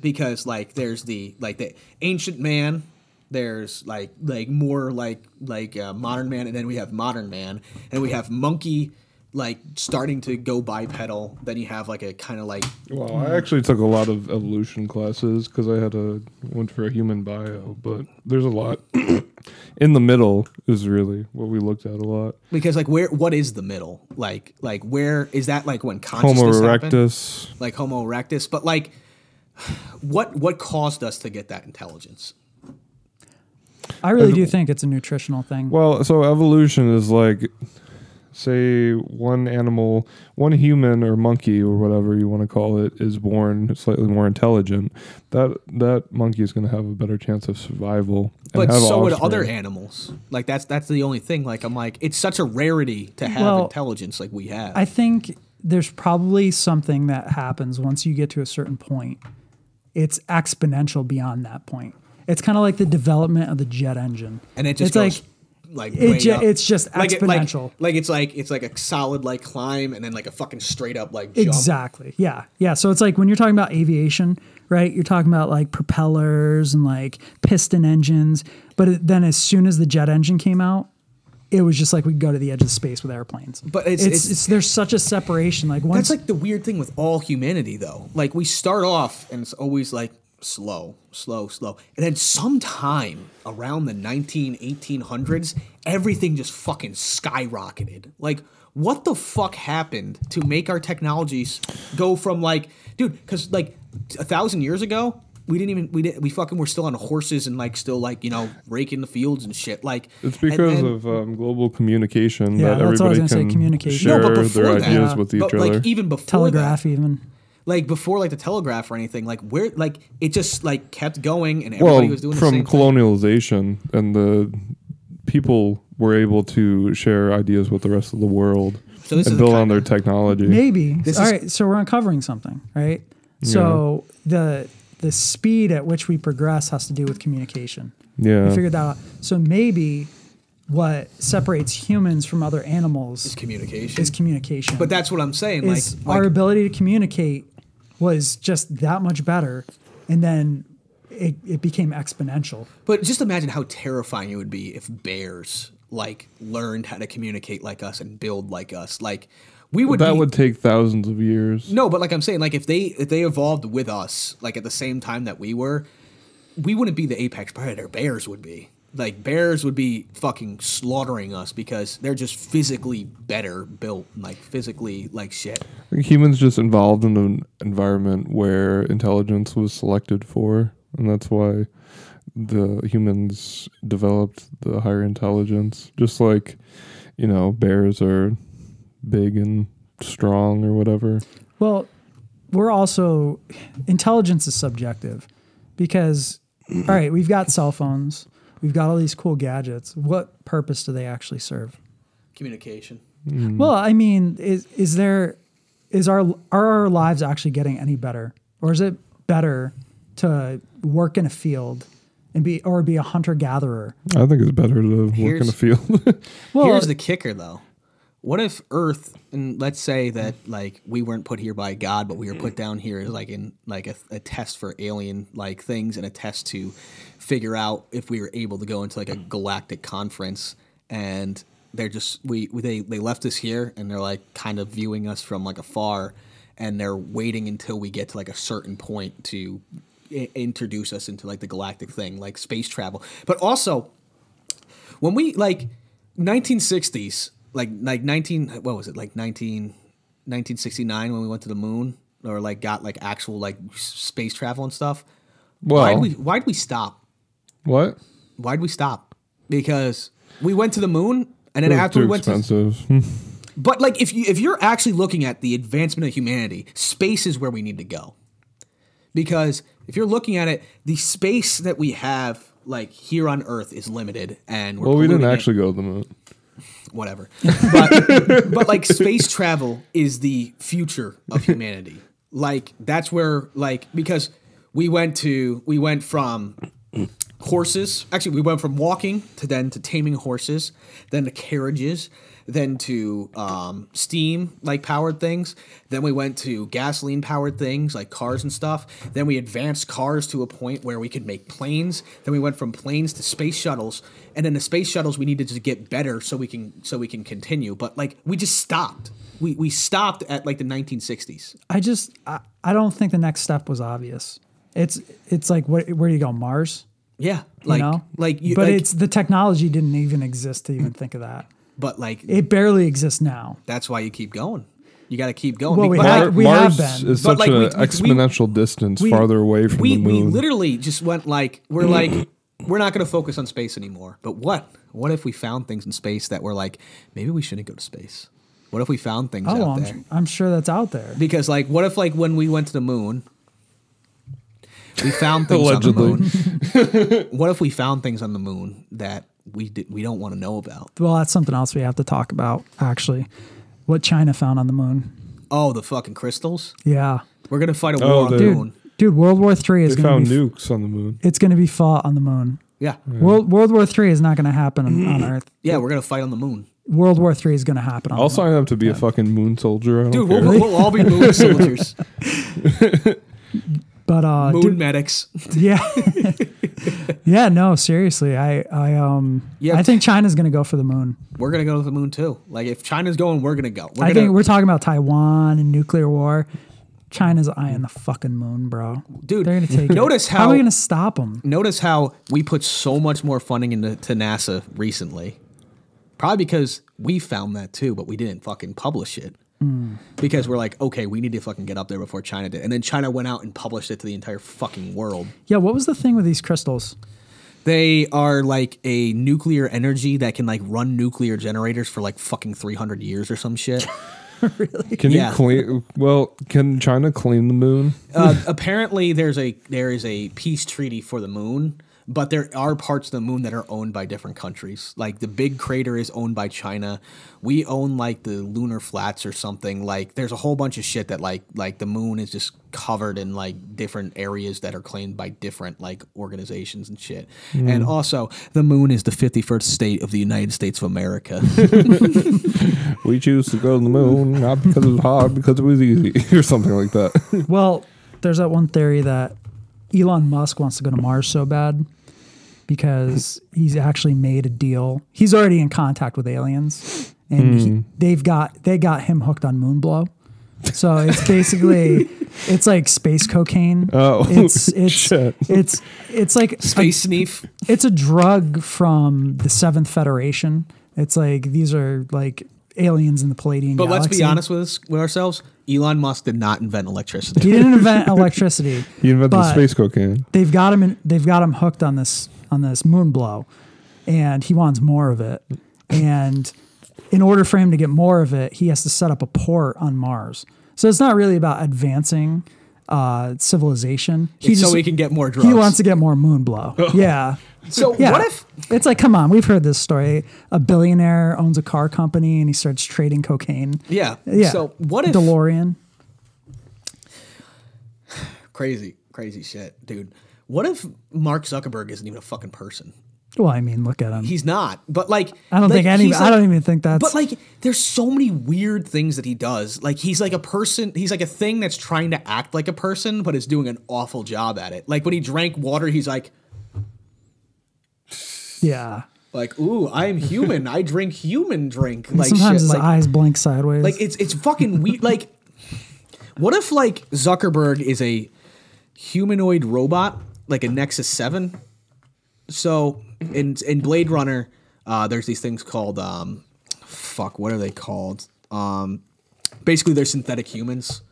Speaker 4: Because like there's the like the ancient man, there's like like more like like uh, modern man, and then we have modern man, and we have monkey like starting to go bipedal. Then you have like a kind of like
Speaker 3: Well,
Speaker 8: Mm.
Speaker 3: I actually took a lot of evolution classes because I had a went for a human bio, but there's a lot (coughs) in the middle is really what we looked at a lot.
Speaker 4: Because like where what is the middle? Like like where is that like when
Speaker 3: Homo
Speaker 4: consciousness happened?
Speaker 3: erectus.
Speaker 4: Like homo erectus, but like (sighs) what what caused us to get that intelligence?
Speaker 8: I really do think it's a nutritional thing.
Speaker 3: Well, so evolution is like, say, one animal, one human or monkey or whatever you want to call it, is born slightly more intelligent. That that monkey is going to have a better chance of survival. and
Speaker 4: But
Speaker 3: have
Speaker 4: so would
Speaker 3: offspring.
Speaker 4: other animals. Like that's that's the only thing. Like I'm like it's such a rarity to have
Speaker 8: Well,
Speaker 4: intelligence like we have.
Speaker 8: I think there's probably something that happens once you get to a certain point. It's exponential beyond that point. It's kind of like the development of the jet engine.
Speaker 4: and it just
Speaker 8: it's
Speaker 4: goes
Speaker 8: like
Speaker 4: like,
Speaker 8: it
Speaker 4: way
Speaker 8: ju-
Speaker 4: up.
Speaker 8: it's just
Speaker 4: it- like-
Speaker 8: exponential.
Speaker 4: Like, it's like it's like a solid like climb and then like a fucking straight up like jump.
Speaker 8: Exactly. Yeah. Yeah. So it's like when you're talking about aviation, right? You're talking about like propellers and like piston engines. But it, then as soon as the jet engine came out, it was just like we could go to the edge of space with airplanes.
Speaker 4: But it's-
Speaker 8: it's,
Speaker 4: it's-
Speaker 8: it's- there's such a separation. Like once
Speaker 4: That's like the weird thing with all humanity, though. Like we start off and it's always like slow, slow, slow, and then sometime around the 19, 1800s, everything just fucking skyrocketed. Like what the fuck happened to make our technologies go from like, dude? Because like a thousand years ago. We didn't even we didn't we fucking were still on horses and like still like you know raking the fields and shit like
Speaker 3: It's
Speaker 4: and
Speaker 3: because
Speaker 4: then-
Speaker 3: of um, global communication
Speaker 8: Yeah,
Speaker 3: that
Speaker 8: that's what I
Speaker 3: everybody
Speaker 8: was gonna say,
Speaker 3: can
Speaker 8: communication.
Speaker 3: share
Speaker 8: No, but
Speaker 3: their
Speaker 4: before that-
Speaker 3: ideas with each
Speaker 4: but
Speaker 3: other.
Speaker 4: like even before that,
Speaker 8: telegraph even.
Speaker 4: like before like the telegraph or anything like where like it just like kept going and everybody
Speaker 3: well,
Speaker 4: was doing the
Speaker 3: from
Speaker 4: same
Speaker 3: colonialization and the people were able to share ideas with the rest of the world
Speaker 4: So this
Speaker 3: and
Speaker 4: is a
Speaker 3: build on
Speaker 4: kinda-
Speaker 3: their technology.
Speaker 8: Maybe. All right.
Speaker 4: This is-
Speaker 8: So we're uncovering something, right? So the the speed at which we progress has to do with communication.
Speaker 3: Yeah.
Speaker 8: We figured that out. So maybe what separates humans from other animals
Speaker 4: thing communication
Speaker 8: is communication.
Speaker 4: but that's what i'm saying like,
Speaker 8: is
Speaker 4: like
Speaker 8: our ability to communicate was just that much better, and then it, it became exponential.
Speaker 4: but just imagine how terrifying it would be if bears like learned how to communicate like us and build like us like we would
Speaker 3: that
Speaker 4: be,
Speaker 3: would take thousands of years.
Speaker 4: no but like i'm saying like if they if they evolved with us like at the same time that we were we wouldn't be the apex predator bears would be like bears would be fucking slaughtering us because they're just physically better built like physically like shit
Speaker 3: I think humans just involved in an environment where intelligence was selected for, and that's why the humans developed the higher intelligence. Just like, you know, bears are big and strong or whatever.
Speaker 8: Well, we're also intelligence is subjective because all right, we've got cell phones, we've got all these cool gadgets. What purpose do they actually serve?
Speaker 4: communication
Speaker 8: Well, I mean, is is there is our are our lives actually getting any better? Or is it better to work in a field and be or be a hunter gatherer?
Speaker 3: I think it's better to work in
Speaker 4: Here's-
Speaker 3: a field. (laughs)
Speaker 8: Well,
Speaker 4: Here's the kicker, though. What if Earth, and let's say that like we weren't put here by God, but we were put down here as like in like a, a test for alien like things and a test to figure out if we were able to go into like a galactic conference, and they're just we we- they they left us here and they're like kind of viewing us from like afar, and they're waiting until we get to like a certain point to i- introduce us into like the galactic thing, like space travel, but also when we like 1960s like like 19 what was it like 19 1969 when we went to the moon or like got like actual like s- space travel and stuff why'd
Speaker 3: well,
Speaker 4: we why'd we stop
Speaker 3: what?
Speaker 4: why'd we stop because we went to the moon and then
Speaker 3: It was
Speaker 4: after we
Speaker 3: too
Speaker 4: went to
Speaker 3: expensive.
Speaker 4: (laughs) but like if you if you're actually looking at the advancement of humanity space is where we need to go because if you're looking at it the space that we have like here on earth is limited and we're
Speaker 3: well, we didn't
Speaker 4: polluting it.
Speaker 3: actually go to the moon.
Speaker 4: whatever. But, (laughs) but like space travel is the future of humanity. Like that's where like because we went to we went from horses. Actually, we went from walking to then to taming horses, then to carriages, then to um, steam like powered things. Then we went to gasoline powered things like cars and stuff. Then we advanced cars to a point where we could make planes. Then we went from planes to space shuttles, and then the space shuttles we needed to get better so we can so we can continue. But like we just stopped. We we stopped at like the 1960s.
Speaker 8: I just I, I don't think the next step was obvious. It's it's like what, where do you go Mars?
Speaker 4: Yeah,
Speaker 8: You
Speaker 4: like
Speaker 8: know?
Speaker 4: like you,
Speaker 8: but
Speaker 4: like-
Speaker 8: it's the technology didn't even exist to even think of that.
Speaker 4: but like
Speaker 8: It barely exists now.
Speaker 4: that's why you keep going. You got to keep going.
Speaker 8: Well, we
Speaker 4: because-
Speaker 8: have- we
Speaker 3: Mars
Speaker 8: have been.
Speaker 3: is such
Speaker 4: But, like,
Speaker 3: an
Speaker 4: we- we-
Speaker 3: exponential distance
Speaker 4: we-
Speaker 3: farther away from
Speaker 4: we,
Speaker 3: the moon.
Speaker 4: We literally just went like we're like we're not going to focus on space anymore. But what? What if we found things in space that were like maybe we shouldn't go to space? What if we found things
Speaker 8: Oh,
Speaker 4: out
Speaker 8: I'm,
Speaker 4: there?
Speaker 8: I'm sure that's out there.
Speaker 4: Because like what if like when we went to the moon we found things on the moon. what if we found things on the moon that we did, we don't want to know about?
Speaker 8: Well, that's something else we have to talk about, actually. What China found on the moon.
Speaker 4: Oh, the fucking crystals.
Speaker 8: Yeah.
Speaker 4: We're going to fight a
Speaker 3: Oh,
Speaker 4: war on the
Speaker 3: dude.
Speaker 4: moon.
Speaker 8: Dude, World War Three is
Speaker 3: they
Speaker 8: going
Speaker 3: found
Speaker 8: to be
Speaker 3: nukes on the moon.
Speaker 8: it's going to be fought on the moon.
Speaker 4: Yeah.
Speaker 8: World World War Three is not going to happen on-
Speaker 4: (clears throat)
Speaker 8: on Earth.
Speaker 4: Yeah, we're going to fight on the moon.
Speaker 8: World War Three is going to happen on
Speaker 3: I'll
Speaker 8: the moon.
Speaker 3: sign up to be a fucking moon soldier. I don't
Speaker 4: Dude,
Speaker 3: care.
Speaker 4: we'll, we'll all be moon soldiers,
Speaker 8: But uh,
Speaker 4: moon
Speaker 8: dude,
Speaker 4: medics.
Speaker 8: yeah,
Speaker 4: (laughs)
Speaker 8: yeah. No, seriously, I I um
Speaker 4: Yeah.
Speaker 8: I think China's going to go for the moon.
Speaker 4: We're going to go to the moon too. Like if China's going, we're going to go. We're
Speaker 8: I
Speaker 4: gonna,
Speaker 8: think we're talking about Taiwan and nuclear war. China's eyeing the fucking moon, bro.
Speaker 4: Dude,
Speaker 8: they're gonna take.
Speaker 4: notice
Speaker 8: it. how are
Speaker 4: how-
Speaker 8: we gonna stop them?
Speaker 4: notice how we put so much more funding into to NASA recently. Probably because we found that too, but we didn't fucking publish it.
Speaker 8: Hmm.
Speaker 4: Because we're like, okay, we need to fucking get up there before China did. And then China went out and published it to the entire fucking world.
Speaker 8: Yeah, what was the thing with these crystals?
Speaker 4: They are like a nuclear energy that can like run nuclear generators for like fucking 300 years or some
Speaker 8: (laughs)
Speaker 4: shit.
Speaker 3: Can
Speaker 4: Yeah.
Speaker 3: you clean? Well, can China clean the moon?
Speaker 8: (laughs)
Speaker 4: uh, apparently there's a there is a peace treaty for the moon but there are parts of the moon that are owned by different countries like the big crater is owned by china we own like the lunar flats or something like there's a whole bunch of shit that like like the moon is just covered in like different areas that are claimed by different like organizations and shit
Speaker 8: Hmm.
Speaker 4: and also the moon is the 51st state of the united states of america (laughs)
Speaker 3: We choose to go to the moon not because it was hard, because it was easy, (laughs) or something like that.
Speaker 8: Well, there's that one theory that Elon Musk wants to go to Mars so bad because he's actually made a deal. He's already in contact with aliens, and
Speaker 4: Hmm.
Speaker 8: he, they've got they got him hooked on Moonblow. So it's
Speaker 4: (laughs)
Speaker 8: basically it's like space cocaine.
Speaker 3: Oh, (laughs)
Speaker 8: it's it's
Speaker 3: shit.
Speaker 8: it's it's like
Speaker 4: space sneef
Speaker 8: it's a drug from the Seventh Federation. It's like these are like aliens in the Palladian
Speaker 4: but let's
Speaker 8: galaxy.
Speaker 4: be honest with us with ourselves elon musk did not invent electricity
Speaker 8: He didn't invent
Speaker 4: (laughs)
Speaker 8: electricity.
Speaker 3: He invented
Speaker 8: but
Speaker 3: space cocaine.
Speaker 8: They've got him. In, they've got him hooked on this on this moon blow, and he wants more of it. And in order for him to get more of it, he has to set up a port on Mars. So it's not really about advancing uh, civilization. He
Speaker 4: so he can get more drugs
Speaker 8: He wants to get more moon
Speaker 4: (laughs)
Speaker 8: blow. yeah.
Speaker 4: So
Speaker 8: Yeah.
Speaker 4: what if
Speaker 8: it's like, come on, we've heard this story. A billionaire owns a car company and he starts trading cocaine.
Speaker 4: Yeah.
Speaker 8: Yeah.
Speaker 4: So what if
Speaker 8: DeLorean?
Speaker 4: crazy, crazy shit, dude? What if Mark Zuckerberg isn't even a fucking person?
Speaker 8: Well, I mean, look at him.
Speaker 4: He's not. But like,
Speaker 8: I don't
Speaker 4: like,
Speaker 8: think any.
Speaker 4: he's
Speaker 8: I
Speaker 4: like-
Speaker 8: don't even think that's.
Speaker 4: But like, there's so many weird things that he does. Like, he's like a person. He's like a thing that's trying to act like a person, but is doing an awful job at it. Like when he drank water, he's like,
Speaker 8: yeah.
Speaker 4: like, ooh, I'm human. I drink human drink.
Speaker 8: And
Speaker 4: Like
Speaker 8: sometimes
Speaker 4: shit.
Speaker 8: his
Speaker 4: like,
Speaker 8: eyes blink sideways.
Speaker 4: Like it's it's fucking weird. like, what if like Zuckerberg is a humanoid robot, like a Nexus Seven? So in in Blade Runner, uh, there's these things called um, fuck, what are they called? Um, basically, they're synthetic humans.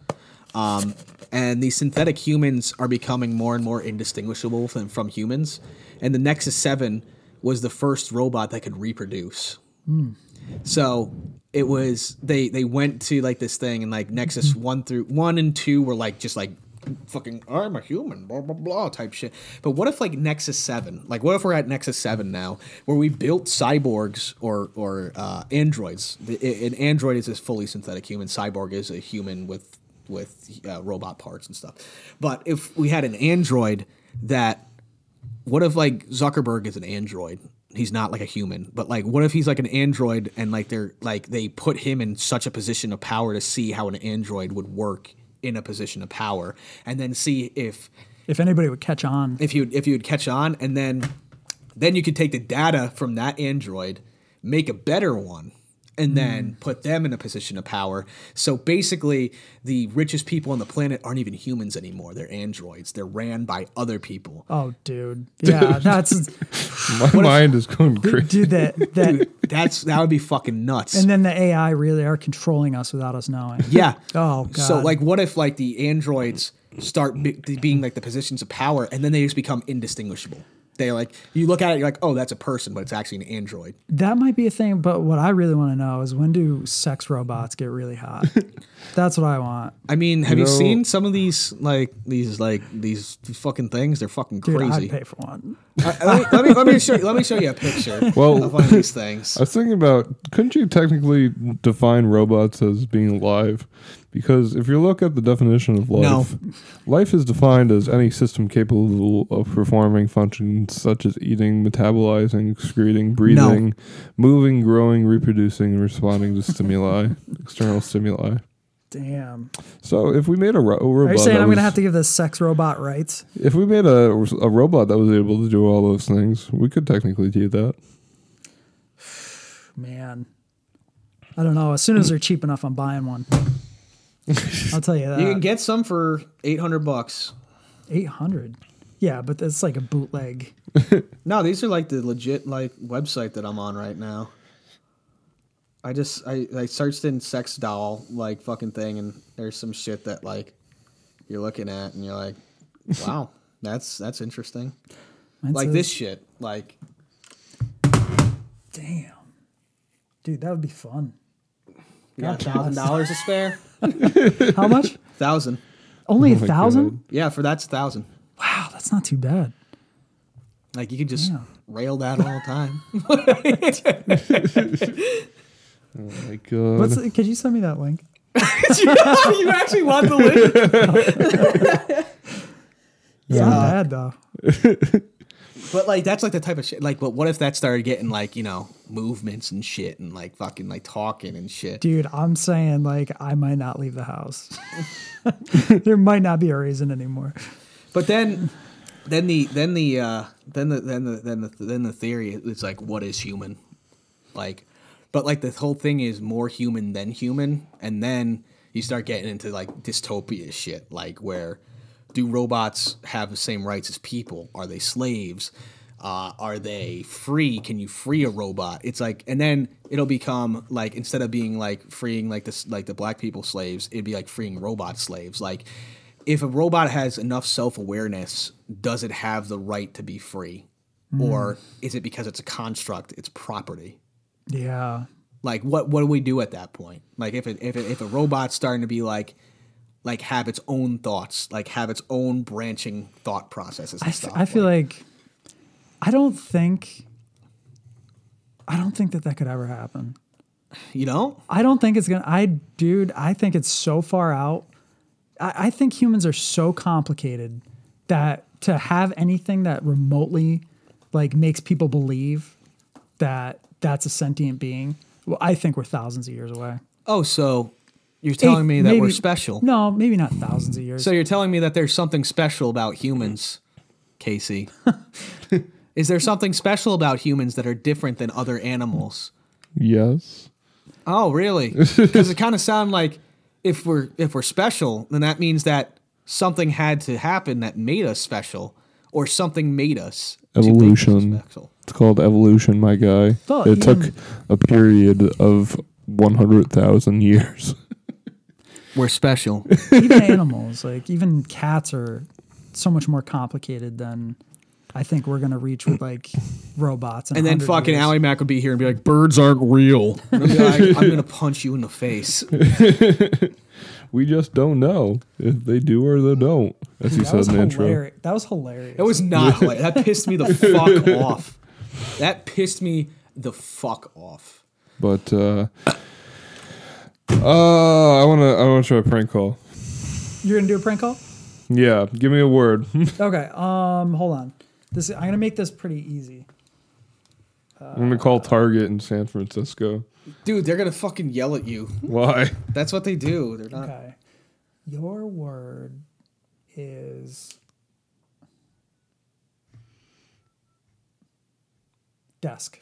Speaker 4: Um, and these synthetic humans are becoming more and more indistinguishable from, from humans. And the Nexus 7 was the first robot that could reproduce. So it was they they went to like this thing and like Nexus one through one and two were like just like fucking I'm a human blah blah blah type shit. But what if like Nexus seven? Like what if we're at Nexus seven now where we built cyborgs or or uh, androids? The- a- An android is a fully synthetic human. Cyborg is a human with with uh, robot parts and stuff. But if we had an android that what if like Zuckerberg is an android? He's not like a human, but like, what if he's like an android and like they're like they put him in such a position of power to see how an android would work in a position of power, and then see if
Speaker 8: if anybody would catch on.
Speaker 4: if you if you would catch on, and then then you could take the data from that android, make a better one, and then put them in a position of power. So basically, the richest people on the planet aren't even humans anymore. They're androids. They're ran by other people.
Speaker 8: Oh, dude. Yeah,
Speaker 4: (laughs)
Speaker 8: that's
Speaker 3: My mind is going crazy.
Speaker 8: dude. That that.
Speaker 4: That's that would be fucking nuts.
Speaker 8: And then the AI really are controlling us without us knowing.
Speaker 4: Yeah.
Speaker 8: (laughs) Oh god.
Speaker 4: So like, what if like the androids start be- being like the positions of power, and then they just become indistinguishable? They like you look at it, you're like, oh, that's a person, but it's actually an android.
Speaker 8: that might be a thing. But what I really want to know is when do sex robots get
Speaker 4: (laughs)
Speaker 8: really hot? that's what I want.
Speaker 4: I mean, have
Speaker 3: You
Speaker 4: you,
Speaker 3: know-
Speaker 4: seen some of these like these like these fucking things? They're fucking
Speaker 8: Dude,
Speaker 4: crazy.
Speaker 8: I'd pay for one.
Speaker 4: Uh, let, me, let me let me show you, let me show you a picture
Speaker 3: (laughs) Well-
Speaker 4: of one of these
Speaker 3: (laughs)
Speaker 4: things.
Speaker 3: I was thinking about couldn't you technically define robots as being alive? Because if you look at the definition of life, life is defined as any system capable of performing functions such as eating, metabolizing, excreting, breathing, moving, growing, reproducing, and responding to
Speaker 8: (laughs)
Speaker 3: stimuli, external stimuli.
Speaker 8: Damn.
Speaker 3: So if we made a, ro- a robot,
Speaker 8: Are you saying
Speaker 3: that
Speaker 8: I'm gonna
Speaker 3: was-
Speaker 8: have to give this sex robot rights?
Speaker 3: If we made a, a robot that was able to do all those things, we could technically do that.
Speaker 8: Man. I don't know. As soon as they're cheap enough, I'm
Speaker 4: (laughs)
Speaker 8: buying one. I'll tell you that.
Speaker 4: You can get some for eight hundred bucks.
Speaker 8: Eight hundred. Yeah, but that's like a bootleg.
Speaker 4: No, these are like the legit like website that I'm on right now. I just I, I searched in sex doll like fucking thing and there's some shit that like you're looking at and you're (laughs) like, wow, that's that's interesting.
Speaker 8: Mine
Speaker 4: like
Speaker 8: says-
Speaker 4: this shit, like
Speaker 8: Damn. Dude, that would be fun.
Speaker 4: you got a thousand dollars (laughs) to spare?
Speaker 8: How much?
Speaker 4: thousand.
Speaker 8: Only a
Speaker 3: Oh my God.
Speaker 8: thousand?
Speaker 4: Yeah, for that's a thousand.
Speaker 8: Wow, that's not too bad.
Speaker 4: Like you could just
Speaker 8: Yeah.
Speaker 4: rail that all the time.
Speaker 3: My God.
Speaker 8: What's could you send me that link?
Speaker 4: (laughs) you actually want the lid?
Speaker 8: It's not bad though.
Speaker 4: (laughs) But like that's like the type of shit like but what if that started getting like, you know, movements and shit and like fucking like talking and shit.
Speaker 8: Dude, I'm saying like I might not leave the house. (laughs) there might not be a reason anymore.
Speaker 4: But then, then the then the uh, then the then the then the then the theory is like, what is human? Like, but like the whole thing is more human than human, and then you start getting into like dystopia shit, like where do robots have the same rights as people? Are they slaves? Uh, are they free? Can you free a robot? It's like, and then it'll become like instead of being like freeing like this like the black people slaves, it'd be like freeing robot slaves. Like, if a robot has enough self awareness, does it have the right to be free, or is it because it's a construct, it's property?
Speaker 8: Yeah.
Speaker 4: Like, what what do we do at that point? Like, if it, if it, if a robot's starting to be like like have its own thoughts, like have its own branching thought processes. And
Speaker 8: I,
Speaker 4: stuff,
Speaker 8: f- I feel like I don't think I don't think that that could ever happen.
Speaker 4: you know,
Speaker 8: I don't think it's gonna. I, dude, I think it's so far out. I, I think humans are so complicated that to have anything that remotely like makes people believe that that's a sentient being. Well, I think we're thousands of years away.
Speaker 4: oh, so you're telling
Speaker 8: Eight-
Speaker 4: me that we're
Speaker 8: maybe-
Speaker 4: special.
Speaker 8: No, maybe not thousands of years.
Speaker 4: So you're telling me that there's something special about humans,
Speaker 8: (laughs)
Speaker 4: Casey? Is there something special about humans that are different than other animals?
Speaker 3: yes.
Speaker 4: Oh, really? Because it kind of sound like if we're if we're special, then that means that something had to happen that made us special, or something made us to make us
Speaker 3: Evolution.
Speaker 4: special.
Speaker 3: It's called evolution, my guy.
Speaker 8: Well,
Speaker 3: it
Speaker 8: even-
Speaker 3: took a period of 100,000 years.
Speaker 4: We're special. (laughs)
Speaker 8: even animals, like even cats, are so much more complicated than I think we're gonna reach with like robots. in
Speaker 4: And then
Speaker 8: 100
Speaker 4: fucking
Speaker 8: years.
Speaker 4: Ally Mac would be here and be like, "Birds aren't real." And I'd be like, I'm gonna punch you in the face.
Speaker 3: (laughs) We just don't know if they do or they don't, as he
Speaker 8: That was
Speaker 3: said in the intro.
Speaker 8: hilarious. That was hilarious.
Speaker 4: It was not like that. Pissed me the fuck off. That pissed me the fuck off.
Speaker 3: But uh, uh, I want to I wanna try a prank call.
Speaker 8: You're gonna do a prank call?
Speaker 3: Yeah, give me a word. (laughs)
Speaker 8: Okay. Um, hold on. This I'm gonna make this pretty easy.
Speaker 3: I'm going to call Target in San Francisco.
Speaker 4: Dude, they're gonna fucking yell at you.
Speaker 3: Why?
Speaker 4: That's what they do. They're not.
Speaker 8: Okay. Your word is desk.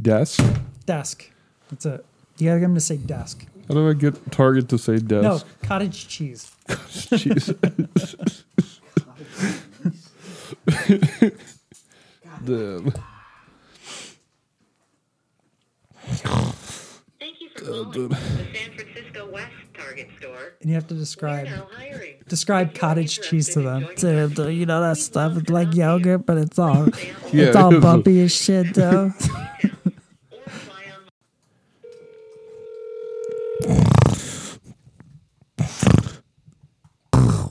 Speaker 3: Desk?
Speaker 8: Desk. That's it. You gotta get them to say desk.
Speaker 3: How do I get Target to say
Speaker 8: (laughs)
Speaker 3: desk?
Speaker 8: No, cottage cheese.
Speaker 3: Jesus. (laughs) Damn.
Speaker 6: Thank you for calling the San Francisco West Target store.
Speaker 8: And you have to describe
Speaker 6: We're now hiring.
Speaker 8: describe cottage cheese to them.
Speaker 2: Dude, dude, you know that stuff. It's like yogurt, but it's all
Speaker 3: Yeah,
Speaker 2: it's all
Speaker 3: (laughs) it is.
Speaker 2: bumpy as shit, though.
Speaker 5: Um,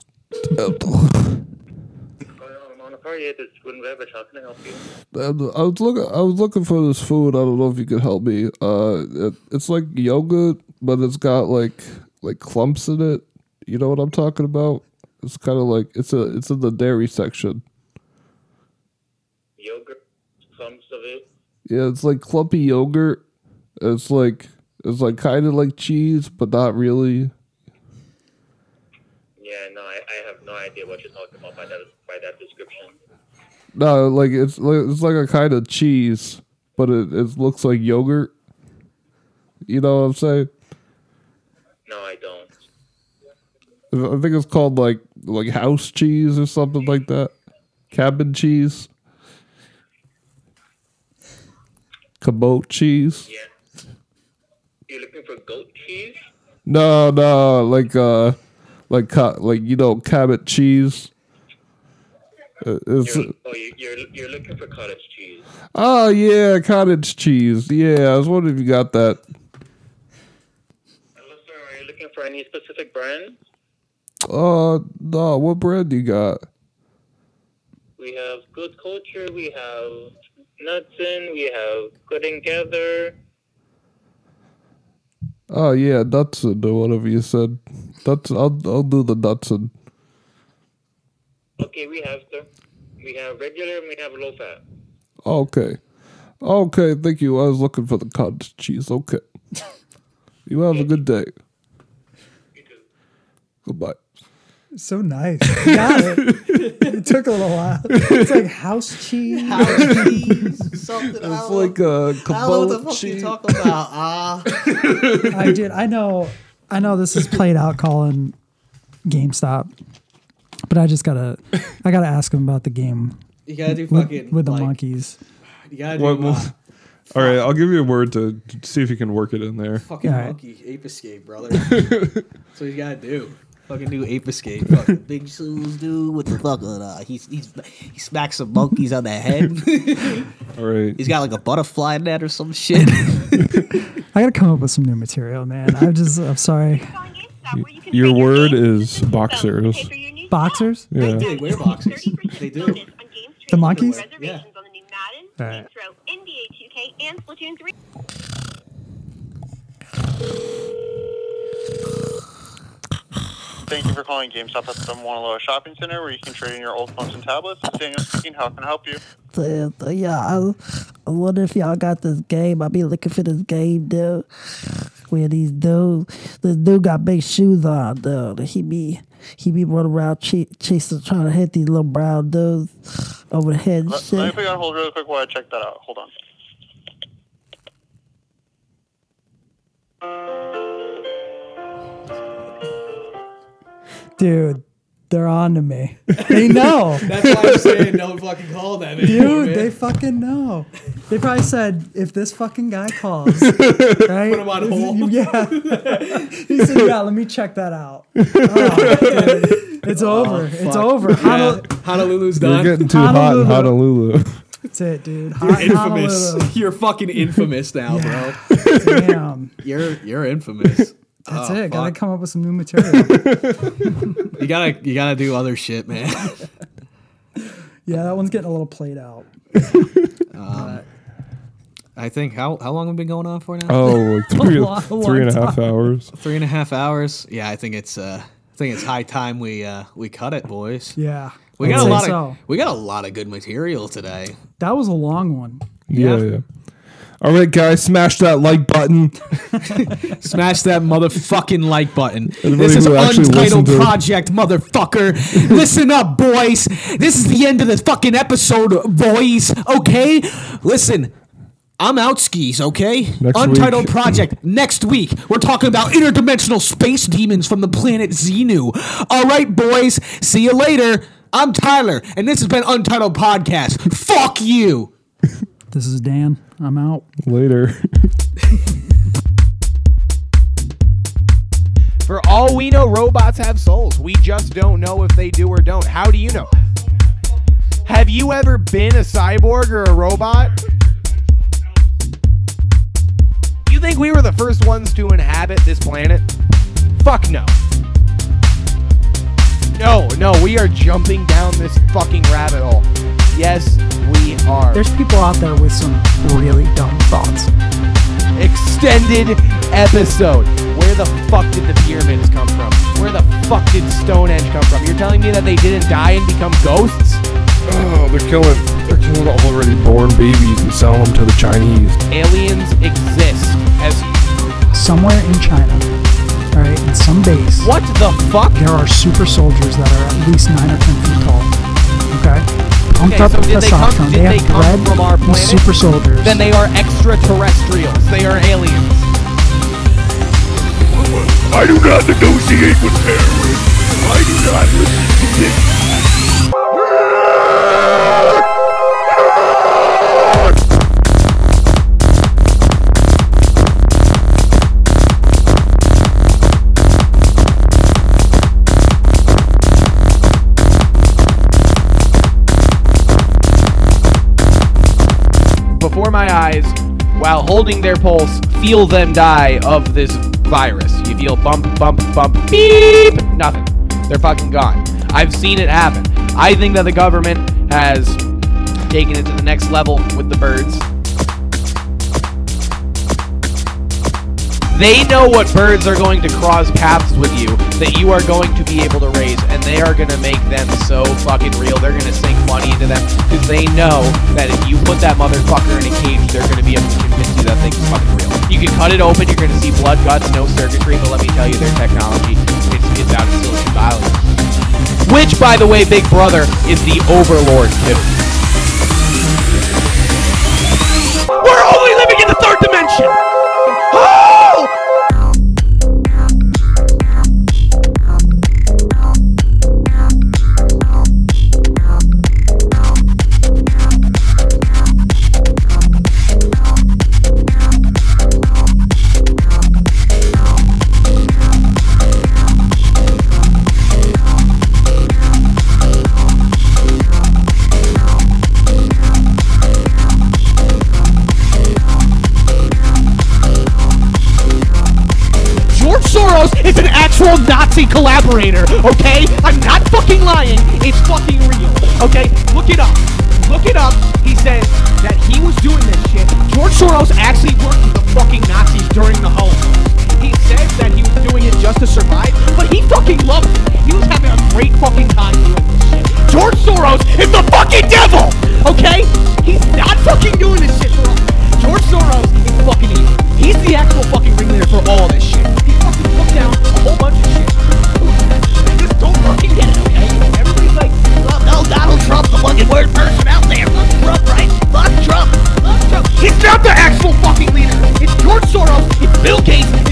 Speaker 5: On the party, this Gordon Ravitch. How can I help you?
Speaker 3: Um, I was looking. I was looking for this food. I don't know if you could help me. Uh, it, it's like yogurt, but it's got like like clumps in it. You know what I'm talking about? It's kind of like it's a it's in the dairy section.
Speaker 5: Yogurt, clumps of it.
Speaker 3: Yeah, it's like clumpy yogurt. It's like it's like kind of like cheese, but not really.
Speaker 5: Yeah, no, I, I have no idea what you're talking about by that by that description.
Speaker 3: No, like it's like it's like a kind of cheese, but it, it looks like yogurt. You know what I'm saying?
Speaker 5: No, I don't.
Speaker 3: I think it's called like like house cheese or something like that. Cabin cheese. Kabote cheese.
Speaker 5: Yeah. You're looking for goat cheese?
Speaker 3: No, no, like uh like ca- like you know cabot cheese. Uh, It's,
Speaker 5: You're, oh, you, you're you're looking for cottage cheese.
Speaker 3: oh yeah, cottage cheese. Yeah, I was wondering if you got that.
Speaker 5: Hello, sir. Are you looking for any specific brand?
Speaker 3: Uh no, what brand you got?
Speaker 5: We have Good Culture. We have Nutson. We have Good and Gather.
Speaker 3: Oh yeah, Dutson or whatever you said. That's I'll I'll do the Dutson.
Speaker 5: Okay, we have sir. We have regular and we have low fat.
Speaker 3: Okay. Okay, thank you. I was looking for the cottage cheese.
Speaker 4: (laughs)
Speaker 3: Okay. you have a good day. Goodbye.
Speaker 8: So nice. You got it. it took a little while. It's like house cheese.
Speaker 4: (laughs) Something I
Speaker 3: It's
Speaker 4: don't
Speaker 3: like a
Speaker 4: I don't know what the
Speaker 3: kabob
Speaker 4: fuck you
Speaker 3: cheese.
Speaker 4: talking about. Ah,
Speaker 8: I did. I know. I know this is played out calling GameStop, but I just gotta. I gotta ask him about the game
Speaker 4: you gotta do
Speaker 8: with,
Speaker 4: fucking
Speaker 8: with the
Speaker 4: like,
Speaker 8: monkeys.
Speaker 4: You gotta do
Speaker 3: What-
Speaker 4: uh,
Speaker 3: what- (laughs) All right, I'll give you a word to see if you can work it in there.
Speaker 4: fucking
Speaker 8: Alright.
Speaker 4: monkey ape escape, brother. That's what you gotta do. Fucking do ape escape. Fucking big shoes, dude. What the fuck? Uh, he's he's he smacks some monkeys on the head.
Speaker 3: All right.
Speaker 4: he's got like a butterfly net or some shit.
Speaker 8: I gotta come up with some new material, man. I'm just. I'm sorry.
Speaker 6: On GameStop, where you can
Speaker 3: Your
Speaker 6: trade
Speaker 3: word
Speaker 6: games
Speaker 3: is
Speaker 6: systems,
Speaker 3: boxers.
Speaker 6: pay for your new
Speaker 8: Boxers.
Speaker 3: Yeah.
Speaker 4: They wear boxes.
Speaker 6: 30%
Speaker 4: They do.
Speaker 6: bonus on games
Speaker 8: The
Speaker 6: trade,
Speaker 8: monkeys?
Speaker 6: reservations on the new Madden,
Speaker 8: Alright.
Speaker 6: Saints Row, NBA 2K, and Splatoon 3.
Speaker 10: Thank you for calling GameStop at the Monoloa Shopping Center, where you can trade in your old phones and tablets. Daniel speaking. How can I help you?
Speaker 2: Dude, dude, yeah, I, I wonder if y'all got this game. I be looking for this game, dude. Where these dudes, this dude got big shoes on, dude. He be he be running around che- chasing, trying to hit these little brown dudes over the head and
Speaker 10: Let, let me
Speaker 2: shit.
Speaker 10: put you on hold real quick while I check that out. Hold on.
Speaker 8: dude, they're on to me.
Speaker 4: (laughs)
Speaker 8: They know.
Speaker 4: That's why I'm saying don't fucking call them anymore,
Speaker 8: Dude,
Speaker 4: man.
Speaker 8: they fucking know. They probably said, if this fucking guy
Speaker 4: (laughs)
Speaker 8: calls, right?
Speaker 4: Put him on hold.
Speaker 8: Yeah. he said, yeah, let me check that out.
Speaker 4: (laughs)
Speaker 8: Oh, dude. It's over. It's over. Honol-
Speaker 4: Honolulu's
Speaker 3: You're
Speaker 4: done.
Speaker 3: getting too hot in Honolulu.
Speaker 8: That's it, dude. Hot
Speaker 4: (laughs)
Speaker 8: Honolulu.
Speaker 4: infamous. You're fucking infamous now, bro.
Speaker 8: Damn.
Speaker 4: You're you're infamous.
Speaker 8: That's
Speaker 4: Oh,
Speaker 8: it. Gotta
Speaker 4: fuck.
Speaker 8: come up with some new material. (laughs)
Speaker 4: You gotta you gotta do other shit, man. (laughs)
Speaker 8: yeah, that one's getting a little played out.
Speaker 4: I think how how long have we been going on for (laughs) now?
Speaker 3: Oh, like three,
Speaker 8: long-
Speaker 3: three and a half hours.
Speaker 4: (laughs) Three and a half hours. Yeah, I think it's uh I think it's high time we uh we cut it, boys.
Speaker 8: Yeah.
Speaker 4: We
Speaker 8: I'd
Speaker 4: got a
Speaker 8: say
Speaker 4: lot of
Speaker 8: so.
Speaker 4: we got a lot of good material today.
Speaker 8: That was a long one.
Speaker 3: Yeah,
Speaker 4: Yeah.
Speaker 3: yeah. All right, guys, smash that like
Speaker 4: (laughs)
Speaker 3: button.
Speaker 4: Smash that motherfucking like button.
Speaker 3: Everybody
Speaker 4: this is
Speaker 3: who actually listened
Speaker 4: Untitled
Speaker 3: to it.
Speaker 4: Project, motherfucker. Listen up, boys. This is the end of the fucking episode, boys. Okay? Listen,
Speaker 7: I'm out skis, okay?
Speaker 3: Next
Speaker 7: Untitled
Speaker 3: week.
Speaker 7: Project next week. We're talking about interdimensional space demons from the planet Xenu. All right, boys. See you later. I'm Tyler, and this has been Untitled Podcast. Fuck you.
Speaker 8: This is Dan. I'm out.
Speaker 3: Later.
Speaker 1: For all we know, robots have souls. We just don't know if they do or don't. How do you know? Have you ever been a cyborg or a robot? You think we were the first ones to inhabit this planet? Fuck no. No, no, we are jumping down this fucking rabbit hole. Yes, we are.
Speaker 8: There's people out there with some really dumb thoughts.
Speaker 1: extended episode. Where the fuck did the pyramids come from? Where the fuck did Stonehenge come from? You're telling me that they didn't die and become ghosts?
Speaker 3: oh, they're killing. They're killing already born babies and selling them to the Chinese.
Speaker 1: Aliens exist as
Speaker 8: Somewhere in China, all right, in some base,
Speaker 1: what the fuck?
Speaker 8: there are super soldiers that are at least nine or ten feet tall. Okay, pumped
Speaker 1: Okay,
Speaker 8: up
Speaker 1: so
Speaker 8: with
Speaker 1: did they come-
Speaker 8: testosterone.
Speaker 1: did
Speaker 8: They,
Speaker 1: they
Speaker 8: have
Speaker 1: come
Speaker 8: bred
Speaker 1: from our
Speaker 8: these
Speaker 1: planet?
Speaker 8: super soldiers.
Speaker 1: Then they are extraterrestrials. They are aliens.
Speaker 11: I do not negotiate with terrorists. I do not listen to this.
Speaker 1: Before my eyes, while holding their pulse, feel them die of this virus. You feel bump, bump, bump, beep, nothing. They're fucking gone. I've seen it happen. I think that the government has taken it to the next level with the birds. They know what birds are going to cross paths with you that you are going to be able to raise, and they are going to make them so fucking real. They're going to sink money into them because they know that if you put that motherfucker in a cage, they're going to be able to convince you that thing's fucking real. You can cut it open, you're going to see blood, guts, no circuitry, but let me tell you, their technology it's, it's out of Silicon Valley. Which, by the way, Big Brother is the overlord too. We're only living in the third dimension. Oh! George Soros is an actual Nazi collaborator, okay? I'm not fucking lying. It's fucking real, okay? Look it up. Look it up. He says that he was doing this shit. George Soros actually worked with the fucking Nazis during the Holocaust. He says that he was doing it just to survive, but he fucking loved it. He was having a great fucking time doing this shit. George Soros is the fucking devil, okay? He's not fucking doing this shit for us. George Soros is fucking evil. He's the actual fucking ringleader for all this shit. He fucking took down a whole bunch of shit. I just don't fucking get it, okay? Everybody's like, well, no, Donald Trump's the fucking worst person out there. Fuck Trump, right? Fuck Trump. Fuck Trump. He's not the actual fucking leader. It's George Soros, it's Bill Gates, "Oh,